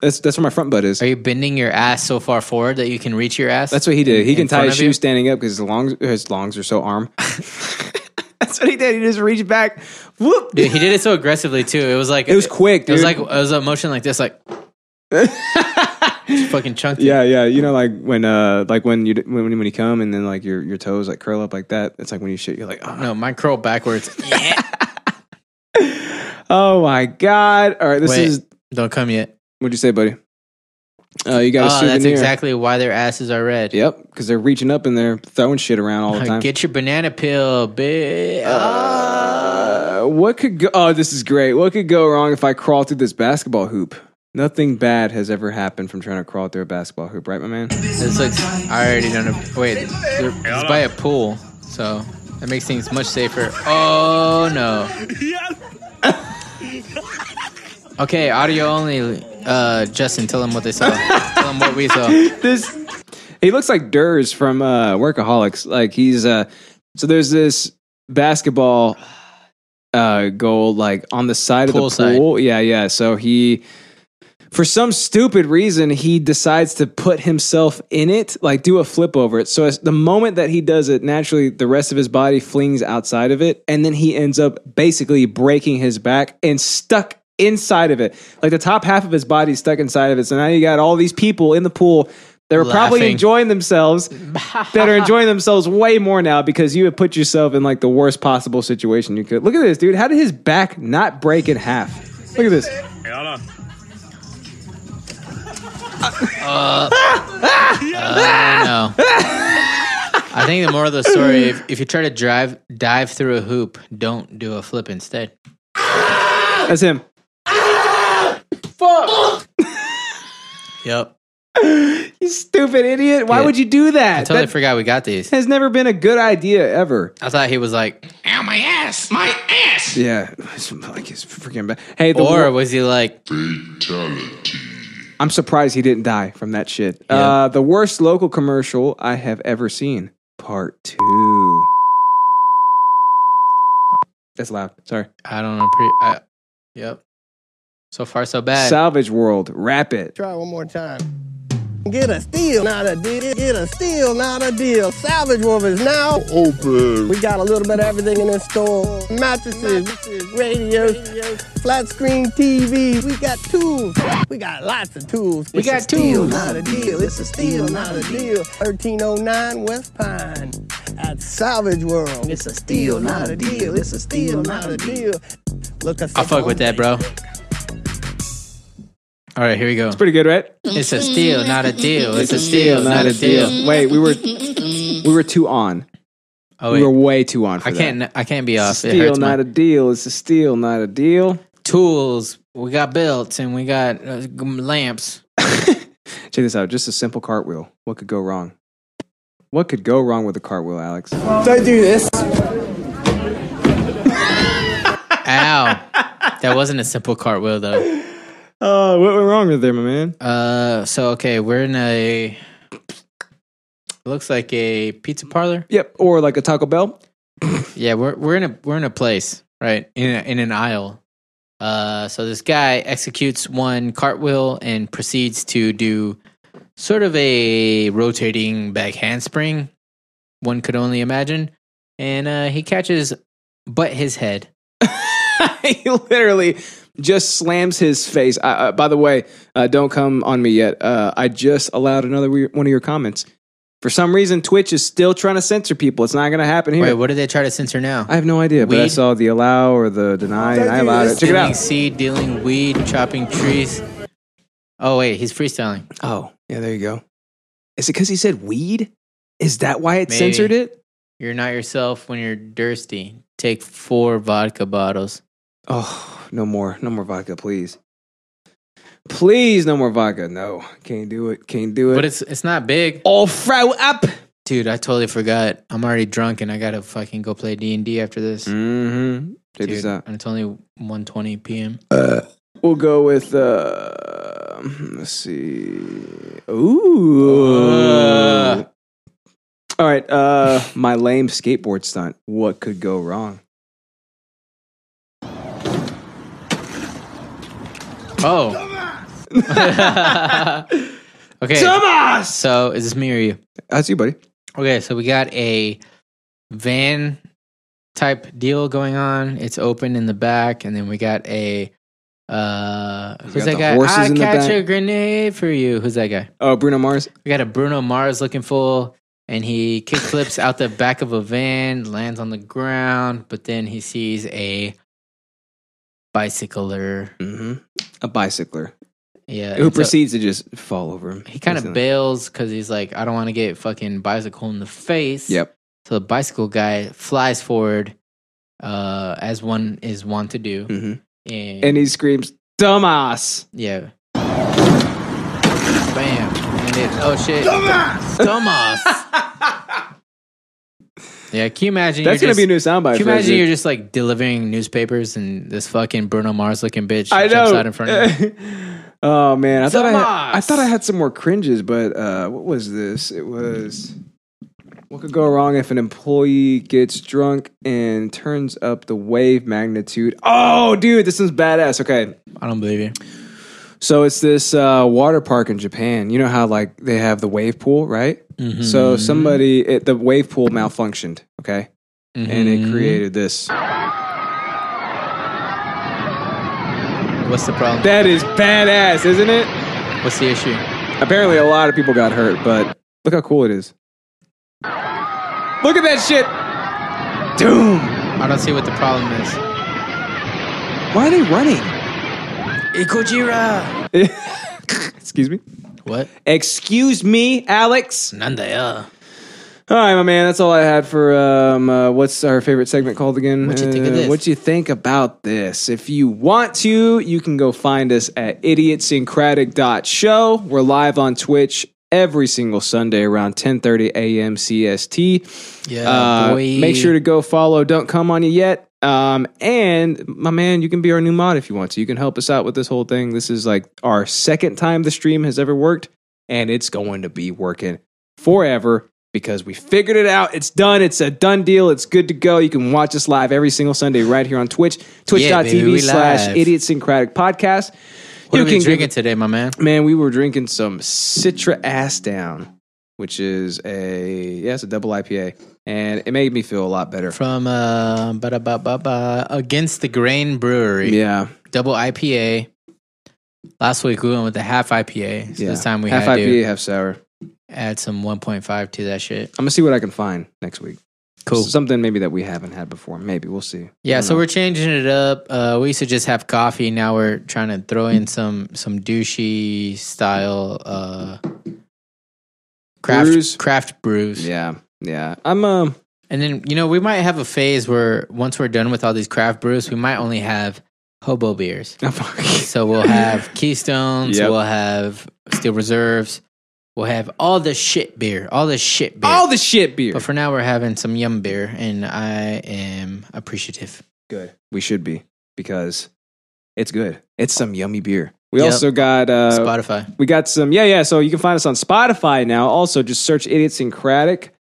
Speaker 2: That's that's where my front butt is.
Speaker 1: Are you bending your ass so far forward that you can reach your ass?
Speaker 2: That's what he did. He
Speaker 1: In
Speaker 2: can tie
Speaker 1: front
Speaker 2: his
Speaker 1: of
Speaker 2: shoe
Speaker 1: you?
Speaker 2: standing up because his longs his longs are so arm. that's what he did. He just reached back. Whoop.
Speaker 1: Dude, he did it so aggressively too. It was like
Speaker 2: It was quick,
Speaker 1: It was like
Speaker 2: dude.
Speaker 1: it was a motion like this, like just fucking chunked. it.
Speaker 2: Yeah, yeah. You know, like when uh, like when you when when you come and then like your your toes like curl up like that. It's like when you shit, you're like, oh,
Speaker 1: No, mine curled backwards. Yeah.
Speaker 2: oh my god. All right, this
Speaker 1: Wait,
Speaker 2: is
Speaker 1: don't come yet.
Speaker 2: what'd you say, buddy? Uh, you got a
Speaker 1: Oh,
Speaker 2: souvenir.
Speaker 1: that's exactly why their asses are red. Uh,
Speaker 2: Yep, because they're reaching up and they're throwing shit around all the time.
Speaker 1: Get your banana peel, bitch.
Speaker 2: Uh, what could go? Oh, this is great. What could go wrong if I crawl through this basketball hoop? Nothing bad has ever happened from trying to crawl through a basketball hoop, right, my man?
Speaker 1: This looks. I already don't know. Wait, they're- it's by a pool, so that makes things much safer. Oh no. Okay, audio only. Uh, Justin, tell them what they saw. tell them what we saw.
Speaker 2: this he looks like Durs from uh, Workaholics. Like he's uh, so there's this basketball uh, goal like on the side of the
Speaker 1: Pool side.
Speaker 2: pool. Yeah, yeah. So he for some stupid reason he decides to put himself in it, like do a flip over it. So as the moment that he does it, naturally the rest of his body flings outside of it, and then he ends up basically breaking his back and stuck inside of it. Like the top half of his body stuck inside of it. So now you got all these people in the pool. They were probably
Speaker 1: Laughing.
Speaker 2: enjoying themselves that are enjoying themselves way more now because you have put yourself in like the worst possible situation you could. Look at this, dude. How did his back not break in half? Look at this.
Speaker 1: No. I think the moral of the story: if, if you try to drive dive through a hoop, don't do a flip instead.
Speaker 2: That's him.
Speaker 1: Yep.
Speaker 2: You stupid idiot. Why
Speaker 1: Yeah.
Speaker 2: would you do
Speaker 1: I
Speaker 2: that?
Speaker 1: totally
Speaker 2: that
Speaker 1: forgot we got these.
Speaker 2: has never been a good idea ever.
Speaker 1: I thought he was like,
Speaker 5: Ow, my ass! My ass!
Speaker 2: Yeah. It's like it's freaking bad. Hey, the
Speaker 1: or
Speaker 2: war-
Speaker 1: was he like,
Speaker 2: I'm surprised he didn't die from that shit. Uh, the worst local commercial I have ever seen. Part two. That's loud. Sorry.
Speaker 1: I don't know, pretty, I, yep. So far, so bad.
Speaker 2: Salvage World. Wrap it.
Speaker 6: Try one more time. Get a steal, not a deal. Get a steal, not a deal. Salvage Wolf is now open. We got a little bit of everything in this store. Mattresses, radios, flat screen TV. We got tools. We got lots of tools. We got tools. Not a deal. It's a steal, not a deal. 1309 West Pine at Salvage World. It's a steal, not a deal. It's a steal, not a deal. Look,
Speaker 1: I fuck with that, bro. All right, here we go.
Speaker 2: Pretty good, right?
Speaker 1: It's a steal, not a deal. It's a steal, not a deal.
Speaker 2: Wait, we were we were too on.
Speaker 1: Oh
Speaker 2: We were
Speaker 1: wait,
Speaker 2: way too on. For
Speaker 1: I
Speaker 2: that.
Speaker 1: can't. I can't be off. It
Speaker 2: Steal,
Speaker 1: hurts
Speaker 2: not
Speaker 1: my.
Speaker 2: a deal. It's a steal, not a deal.
Speaker 1: tools, we got belts, and we got uh, g- lamps.
Speaker 2: Check this out. Just a simple cartwheel. What could go wrong? What could go wrong with a cartwheel, Alex?
Speaker 6: Don't do this.
Speaker 1: Ow. That wasn't a simple cartwheel though.
Speaker 2: Oh, what went wrong there, my man?
Speaker 1: Uh, so okay, we're in a looks like a pizza parlor.
Speaker 2: Yep, or like a Taco Bell.
Speaker 1: Yeah, we're we're in a we're in a place, right? In a, in an aisle. Uh, so this guy executes one cartwheel and proceeds to do sort of a rotating back handspring. One could only imagine, and uh, he catches but his head.
Speaker 2: he literally just slams his face. I, uh, by the way, uh, don't come on me yet. Uh, I just allowed another we- one of your comments. For some reason, Twitch is still trying to censor people. It's not going to happen here.
Speaker 1: Wait, what did they try to censor now?
Speaker 2: I have no idea, but I
Speaker 1: Weed?
Speaker 2: saw the allow or the deny, and I allowed it. Check it
Speaker 1: Stealing
Speaker 2: out.
Speaker 1: seed, dealing weed, chopping trees. Oh wait, he's freestyling.
Speaker 2: Oh, yeah, there you go. Is it because he said weed? Is that why it
Speaker 1: Maybe.
Speaker 2: censored it?
Speaker 1: You're not yourself when you're thirsty. Take four vodka bottles.
Speaker 2: Oh, no more, no more vodka, please. Please, no more vodka. No, can't do it. Can't do it.
Speaker 1: But it's it's not big.
Speaker 2: all ah, fro up.
Speaker 1: Dude, I totally forgot. I'm already drunk and I gotta fucking go play D and D after this.
Speaker 2: Mm-hmm. Check
Speaker 1: Dude,
Speaker 2: this out.
Speaker 1: and it's only 1:20 p.m.
Speaker 2: We'll go with uh let's see.
Speaker 1: Uh.
Speaker 2: Ooh. All right, uh my lame skateboard stunt. What could go wrong?
Speaker 1: Oh. okay.
Speaker 2: Thomas!
Speaker 1: So is this me or you?
Speaker 2: That's you, buddy.
Speaker 1: Okay, so we got a van type deal going on. It's open in the back, and then we got a uh who's
Speaker 2: got the
Speaker 1: that guy?
Speaker 2: horses
Speaker 1: I
Speaker 2: in the
Speaker 1: catch
Speaker 2: back.
Speaker 1: a grenade for you. Who's that guy?
Speaker 2: Oh, Bruno Mars.
Speaker 1: We got a Bruno Mars looking fool, and he kickflips out the back of a van, lands on the ground, but then he sees a bicycler.
Speaker 2: Mm-hmm. A bicycler.
Speaker 1: Yeah,
Speaker 2: Who
Speaker 1: and so-
Speaker 2: proceeds to just fall over him.
Speaker 1: He kind of
Speaker 2: Instantly.
Speaker 1: bails because he's like, I don't want to get fucking bicycle in the face.
Speaker 2: Yep.
Speaker 1: So the bicycle guy flies forward, uh, as one is wont to do,
Speaker 2: Mhm.
Speaker 1: and,
Speaker 2: And he screams, Dumbass.
Speaker 1: yeah, bam, and it, oh shit, dumbass, dumbass. yeah, can you imagine?
Speaker 2: That's
Speaker 1: you're
Speaker 2: gonna be a new
Speaker 1: just-
Speaker 2: soundbite.
Speaker 1: Can you
Speaker 2: for us,
Speaker 1: imagine
Speaker 2: dude.
Speaker 1: you're just like delivering newspapers and this fucking Bruno Mars looking bitch
Speaker 2: I
Speaker 1: jumps
Speaker 2: know.
Speaker 1: out in front of you?
Speaker 2: oh man, I thought I, had,
Speaker 1: Dumbass.
Speaker 2: I thought I had some more cringes, but uh, what was this? It was what could go wrong if an employee gets drunk and turns up the wave magnitude. Oh, dude, this is badass. Okay,
Speaker 1: I don't believe you.
Speaker 2: so it's this uh, water park in Japan. You know how like they have the wave pool, right?
Speaker 1: Mm-hmm.
Speaker 2: So somebody it, the wave pool malfunctioned. Okay, and it
Speaker 1: Mm-hmm.
Speaker 2: created this.
Speaker 1: What's the problem?
Speaker 2: That is badass, isn't it?
Speaker 1: What's the issue?
Speaker 2: Apparently, a lot of people got hurt, but look how cool it is. Look at that shit. Doom.
Speaker 1: I don't see what the problem is.
Speaker 2: Why are they running?
Speaker 1: Ikojira.
Speaker 2: Excuse me.
Speaker 1: What?
Speaker 2: Excuse me, Alex.
Speaker 1: Nanda ya.
Speaker 2: All right, my man. That's all I had for um. Uh, what's our favorite segment called again?
Speaker 1: What you think of
Speaker 2: Uh,
Speaker 1: this?
Speaker 2: What you think about this? If you want to, you can go find us at idiotsyncratic.show. We're live on Twitch every single Sunday around 10:30 a.m. CST.
Speaker 1: Yeah,
Speaker 2: Uh,
Speaker 1: boy.
Speaker 2: make sure to go follow Don't Come On You Yet. Um, and my man, you can be our new mod if you want to. You can help us out with this whole thing. This is like our second time the stream has ever worked, and it's going to be working forever because we figured it out. It's done. It's a done deal. It's good to go. You can watch us live every single Sunday right here on Twitch,
Speaker 1: Yeah, baby, we
Speaker 2: twitch.tv slash
Speaker 1: live.
Speaker 2: idiotsyncratic podcast.
Speaker 1: What are we
Speaker 2: give-
Speaker 1: drinking today, my man?
Speaker 2: Man, we were drinking some Citra Ass Down, which is a yeah, it's a double IPA, and it made me feel a lot better.
Speaker 1: From uh, ba ba ba ba against the grain brewery,
Speaker 2: Yeah,
Speaker 1: double IPA. Last week we went with the half IPA. So
Speaker 2: yeah.
Speaker 1: this time we
Speaker 2: half
Speaker 1: had
Speaker 2: IPA,
Speaker 1: to
Speaker 2: half sour. I'm
Speaker 1: add some 1.5 to that shit.
Speaker 2: gonna see what I can find next week.
Speaker 1: Cool.
Speaker 2: something maybe that we haven't had before. Maybe we'll see.
Speaker 1: Yeah, so
Speaker 2: know.
Speaker 1: we're changing it up. Uh, we used to just have coffee. Now we're trying to throw in some some douchey style uh, craft
Speaker 2: Brews?
Speaker 1: craft brews.
Speaker 2: Yeah, yeah. I'm um.
Speaker 1: And then, you know, we might have a phase where once we're done with all these craft brews, we might only have hobo beers. so we'll have Keystones,
Speaker 2: Yep.
Speaker 1: we'll have Steel Reserves, we'll have all the shit beer, all the shit beer.
Speaker 2: All the shit beer.
Speaker 1: But for now, we're having some yum beer, and I am appreciative.
Speaker 2: Good. We should be because it's good. It's some yummy beer. We
Speaker 1: Yep.
Speaker 2: also got uh,
Speaker 1: Spotify.
Speaker 2: We got some. Yeah, yeah. So you can find us on Spotify now. Also, just search Idiosyncratic.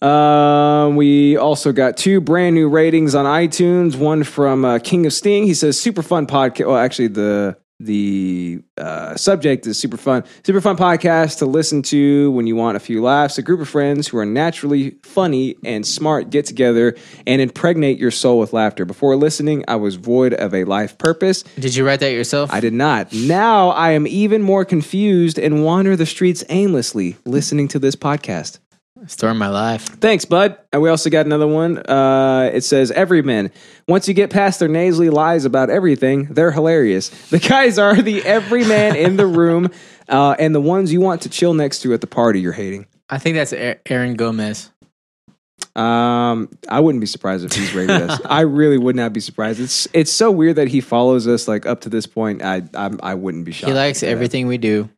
Speaker 2: Um, we also got two brand new ratings on iTunes. One from uh, King of Sting. He says super fun podcast. Well, actually, the the uh, subject is super fun. Super fun podcast to listen to when you want a few laughs. A group of friends who are naturally funny and smart get together and impregnate your soul with laughter. Before listening, I was void of a life purpose.
Speaker 1: Did you write that yourself?
Speaker 2: I did not. Now I am even more confused and wander the streets aimlessly listening to this podcast.
Speaker 1: Storm my life.
Speaker 2: Thanks, bud. And we also got another one. Uh, it says, Everymen. Once you get past their nasally lies about everything, they're hilarious. The guys are the everyman in the room uh, and the ones you want to chill next to at the party you're hating.
Speaker 1: I think that's A- Aaron Gomez.
Speaker 2: Um, I wouldn't be surprised if he's rated us. I really would not be surprised. It's it's so weird that he follows us like up to this point. I I, I wouldn't be shocked.
Speaker 1: He likes
Speaker 2: if that.
Speaker 1: everything we do.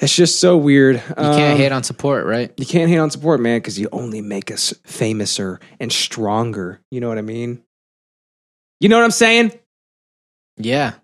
Speaker 2: It's just so weird. Um, You
Speaker 1: can't hate on support, right?
Speaker 2: You can't hate on support, man, because you only make us famouser and stronger. You know what I mean? You know what I'm saying?
Speaker 1: Yeah.